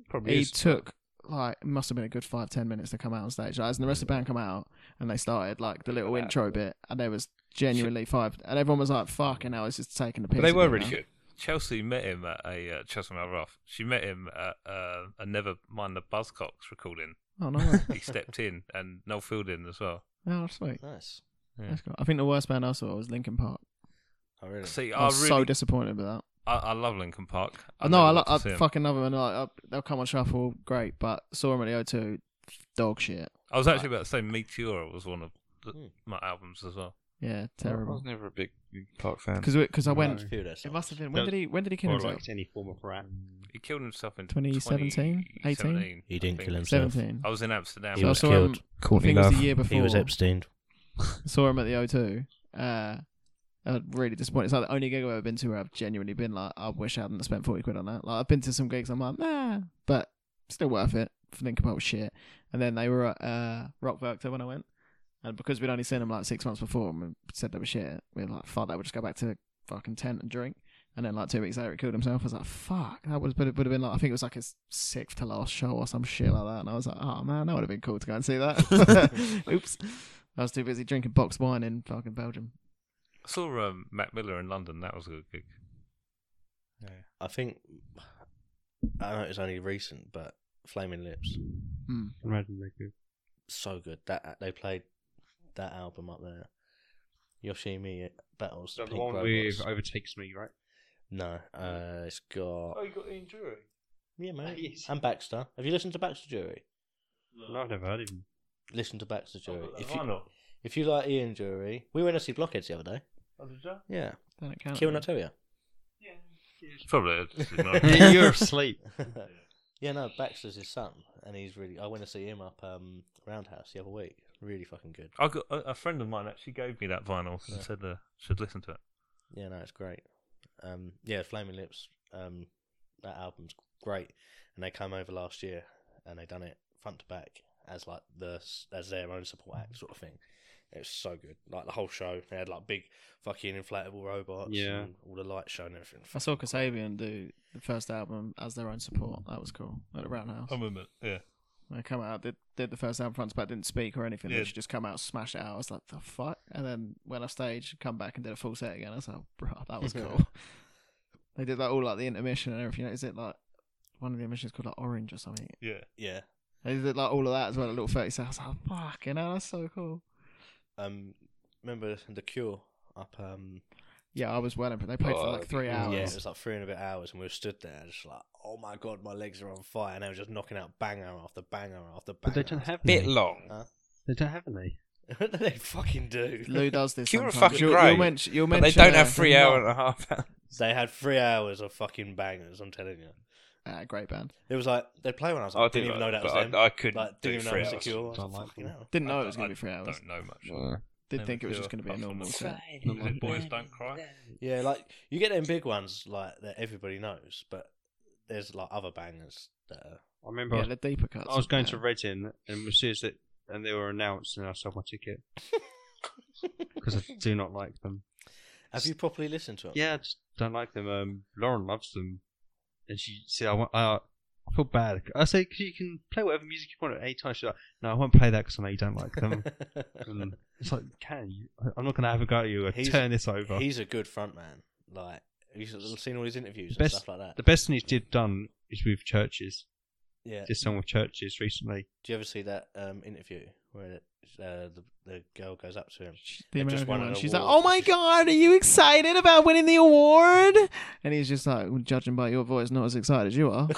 Speaker 5: probably
Speaker 4: He
Speaker 5: is.
Speaker 4: took like it must have been a good five ten minutes to come out on stage. Like, as the rest of the band come out and they started like the little intro bit, and there was genuinely five, and everyone was like, "Fucking hell, this is taking the piss."
Speaker 7: But they
Speaker 4: of
Speaker 7: were
Speaker 4: me
Speaker 7: really
Speaker 4: now."
Speaker 7: good.
Speaker 1: Chelsea met him at a uh, Chelsea Malroth. She met him at uh, a Never Mind the Buzzcocks recording.
Speaker 4: Oh no,
Speaker 1: He stepped in and Noel Fielding as well.
Speaker 5: [laughs]
Speaker 4: oh sweet.
Speaker 2: Nice.
Speaker 1: Yeah.
Speaker 4: That's cool. I think the worst band I saw was Linkin Park.
Speaker 2: Oh, really?
Speaker 1: See,
Speaker 4: I
Speaker 1: I,
Speaker 4: was
Speaker 1: really,
Speaker 4: so disappointed with that.
Speaker 1: I, I love Lincoln Park.
Speaker 4: I know, I,
Speaker 1: never
Speaker 4: lo-
Speaker 1: got
Speaker 4: I
Speaker 1: to see 'em.
Speaker 4: fucking love them, and like, I- they'll come on shuffle, great. But saw them at the O2, dog shit.
Speaker 1: I was actually about to say Meteora was one of the,
Speaker 2: Mm.
Speaker 1: my albums as well.
Speaker 4: Yeah,
Speaker 7: I
Speaker 4: terrible.
Speaker 7: was never a big Park fan.
Speaker 4: Because because I
Speaker 2: A
Speaker 4: went,
Speaker 2: few of their
Speaker 4: it
Speaker 2: songs.
Speaker 4: must have been when did he when did he kill
Speaker 6: or
Speaker 4: himself?
Speaker 6: like any form of rap.
Speaker 1: He killed himself in
Speaker 4: 2017?
Speaker 1: 2017,
Speaker 2: He
Speaker 1: I
Speaker 2: didn't
Speaker 1: think.
Speaker 2: kill himself.
Speaker 4: Seventeen.
Speaker 1: I was in Amsterdam.
Speaker 2: He
Speaker 4: So I
Speaker 2: was
Speaker 4: saw
Speaker 2: killed.
Speaker 4: him. I think it was the year before.
Speaker 2: He was Epstein.
Speaker 4: saw him at the O2. Uh, I was really disappointed. It's like the only gig I've ever been to where I've genuinely been like, I wish I hadn't spent forty quid on that. Like I've been to some gigs, I'm like, nah, but still worth it. Think about shit. And then they were at uh, Rock Werchter when I went, and because we'd only seen them like six months before, and we said they were shit, we were like, fuck that, we'll just go back to fucking tent and drink. And then like two weeks later, he killed himself. I was like, fuck, that would have would have been like, I think it was like his sixth to last show or some shit like that. And I was like, oh man, that would have been cool to go and see that. [laughs] Oops. I was too busy drinking box wine in fucking Belgium.
Speaker 1: I saw um, Matt Miller in London. That was a good
Speaker 2: [laughs]
Speaker 1: gig.
Speaker 2: I think. I know it's only recent, but Flaming Lips,
Speaker 6: Imagine they could.
Speaker 2: so good. That they played that album up there. Yoshimi uh, battles
Speaker 6: The
Speaker 2: Pink
Speaker 6: one
Speaker 2: Robots.
Speaker 6: with
Speaker 5: uh,
Speaker 6: Overtakes Me, right?
Speaker 2: No, uh, it's got
Speaker 5: Oh, you got Ian Drury.
Speaker 2: yeah,
Speaker 5: [laughs]
Speaker 2: mate,
Speaker 6: [laughs] yes.
Speaker 2: and Baxter. Have you listened to Baxter Jury?
Speaker 6: No, I've never heard of him.
Speaker 2: Listen to Baxter Jury.
Speaker 5: Oh, but
Speaker 2: If
Speaker 5: why
Speaker 2: you,
Speaker 5: not?
Speaker 2: if you like Ian Jury, we went to see Blockheads the other day.
Speaker 5: Oh,
Speaker 2: Yeah,
Speaker 4: Then it counted.
Speaker 2: Kieran, I tell you. [laughs]
Speaker 1: Probably. just ignore it.
Speaker 6: Yeah, [laughs] [laughs] You're asleep.
Speaker 2: yeah, no, Baxter's his son, and he's really. I went to see him up um, Roundhouse the other week. Really fucking good.
Speaker 1: I got a, a friend of mine actually gave me that vinyl and
Speaker 2: Yeah.
Speaker 1: said uh, should listen to it.
Speaker 2: Yeah, no, it's great. Um, yeah, Flaming Lips. Um, that album's great, and they come over last year and they done it front to back as like the s- as their own support act sort of thing. It's so good. Like the whole show, they had like big fucking inflatable robots.
Speaker 6: Yeah.
Speaker 2: and all the lights show and everything.
Speaker 4: I saw Kasabian do the first album as their own support. That was cool. At a roundhouse.
Speaker 1: I remember, yeah.
Speaker 4: They come out, did, did the first album front to back, didn't speak or anything.
Speaker 1: Yeah.
Speaker 4: They should just come out, smash it out. I was like, the fuck? And then went off stage, come back and did a full set again. I was like, bruh, that was cool. [laughs] they did that all like the intermission and everything. Is it like one of the intermissions called like Orange or something?
Speaker 1: Yeah.
Speaker 2: Yeah.
Speaker 4: They did like all of that as well, a little 30 seconds. I was like, fucking hell, that's so cool.
Speaker 2: Um, remember the Cure up um
Speaker 4: Yeah, I was well impressed. They played for
Speaker 5: Oh,
Speaker 4: like three
Speaker 2: Yeah,
Speaker 4: hours.
Speaker 2: it
Speaker 6: [laughs]
Speaker 2: was like three and a bit hours, and we were stood there just like, oh my god, my legs are on fire, and they were just knocking out banger after banger after banger.
Speaker 6: But they don't have
Speaker 7: Bit
Speaker 6: any.
Speaker 7: long.
Speaker 4: Uh,
Speaker 2: Huh?
Speaker 6: They don't have any.
Speaker 2: [laughs] they fucking do.
Speaker 4: Lou does this.
Speaker 7: Cure are
Speaker 4: sometimes.
Speaker 7: fucking
Speaker 4: you'll,
Speaker 7: great,
Speaker 4: You'll mention, you'll
Speaker 7: But they
Speaker 4: mention uh,
Speaker 7: don't
Speaker 4: a-
Speaker 7: have three hour and a
Speaker 5: [laughs]
Speaker 7: half. hours.
Speaker 2: They had three hours of fucking bangers. I'm telling you,
Speaker 4: Ah, great band.
Speaker 2: it was like they play when I was
Speaker 7: I
Speaker 2: like, didn't even know that was
Speaker 7: but
Speaker 2: them.
Speaker 7: I, I couldn't
Speaker 2: like
Speaker 7: do
Speaker 2: didn't even know
Speaker 7: three
Speaker 2: it was
Speaker 7: hours.
Speaker 2: secure. I was
Speaker 6: Don't
Speaker 2: like,
Speaker 6: like
Speaker 2: fucking
Speaker 6: them.
Speaker 2: hell.
Speaker 4: Didn't know
Speaker 1: I
Speaker 4: it was
Speaker 1: don't-
Speaker 4: going to be three hours.
Speaker 1: Don't know much.
Speaker 7: Yeah.
Speaker 4: Did
Speaker 1: Never
Speaker 4: think it was
Speaker 1: do,
Speaker 4: just going to be a
Speaker 1: apart from
Speaker 4: normal
Speaker 1: the
Speaker 4: set.
Speaker 1: Not like boys don't cry.
Speaker 2: Yeah, like you get them big ones like that everybody knows, but there's like other bangers that are
Speaker 6: I remember
Speaker 4: Yeah, the deeper cuts.
Speaker 6: I was
Speaker 4: are
Speaker 6: going
Speaker 4: better.
Speaker 6: to Reading and as soon as it and they were announced, and I sold my ticket because I do not like them.
Speaker 2: Have you properly listened to them?
Speaker 6: Yeah, I just don't like them. Um, Lauren loves them, and she see I want. I, I feel bad. I say 'Cause you can play whatever music you want at any time. She's like, no, I won't play that because I know you don't
Speaker 2: [laughs]
Speaker 6: like them. and it's like, can you? I- I'm not going to have a go at you. Or
Speaker 2: He's-
Speaker 6: turn this over.
Speaker 2: He's a good front man. Like you've seen all his interviews and
Speaker 6: Best-
Speaker 2: stuff like that.
Speaker 6: The best thing he's did done is with churches.
Speaker 2: yeah.
Speaker 6: Did song with churches recently.
Speaker 2: Do you ever see that um, interview where uh, the the girl goes up to him?
Speaker 4: She- the
Speaker 2: They just
Speaker 4: American
Speaker 2: won
Speaker 4: one.
Speaker 2: an
Speaker 4: She's like,
Speaker 2: award.
Speaker 4: "Oh my god, are you excited about winning the award?" And he's just like, well, "Judging by your voice, not as excited as you are." [laughs]
Speaker 2: [laughs]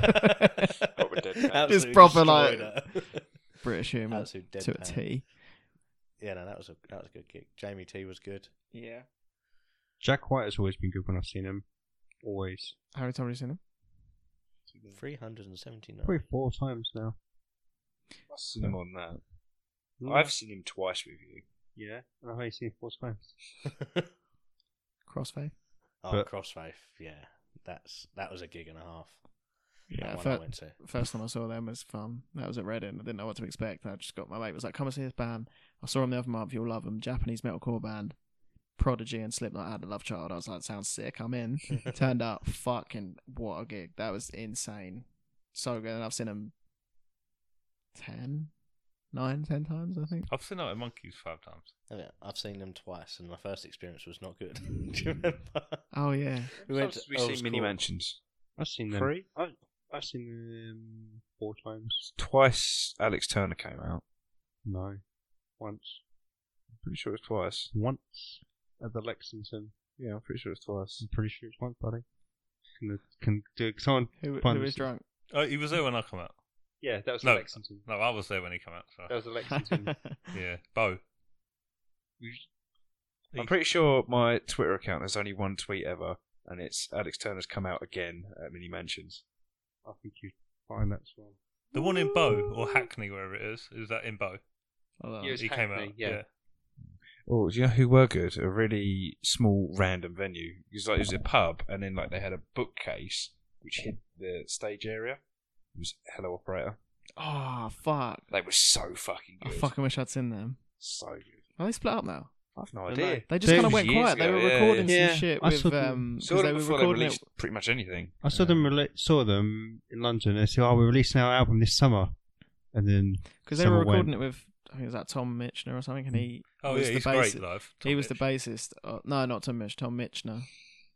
Speaker 5: Proper deadpan. Just
Speaker 2: Absolutely
Speaker 4: proper, like-
Speaker 2: destroyed her.
Speaker 4: British humour
Speaker 2: absolute
Speaker 4: to a
Speaker 2: deadpan.
Speaker 4: T.
Speaker 2: Yeah, no, that was a that was a good gig. Jamie T was good.
Speaker 4: Yeah.
Speaker 6: Jack White has always been good when I've seen him. Always.
Speaker 4: How many times have you seen him?
Speaker 6: Mm.
Speaker 2: Three hundred and seventy nine.
Speaker 6: Probably four times now.
Speaker 5: I've seen him on that. I've seen him twice with you.
Speaker 6: Yeah, I've only seen it four times.
Speaker 4: Crossfade.
Speaker 2: [laughs] Oh,
Speaker 6: But-
Speaker 2: Crossfaith. Yeah, that's that was a gig and a half.
Speaker 4: Yeah.
Speaker 2: that one I
Speaker 4: fir-
Speaker 2: went to.
Speaker 4: first time I saw them was fun. That was at Reading. I didn't know what to expect. I just got my mate was like, "Come and see this band." I saw them the other month. You'll love them. Japanese metalcore band. Prodigy and Slipknot had a love child. I was like, "Sounds sick. I'm in." Turned out fucking what a gig. That was insane. So good. And I've seen them 10, 9, 10 times, I think.
Speaker 1: I've seen that at Monkeys five times.
Speaker 2: I mean, Oh, I've seen them twice, and my first experience was not good. [laughs]
Speaker 6: Mm.
Speaker 2: Do you remember?
Speaker 6: [laughs]
Speaker 4: Oh, yeah.
Speaker 2: We
Speaker 7: We've
Speaker 2: oh, it
Speaker 7: seen
Speaker 2: was
Speaker 7: mini
Speaker 2: cool.
Speaker 7: mansions.
Speaker 6: I've seen them.
Speaker 7: Three?
Speaker 6: I've, I've seen them four times.
Speaker 5: Twice Alex Turner came out.
Speaker 6: No. Once.
Speaker 5: I'm pretty sure it was twice.
Speaker 6: Once. At the Lexington.
Speaker 5: Yeah, I'm pretty sure it was twice.
Speaker 6: I'm pretty sure it's once, buddy. Can, can do someone?
Speaker 4: Who, who
Speaker 6: find
Speaker 4: was
Speaker 6: this-
Speaker 4: drunk?
Speaker 1: Oh, he was there when I come out.
Speaker 6: Yeah, that was
Speaker 1: No.
Speaker 6: the Lexington.
Speaker 1: No, I was there when he came out.
Speaker 6: That
Speaker 1: So.
Speaker 6: was the
Speaker 5: [laughs]
Speaker 6: Lexington.
Speaker 4: [laughs]
Speaker 1: Yeah, Bo.
Speaker 5: I'm pretty sure my Twitter account has only one tweet ever, and it's Alex Turner's come out again at Mini Mansions.
Speaker 6: I think you find that's one.
Speaker 1: The one in Bow or Hackney, wherever it is, is that in Bow?
Speaker 4: Oh,
Speaker 6: Yes. It's
Speaker 1: He came out.
Speaker 6: Hackney, yeah.
Speaker 5: Oh, do you know who were good? A really small, random venue. It was like it was a pub, and then like they had a bookcase which hid the stage area. It was Hello Operator.
Speaker 4: oh, fuck.
Speaker 5: They were so fucking
Speaker 4: I
Speaker 5: good.
Speaker 4: fucking wish I'd seen them.
Speaker 5: So good.
Speaker 4: Are they split up now?
Speaker 5: I've no
Speaker 6: Don't
Speaker 5: idea.
Speaker 6: know.
Speaker 4: They just
Speaker 6: They-
Speaker 4: kind of went
Speaker 5: years
Speaker 4: quiet. they
Speaker 5: ago,
Speaker 4: were
Speaker 5: yeah,
Speaker 4: recording
Speaker 6: yeah.
Speaker 4: some shit
Speaker 6: I
Speaker 4: with
Speaker 6: saw them-
Speaker 4: um.
Speaker 5: Saw
Speaker 4: 'cause
Speaker 5: them
Speaker 4: they were
Speaker 5: before they
Speaker 4: recording
Speaker 5: released
Speaker 4: it.
Speaker 5: pretty much anything.
Speaker 6: I saw
Speaker 5: Um,
Speaker 6: them rela- saw them in London and they said, "Oh, we're releasing our album this summer," and then
Speaker 4: Because they were
Speaker 6: someone went-
Speaker 4: recording it with I think it was that Tom Mitchner or something, and he
Speaker 1: Oh,
Speaker 4: was
Speaker 1: yeah,
Speaker 4: the
Speaker 1: he's
Speaker 4: basis-
Speaker 1: great live.
Speaker 4: he
Speaker 1: Tom
Speaker 4: was
Speaker 1: Mitch.
Speaker 4: the bassist. Of, no, not Tom Mitch. Tom Mitchner,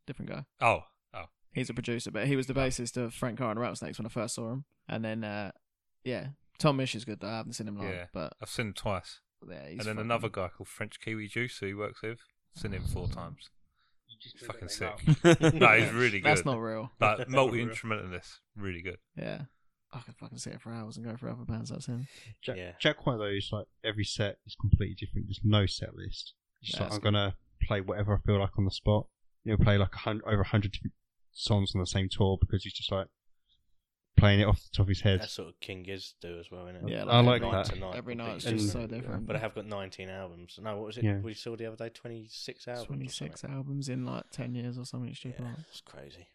Speaker 4: different guy.
Speaker 1: Oh, oh.
Speaker 4: He's a producer, but he was the bassist of Frank Carr and the Rattlesnakes when I first saw him. And then uh, yeah, Tom Mitch is good. though. I haven't seen him live,
Speaker 1: Yeah.
Speaker 4: but
Speaker 1: I've seen him twice.
Speaker 4: yeah, he's
Speaker 1: and then
Speaker 4: fucking-
Speaker 1: another guy called French Kiwi Juice who he works with. Seen him four times. He's fucking sick. no,
Speaker 2: [laughs]
Speaker 1: he's really good.
Speaker 4: That's [laughs] not real.
Speaker 1: Like multi instrumentalist, really good.
Speaker 4: Yeah. I could fucking sit for hours and go for other bands I've seen.
Speaker 6: Jack,
Speaker 2: Yeah.
Speaker 6: Jack White though is like every set is completely different. There's no set list. It's
Speaker 4: Yeah,
Speaker 6: just like,
Speaker 4: that's
Speaker 6: I'm gonna play whatever I feel like on the spot. He'll play like a hundred, over a hundred different songs on the same tour because he's just like playing it off the top of his head.
Speaker 2: That's sort of King Giz do as well, isn't it?
Speaker 4: Yeah,
Speaker 6: I like
Speaker 4: every-
Speaker 6: that.
Speaker 2: Tonight
Speaker 4: Every
Speaker 2: would be-
Speaker 4: night it's just
Speaker 6: And-
Speaker 4: so different.
Speaker 2: But I have got 19 albums. No, what was it
Speaker 6: Yeah.
Speaker 2: we saw the other day? 26 albums. or something.
Speaker 4: 26 albums in like 10 years or something
Speaker 2: Yeah,
Speaker 4: stupid. like that.
Speaker 2: it's crazy.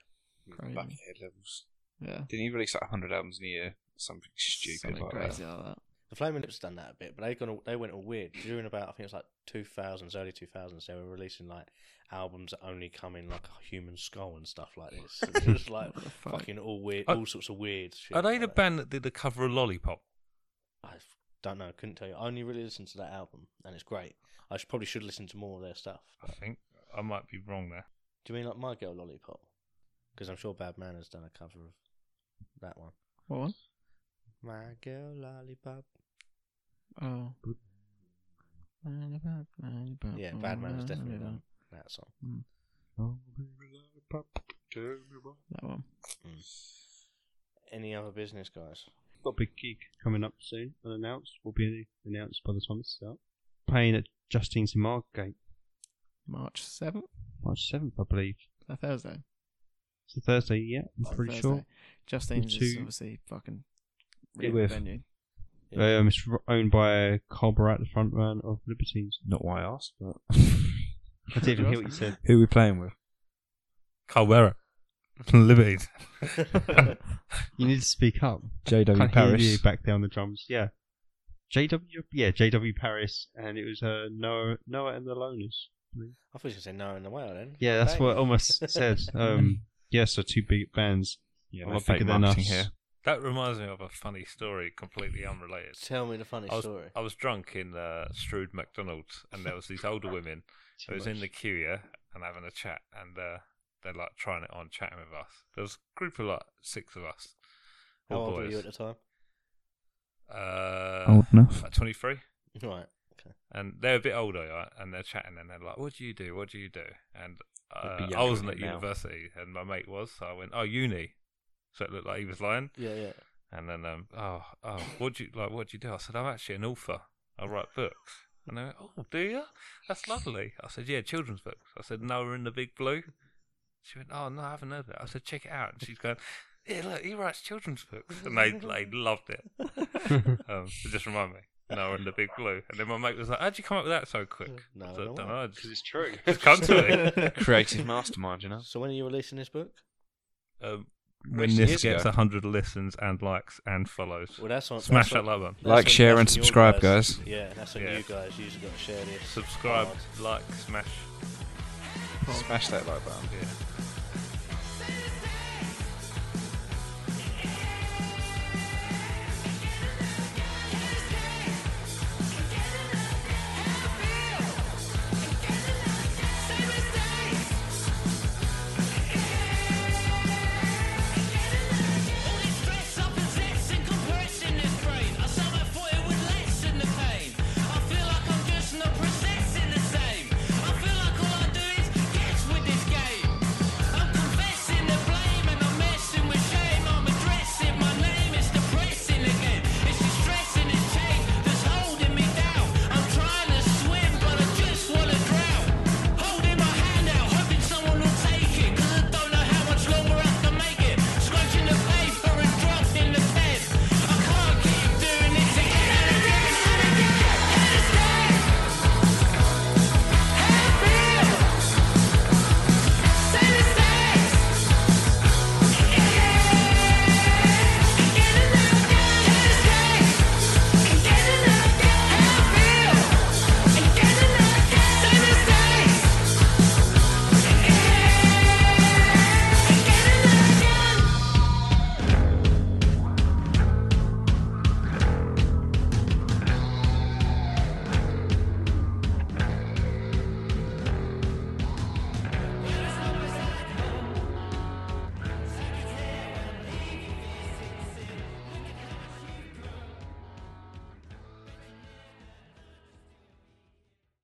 Speaker 4: Crazy.
Speaker 5: Buckethead levels.
Speaker 4: Yeah.
Speaker 5: Didn't he release like 100 albums in a year? Something stupid
Speaker 4: Something
Speaker 5: like
Speaker 4: crazy
Speaker 5: that.
Speaker 4: like that.
Speaker 2: The Flaming Lips done that a bit, but they gone all- they went all weird during about I think it's like two thousands, early two thousands. They were releasing like albums that only come in like a human skull and stuff like this. It was just like
Speaker 4: [laughs] What the fuck?
Speaker 2: fucking all weird,
Speaker 1: Are-
Speaker 2: all sorts of weird. Shit
Speaker 1: Uh, Are they
Speaker 2: like
Speaker 1: the
Speaker 2: that.
Speaker 1: band that did the cover of Lollipop?
Speaker 2: I f- don't know. Couldn't tell you. I only really listened to that album, and it's great. I should, probably should listen to more of their stuff.
Speaker 1: I think I might be wrong there.
Speaker 2: Do you mean like My Girl Lollipop? Because I'm sure Bad Man has done a cover of that one.
Speaker 4: What one?
Speaker 2: My Girl Lollipop.
Speaker 4: Oh. Mm,
Speaker 2: Yeah, Bad Man has definitely done that song.
Speaker 4: That one.
Speaker 2: Any other business, guys?
Speaker 6: got a big gig coming up soon, unannounced. Will be announced by the time this is out. Playing at Justine's in Margate,
Speaker 4: March 7th?
Speaker 6: March seventh, I believe.
Speaker 4: A Thursday.
Speaker 6: It's a Thursday, yeah. I'm pretty
Speaker 4: Thursday.
Speaker 6: sure.
Speaker 4: Justine's is
Speaker 6: Two-
Speaker 4: obviously fucking
Speaker 6: Yeah,
Speaker 4: real
Speaker 6: with-
Speaker 4: venue.
Speaker 2: [laughs]
Speaker 6: Um, it's r- owned by Colbert, the front man of Libertines.
Speaker 5: Not why I asked, but [laughs]
Speaker 6: I didn't even hear what you said.
Speaker 5: who are we playing with?
Speaker 1: Carl
Speaker 5: [laughs]
Speaker 1: Werrett. Liberties.
Speaker 6: You need to speak up.
Speaker 5: JW
Speaker 6: Can't hear you back there on the drums. Yeah. JW, yeah, JW Paris, and it was uh, Noah, Noah and the Loners.
Speaker 2: I thought you were going to say No in the Whale then.
Speaker 6: Yeah, that's
Speaker 2: Dang.
Speaker 6: what I almost
Speaker 2: [laughs]
Speaker 6: said. Um, yeah, so two big bands.
Speaker 5: Yeah,
Speaker 6: a
Speaker 5: no
Speaker 6: lot
Speaker 5: fake
Speaker 6: bigger than us.
Speaker 5: marketing here.
Speaker 1: That reminds me of a funny story, completely unrelated.
Speaker 2: Tell me the funny
Speaker 1: I was, oh,
Speaker 2: story.
Speaker 1: I was drunk in uh, Strood McDonald's, and there was these older women. I was in the queue yeah, and having a chat, and uh, they're like trying it on, chatting with us. There was a group of like six of us.
Speaker 2: How
Speaker 1: all
Speaker 2: old were
Speaker 1: boys.
Speaker 2: you at the time?
Speaker 1: Uh,
Speaker 7: Old enough.
Speaker 1: Like twenty three.
Speaker 2: Right.
Speaker 1: and they're a bit older, right? and they're chatting, and they're like, "What do you do? What do you do?" And
Speaker 5: be
Speaker 1: uh, I
Speaker 5: younger
Speaker 1: wasn't
Speaker 5: than
Speaker 1: at
Speaker 5: now.
Speaker 1: university, and my mate was, so I went, "Oh, uni," so it looked like he was lying.
Speaker 2: Yeah, yeah.
Speaker 1: And then, um, oh, oh, what do you like? What do you do? I said, "I'm actually an author. I write books." And they went, "Oh, do you? That's lovely." I said, "Yeah, children's books." I said, "No, we're in the big blue." She went, "Oh no, I haven't heard that." I said, "Check it out." And she's going, "Yeah, look, he writes children's books," and they they loved [laughs] it. Um, so just remind me. No, we're in the big blue. And then my mate was like, "How'd you come up with that so quick?"
Speaker 2: No,
Speaker 1: I
Speaker 2: no
Speaker 1: said,
Speaker 2: way.
Speaker 1: "Dunno, I just-
Speaker 6: Because it's [laughs] true.
Speaker 1: just come to
Speaker 2: [laughs]
Speaker 1: it.
Speaker 5: [laughs] Creative mastermind, you know.
Speaker 2: So when are you releasing this book?
Speaker 1: Um,
Speaker 5: Recent
Speaker 1: when this
Speaker 5: years
Speaker 1: gets
Speaker 5: ago.
Speaker 1: a hundred listens and likes and follows,
Speaker 2: Well, that's on
Speaker 1: smash
Speaker 2: that's on-
Speaker 1: that like button.
Speaker 2: that's
Speaker 5: Like,
Speaker 2: on-
Speaker 5: share,
Speaker 2: that's
Speaker 5: and
Speaker 2: on your
Speaker 5: subscribe, guys.
Speaker 2: Yeah, that's on
Speaker 1: Yeah.
Speaker 2: you guys. You've got to share this.
Speaker 1: Subscribe,
Speaker 2: Hard.
Speaker 1: like, smash.
Speaker 5: Smash that like button.
Speaker 1: Yeah.